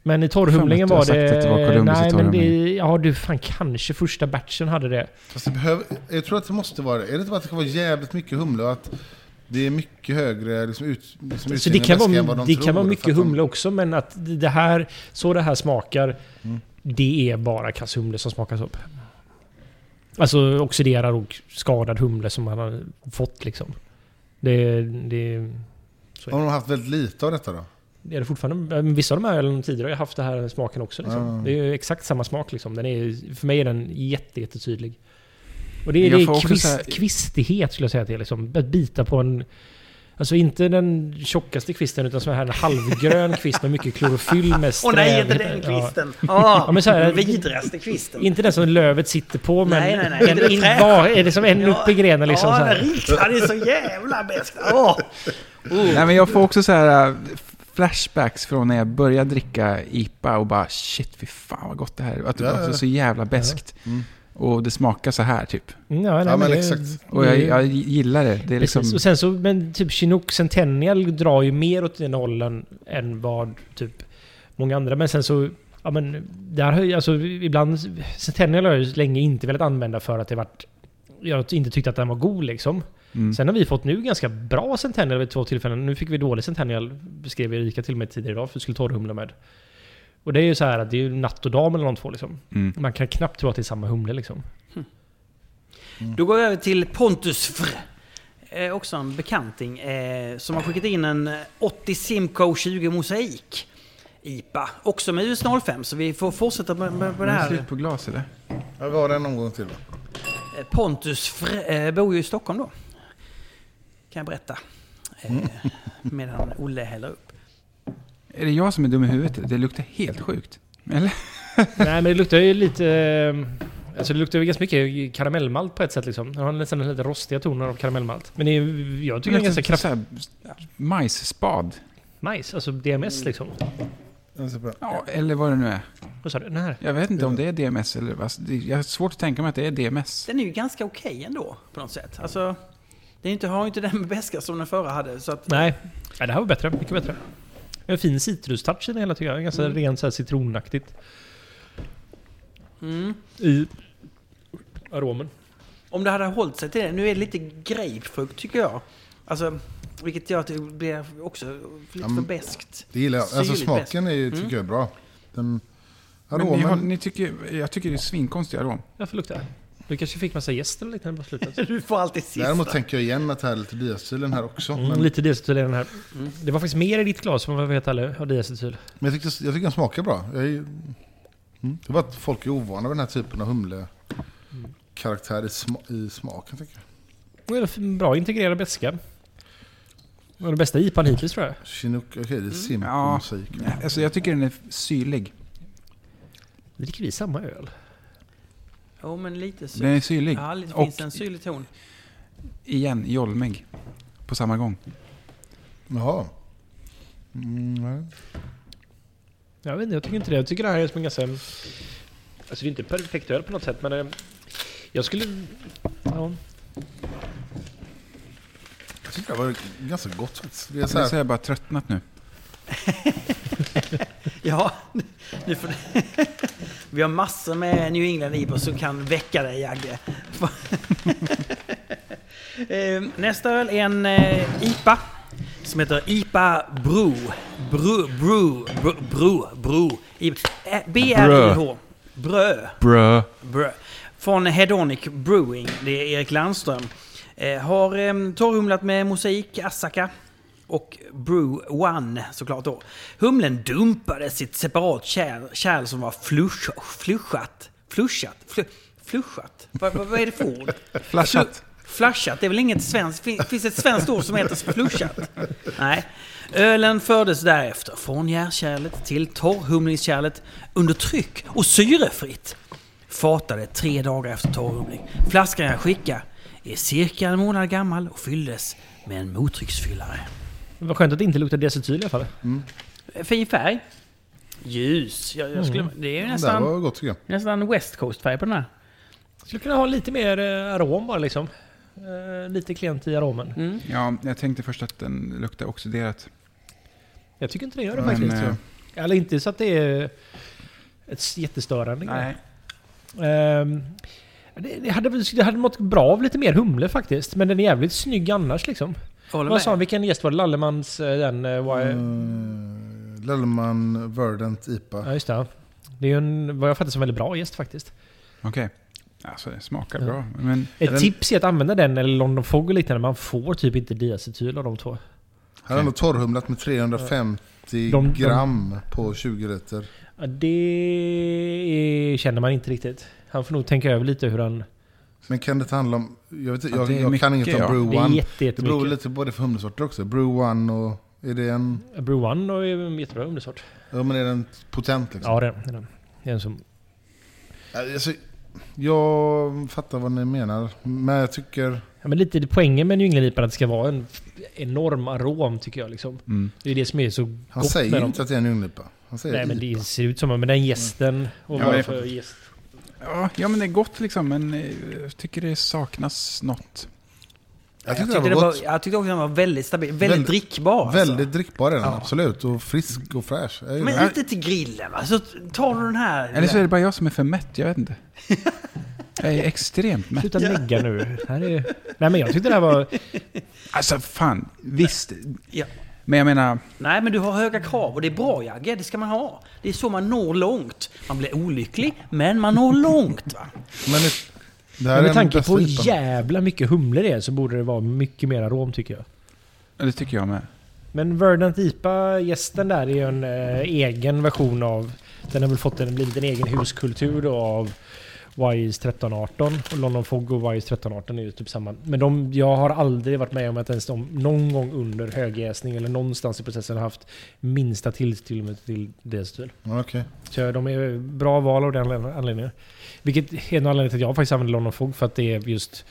Speaker 2: Men i torrhumlingen
Speaker 3: Fan,
Speaker 2: var
Speaker 3: jag tror jag
Speaker 2: det...
Speaker 3: sagt att det var Columbus i
Speaker 2: nej, men det...
Speaker 3: torrhumlingen.
Speaker 2: Ja, du fan kanske första batchen hade det.
Speaker 4: Fast det behöver, jag tror att det måste vara det. Är det inte bara att det ska vara jävligt mycket humle och att Det är mycket högre liksom, ut, liksom
Speaker 2: Så det
Speaker 4: utseende i
Speaker 2: kan
Speaker 4: väskan än
Speaker 2: vara,
Speaker 4: vad de
Speaker 2: det
Speaker 4: tror,
Speaker 2: kan vara
Speaker 4: för
Speaker 2: mycket
Speaker 4: att de-
Speaker 2: humle också, men att det här, så det här smakar,
Speaker 4: Mm.
Speaker 2: det är bara kass humle som smakas upp. Alltså oxiderad och skadad humle som man har fått liksom. Det, det,
Speaker 4: Om de har haft väldigt lite av detta då?
Speaker 2: det är det fortfarande. men Vissa av de här ölen tidigare har ju haft den här smaken också. Liksom.
Speaker 4: Mm.
Speaker 2: Det är ju exakt samma smak liksom. Den är, för mig är den jätte, jättetydlig. Och det är,
Speaker 3: Jag
Speaker 2: det
Speaker 3: får
Speaker 2: är
Speaker 3: också
Speaker 2: kvist,
Speaker 3: så här-
Speaker 2: kvistighet skulle jag säga till. Liksom. Att bita på en... Alltså inte den tjockaste kvisten utan så här en halvgrön kvist med mycket klorofyll med
Speaker 1: Åh nej, inte
Speaker 2: sträv-
Speaker 1: den
Speaker 2: Ja.
Speaker 1: kvisten! Ja,
Speaker 2: Ja, men så här-
Speaker 1: den vidraste kvisten.
Speaker 2: Inte den som lövet sitter på men...
Speaker 1: Nej, nej, nej.
Speaker 2: Den
Speaker 1: Inte det
Speaker 2: in,
Speaker 1: trä-
Speaker 2: var, är det som en
Speaker 1: Ja.
Speaker 2: upp i grenen liksom?
Speaker 1: ja,
Speaker 2: så här.
Speaker 1: den riktiga, den är så jävla bäst. Åh!
Speaker 3: Nej, men jag får också så här äh, flashbacks från när jag började dricka IPA och bara shit, fy fan vad gott det här är. Att det
Speaker 4: Ja,
Speaker 3: var
Speaker 4: ja.
Speaker 3: så, så jävla beskt.
Speaker 4: Mm.
Speaker 3: Och det smakar så här typ.
Speaker 2: Mm, Ja, nej,
Speaker 4: Ja, men
Speaker 2: det-
Speaker 4: exakt.
Speaker 3: Och jag,
Speaker 2: det-
Speaker 3: jag gillar det. Det är liksom...
Speaker 2: Mm. Precis. Och sen så, men typ Chinook Centennial drar ju mer åt den hållen än vad typ många andra. Men sen så, ja men där har ju, alltså ibland, Centennial har jag ju länge inte velat använda för att det varit, jag har inte tyckt att den var god liksom.
Speaker 3: Mm.
Speaker 2: Sen har vi fått nu ganska bra Centennial vid två tillfällen. Nu fick vi dålig Centennial, beskrev Erika till mig tidigare idag, för vi skulle torrhumla med. Och det är ju så här att det är ju natt och dag mellan de två liksom.
Speaker 3: Mm.
Speaker 2: Man kan knappt tro att det är samma humle liksom.
Speaker 1: Då går vi över till Pontus Fr. Eh, också en bekanting eh, som har skickat in en eh, 80 Simco 20 Mosaik IPA. Också med US 05 så vi får fortsätta med, med, med det
Speaker 3: Är det
Speaker 1: här.
Speaker 3: slut på glas eller?
Speaker 4: Ja, vi har den någon gång till då.
Speaker 1: Eh, Pontus Fr, eh, bor ju i Stockholm då. Kan jag berätta. Eh, medan Olle häller upp.
Speaker 3: Är det jag som är dum i huvudet? Det luktar helt sjukt. Eller?
Speaker 2: Nej, men det luktar ju lite... eh, Alltså det luktar ju ganska mycket karamellmalt på ett sätt liksom. Den har nästan lite rostiga toner av karamellmalt. Men det är, jag
Speaker 3: Mm.
Speaker 2: tycker det är ganska kraftigt.
Speaker 3: så här, Majsspad.
Speaker 2: Nice, alltså DMS liksom.
Speaker 4: Den ser bra.
Speaker 3: Ja, eller vad det nu är.
Speaker 2: Vad sa du? Den här?
Speaker 3: Jag vet inte om det är DMS eller vad. Det- Jag har svårt att tänka mig att det är DMS.
Speaker 1: Den är ju ganska okej ändå på något sätt. Alltså, det är inte, har ju inte den beska som den förra hade. Så att,
Speaker 2: Nej. Nej, det här var bättre. Mycket bättre. En fin citrustouch i det hela tycker jag. Ganska ren så här citronaktigt. I aromen.
Speaker 1: Om det hade hållit sig till det. Nu är det lite grapefrukt tycker jag. Alltså, vilket gör att det blir också lite för beskt.
Speaker 4: Det gillar jag. Alltså
Speaker 1: Syrligt
Speaker 4: smaken är ju, tycker jag är bra. Den,
Speaker 3: Men ni har,
Speaker 4: aromen,
Speaker 3: ni tycker, jag tycker det är svinkonstig arom.
Speaker 2: Jag får lukta. Du kanske fick massa gäst eller liknande på slutet.
Speaker 1: Du får alltid sista.
Speaker 4: däremot tänker jag igen att det här är lite diastilen här också.
Speaker 2: Mm,
Speaker 4: Men,
Speaker 2: Lite diacetyl i den här. Det var faktiskt mer i ditt glas om jag vet alla har diacetyl.
Speaker 4: men jag, tyckte, jag tycker den smakar bra. Jag är, ju- mm. Det var att folk är ovana vid den här typen av humle karaktär i, sma, i smaken. Tycker jag.
Speaker 2: Det är en Bra integrerad beska. Det var den bästa IPan hittills tror jag.
Speaker 4: Chinook, okej det är simp
Speaker 3: Mm. Ja.
Speaker 4: och musik.
Speaker 3: Nej, Alltså jag tycker den är syrlig.
Speaker 2: Dricker vi samma öl?
Speaker 1: Jo, men lite
Speaker 3: Den
Speaker 1: syrlig.
Speaker 3: är syrlig.
Speaker 1: Ja, det
Speaker 3: Och
Speaker 1: finns en syrlig ton.
Speaker 3: igen, jolmig. På samma gång.
Speaker 4: Jaha. Mm, nej.
Speaker 2: Jag vet inte, jag tycker inte det. Jag tycker det här är som en ganska... Alltså det är inte perfekt öl på något sätt men... eh, Jag skulle... Ja.
Speaker 4: jag tycker det var ganska gott faktiskt. Det är
Speaker 3: Jag
Speaker 4: så här,
Speaker 3: har jag bara tröttnat nu.
Speaker 1: Ja, nu får du... Vi har massor med New England IPA som kan väcka dig, Jagge. Eh, Nästa öl är en eh, IPA som heter IPA Bro. Bro, bro, bro, bro, bro. I- eh, B-R-I-H. Brö.
Speaker 3: Brö.
Speaker 1: Brö. Från Hedonic Brewing. Det är Erik Landström. Eh, har eh, torrhumlat med mosaik, Assaka och Brew One såklart då. Humlen dumpade sitt separat kärl, kärl som var flush, flushat. Flushat? Flu, flushat? Vad, vad, vad är det för ord?
Speaker 3: Flashat.
Speaker 1: Flushat, det är väl inget svenskt? Fin, finns ett svenskt ord som heter flushat? Nej. Ölen fördes därefter från järnkärlet till torrhumlingskärlet under tryck och syrefritt. Fatade tre dagar efter torrhumling. Flaskan jag skickade är cirka en månad gammal och fylldes med en mottrycksfyllare.
Speaker 2: Vad skönt att det inte luktar diacetyl i alla fall.
Speaker 1: Fin färg. Ljus. Jag, jag skulle, Det är ju
Speaker 4: det här
Speaker 1: nästan,
Speaker 4: var gott tycker jag.
Speaker 1: nästan West Coast-färg på den här.
Speaker 2: Skulle kunna ha lite mer eh, arom bara liksom. Eh, Lite klent i aromen.
Speaker 1: Mm.
Speaker 3: Ja, jag tänkte först att den luktar oxiderat.
Speaker 2: Jag tycker inte det gör det
Speaker 3: Men,
Speaker 2: faktiskt.
Speaker 3: eh,
Speaker 2: Eller inte så att det är ett jättestörande grej.
Speaker 3: eh, nej.
Speaker 2: Ehm, det, det, hade, väl- det hade mått bra av lite mer humle faktiskt. Men den är jävligt snygg annars liksom.
Speaker 1: Jag håller
Speaker 2: Vad sa han?
Speaker 1: med.
Speaker 2: Vilken gäst var det? Lallemans eh, den... eh, Var,
Speaker 4: Mm, Lellman Verdant IPA.
Speaker 2: Ja, just det. ja. Det är ju en, vad jag fattar som en väldigt bra gäst faktiskt.
Speaker 3: Okej. Alltså det smakar
Speaker 2: Ja.
Speaker 3: bra. Men
Speaker 2: Ett
Speaker 3: den,
Speaker 2: tips är att använda den eller London Fog och liknande. Man får typ inte diacetyl av de två.
Speaker 4: Han har nog torrhumlat med 350
Speaker 2: De- de-
Speaker 4: gram på 20 liter.
Speaker 2: Ja, det känner man inte riktigt. Han får nog tänka över lite hur han...
Speaker 4: Men kan det handla om... Jag, vet, inte,
Speaker 3: Ja,
Speaker 4: jag,
Speaker 3: det är
Speaker 4: jag kan
Speaker 3: mycket,
Speaker 4: inget om
Speaker 3: ja.
Speaker 4: Brew
Speaker 2: Det är
Speaker 4: One.
Speaker 2: jätte,
Speaker 4: Det beror
Speaker 2: jättemycket.
Speaker 4: lite på det för humlesorter också. Brew One och... Är det en...
Speaker 2: Brew One är ju en jättebra undersort.
Speaker 4: Ja men är den potent liksom?
Speaker 2: Ja, det är den. Det är den. Det är en som...
Speaker 4: Alltså, jag fattar vad ni menar. Men jag tycker...
Speaker 2: Ja, men lite poängen med New England-IPA är att det ska vara en enorm arom tycker jag. Liksom.
Speaker 3: mm,
Speaker 2: Det är det som är så
Speaker 4: Han
Speaker 2: gott med
Speaker 4: säger
Speaker 2: dem.
Speaker 4: inte att det är en unglipa. Han säger
Speaker 2: Nej men
Speaker 4: IPA.
Speaker 2: det ser ut som men den gästen och
Speaker 3: Ja,
Speaker 2: vad
Speaker 3: det-
Speaker 2: för gäst.
Speaker 3: ja, ja, men det är gott liksom. Men eh, jag tycker det saknas något.
Speaker 4: Jag
Speaker 1: Jag
Speaker 4: tyckte det
Speaker 1: tyckte, det
Speaker 4: var gott.
Speaker 1: var, jag tyckte också att den var väldigt stabil. Väldigt,
Speaker 4: Väldigt-
Speaker 1: drickbar. Alltså.
Speaker 4: Väldigt drickbar är den,
Speaker 1: Ja.
Speaker 4: absolut. Och frisk och fräsch. Jag gillar
Speaker 1: Men
Speaker 4: den.
Speaker 1: lite till grillen va? Så tar du den här.
Speaker 3: Eller så är det bara jag som är för mätt. Jag vet inte. Jag är extremt mätt.
Speaker 2: Sluta lägga nu. Här är... Nej men jag tyckte det här var...
Speaker 3: Alltså fan, visst.
Speaker 1: Ja.
Speaker 3: Men jag menar,
Speaker 1: Nej, men du har höga krav och det är bra Jagge. Det ska man ha. Det är så man når långt. Man blir olycklig, men man når långt. Va?
Speaker 4: Men det, det här
Speaker 2: Men
Speaker 4: är
Speaker 2: med
Speaker 4: den
Speaker 2: tanke
Speaker 4: bästa
Speaker 2: på hur
Speaker 4: IPA.
Speaker 2: jävla mycket humle det är så borde det vara mycket mer arom tycker jag.
Speaker 3: det tycker jag med.
Speaker 2: Men Verdant IPA, gästen där, är ju en eh, egen version av... Den har väl fått en, blivit en egen huskultur då av YS 1318. Och London Fog och YS 1318 är ju typ samma. Men de, jag har aldrig varit med om att ens de någon gång under högjäsning eller någonstans i processen har haft minsta tillstymmelse till diacetyl.
Speaker 4: Ja, okej.
Speaker 2: Så de är bra val av den anledningen. Vilket är en anledning till att jag faktiskt använder London Fog för att det är just...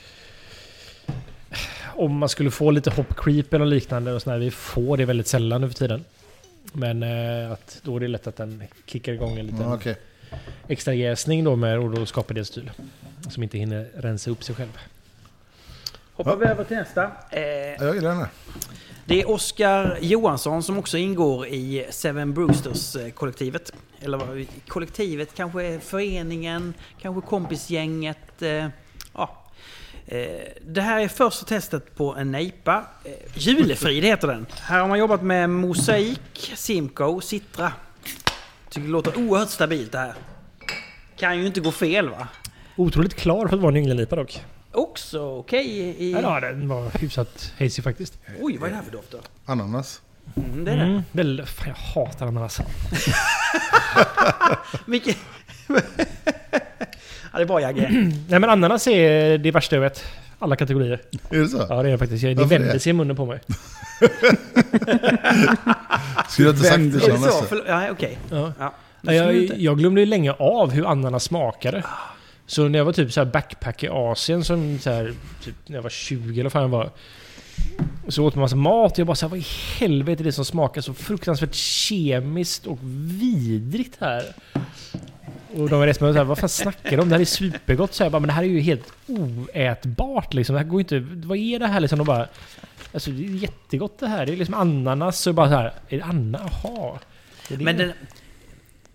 Speaker 2: Om man skulle få lite hop creep eller liknande och sådär. Vi får det väldigt sällan nu för tiden. Men eh, att då är det lätt att den kickar igång en liten
Speaker 4: Ja, okej.
Speaker 2: extra jäsning då med och då skapar det styl. Som inte hinner rensa upp sig själv.
Speaker 1: Hoppar vi över till nästa. Eh,
Speaker 4: Ja, Jag gillar den här.
Speaker 1: Det är Oskar Johansson som också ingår i Seven Brewsters-kollektivet. Eller vad- kollektivet, kanske är föreningen, kanske kompisgänget. eh, Ja. Eh, Det här är första testet på en nejpa. Eh, Julefrid heter den. Här har man jobbat med Mosaik, Simco, Citra. Tycker det låter oerhört stabilt det här. Kan ju inte gå fel va?
Speaker 2: Otroligt klar för att vara en ynglelipa dock.
Speaker 1: Också okej i...
Speaker 2: Ja, den var hyfsat hazy faktiskt.
Speaker 1: Oj, vad är det här för doft då?
Speaker 4: Ananas.
Speaker 1: Mm, det är det.
Speaker 2: Mm, väl, fan, jag hatar alltså. ananas.
Speaker 1: Vilken... ja, det är bra Jagge.
Speaker 2: Nej men ananas är det värsta jag vet. Alla kategorier.
Speaker 4: Är det så?
Speaker 2: Ja det är det faktiskt. Det
Speaker 4: Varför
Speaker 2: vänder
Speaker 4: det?
Speaker 2: sig i munnen på mig.
Speaker 4: Skulle jag inte sagt det
Speaker 1: Är det
Speaker 4: som
Speaker 1: så?
Speaker 4: nästa.
Speaker 1: Förlåt, nej, okej.
Speaker 2: Ja.
Speaker 1: Ja. det
Speaker 2: Jag,
Speaker 1: ser ju inte-
Speaker 2: jag glömde ju länge av hur ananas smakade. Så när jag var typ så här backpack i Asien, som så här, typ när jag var 20 eller vad fan jag var. Så åt man massa mat och jag bara såhär, vad i helvete är det som smakar så fruktansvärt kemiskt och vidrigt här? Och de var resten med såhär, vad fan snackar de om? Det här är supergott. Så jag bara, men det här är ju helt oätbart liksom. Det här går ju inte... Vad är det här liksom? De bara... Alltså det är jättegott det här. Det är liksom ananas och bara så här, är det ananas? Jaha. Det är det.
Speaker 1: Men, den,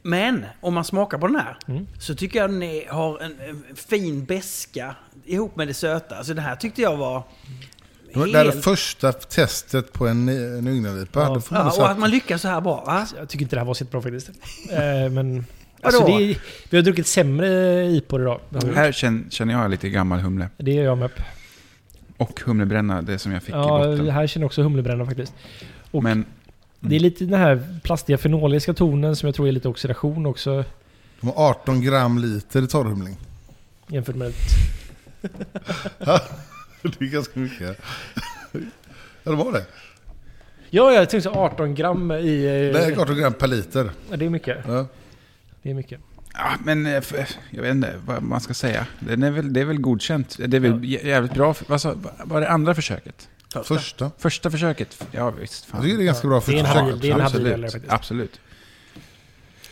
Speaker 1: men om man smakar på den här
Speaker 2: Mm.
Speaker 1: så tycker jag den är, har en, en fin beska ihop med det söta. Så det här tyckte jag var...
Speaker 4: Det var- Det här är första testet på en, en ynglelipa.
Speaker 2: Ja.
Speaker 4: Då får man
Speaker 1: ja, och att
Speaker 4: säga
Speaker 1: man lyckas så här bra. Va?
Speaker 2: Alltså, Jag tycker inte det här var så bra faktiskt. Eh, men... Alltså, det är, vi har druckit sämre IPOR idag.
Speaker 4: Mm.
Speaker 3: Här kän- känner jag lite gammal humle.
Speaker 2: Det gör jag med.
Speaker 3: Och humlebränna, det som jag fick i
Speaker 2: Ja,
Speaker 3: botten.
Speaker 2: det här känner jag också humlebränna faktiskt. och-
Speaker 3: Men
Speaker 4: Mm.
Speaker 2: Det är lite den här plastiga fenoliska tonen som jag tror är lite oxidation också.
Speaker 4: de har 18 gram liter i torrhumling.
Speaker 2: Jämfört med...
Speaker 4: Det är ganska mycket. Ja, det var det.
Speaker 2: Ja, jag tänkte så 18 gram i... eh,
Speaker 4: Det är 18 gram per liter.
Speaker 2: Ja, det är mycket.
Speaker 4: Ja.
Speaker 2: Det är mycket.
Speaker 3: Ja, men eh, f- jag vet inte vad man ska säga. Den är väl, det är väl godkänt. Det är väl jä- jävligt bra. För, vad sa- var det andra försöket?
Speaker 4: Första.
Speaker 3: Första försöket? Ja, visst.
Speaker 4: Jag
Speaker 3: Fan.
Speaker 4: tycker det är ganska bra
Speaker 2: Det är en
Speaker 4: första
Speaker 2: habil-
Speaker 4: försök.
Speaker 2: det är en habil
Speaker 4: absolut.
Speaker 2: eller faktiskt.
Speaker 3: Absolut.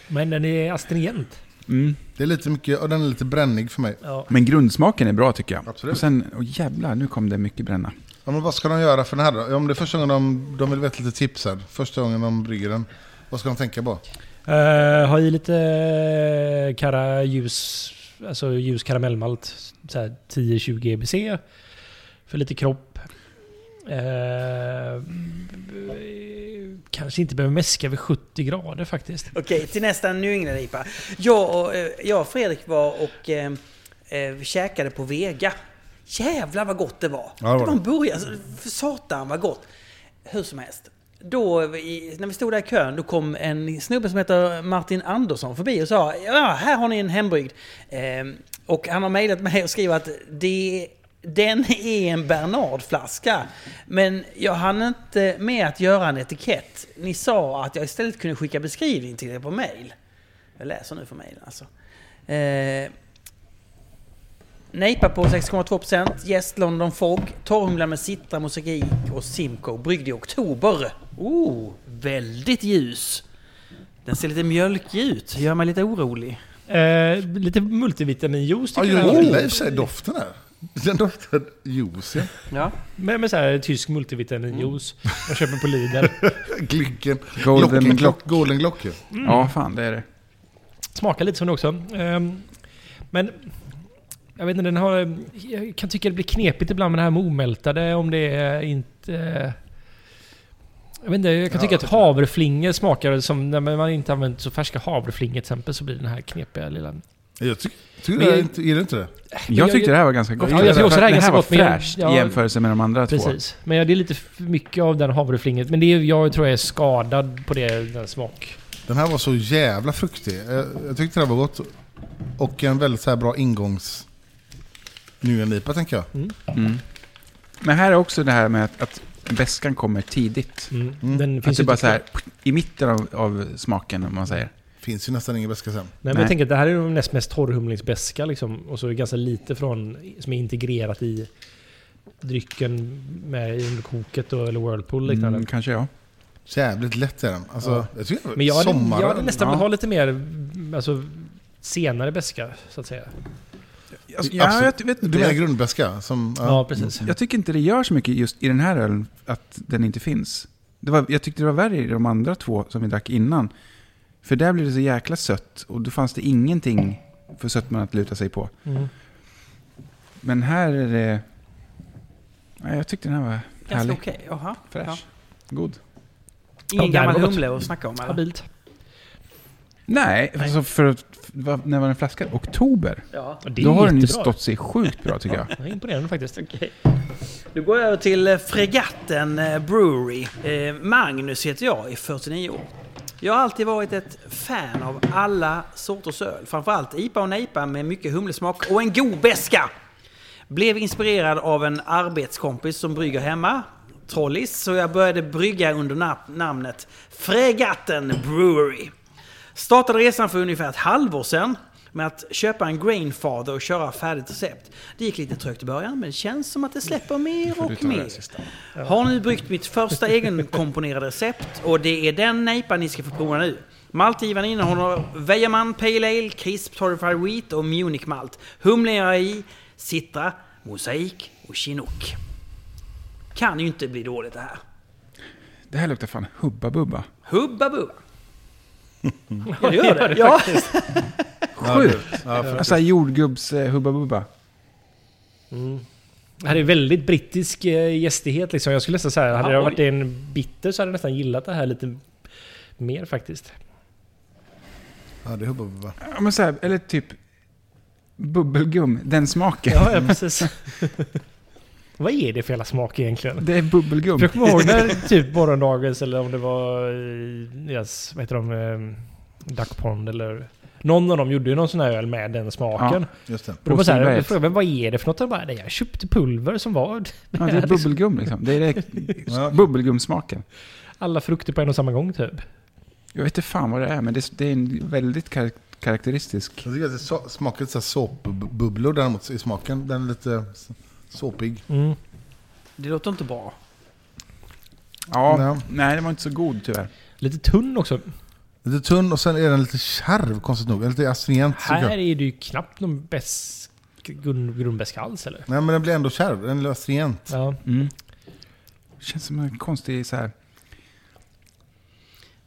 Speaker 2: Men den är astringent.
Speaker 3: Mm.
Speaker 4: Det är lite mycket, och den är lite brännig för mig.
Speaker 2: Ja.
Speaker 3: Men grundsmaken är bra tycker jag.
Speaker 4: Absolut.
Speaker 3: Och sen, åh jävlar, nu kom det mycket bränna.
Speaker 4: Ja, men vad ska de göra för den här då? Ja, Om det är första gången de, de vill veta lite tips här. Första gången de brygger den. Vad ska de tänka på?
Speaker 2: Eh, ha i lite eh, kara ljus, alltså ljus karamellmalt. så här 10-20 EBC. För lite kropp. Eh, b- kanske inte behöver mäska vid 70 grader faktiskt.
Speaker 1: Okej, till nästa New England-IPA. Jag och, eh, jag och Fredrik var och eh, eh, käkade på Vega. Jävlar vad gott det var!
Speaker 4: det var
Speaker 1: det var en burgare, alltså, för satan vad gott! Hur som helst. Då, i, när vi stod där i kön, då kom en snubbe som heter Martin Andersson förbi och sa ja, här har ni en hembryggd. Eh, och han har mejlat mig och skrivit att det, den är en Bernardflaska. Men jag hann inte med att göra en etikett. Ni sa att jag istället kunde skicka beskrivning till er på mejl. Jag läser nu för mejlen alltså. Eh, Nejpa på 6,2%, Gäst London Fog, torrhumla med citra, mosaik och simco, bryggd i oktober. Oh, väldigt ljus. Den ser lite mjölkig ut, gör mig lite orolig.
Speaker 2: Eh, lite multivitaminjuice
Speaker 4: Ja,
Speaker 2: tycker
Speaker 4: jag
Speaker 2: jag.
Speaker 4: gillar i och för sig doften här. Den doftar juice, ja.
Speaker 1: Ja.
Speaker 2: Med, med så här tysk multivitaminjuice. Jag köper på Lidl.
Speaker 4: Glinken.
Speaker 3: Golden
Speaker 4: Glocken,
Speaker 3: Glock.
Speaker 4: Golden Glock, ja.
Speaker 2: Mm.
Speaker 3: Ja, fan det är det.
Speaker 2: Smakar lite som det också. Ehm, men jag vet inte, den har... Jag kan tycka det blir knepigt ibland med det här med omältade om det är inte... Jag vet inte, jag kan tycka att havreflingor smakar som... När man inte använt så färska havreflingor till exempel så blir den här knepiga lilla...
Speaker 4: Jag tycker... Tycker
Speaker 2: Men-
Speaker 4: det är inte, är det inte det?
Speaker 3: Jag tyckte det här var ganska gott.
Speaker 2: Ja, jag tycker också det här är ganska
Speaker 3: var
Speaker 2: gott, men jag-
Speaker 3: fräscht
Speaker 2: ja,
Speaker 3: i jämförelse med de andra två.
Speaker 2: Precis. Men ja, det är lite för mycket av den havreflinget. Men det är, jag tror jag är skadad på det, den smak...
Speaker 4: Den här var så jävla fruktig. Jag, jag tyckte det här var gott. Och en väldigt så här bra ingångs... Njuen-IPA, tänker jag.
Speaker 3: Mm. Men här är också det här med att, att beskan kommer tidigt.
Speaker 2: Mm. Den
Speaker 3: Att
Speaker 2: finns
Speaker 3: det
Speaker 2: ju
Speaker 3: bara
Speaker 2: inte
Speaker 3: så här, i mitten av, av smaken, om man säger.
Speaker 4: Finns ju nästan ingen beska sen.
Speaker 2: Nej, men jag
Speaker 3: Nej.
Speaker 2: tänker att det här är de näst mest torrhumlingsbeska liksom. Och så är det ganska lite från, som är integrerat i drycken med i underkoket då, eller Whirlpool liknande.
Speaker 3: Mm, kanske ja.
Speaker 4: Jävligt lätt är den. Alltså,
Speaker 2: Ja.
Speaker 4: jag tycker
Speaker 2: Men jag hade,
Speaker 4: sommaren.
Speaker 2: jag hade nästan
Speaker 3: ja.
Speaker 2: velat ha lite mer alltså, senare beska så att säga.
Speaker 3: Alltså, ja, jag,
Speaker 4: Absolut.
Speaker 3: ty- vet,
Speaker 4: Du menar
Speaker 3: jag,
Speaker 4: grundbeska? Som,
Speaker 2: Ja, precis.
Speaker 3: jag tycker inte det gör så mycket just i den här ölen att den inte finns. Det var, jag tyckte det var värre i de andra två som vi drack innan. För där blev det så jäkla sött och då fanns det ingenting för sötman att luta sig på.
Speaker 2: Mm.
Speaker 3: Men här är det... Nej, jag tyckte den här var
Speaker 1: Ganska
Speaker 3: härlig,
Speaker 1: okej, jaha. Ja.
Speaker 3: fräsch, god.
Speaker 1: Ingen
Speaker 2: Ja, det här
Speaker 1: gammal
Speaker 2: var gott.
Speaker 1: humle att snacka om eller?
Speaker 2: Habilt.
Speaker 3: Nej, Alltså för att, va- när var den flaskad? Oktober?
Speaker 1: Ja.
Speaker 2: Och Det är
Speaker 3: Då har den ju
Speaker 2: jättebra.
Speaker 3: stått sig sjukt bra tycker jag.
Speaker 2: Det är imponerande faktiskt.
Speaker 1: Nu går jag över till eh, Fregatten eh, Brewery. Eh, Magnus heter jag, är 49 år. Jag har alltid varit ett fan av alla sorters öl. Framförallt IPA och NIPA med mycket humlesmak och en god beska. Blev inspirerad av en arbetskompis som brygger hemma, Trollis, så jag började brygga under na- namnet Fregatten Brewery. Startade resan för ungefär ett halvår sedan med att köpa en Grainfather och köra färdigt recept. Det gick lite trögt i början, men det känns som att det släpper mer och mer. Har nu bryggt mitt första egenkomponerade recept och det är den nejpan ni ska få prova nu. Maltgivaren innehåller Vejaman Pale Ale, Crisp Torrified Wheat och Munich Malt. Humlen jag är i, Citra, Mosaik och Chinook. Kan ju inte bli dåligt det här.
Speaker 3: Det här luktar fan Hubba Bubba.
Speaker 1: Hubba bubba. Ja, det gör det. Ja.
Speaker 3: Sjukt! Alltså här jordgubbs eh, Hubba Bubba.
Speaker 2: Mm. Det här är väldigt brittisk eh, gästighet liksom. Jag skulle nästan säga, hade
Speaker 1: Ja,
Speaker 2: jag
Speaker 1: oj.
Speaker 2: varit en bitter så hade jag nästan gillat det här lite mer faktiskt.
Speaker 4: Ja, det är hubba, hubba.
Speaker 3: Ja, men så här, eller typ bubbelgum, den smaken.
Speaker 2: Ja, ja precis. Vad är det för jävla smak egentligen?
Speaker 3: Det är bubbelgum.
Speaker 2: Jag kommer ihåg när typ morgondagens eller om det var eh, deras, vad heter de, eh, Duck Pond eller... Någon av dem gjorde ju någon sån här öl med den smaken.
Speaker 3: Ja.
Speaker 4: Just det.
Speaker 2: och då var
Speaker 3: och
Speaker 2: så här,
Speaker 3: Stigberget.
Speaker 2: jag frågade men vad är det för något? Och bara, "Nej, jag köpte pulver som var
Speaker 3: Ja, det är bubbelgum liksom. Det är det,
Speaker 4: Ja.
Speaker 3: bubbelgumsmaken.
Speaker 2: alla frukter på en och samma gång typ.
Speaker 3: Jag vet inte fan vad det är, men det, det är en väldigt kar karaktäristisk.
Speaker 4: Jag tycker att det so- smakar lite så här såpbubblor däremot i smaken. Den är lite s- såpig.
Speaker 2: Mm.
Speaker 1: Det låter inte bra.
Speaker 3: Ja,
Speaker 4: Ja.
Speaker 3: nej, det var inte så god tyvärr.
Speaker 2: Lite tunn också.
Speaker 4: Lite tunn och sen är den lite kärv konstigt nog. Lite astringent tycker
Speaker 2: Här
Speaker 4: jag.
Speaker 2: är det ju knappt någon bäst grundbäska alls eller?
Speaker 4: Nej men den blir ändå kärv. Den är astringent.
Speaker 2: Ja.
Speaker 3: Mm. Känns som en konstig så här...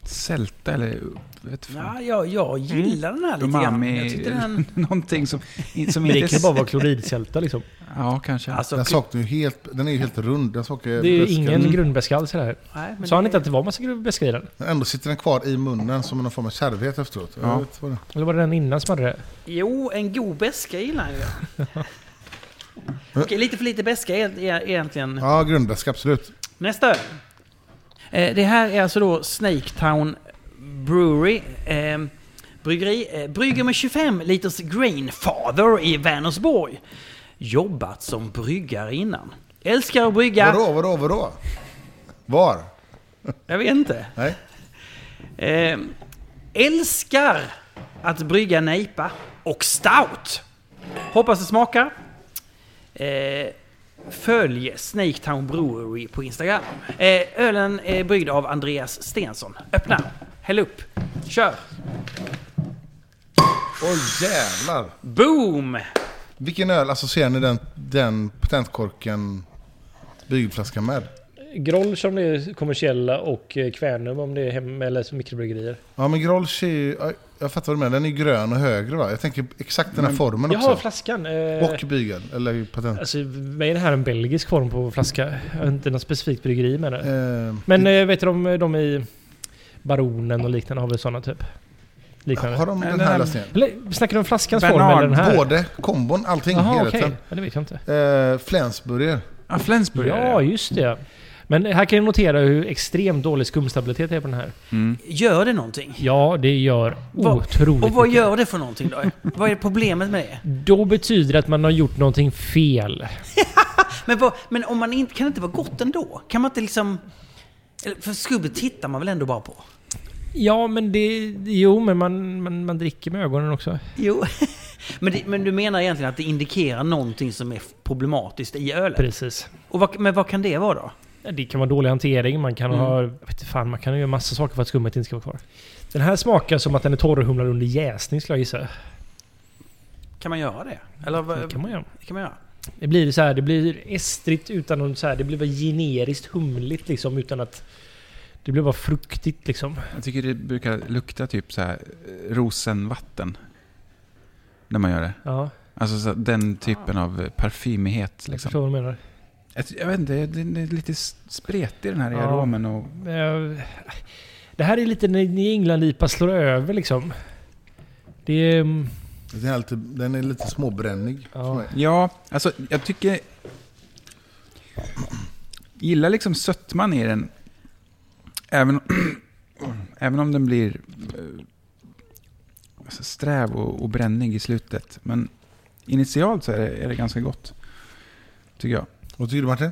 Speaker 3: Sälta eller... Vet fan.
Speaker 1: Ja, jag, jag gillar den här lite grann. Jag
Speaker 3: Umami,
Speaker 1: tyckte den...
Speaker 3: någonting som, in- som
Speaker 2: Men det
Speaker 3: inte...
Speaker 2: kan ju bara vara kloridsälta liksom.
Speaker 3: Ja, kanske.
Speaker 1: Alltså,
Speaker 4: Den saknar ju helt, den är ju helt rund. Den saknar ju
Speaker 2: Det är ju
Speaker 4: väska.
Speaker 3: Mm.
Speaker 2: ingen grundbeska alls i det här.
Speaker 1: nej, men
Speaker 2: Sa han
Speaker 1: det-
Speaker 2: inte att det var massa grundbeska i den?
Speaker 4: Men Ändå sitter den kvar i munnen som någon form av kärvhet efteråt. Jag
Speaker 3: Ja.
Speaker 4: vet vad det är.
Speaker 2: Eller var det den innan som hade det?
Speaker 1: Jo, en god beska gillar han ju. Okej, lite för lite beska e- e- egentligen.
Speaker 4: Ja, grundväska absolut.
Speaker 1: Nästa öl. Eh, Det här är alltså då Snake Town Brewery. Eh, bryggeri. Eh, brygger med 25 liters Grainfather i Vänersborg. Jobbat som bryggare innan. Älskar att brygga.
Speaker 4: Vadå, vadå, vadå? Var?
Speaker 1: Jag vet inte.
Speaker 4: Nej?
Speaker 1: Eh, älskar att brygga nejpa och stout. Hoppas det smakar. Eh, följ Snaketown Brewery på Instagram. Eh, ölen är bryggd av Andreas Stensson. Öppna, häll upp, kör.
Speaker 4: Åh jävlar.
Speaker 1: Boom!
Speaker 4: Vilken öl associerar ni den, den patentkorken bygelflaskan med?
Speaker 2: Grolsch om det är kommersiella och eh, Kvänum om det är hem eller mikrobryggerier.
Speaker 4: Ja men Grolsch är ju, ja, jag fattar vad du menar, den är ju grön och högre va? Jag tänker exakt den här formen
Speaker 2: Jag har
Speaker 4: också.
Speaker 2: flaskan. Eh,
Speaker 4: Och bygel, eller patent.
Speaker 2: alltså, mig är det här en belgisk form på flaska. Jag har Inte något specifikt bryggeri med det.
Speaker 4: Eh,
Speaker 2: Men eh, vet du de, de i Baronen och liknande har väl sådana typ? Liknande.
Speaker 4: har de
Speaker 3: Men
Speaker 4: den
Speaker 3: den
Speaker 4: här
Speaker 3: här-
Speaker 4: lösningen?
Speaker 2: Eller snackar du om flaskans
Speaker 3: Bernard,
Speaker 2: form eller den här?
Speaker 4: Både kombon, allting,
Speaker 2: Jaha, okej.
Speaker 4: helheten.
Speaker 2: Ja, det vet jag inte.
Speaker 4: Eh, Flensburger.
Speaker 3: Ja, Flensburg är det.
Speaker 2: Ja, just det. Men här kan jag notera hur extremt dålig skumstabilitet det är på den här.
Speaker 3: Mm.
Speaker 1: Gör det någonting?
Speaker 2: Ja, det gör
Speaker 1: Vad-
Speaker 2: otroligt
Speaker 1: Och vad
Speaker 2: mycket.
Speaker 1: gör det för någonting då? Vad är problemet med det?
Speaker 2: Då betyder det att man har gjort någonting fel.
Speaker 1: Men, vad, men om man inte, kan det inte vara gott ändå? Kan man inte liksom... eller, För skubbet tittar man väl ändå bara på?
Speaker 2: Ja, men det... Jo, men man, man, man dricker med ögonen också.
Speaker 1: Jo, men, det, men du menar egentligen att det indikerar någonting som är problematiskt i ölet?
Speaker 2: Precis.
Speaker 1: Och vad, men vad kan det vara då?
Speaker 2: Ja, Det kan vara dålig hantering, man kan ha... Jag vet inte fan, man kan ju göra massa saker för att skummet inte ska vara kvar. Den här smakar som att den är torrhumlad under jäsning skulle jag gissa.
Speaker 1: Kan man göra det? Eller
Speaker 2: Det
Speaker 1: vad
Speaker 2: kan man göra.
Speaker 1: kan man göra?
Speaker 2: Det blir så här, det blir estrigt utan någon så här, det blir bara generiskt humligt liksom utan att... Det blir bara fruktigt liksom.
Speaker 3: Jag tycker det brukar lukta typ så här eh, rosenvatten. När man gör det.
Speaker 2: Ja,
Speaker 3: Alltså så, den typen av eh, parfymighet.
Speaker 2: jag
Speaker 3: Liksom.
Speaker 2: förstår vad du menar.
Speaker 3: Jag, jag vet inte, den är lite s- spretig den här
Speaker 2: Ja.
Speaker 3: aromen. Och,
Speaker 2: Men jag- Eh, Det här är lite när New England-IPA slår över liksom. Det är... mm,
Speaker 4: Den är lite, den är lite småbrännig.
Speaker 2: Ja.
Speaker 4: för mig.
Speaker 3: ja, alltså jag tycker... Gillar liksom sötman i den. Även, även om den blir eh, alltså, sträv och, och brännig i slutet. Men initialt så är det, är det ganska gott. Tycker jag.
Speaker 4: Vad tycker du Martin?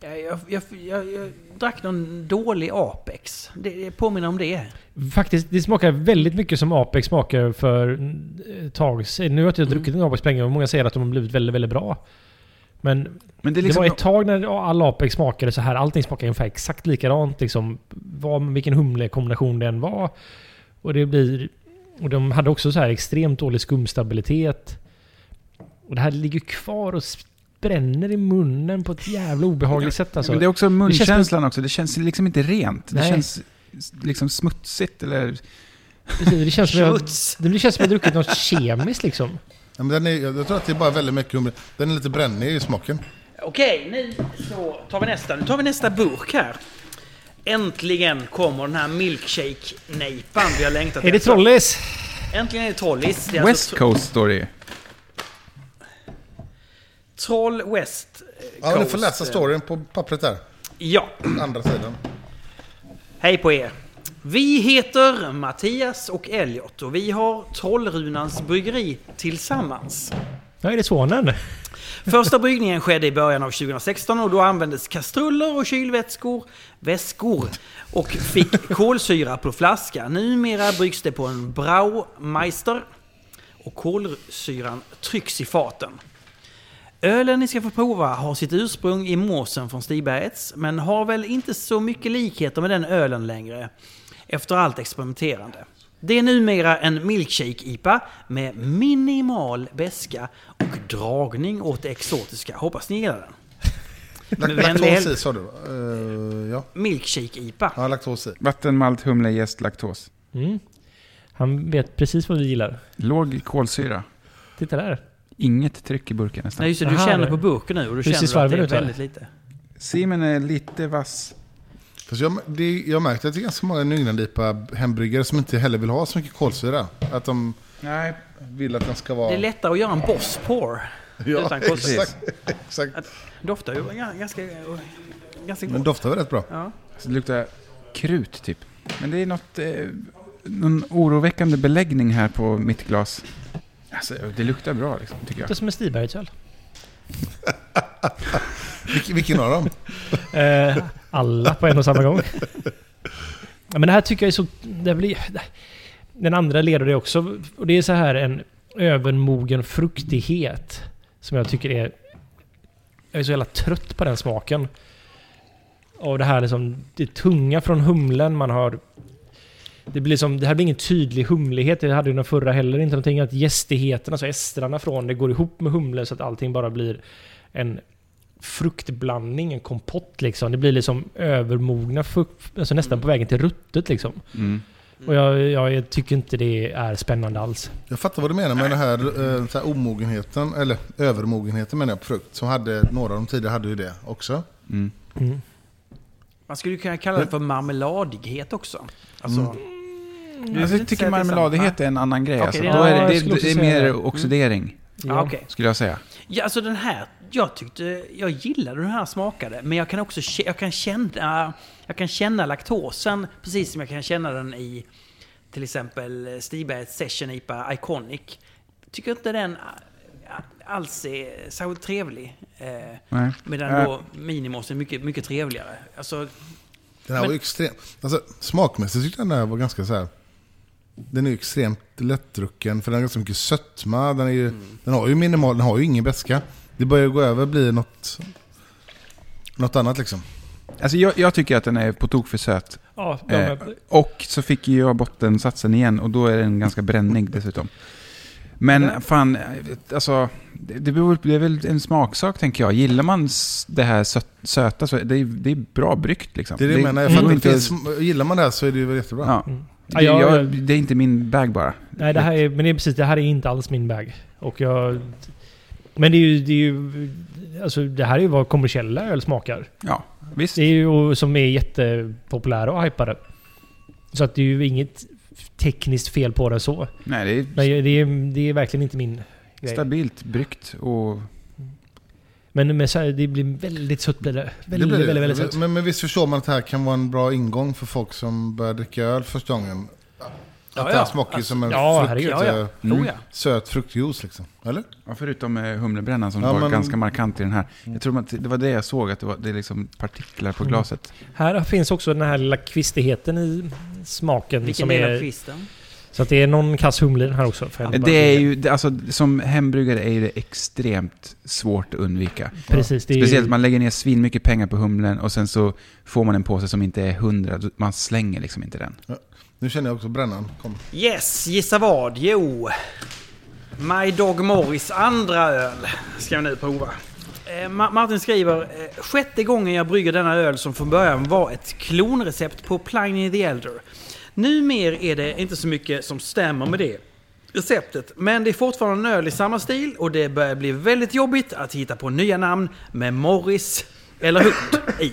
Speaker 1: Jag, jag, jag, jag, jag drack någon dålig Apex. Det, det påminner om det.
Speaker 2: Faktiskt, det smakar väldigt mycket som Apex smakar för mm, ett tag sedan. Nu har jag inte druckit en Apex på länge och många säger att de har blivit väldigt, väldigt bra. Men
Speaker 3: Men
Speaker 2: det,
Speaker 3: det är liksom...
Speaker 2: var ett tag när all Apex smakade så här. Allting smakade ungefär exakt likadant. Liksom, vad, vilken humlekombination det än var. Och det blir... Och de hade också så här extremt dålig skumstabilitet. Och det här ligger kvar och bränner i munnen på ett jävla obehagligt sätt alltså.
Speaker 3: Men det är också
Speaker 2: känns
Speaker 3: munkänslan också. Det känns liksom inte rent. Det
Speaker 2: Nej.
Speaker 3: känns liksom smutsigt eller...
Speaker 2: Precis, det känns som jag,
Speaker 1: Smuts!
Speaker 2: det känns som jag har druckit något kemiskt liksom.
Speaker 4: Ja, men den är, jag tror att det är bara väldigt mycket humle. Den är lite brännig i smaken.
Speaker 1: Okej, nu så tar vi nästa. Nu tar vi nästa burk här. Äntligen kommer den här milkshake-nejpan vi har längtat
Speaker 2: Är det
Speaker 1: efter.
Speaker 2: Trollis?
Speaker 1: Äntligen är det Trollis. Det är
Speaker 3: West
Speaker 1: alltså
Speaker 3: Coast står det ju.
Speaker 1: tro- Troll West eh, Coast.
Speaker 4: Ja, ni får läsa storyn på pappret där.
Speaker 1: Ja.
Speaker 4: Andra sidan.
Speaker 1: Hej på er! Vi heter Mattias och Elliot och vi har Trollrunans bryggeri tillsammans.
Speaker 2: Ja, är det Svanen?
Speaker 1: Första bryggningen skedde i början av 2016 och då användes kastruller och kylvätskor, väskor och fick kolsyra på flaska. Numera bryggs det på en Braumeister och kolsyran trycks i faten. Ölen ni ska få prova har sitt ursprung i måsen från Stigbergets, men har väl inte så mycket likheter med den ölen längre, efter allt experimenterande. Det är numera en milkshake-IPA med minimal beska och dragning åt det exotiska. Hoppas ni gillar den. Men
Speaker 4: Laktos i
Speaker 1: vänlig-
Speaker 4: sa du? Eh, ja.
Speaker 1: Milkshake-IPA.
Speaker 4: ja, laktos i.
Speaker 3: Vatten, malt, humle, jäst, laktos.
Speaker 2: Mm. Han vet precis vad vi gillar.
Speaker 3: Låg kolsyra.
Speaker 2: Titta där.
Speaker 3: Inget tryck i burken nästan.
Speaker 1: Nej just det, du
Speaker 2: Aha,
Speaker 1: känner
Speaker 2: det-
Speaker 1: på burken nu och du
Speaker 2: ser
Speaker 1: känner att det
Speaker 2: svarven
Speaker 1: är
Speaker 2: ut, va?
Speaker 1: väldigt lite.
Speaker 3: Simen är lite vass.
Speaker 4: Fast jag, det, jag märkte att det är ganska många Nynglandipa hembryggare som inte heller vill ha så mycket kolsyra. Att de
Speaker 3: Nej.
Speaker 4: vill att den ska vara...
Speaker 1: Det är lättare att göra en Boss Pour.
Speaker 4: ja,
Speaker 1: utan kolsyra.
Speaker 4: Exakt, exakt.
Speaker 1: Doftar ju ga- ganska, ganska
Speaker 4: Men
Speaker 1: gott.
Speaker 4: doftar väl rätt bra?
Speaker 1: Ja.
Speaker 3: Så det luktar krut typ. Men det är något, eh, någon oroväckande beläggning här på mitt glas. Alltså, det luktar bra liksom, tycker jag.
Speaker 2: Det är som en Stibergets öl.
Speaker 4: Vilken, vilken av dem?
Speaker 2: Eh, alla på en och samma gång. Ja, men det här tycker jag är så... Det blir, den andra leder det också. Och det är så här en övermogen fruktighet. Som jag tycker är... Jag är så jävla trött på den smaken. Och det här liksom... Det tunga från humlen man har... Det, blir som, det här blir ingen tydlig humlighet. Det hade ju den förra heller inte någonting. Att gästigheterna, alltså estrarna från det går ihop med humlen så att allting bara blir en fruktblandning, en kompott liksom. Det blir liksom övermogna frukt, alltså nästan på vägen till ruttet liksom.
Speaker 3: Mm.
Speaker 2: Och jag, jag, jag tycker inte det är spännande alls.
Speaker 4: Jag fattar vad du menar med den här, eh, så här omogenheten, eller övermogenheten menar jag, på frukt. Som hade, några av de tidigare hade ju det också.
Speaker 3: Mm.
Speaker 1: Man skulle ju kunna kalla det för marmeladighet också. Alltså, Du vill
Speaker 3: Alltså, jag
Speaker 1: inte säga
Speaker 3: tycker
Speaker 1: att det är
Speaker 3: marmeladighet är en annan grej.
Speaker 1: Okej,
Speaker 3: alltså.
Speaker 1: det är-
Speaker 3: Då är
Speaker 2: ja,
Speaker 3: det,
Speaker 2: jag skulle
Speaker 3: det,
Speaker 2: också
Speaker 3: det är
Speaker 2: säga
Speaker 3: mer
Speaker 2: det.
Speaker 3: oxidering,
Speaker 1: samma. Ah, okej.
Speaker 3: skulle jag säga.
Speaker 1: ja, alltså den här, jag tyckte, jag gillade hur den här smakade. Men jag kan också kä- jag kan känna, jag kan känna laktosen precis som jag kan känna den i till exempel Stibergs Session IPA Iconic. Tycker inte den eh, alls är särskilt trevlig. Eh,
Speaker 3: Nej.
Speaker 1: Medan då Minimos är mycket, mycket trevligare. Alltså,
Speaker 4: Den här
Speaker 1: Men-
Speaker 4: var ju extrem. Alltså, smakmässigt tyckte jag den här var ganska så här. Den är ju extremt lättdrucken för den har ganska mycket sötma. Den, är ju, den har ju minimal, den har ju ingen beska. Det börjar gå över och bli något, något annat liksom.
Speaker 3: Alltså, jag, jag tycker att den är på tok för söt.
Speaker 2: Ja,
Speaker 3: Eh, och så fick ju jag bottensatsen igen och då är den ganska brännig dessutom. Men fan, eh, alltså, det, det beror- det är väl en smaksak tänker jag. Gillar man s- det här sö, söta så är det, det är bra bryggt liksom.
Speaker 4: Det är det jag menar. Jag
Speaker 3: går
Speaker 4: fattar,
Speaker 3: inte-
Speaker 4: inte, gillar man det här så är det ju väl jättebra.
Speaker 3: Ja.
Speaker 2: Mm.
Speaker 3: Det,
Speaker 2: Ja, jag-
Speaker 3: jag, det är inte min bag bara.
Speaker 2: nej, det här är, men det är precis, det här är inte alls min bag. Och jag... Men det är ju... Det, är ju, alltså, det här är ju vad kommersiella öl smakar.
Speaker 3: Ja, visst.
Speaker 2: Det är ju och som är jättepopulära och hypade. Så att det är ju inget tekniskt fel på det så.
Speaker 3: Nej, det är
Speaker 2: Nej, det, är, det är verkligen inte min grej.
Speaker 3: stabilt bryggt och...
Speaker 2: Men med så här, det blir väldigt sött blir det.
Speaker 4: Det
Speaker 2: Väldigt,
Speaker 4: blir det.
Speaker 2: väldigt, väldigt sött.
Speaker 4: men, men visst förstår man att det här kan vara en bra ingång för folk som börjar dricka öl första gången? Att
Speaker 1: Ja,
Speaker 4: det här
Speaker 1: ja.
Speaker 4: smakar ju
Speaker 1: Alltså,
Speaker 4: som en
Speaker 2: ja,
Speaker 4: frukt,
Speaker 2: herregud,
Speaker 1: ja, ja.
Speaker 4: eh,
Speaker 1: oh ja.
Speaker 4: söt fruktjuice liksom. Eller?
Speaker 3: Ja, förutom eh, humlebrännan som
Speaker 4: Ja,
Speaker 3: var
Speaker 4: men-
Speaker 3: ganska markant i den här. Jag tror att det var det jag såg, att det, var, det är liksom partiklar på
Speaker 2: Mm.
Speaker 3: glaset.
Speaker 2: Här finns också den här lilla kvistigheten i smaken.
Speaker 1: Vilken
Speaker 2: som
Speaker 1: del av
Speaker 2: är,
Speaker 1: kvisten?
Speaker 2: så att det är någon kass humle i den här också. För att bara-
Speaker 3: Det är ju, det- alltså som hembryggare är det extremt svårt att undvika.
Speaker 2: Precis, det är
Speaker 3: Speciellt
Speaker 2: ju,
Speaker 3: man lägger ner svin mycket pengar på humlen och sen så får man en påse som inte är hundra. Man slänger liksom inte den.
Speaker 4: Nu känner jag också brännan. Kom.
Speaker 1: Yes, gissa vad? Jo. My Dog Morris andra öl ska vi nu prova. Eh, Ma- Martin skriver, eh, sjätte gången jag brygger denna öl som från början var ett klonrecept på Pliny the Elder. Numer är det inte så mycket som stämmer med det receptet, men det är fortfarande en öl i samma stil och det börjar bli väldigt jobbigt att hitta på nya namn med Morris eller hund i.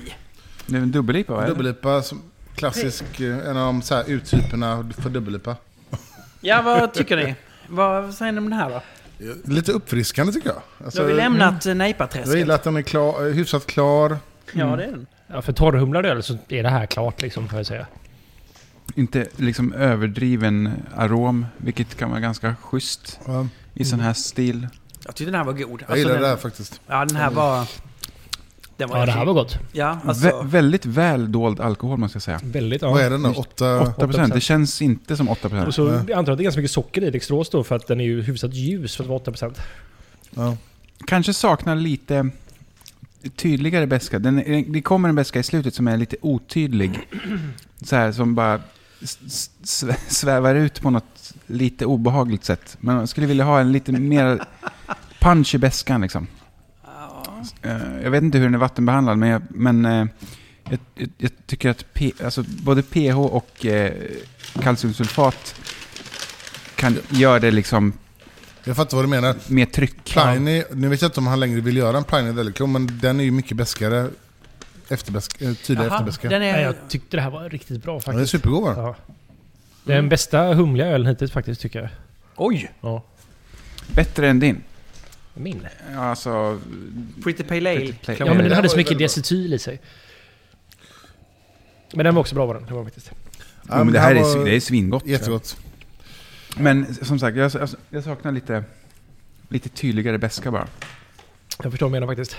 Speaker 3: Det är en dubbel-IPA va?
Speaker 4: Dubbellipa, som klassisk, eh, en av de så här uttyperna för dubbellipa.
Speaker 1: Ja, vad tycker ni? Vad säger ni om den här då?
Speaker 4: Lite uppfriskande tycker jag. Alltså,
Speaker 1: Nu har vi lämnat mm. nejpaträsket.
Speaker 4: jag gillar att den är klar, eh, hyfsat klar.
Speaker 1: Ja, det är den.
Speaker 2: ja, för torrhumlad öl så är det här klart liksom, får jag säga.
Speaker 3: Inte liksom överdriven arom, vilket kan vara ganska schysst
Speaker 4: Ja,
Speaker 3: i sån här stil.
Speaker 1: Jag tyckte den här var god.
Speaker 4: Jag gillar
Speaker 1: Alltså, den,
Speaker 4: det här faktiskt.
Speaker 1: Ja, den här var... Den var
Speaker 2: Ja, det här
Speaker 1: äcklig.
Speaker 2: var gott.
Speaker 1: Ja,
Speaker 3: Vä-
Speaker 1: alltså...
Speaker 3: väldigt väl dold alkohol, man ska säga.
Speaker 2: Väldigt,
Speaker 4: Vad
Speaker 2: ja.
Speaker 4: är den då? Åtta?
Speaker 3: 8%. Det känns inte som 8%.
Speaker 2: Och så jag antar att det är ganska mycket socker i dextros då för att den är ju hyfsat ljus för att vara 8%.
Speaker 4: Ja.
Speaker 3: kanske saknar lite tydligare beska. Den, det kommer en beska i slutet som är lite otydlig. Så här som bara s- s- svä- svävar ut på något lite obehagligt sätt. Men man skulle vilja ha en lite mer punch i beskan liksom.
Speaker 1: Ja,
Speaker 3: Eh, Jag vet inte hur den är vattenbehandlad, men jag, men, eh, jag, jag, jag tycker att P, alltså både pH och eh, kalciumsulfat kan göra det liksom
Speaker 4: Jag fattar vad du menar.
Speaker 3: mer tryck.
Speaker 4: Pliny, nu vet jag inte om han längre vill göra en Pliny Delacroix, men den är ju mycket bäskare. Efterbäsk, eh, tydlig efterbäska.
Speaker 1: den
Speaker 2: Nej,
Speaker 1: är...
Speaker 2: jag tyckte det här var riktigt bra
Speaker 4: Den är
Speaker 2: faktiskt.
Speaker 4: supergod va?
Speaker 2: Ja. Det är den bästa humliga ölen hittills faktiskt, tycker jag.
Speaker 1: Oj!
Speaker 2: Ja.
Speaker 3: Bättre än din.
Speaker 2: Min.
Speaker 3: Ja, Alltså,
Speaker 1: Pretty Pale Ale.
Speaker 3: Pretty Pale
Speaker 2: Ja, men
Speaker 4: det
Speaker 2: den
Speaker 4: här
Speaker 2: hade
Speaker 4: var
Speaker 2: så
Speaker 4: ju
Speaker 2: mycket
Speaker 4: väldigt bra.
Speaker 2: diacetyl i sig. Men den var också bra var den. Det var faktiskt.
Speaker 4: Ja,
Speaker 3: jo, men det här är, sv-
Speaker 4: var
Speaker 3: det är svingott.
Speaker 4: Jättegott.
Speaker 3: Men som sagt, jag, jag- jag saknar lite, lite tydligare beska bara.
Speaker 2: Jag förstår vad du menar faktiskt.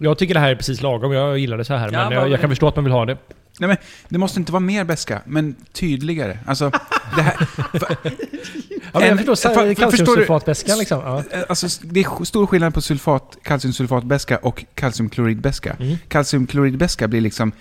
Speaker 2: Jag tycker det här är precis lagom. Jag gillar det så här.
Speaker 1: Ja,
Speaker 2: men
Speaker 1: bara-
Speaker 2: jag, jag kan förstå att man vill ha det.
Speaker 3: Nej, men det måste inte vara mer beska, men tydligare. Alltså, det här,
Speaker 2: Ja, men
Speaker 3: En-
Speaker 2: jag förstår.
Speaker 3: för- för-
Speaker 2: så- Kalciumsulfatväskan liksom. Ja.
Speaker 3: Eh, Alltså, det är stor skillnad på sulfat, kalciumsulfatbeska och kalciumkloridbeska.
Speaker 2: Mm.
Speaker 3: Kalciumkloridbeska blir liksom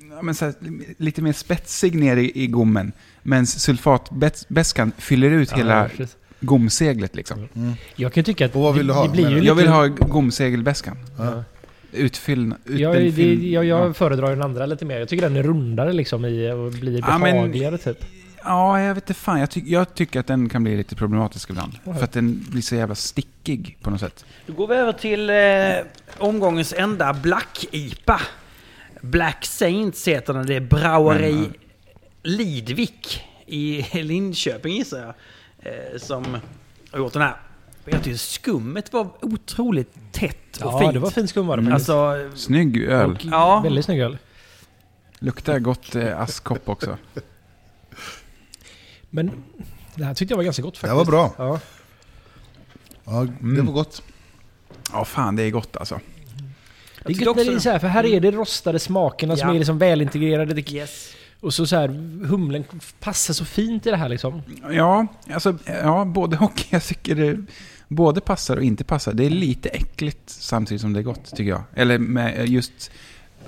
Speaker 3: ja, men så här, lite mer spetsig ner i, i gommen. Medan sulfatbeskan fyller ut
Speaker 2: Ja,
Speaker 3: hela
Speaker 2: precis.
Speaker 3: gomseglet. Liksom.
Speaker 2: jag kan ju tycka att...
Speaker 4: Och vad vill du ha?
Speaker 2: Det blir ju
Speaker 4: Jag
Speaker 2: lite,
Speaker 3: Jag vill ha gomsegelbeskan.
Speaker 4: Ja.
Speaker 3: Utfyllnad. Ut,
Speaker 2: Jag,
Speaker 3: den
Speaker 2: det,
Speaker 3: fyll-
Speaker 2: jag, jag
Speaker 3: ja.
Speaker 2: föredrar den andra lite mer. Jag tycker den är rundare liksom i och blir
Speaker 3: Ja, men-
Speaker 2: behagligare typ.
Speaker 3: ja, jag vet inte fan. Jag, tyck- jag tycker att den kan bli lite problematisk ibland. För att den blir så jävla stickig på något sätt.
Speaker 1: Då går vi över till eh, omgångens enda black-IPA. Black Saints heter den. Det är Braueri
Speaker 4: Mm.
Speaker 3: Men, eh.
Speaker 1: Lidvik i Linköping gissar jag. Eh, som har gjort den här. Jag tycker skummet var otroligt tätt och
Speaker 2: Ja,
Speaker 1: fint.
Speaker 2: det var fin skumvara
Speaker 3: Mm.
Speaker 2: faktiskt.
Speaker 1: Alltså,
Speaker 3: Snygg öl.
Speaker 2: Och
Speaker 1: Ja.
Speaker 2: Väldigt snygg öl.
Speaker 3: Luktar gott eh, askkopp också.
Speaker 2: Men det här tyckte jag var ganska gott
Speaker 4: Det
Speaker 2: faktiskt.
Speaker 4: här var bra.
Speaker 2: Ja.
Speaker 4: Ja, det
Speaker 3: Mm.
Speaker 4: var gott.
Speaker 3: Ja, fan det är gott alltså.
Speaker 2: Det är
Speaker 1: tyckte
Speaker 2: gött när
Speaker 1: också
Speaker 2: det är
Speaker 1: det.
Speaker 2: så här, för här är det rostade smakerna som
Speaker 1: Ja.
Speaker 2: är liksom välintegrerade. Det-
Speaker 1: yes.
Speaker 2: Och så, så här, humlen passar så fint i det här liksom.
Speaker 3: Ja, alltså, ja, både och. Jag tycker det både passar och inte passar. Det är lite äckligt samtidigt som det är gott, tycker jag. Eller med eh, just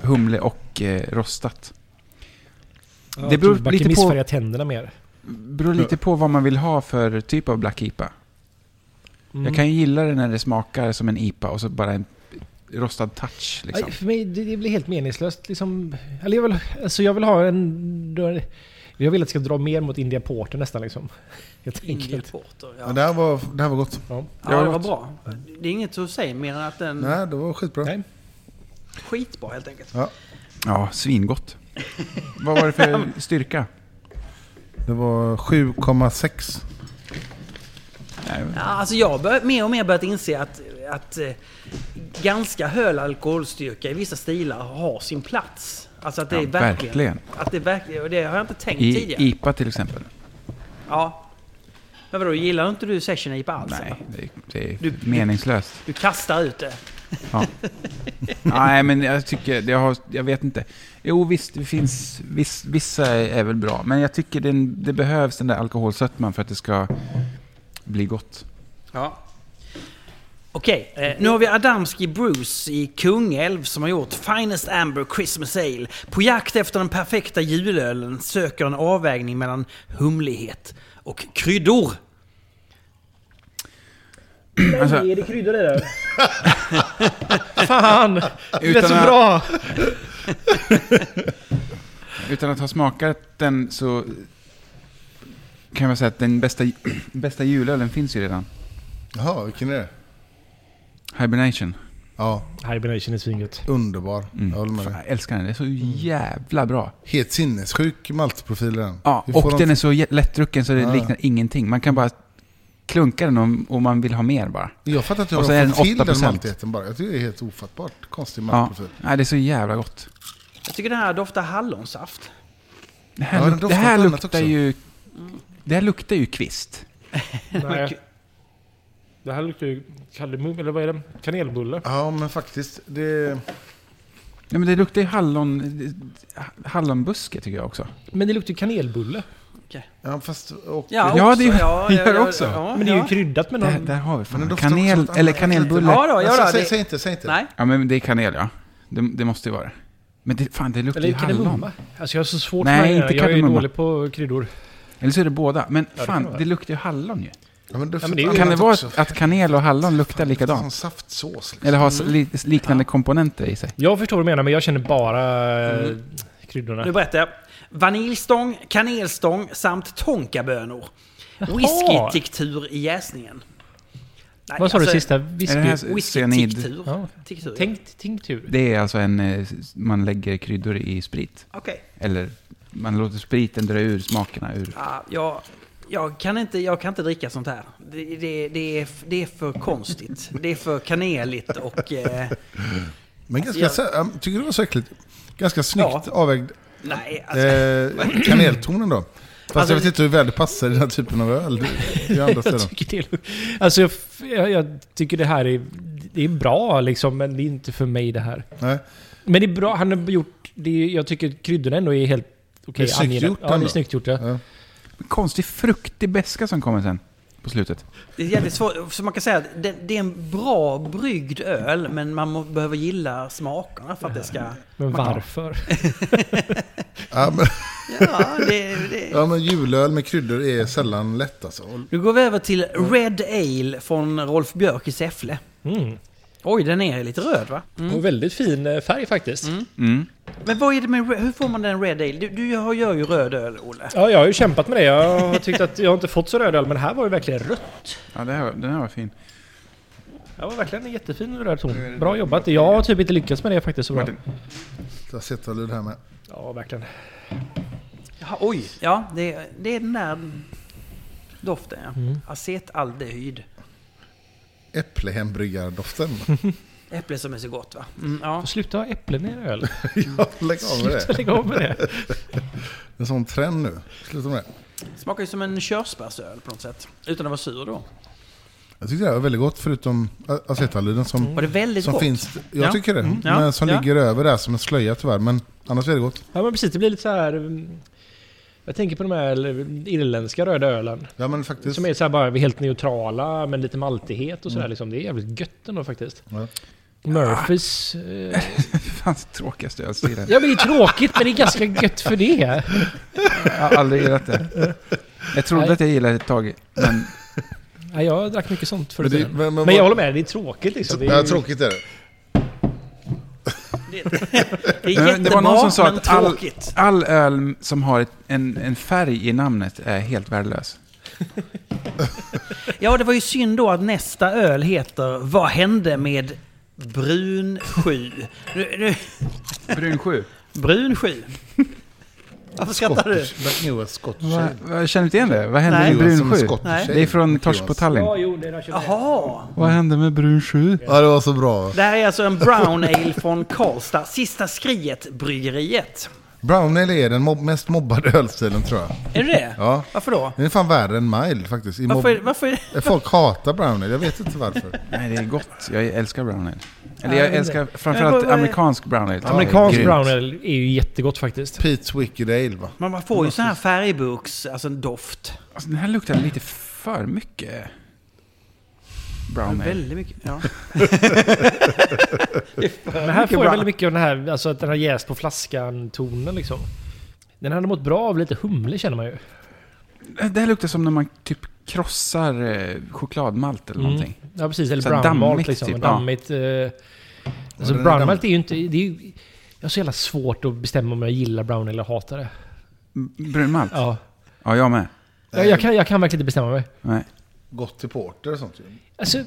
Speaker 3: humle och eh, rostat. Det beror lite på-
Speaker 2: missfärgar tänderna mer.
Speaker 3: Beror lite på vad man vill ha för typ av Black IPA.
Speaker 2: Mm.
Speaker 3: Jag kan ju gilla det när det smakar som en IPA och så bara en rostad touch. Liksom.
Speaker 2: Aj, För mig det, det blir helt meningslöst. Liksom, eller jag, vill, alltså jag vill ha en... då- Jag vill att det ska dra mer mot India Porter nästan liksom. Helt
Speaker 1: Indian
Speaker 2: enkelt.
Speaker 1: Porter. Ja.
Speaker 4: Ja, det, här var, det här var gott.
Speaker 2: Ja.
Speaker 1: Ja, det var bra. Det är inget att säga mer än att den är
Speaker 4: Nej, det var skitbra.
Speaker 2: Nej.
Speaker 1: skitbra helt enkelt.
Speaker 3: Ja, svingott. vad var det för styrka?
Speaker 4: Det var 7,6.
Speaker 3: Nej,
Speaker 1: Ja, alltså jag har bör- mer och mer börjat inse att, att eh, ganska hög alkoholstyrka i vissa stilar har sin plats. Alltså att det
Speaker 3: Ja,
Speaker 1: är verkligen...
Speaker 3: verkligen.
Speaker 1: Att det är verkligen... Och det har jag inte tänkt
Speaker 3: I
Speaker 1: tidigare.
Speaker 3: IPA till exempel.
Speaker 1: Ja. Men vadå, gillar inte du Session IPA alls?
Speaker 3: Nej,
Speaker 1: eller?
Speaker 3: det är, det är
Speaker 1: Du-
Speaker 3: meningslöst.
Speaker 1: Du kastar ut det.
Speaker 3: Nej, men jag tycker, jag, har, jag vet inte. Jo visst, det finns, viss, vissa är väl bra. Men jag tycker den, det behövs den där alkoholsötman för att det ska bli gott.
Speaker 1: Ja. Okej, eh, nu har vi Adamski Bruce i Kungälv som har gjort Finest Amber Christmas Ale. På jakt efter den perfekta julölen söker en avvägning mellan humlighet och kryddor.
Speaker 3: Alltså,
Speaker 2: Är det kryddor i det? Ah, Fan! Det lät
Speaker 3: Utan
Speaker 2: så
Speaker 3: att-
Speaker 2: bra!
Speaker 3: utan att ha smakat den så kan man säga att den bästa, bästa julölen finns ju redan.
Speaker 4: Jaha, vilken är det?
Speaker 3: Hibernation.
Speaker 4: Ja,
Speaker 2: Hibernation är svingött.
Speaker 4: underbar. Jag håller med
Speaker 3: Mm. Fan,
Speaker 4: dig.
Speaker 3: jag älskar den, den är så jävla bra.
Speaker 4: Helt sinnessjuk maltprofil är den.
Speaker 3: Ja,
Speaker 4: Vi får
Speaker 3: och
Speaker 4: dem-
Speaker 3: den är så jä- lättdrucken så det
Speaker 4: Ja.
Speaker 3: liknar ingenting. Man kan bara klunka den om, om man vill ha mer bara.
Speaker 4: Jag fattar att jag
Speaker 3: Och så
Speaker 4: har
Speaker 3: är den
Speaker 4: fått till den
Speaker 3: 8%.
Speaker 4: maltigheten bara. Jag tycker det är helt ofattbart. Konstig
Speaker 3: Ja,
Speaker 4: maltprofil.
Speaker 3: Nej, det är så jävla gott.
Speaker 1: Jag tycker den här doftar hallonsaft.
Speaker 3: Det här,
Speaker 4: Ja, den
Speaker 3: luk- det
Speaker 4: doftar
Speaker 3: här
Speaker 4: inte annat
Speaker 3: luktar
Speaker 4: också.
Speaker 3: ju... Det här luktar ju kvist.
Speaker 2: Nej. Det här luktar ju kardemum, eller vad är det? Kanelbulle.
Speaker 4: Ja. men faktiskt. Det...
Speaker 3: Ja, men det luktar ju hallon... Hallonbuske tycker jag också.
Speaker 2: Men det luktar ju kanelbulle.
Speaker 4: Ja, fast... Och...
Speaker 3: Ja, det
Speaker 1: också,
Speaker 3: gör- det gör
Speaker 1: ja,
Speaker 3: också.
Speaker 1: Ja,
Speaker 2: Men det är ju
Speaker 1: ja.
Speaker 2: kryddat med
Speaker 3: Det här,
Speaker 2: någon...
Speaker 3: där har vi
Speaker 4: Men
Speaker 3: fan.
Speaker 4: den doftar också
Speaker 3: Kanel,
Speaker 4: något annat.
Speaker 3: eller
Speaker 1: Ja,
Speaker 3: kanelbulle.
Speaker 1: då, ja,
Speaker 4: Alltså,
Speaker 1: då,
Speaker 4: säg,
Speaker 1: det-
Speaker 4: säg inte, säg inte.
Speaker 1: Nej.
Speaker 3: Ja, men det är kanel ja. Det, det måste ju vara det. Men det, fan, det luktar
Speaker 2: Eller
Speaker 3: ju hallon.
Speaker 2: kardemumma. Alltså jag har så svårt
Speaker 3: Nej,
Speaker 2: med det här.
Speaker 3: inte
Speaker 2: Jag är
Speaker 3: kardemumma.
Speaker 2: dålig på kryddor.
Speaker 3: Eller så är det båda. Men
Speaker 2: det kan
Speaker 3: fan,
Speaker 2: vara.
Speaker 3: det luktar ju hallon ju.
Speaker 4: Ja, men det,
Speaker 2: men det är ju-
Speaker 3: Kan det vara
Speaker 4: också.
Speaker 3: att kanel och hallon luktar
Speaker 4: Fan, Det är som
Speaker 3: likadant?
Speaker 4: saftsås. Liksom.
Speaker 3: Eller har s- li- liknande komponenter i sig?
Speaker 2: Jag förstår vad du menar, men jag känner bara eh, kryddorna.
Speaker 1: Nu berättar jag. Vaniljstång, kanelstång samt tonkabönor. Whiskytiktur i jäsningen. Nej,
Speaker 2: Vad sa du
Speaker 1: alltså,
Speaker 2: sista?
Speaker 3: Är det
Speaker 2: Whisky?
Speaker 3: här cyanid?
Speaker 1: Whiskytiktur.
Speaker 2: Ja.
Speaker 1: Tiktur, ja.
Speaker 2: Tänk, tinktur.
Speaker 3: Det är alltså en... eh, s- Man lägger kryddor i sprit.
Speaker 1: Okej.
Speaker 3: Eller man låter spriten dra ur smakerna ur.
Speaker 1: Ja, jag, jag, kan inte, jag kan inte dricka sånt här. Det, det, det, är, f- det är för konstigt. Det är för kaneligt och... Eh,
Speaker 4: Men ganska,
Speaker 1: Alltså,
Speaker 4: sä- jag tycker det var så äckligt. Ganska snyggt
Speaker 1: Ja.
Speaker 4: avvägd
Speaker 1: nej, alltså,
Speaker 4: eh, kaneltonen då. Fast
Speaker 1: Alltså-
Speaker 4: jag vet inte hur väl det passar i den här typen av öl. Det- I andra
Speaker 2: Jag
Speaker 4: sidan.
Speaker 2: tycker, det, är- alltså jag, f- jag, jag tycker det här är, det är bra liksom, men det är inte för mig det här.
Speaker 4: Nej.
Speaker 2: Men det är bra, han har gjort... Det är, jag tycker kryddorna ändå är helt okej.
Speaker 4: Det är snyggt
Speaker 2: angivna.
Speaker 4: gjort
Speaker 2: Ja, det är
Speaker 4: ändå.
Speaker 2: snyggt gjort ja.
Speaker 4: Ja.
Speaker 3: Konstig fruktig beska som kommer sen. På slutet.
Speaker 1: det är jävligt svårt. Så man kan säga att det, det är en bra bryggd öl, men man må, behöver gilla smakerna för att det ska...
Speaker 2: Men
Speaker 1: Man-
Speaker 2: varför?
Speaker 4: Ja, men,
Speaker 1: Ja, det, det.
Speaker 4: ja, men julöl med kryddor är sällan lätt alltså. Och
Speaker 1: Nu går vi över till Red Ale från Rolf Björk i Säffle.
Speaker 2: Mm.
Speaker 1: Oj, den är lite röd va?
Speaker 2: Och väldigt fin eh, färg faktiskt.
Speaker 3: Mm.
Speaker 1: Men vad är det med, re- hur får man den Red Ale? Du, du gör gör ju röd öl, Olle.
Speaker 2: Ja, jag har ju kämpat med det. Jag har tyckt att jag har inte fått så röd öl, men det här var ju verkligen rött.
Speaker 3: Ja, det här, var- den här var fin.
Speaker 2: Det var verkligen en jättefin röd ton. Bra jobbat. Jag har typ inte lyckats med det faktiskt så bra.
Speaker 3: Martin.
Speaker 4: jag sätter det här med.
Speaker 2: Ja, verkligen.
Speaker 1: Jaha, oj, ja det, det är den där doften ja.
Speaker 3: Mm.
Speaker 1: Acetaldehyd.
Speaker 4: Äpplehembryggar-doften.
Speaker 1: Äpple som är så gott va? Mm, ja.
Speaker 2: Sluta ha äpplen i öl.
Speaker 4: ja, lägg av med det.
Speaker 2: Lägg av med det.
Speaker 4: En sån trend nu. Sluta med det.
Speaker 1: Smakar ju som en körsbärsöl på något sätt. Utan att vara sur då.
Speaker 3: Mm.
Speaker 4: Jag tyckte det här var väldigt gott förutom a- acetalyden som,
Speaker 1: Var det Mm. väldigt
Speaker 4: som
Speaker 1: gott?
Speaker 4: finns. Jag
Speaker 1: Ja. Mm.
Speaker 4: tycker det.
Speaker 1: Ja.
Speaker 4: Men som
Speaker 1: Ja.
Speaker 4: ligger över där som en slöja tyvärr. Men annars väldigt gott.
Speaker 2: Ja, men precis. Det blir lite så här... mm, Jag tänker på de här irländska röda ölen.
Speaker 4: Ja men faktiskt.
Speaker 2: Som är så här bara helt neutrala, men lite maltighet och sådär liksom. Det är jävligt gött ändå faktiskt.
Speaker 4: Mm. Ja.
Speaker 2: Murphys... eh,
Speaker 3: Fan, tråkigaste ölstilen.
Speaker 2: Ja, men det är tråkigt, men det är ganska gött för det.
Speaker 3: Jag har aldrig gillat det. Jag trodde
Speaker 2: Nej.
Speaker 3: att jag gillade det ett tag, men
Speaker 2: Ja, jag drack mycket sånt förut.
Speaker 4: Men det-
Speaker 2: Men,
Speaker 4: men- men-
Speaker 2: men jag håller med, det är tråkigt liksom. Det är
Speaker 4: Ja,
Speaker 2: ju-
Speaker 4: tråkigt är det.
Speaker 1: Det är
Speaker 3: var
Speaker 1: jättebra,
Speaker 3: någon som sa
Speaker 1: men
Speaker 3: att all-
Speaker 1: tråkigt.
Speaker 3: all öl som har ett, en, en färg i namnet är helt värdelös.
Speaker 1: Ja, det var ju synd då att nästa öl heter Vad hände med Brun 7? Nu, nu,
Speaker 3: Brun 7.
Speaker 1: brun 7? Varför skrattar du?
Speaker 4: Black New West Scottish
Speaker 3: Va,
Speaker 4: Ale.
Speaker 3: va, känner du inte igen det? Vad hände
Speaker 1: Nej.
Speaker 3: med
Speaker 4: Brun
Speaker 3: Brun
Speaker 4: som
Speaker 3: 7?
Speaker 4: Scottish
Speaker 1: Nej.
Speaker 4: Ale.
Speaker 3: Det är från
Speaker 4: Black New
Speaker 3: Tors
Speaker 4: West.
Speaker 3: på Tallinn.
Speaker 2: Ja, jo, det är där
Speaker 1: Jaha!
Speaker 3: Vad hände med Brun 7?
Speaker 4: Ja, det var så bra.
Speaker 1: Det här är alltså en brown ale från Karlstad. Sista skriet bryggeriet.
Speaker 4: Brown Ale är den mob- mest mobbade ölstilen tror jag.
Speaker 1: Är det det?
Speaker 4: Ja.
Speaker 1: Varför då?
Speaker 4: Den är fan värre än mild faktiskt. I mob- Eh,
Speaker 1: Varför, varför?
Speaker 4: Folk hatar brown ale, jag vet inte varför.
Speaker 3: Nej, det är gott. Jag älskar brown ale. Eller
Speaker 2: Ja,
Speaker 3: jag
Speaker 2: men det-
Speaker 3: älskar
Speaker 1: Men
Speaker 3: framförallt
Speaker 1: vad- vad är-
Speaker 3: amerikansk brown ale.
Speaker 2: Amerikansk
Speaker 3: Grymt.
Speaker 2: brown ale är ju jättegott faktiskt.
Speaker 4: Pete's Wicked Ale va?
Speaker 1: Man man får ju sån här färgburks, alltså en doft.
Speaker 3: Alltså, den här luktar lite för mycket brown ale.
Speaker 1: Väldigt mycket. Ja.
Speaker 2: Men här får
Speaker 1: bra.
Speaker 2: jag väldigt mycket av den här, alltså att den har jäst på flaskan-tonen liksom. Den hade mått bra av lite humle känner man ju.
Speaker 3: Det här luktar som när man typ krossar eh, chokladmalt eller
Speaker 2: Mm.
Speaker 3: någonting.
Speaker 2: Ja precis, eller
Speaker 3: Så här
Speaker 2: brown malt
Speaker 3: dammigt
Speaker 2: liksom.
Speaker 3: typ, ja.
Speaker 2: dammigt. Eh, alltså
Speaker 4: den är
Speaker 2: brown
Speaker 4: dammig.
Speaker 2: malt är ju inte... Det är ju, jag har så jävla svårt att bestämma om jag gillar brown eller hatar det.
Speaker 3: Brun malt?
Speaker 2: Ja.
Speaker 3: Ja, jag med.
Speaker 2: Jag, jag, kan, jag kan verkligen inte bestämma mig.
Speaker 3: Nej.
Speaker 4: Gott till porter och sånt ju.
Speaker 2: Alltså...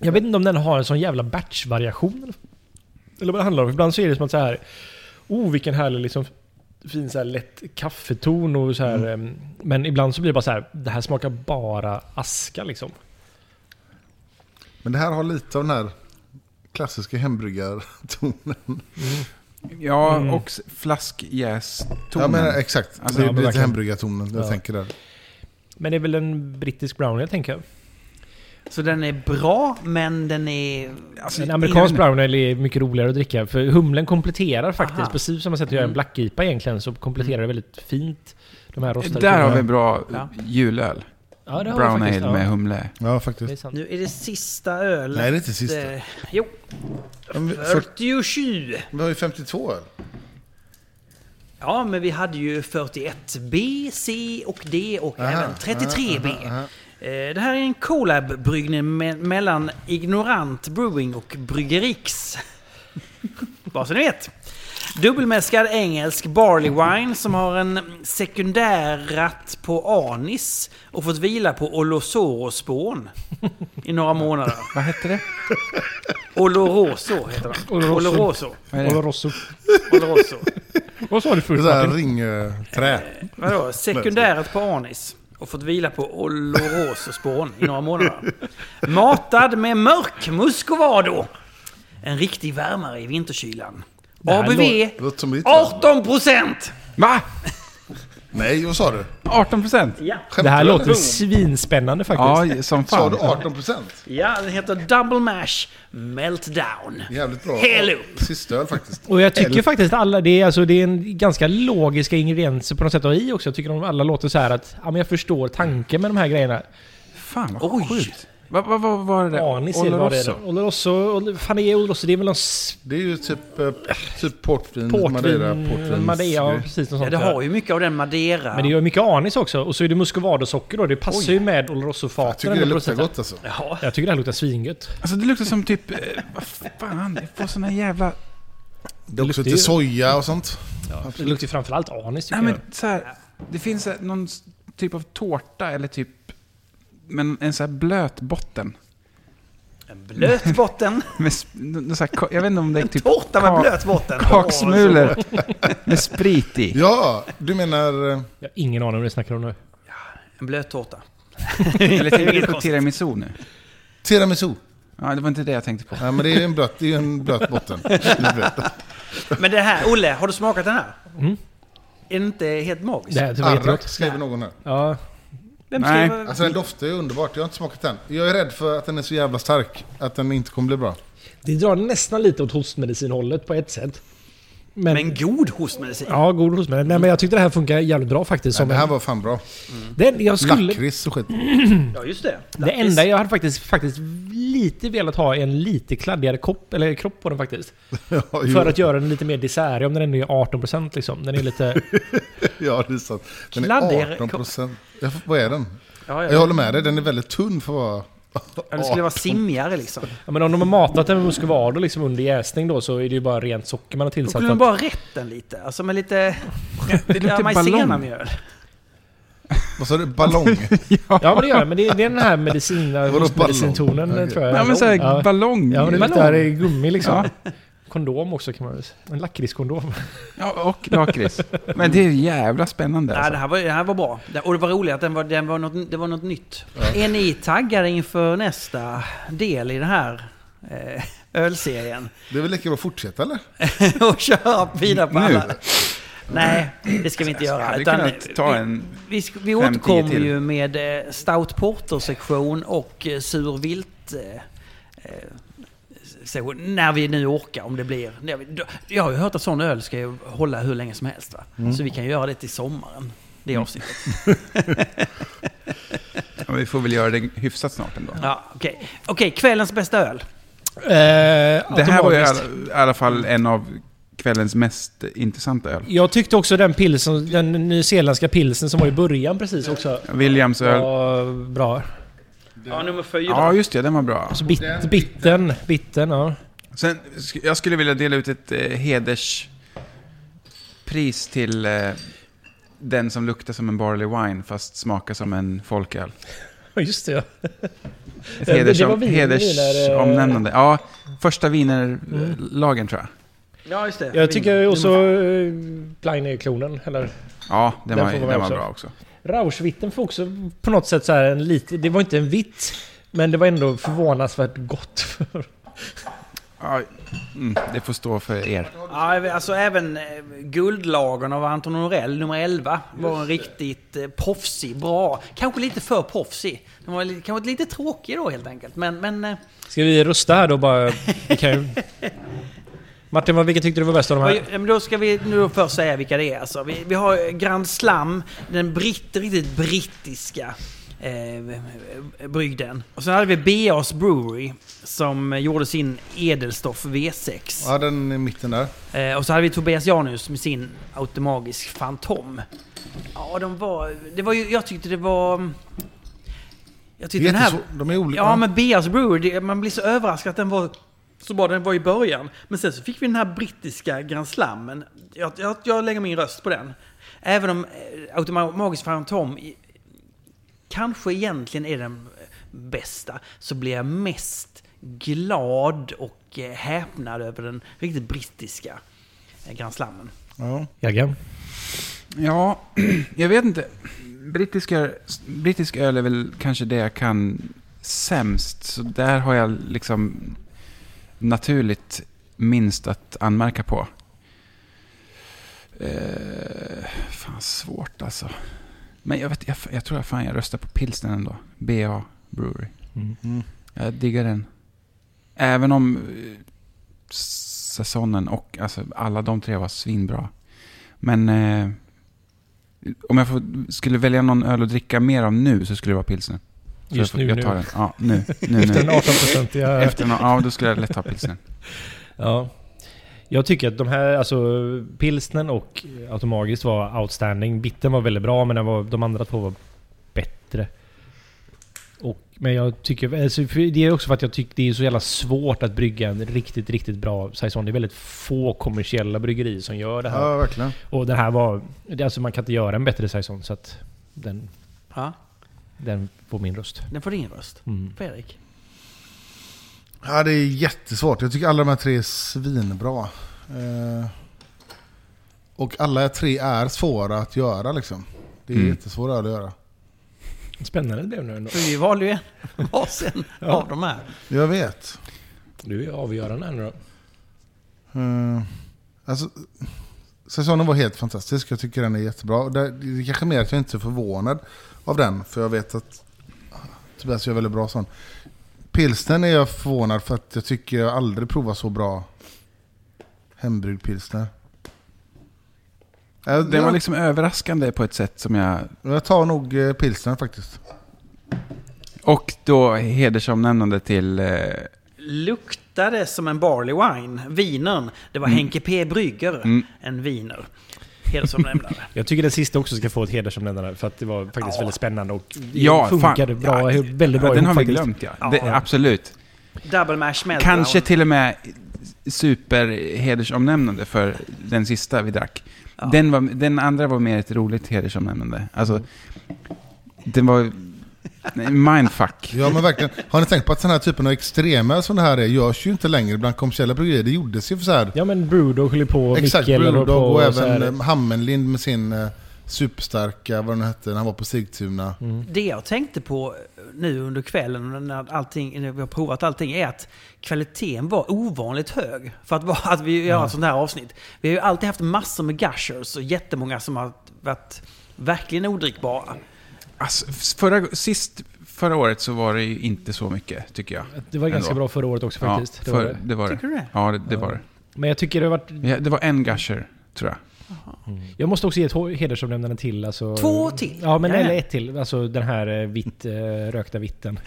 Speaker 2: Jag vet inte om den har en sån jävla batch-variation. Eller vad det handlar om. Ibland så är det som att så här... Oh, vilken härlig liksom fin så här lätt kaffeton och så här.
Speaker 3: Mm.
Speaker 2: ehm, Men ibland så blir det bara så här. Det här smakar bara aska liksom.
Speaker 4: Men det här har lite av den här klassiska hembryggartonen.
Speaker 3: Ja,
Speaker 2: Mm.
Speaker 3: och s- flaskjästonen.
Speaker 4: Ja men eh, exakt,
Speaker 3: Alltså,
Speaker 4: det
Speaker 2: ja,
Speaker 4: är
Speaker 2: men
Speaker 4: lite
Speaker 2: verkligen.
Speaker 4: hembryggartonen jag
Speaker 2: Ja.
Speaker 4: tänker där.
Speaker 2: Men det är väl en brittisk brown jag tänker.
Speaker 1: Så den är bra, men den är...
Speaker 3: Alltså,
Speaker 2: En amerikansk
Speaker 3: innan-
Speaker 2: brown ale är mycket roligare att dricka. För humlen kompletterar faktiskt.
Speaker 1: Aha.
Speaker 2: Precis som man sätt att göra
Speaker 3: Mm.
Speaker 2: en black IPA egentligen så kompletterar det väldigt fint. De här rostade
Speaker 3: Där har
Speaker 2: kryddorna.
Speaker 3: vi en bra
Speaker 1: Ja.
Speaker 3: julöl.
Speaker 2: ja, det har vi
Speaker 3: Brown
Speaker 2: faktiskt,
Speaker 3: ale med
Speaker 2: ja.
Speaker 3: humle.
Speaker 4: Ja
Speaker 2: Det är
Speaker 4: faktiskt.
Speaker 2: sant.
Speaker 1: Nu är det sista ölet.
Speaker 4: Nej det är inte sista.
Speaker 1: Eh, Jo,
Speaker 4: Men vi, för,
Speaker 1: 47.
Speaker 4: vi har ju 52 öl.
Speaker 1: Ja, men vi hade ju 41B, C och D och
Speaker 4: Aha,
Speaker 1: även 33B.
Speaker 4: aha, aha.
Speaker 1: Eh, Det här är en collab-bryggning me- mellan Ignorant Brewing och Bryggerix. Bara så ni vet. Dubbelmäskad engelsk Barley Wine som har en sekundärratt på anis och fått vila på Olosoro-spån i några månader.
Speaker 3: Vad hette det?
Speaker 1: Oloroso heter den.
Speaker 2: Oloroso.
Speaker 1: Oloroso.
Speaker 3: Vad är det?
Speaker 2: Oloroso.
Speaker 1: Oloroso.
Speaker 2: Vad sa du förut
Speaker 4: Så här
Speaker 2: Martin?
Speaker 4: ringträ.
Speaker 1: Vadå? Sekundäret på anis. Och fått vila på Oloroso-spån i några månader. Matad med mörk muscovado. En riktig värmare i vinterkylan.
Speaker 2: här
Speaker 1: ABV
Speaker 4: Det låter som ditt, va?
Speaker 1: 18 procent!
Speaker 3: Va?
Speaker 4: Nej, vad sa du?
Speaker 3: 18 procent?
Speaker 1: Ja.
Speaker 2: Det här
Speaker 4: Skämtar du?
Speaker 2: låter svinspännande faktiskt.
Speaker 3: Ja, som
Speaker 4: Sa
Speaker 3: fan.
Speaker 4: du 18 procent?
Speaker 1: ja, den heter Double Mash Meltdown.
Speaker 4: Jävligt bra.
Speaker 1: Hell up.
Speaker 4: Sista öl faktiskt.
Speaker 2: Och jag tycker faktiskt att alla, det är, alltså, det är en ganska logiska ingredienser på något sätt att ha i också. Jag tycker de alla låter så här att, ja men jag förstår tanken med de här grejerna.
Speaker 3: Fan vad
Speaker 1: Oj.
Speaker 3: sjukt. Vad va, va, var det där?
Speaker 2: Anis eller vad det
Speaker 3: Oloroso?
Speaker 2: är. Oloroso, Ol- fan det är Oloroso, det är väl någon s-
Speaker 4: Det är ju typ, eh, typ portvin, madeira,
Speaker 2: portvin,
Speaker 4: portvins...
Speaker 2: Madeira, ja, precis något
Speaker 1: Ja,
Speaker 2: sånt.
Speaker 1: det har
Speaker 2: där.
Speaker 1: ju mycket av den Madeira.
Speaker 2: Men det gör mycket anis också. Och så är det muscovadosocker då, det passar ju med Oloroso-faten.
Speaker 4: Jag tycker det luktar
Speaker 2: 100%.
Speaker 4: gott alltså.
Speaker 1: Ja.
Speaker 2: Jag tycker det här luktar svingött.
Speaker 3: Alltså det luktar som typ... eh, Vad fan, det får såna jävla...
Speaker 4: Det är också
Speaker 2: luktar
Speaker 4: lite
Speaker 2: ju-
Speaker 4: soja och sånt.
Speaker 2: Det luktar ju framförallt anis tycker
Speaker 3: Nej men så här, Det finns eh, någon s- typ av tårta eller typ... Men en så här blöt botten.
Speaker 1: En blöt botten.
Speaker 3: Med, s- n- så här, ka- jag vet inte om det är typ...
Speaker 1: Tårta med
Speaker 3: ka-
Speaker 1: blöt botten.
Speaker 3: Kaksmulor med sprit i.
Speaker 4: Ja, du menar... eh,
Speaker 2: jag. Jag har ingen aning om det snackar om nu.
Speaker 1: En blöt tårta.
Speaker 3: Eller tänker
Speaker 1: Vilket
Speaker 3: du på
Speaker 1: konstigt.
Speaker 3: tiramisu nu?
Speaker 4: Tiramisu.
Speaker 3: Ja, det var inte det jag tänkte på.
Speaker 4: Ja, men det är ju en blöt, det är ju en blöt botten.
Speaker 1: Men det här, Olle, har du smakat den här?
Speaker 2: Mm.
Speaker 1: Är den inte helt magisk?
Speaker 2: Det här tycker jag är
Speaker 4: Arrak
Speaker 2: jättegott.
Speaker 4: skriver någon här.
Speaker 2: Ja,
Speaker 1: Vem
Speaker 3: Nej.
Speaker 1: skriver-
Speaker 4: Alltså den doftar ju underbart, jag har inte smakat den. Jag är rädd för att den är så jävla stark att den inte kommer bli bra.
Speaker 2: det drar nästan lite åt hostmedicinhållet på ett sätt. Men,
Speaker 1: Men god hostmedicin.
Speaker 2: Ja, god hostmedicin. Nej men jag tyckte det här funkar jävligt bra faktiskt.
Speaker 4: Nej,
Speaker 2: Som
Speaker 4: det här
Speaker 2: en,
Speaker 4: var fan bra.
Speaker 2: den, jag skulle,
Speaker 4: Lakrits och skit.
Speaker 1: Ja, just det.
Speaker 2: det enda jag hade faktiskt, faktiskt lite velat ha är en lite kladdigare kopp, eller kropp på den faktiskt.
Speaker 4: Ja, jo.
Speaker 2: För att göra den lite mer dessert, om den ändå är 18% liksom. Den är lite...
Speaker 4: ja, det är sant. Den
Speaker 1: Kladdigare
Speaker 4: är 18 procent. Ja, vad är den?
Speaker 1: Ja, ja.
Speaker 4: Jag håller med dig, den är väldigt tunn för att vara...
Speaker 1: Ja, det skulle vara simjare liksom.
Speaker 2: ja, men om de har matat den med muscovado liksom under jäsning då så är det ju bara rent socker man har
Speaker 1: Då
Speaker 2: tillsatt.
Speaker 1: kunde man
Speaker 2: för att-
Speaker 1: bara rätt den lite. Alltså med lite... Det
Speaker 3: luktar ballong.
Speaker 1: mjöl.
Speaker 4: Vad sa du? Ballong?
Speaker 2: Ja men det gör det. Men det är, det är den här medicin, hostmedicintonen
Speaker 4: ballong?
Speaker 2: tror jag.
Speaker 3: Ja, men så här,
Speaker 2: ja.
Speaker 3: ballong.
Speaker 2: ja men det
Speaker 3: Ballong.
Speaker 2: luktar gummi liksom.
Speaker 3: Ja.
Speaker 2: Kondom också kan man väl säga. En lakritskondom.
Speaker 3: Ja, och lakrits. Men det är jävla spännande
Speaker 1: Nej, det
Speaker 3: alltså.
Speaker 1: här var, det här var bra. Det- Och det var roligt att den var, den var något, det var något nytt. Är ni taggade inför nästa del i den här eh, ölserien?
Speaker 4: Det är väl lika bra att fortsätta eller?
Speaker 1: Och köra vidare på
Speaker 3: Nu?
Speaker 1: alla? Nej, det ska vi inte
Speaker 3: Jag
Speaker 1: göra.
Speaker 3: hade
Speaker 1: utan
Speaker 3: kunnat ta en...
Speaker 1: Vi, sk- vi
Speaker 3: Fem, tio
Speaker 1: återkommer
Speaker 3: till.
Speaker 1: ju med eh, stout porter-sektion och eh, survilt eh, eh, sektion. När vi nu orkar, om det blir. när vi- då- Jag har ju hört att sån öl ska ju hålla hur länge som helst. Va?
Speaker 3: Mm.
Speaker 1: Så vi kan göra det till sommaren. Det avsnittet.
Speaker 3: Ja, vi får väl göra det hyfsat snart ändå.
Speaker 1: Ja, Okej, Okej, kvällens bästa öl.
Speaker 3: Det här var ju i
Speaker 2: Automatiskt.
Speaker 3: alla- i alla fall en av kvällens mest intressanta öl.
Speaker 2: Jag tyckte också den pilsen, den nyzeeländska pilsen som var i början precis också.
Speaker 3: Williams öl.
Speaker 2: Var bra.
Speaker 1: Ja, nummer fyra.
Speaker 3: Ja, just det. Den var bra.
Speaker 2: Så bit, bitten, bitten ja.
Speaker 3: Sen, sk- jag skulle vilja dela ut ett eh, hederspris till eh, den som luktar som en barley wine fast smakar som en folköl.
Speaker 2: Ja, Just det ja.
Speaker 3: Ett
Speaker 2: Ja, det-
Speaker 3: heders,
Speaker 2: det var vin-
Speaker 3: hedersomnämnande. Ja, första vinerlagen tror jag.
Speaker 1: Ja, just det.
Speaker 2: Jag tycker
Speaker 1: Nummer
Speaker 2: också
Speaker 1: fem.
Speaker 2: eh, Pliny-klonen, eller
Speaker 3: Ja, den,
Speaker 2: Den
Speaker 3: var,
Speaker 2: får vara med
Speaker 3: den var
Speaker 2: också.
Speaker 3: bra också.
Speaker 2: Rauschvitten får också på något sätt så här en lite, det var inte en vitt. Men det var ändå förvånansvärt gott.
Speaker 3: Ja, mm, det får stå för er.
Speaker 1: Ja, alltså även eh, guldlagern av Anton Norell, nummer 11, var en riktigt eh, proffsig, bra. Kanske lite för proffsig. Den var li- kanske lite tråkig då helt enkelt. Men, men eh,
Speaker 2: Ska vi rösta här då bara? Vi kan ju... Martin, vad- vilken tyckte du var bäst av de
Speaker 1: vad-
Speaker 2: här?
Speaker 1: ja, men då ska vi nu då först eh, säga vilka det är. Alltså, vi, vi har Grand Slam, den britt, riktigt brittiska. eh, brygden. Och sen hade vi BA's Brewery som eh, gjorde sin Edelstoff V6.
Speaker 4: Ja, den i mitten där.
Speaker 1: Eh, och så hade vi Tobias Janus med sin automagisk Fantom. Ja, de var... Det var ju... Jag tyckte det var... Jag
Speaker 4: Det
Speaker 1: tyckte
Speaker 4: är
Speaker 1: den här...
Speaker 4: jättesvår- De är olika.
Speaker 1: Ja, men Beas Brewer, det, man blir så överraskad att den var så bra den var i början. Men sen så fick vi den här brittiska Grand Slammen. Jag, jag, jag lägger min röst på den. Även om eh, Automagisk Fantom i- kanske egentligen är den eh, bästa, så blir jag mest glad och eh, häpnad över den riktigt brittiska eh, Grand Slammen.
Speaker 3: Ja.
Speaker 2: Jagge?
Speaker 3: Ja, jag vet inte. Brittisk öl, brittisk öl är väl kanske det jag kan sämst. Så där har jag liksom naturligt minst att anmärka på. Eh, fan svårt alltså. Men jag, vet, jag, jag tror jag fan jag röstar på pilsnen ändå. BA Brewery.
Speaker 2: Mm.
Speaker 3: Jag diggar den. Även om eh, säsongen och alltså, alla de tre var svinbra. Men eh, om jag får, skulle välja någon öl att dricka mer av nu så skulle det vara pilsner. Så
Speaker 2: Just
Speaker 3: jag får,
Speaker 2: nu,
Speaker 3: jag tar
Speaker 2: nu.
Speaker 3: Den. Ja, nu. nu,
Speaker 2: Efter en
Speaker 3: nu.
Speaker 2: 18 jag,
Speaker 3: Efter en, ja, då skulle jag lätt ta pilsner.
Speaker 2: ja. jag tycker att de här, alltså pilsnen och automagiskt var outstanding. Bitten var väldigt bra men den var, de andra två var bättre. Och, men jag tycker, alltså, för det är också för att jag tycker det är så jävla svårt att brygga en riktigt, riktigt bra saison. Det är väldigt få kommersiella bryggerier som gör det här.
Speaker 4: Ja, verkligen.
Speaker 2: Och den här var, det- alltså man kan inte göra en bättre saison så att den,
Speaker 1: Ja,
Speaker 2: den får min röst.
Speaker 1: den får din röst.
Speaker 2: Mm.
Speaker 1: Fredrik?
Speaker 4: Ja, det är jättesvårt. Jag tycker alla de här tre är svinbra. Eh, och alla tre är svåra att göra liksom. Det är
Speaker 3: Mm.
Speaker 4: jättesvåra öl att göra.
Speaker 2: Spännande det blev nu ändå.
Speaker 1: För vi valde ju en varsin av de här.
Speaker 4: Jag vet.
Speaker 2: Du är avgörande här nu då.
Speaker 4: Eh, alltså, säsongen var helt fantastisk. Jag tycker den är jättebra. Och Det det är kanske mer att jag inte är förvånad av den. För jag vet att Tobias gör väldigt bra sån. Pilsnern är jag förvånad för att jag tycker jag aldrig provat så bra hembryggd pilsner. Eh,
Speaker 3: Den var
Speaker 4: jag-
Speaker 3: liksom överraskande på ett sätt som jag...
Speaker 4: Jag tar nog eh, pilsnern faktiskt.
Speaker 3: Och då hedersomnämnande till... Eh,
Speaker 1: luktade som en barley wine, vinern. Det var
Speaker 3: Mm.
Speaker 1: Henke P. Brygger, en viner. Hedersomnämnare.
Speaker 2: Jag tycker den sista också ska få ett hedersomnämnande för att det var faktiskt
Speaker 1: Ja.
Speaker 2: väldigt spännande och det
Speaker 3: ja,
Speaker 2: funkade
Speaker 3: fan,
Speaker 2: bra,
Speaker 3: ja,
Speaker 2: väldigt bra
Speaker 3: Den
Speaker 2: ihop
Speaker 3: har vi
Speaker 2: faktiskt.
Speaker 3: glömt ja.
Speaker 1: Ja.
Speaker 3: Det, absolut.
Speaker 1: Double mash meltdown.
Speaker 3: Kanske till och med superhedersomnämnande för den sista vi drack.
Speaker 1: Ja.
Speaker 3: Den, var, den andra var mer ett roligt hedersomnämnande. Alltså, den var... nej, Mindfuck.
Speaker 4: Ja men verkligen. Har ni tänkt på att den här typen av extrema som det här är görs ju inte längre bland kommersiella bryggerier. Det gjordes ju för så här.
Speaker 2: Ja men Brewdog höll ju på,
Speaker 4: exakt,
Speaker 2: Mickel höll på
Speaker 4: Brewdog och
Speaker 2: så
Speaker 4: även
Speaker 2: här.
Speaker 4: eh, Hammenlind med sin eh, superstarka, vad den hette, när han var på Sigtuna.
Speaker 2: Mm.
Speaker 1: Det jag tänkte på eh, nu under kvällen när, allting, när vi har provat allting är att kvaliteten var ovanligt hög. För att, vara- att vi gör ett sånt här avsnitt. Vi har ju alltid haft massor med gushers och jättemånga som har varit verkligen odrickbara.
Speaker 3: Alltså, förra, sist förra året så var det ju inte så mycket, tycker jag.
Speaker 2: Det var ganska
Speaker 3: eh, Ändå.
Speaker 2: bra förra året också faktiskt.
Speaker 3: Ja,
Speaker 2: det var
Speaker 3: för,
Speaker 2: det.
Speaker 3: det var det.
Speaker 1: Tycker du det?
Speaker 3: Ja, det, det var det.
Speaker 2: Men jag tycker det har varit...
Speaker 3: Ja, det var en gusher, tror jag.
Speaker 2: Jag måste också ge ett ho- hedersomnämnande till alltså...
Speaker 1: Två till?
Speaker 2: Ja men
Speaker 1: Jajamän.
Speaker 2: eller ett till. Alltså den här eh, vitt, eh, rökta vitten.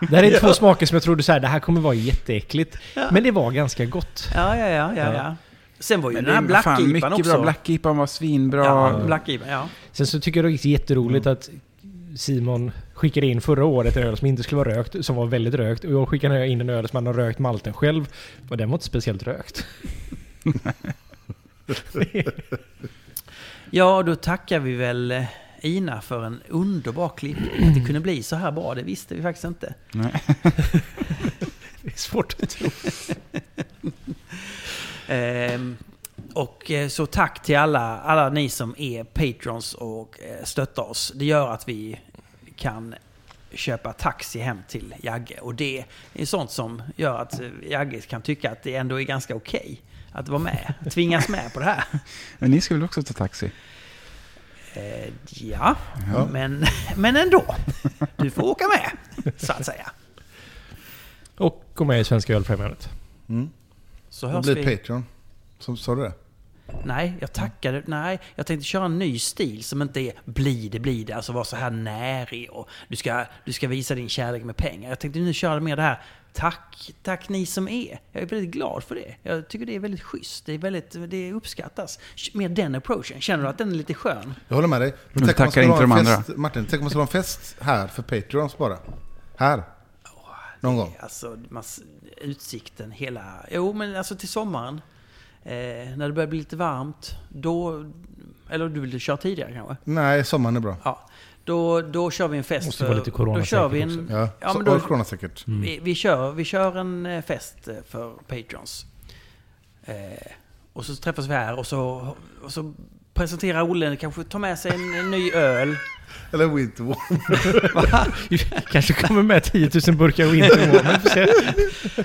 Speaker 2: det här är två smaker som jag trodde så här, det här kommer vara jätteäckligt. Men det var ganska gott.
Speaker 1: Ja, ja, ja. ja, ja.
Speaker 2: Ja.
Speaker 1: Sen var ju
Speaker 3: Men
Speaker 1: den här
Speaker 3: det är fan
Speaker 1: blackipan
Speaker 3: mycket
Speaker 1: också.
Speaker 3: bra. Blackipan var svinbra.
Speaker 1: Ja, blackipan, ja.
Speaker 2: Sen så tycker jag det är jätteroligt att Simon skickade in förra året en öl som inte skulle vara rökt, som var väldigt rökt. Och jag skickade in en öl som han har rökt malten själv. Och den var inte speciellt rökt.
Speaker 1: Ja, då tackar vi väl eh, Ina för en underbar klippning. Att det kunde bli så här bra, det visste vi faktiskt inte.
Speaker 3: Nej.
Speaker 2: Det är svårt att tro.
Speaker 1: Ehm, och eh, så tack till alla, alla ni som är patrons och eh, stöttar oss. Det gör att vi kan köpa taxi hem till Jagge. Och det är sånt som gör att eh, Jagge kan tycka att det ändå är ganska okej att vara med. Tvingas med på det här.
Speaker 3: Men ni ska väl också ta taxi?
Speaker 1: Eh, ja, Men, men ändå. Du får åka med, så att säga.
Speaker 2: Och gå med i Svenska ölfrämjandet.
Speaker 1: Så
Speaker 4: Och
Speaker 1: hörs
Speaker 4: bli
Speaker 1: vi.
Speaker 4: Patreon. Som sa du det?
Speaker 1: Nej, jag tackade. Nej, jag tänkte köra en ny stil som inte är bli det, bli det. Alltså vara så här närig och du ska, du ska visa din kärlek med pengar. Jag tänkte nu köra mer det här tack, tack ni som är. Jag är väldigt glad för det. Jag tycker det är väldigt schysst. Det, är väldigt, det uppskattas. Mer den approachen. Känner du att den är lite skön?
Speaker 4: Jag håller med dig. Men
Speaker 3: Men
Speaker 4: tänk om man
Speaker 3: Mm, tackar
Speaker 4: skulle
Speaker 3: inte
Speaker 4: ha en
Speaker 3: de
Speaker 4: fest, Martin, tänk om man skulle ha en fest här för Patreons bara. Här. Någon gång.
Speaker 1: Alltså, man, utsikten hela... Jo, men alltså till sommaren. Eh, när det börjar bli lite varmt. Då... Eller du vill köra tidigare kanske?
Speaker 4: Nej, sommaren är bra.
Speaker 1: Ja. Då, då kör vi en fest.
Speaker 2: Måste vara lite
Speaker 1: då kör vi
Speaker 2: coronasäkert
Speaker 1: en,
Speaker 4: Ja,
Speaker 1: Ja,
Speaker 4: så,
Speaker 1: men då-
Speaker 4: och corona säkert.
Speaker 2: Mm.
Speaker 1: vi, vi, kör, vi kör en eh, fest eh, för patrons. Eh, och så träffas vi här och så, och så presenterar Olle, kanske tar med sig en, en ny öl.
Speaker 4: Eller Winterwalk.
Speaker 2: Kanske kommer med 10 000 burkar och inte må, men vi får se.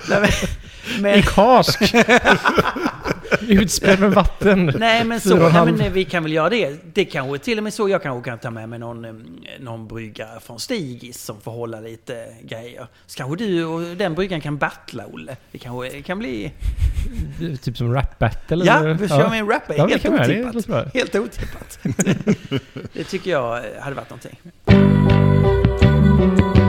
Speaker 1: Nej, men-
Speaker 2: I kask! Utspädd med vatten.
Speaker 1: Nej men så,
Speaker 2: Fyra och en
Speaker 1: nej,
Speaker 2: halv.
Speaker 1: men eh, vi kan väl göra det. Det kanske till och med så, jag kanske kan ta med mig någon, eh, någon brygga från Stigis som får hålla lite grejer. Så kanske du och den bryggan kan battla Olle. Det kanske kan bli...
Speaker 2: Typ som rap battle
Speaker 1: ja,
Speaker 2: eller?
Speaker 1: vi kör med en rap.
Speaker 2: Ja, det
Speaker 1: helt
Speaker 2: kan vi göra. Det
Speaker 1: otippat.
Speaker 2: låter bra.
Speaker 1: Helt otippat. det tycker jag eh, hade varit någonting.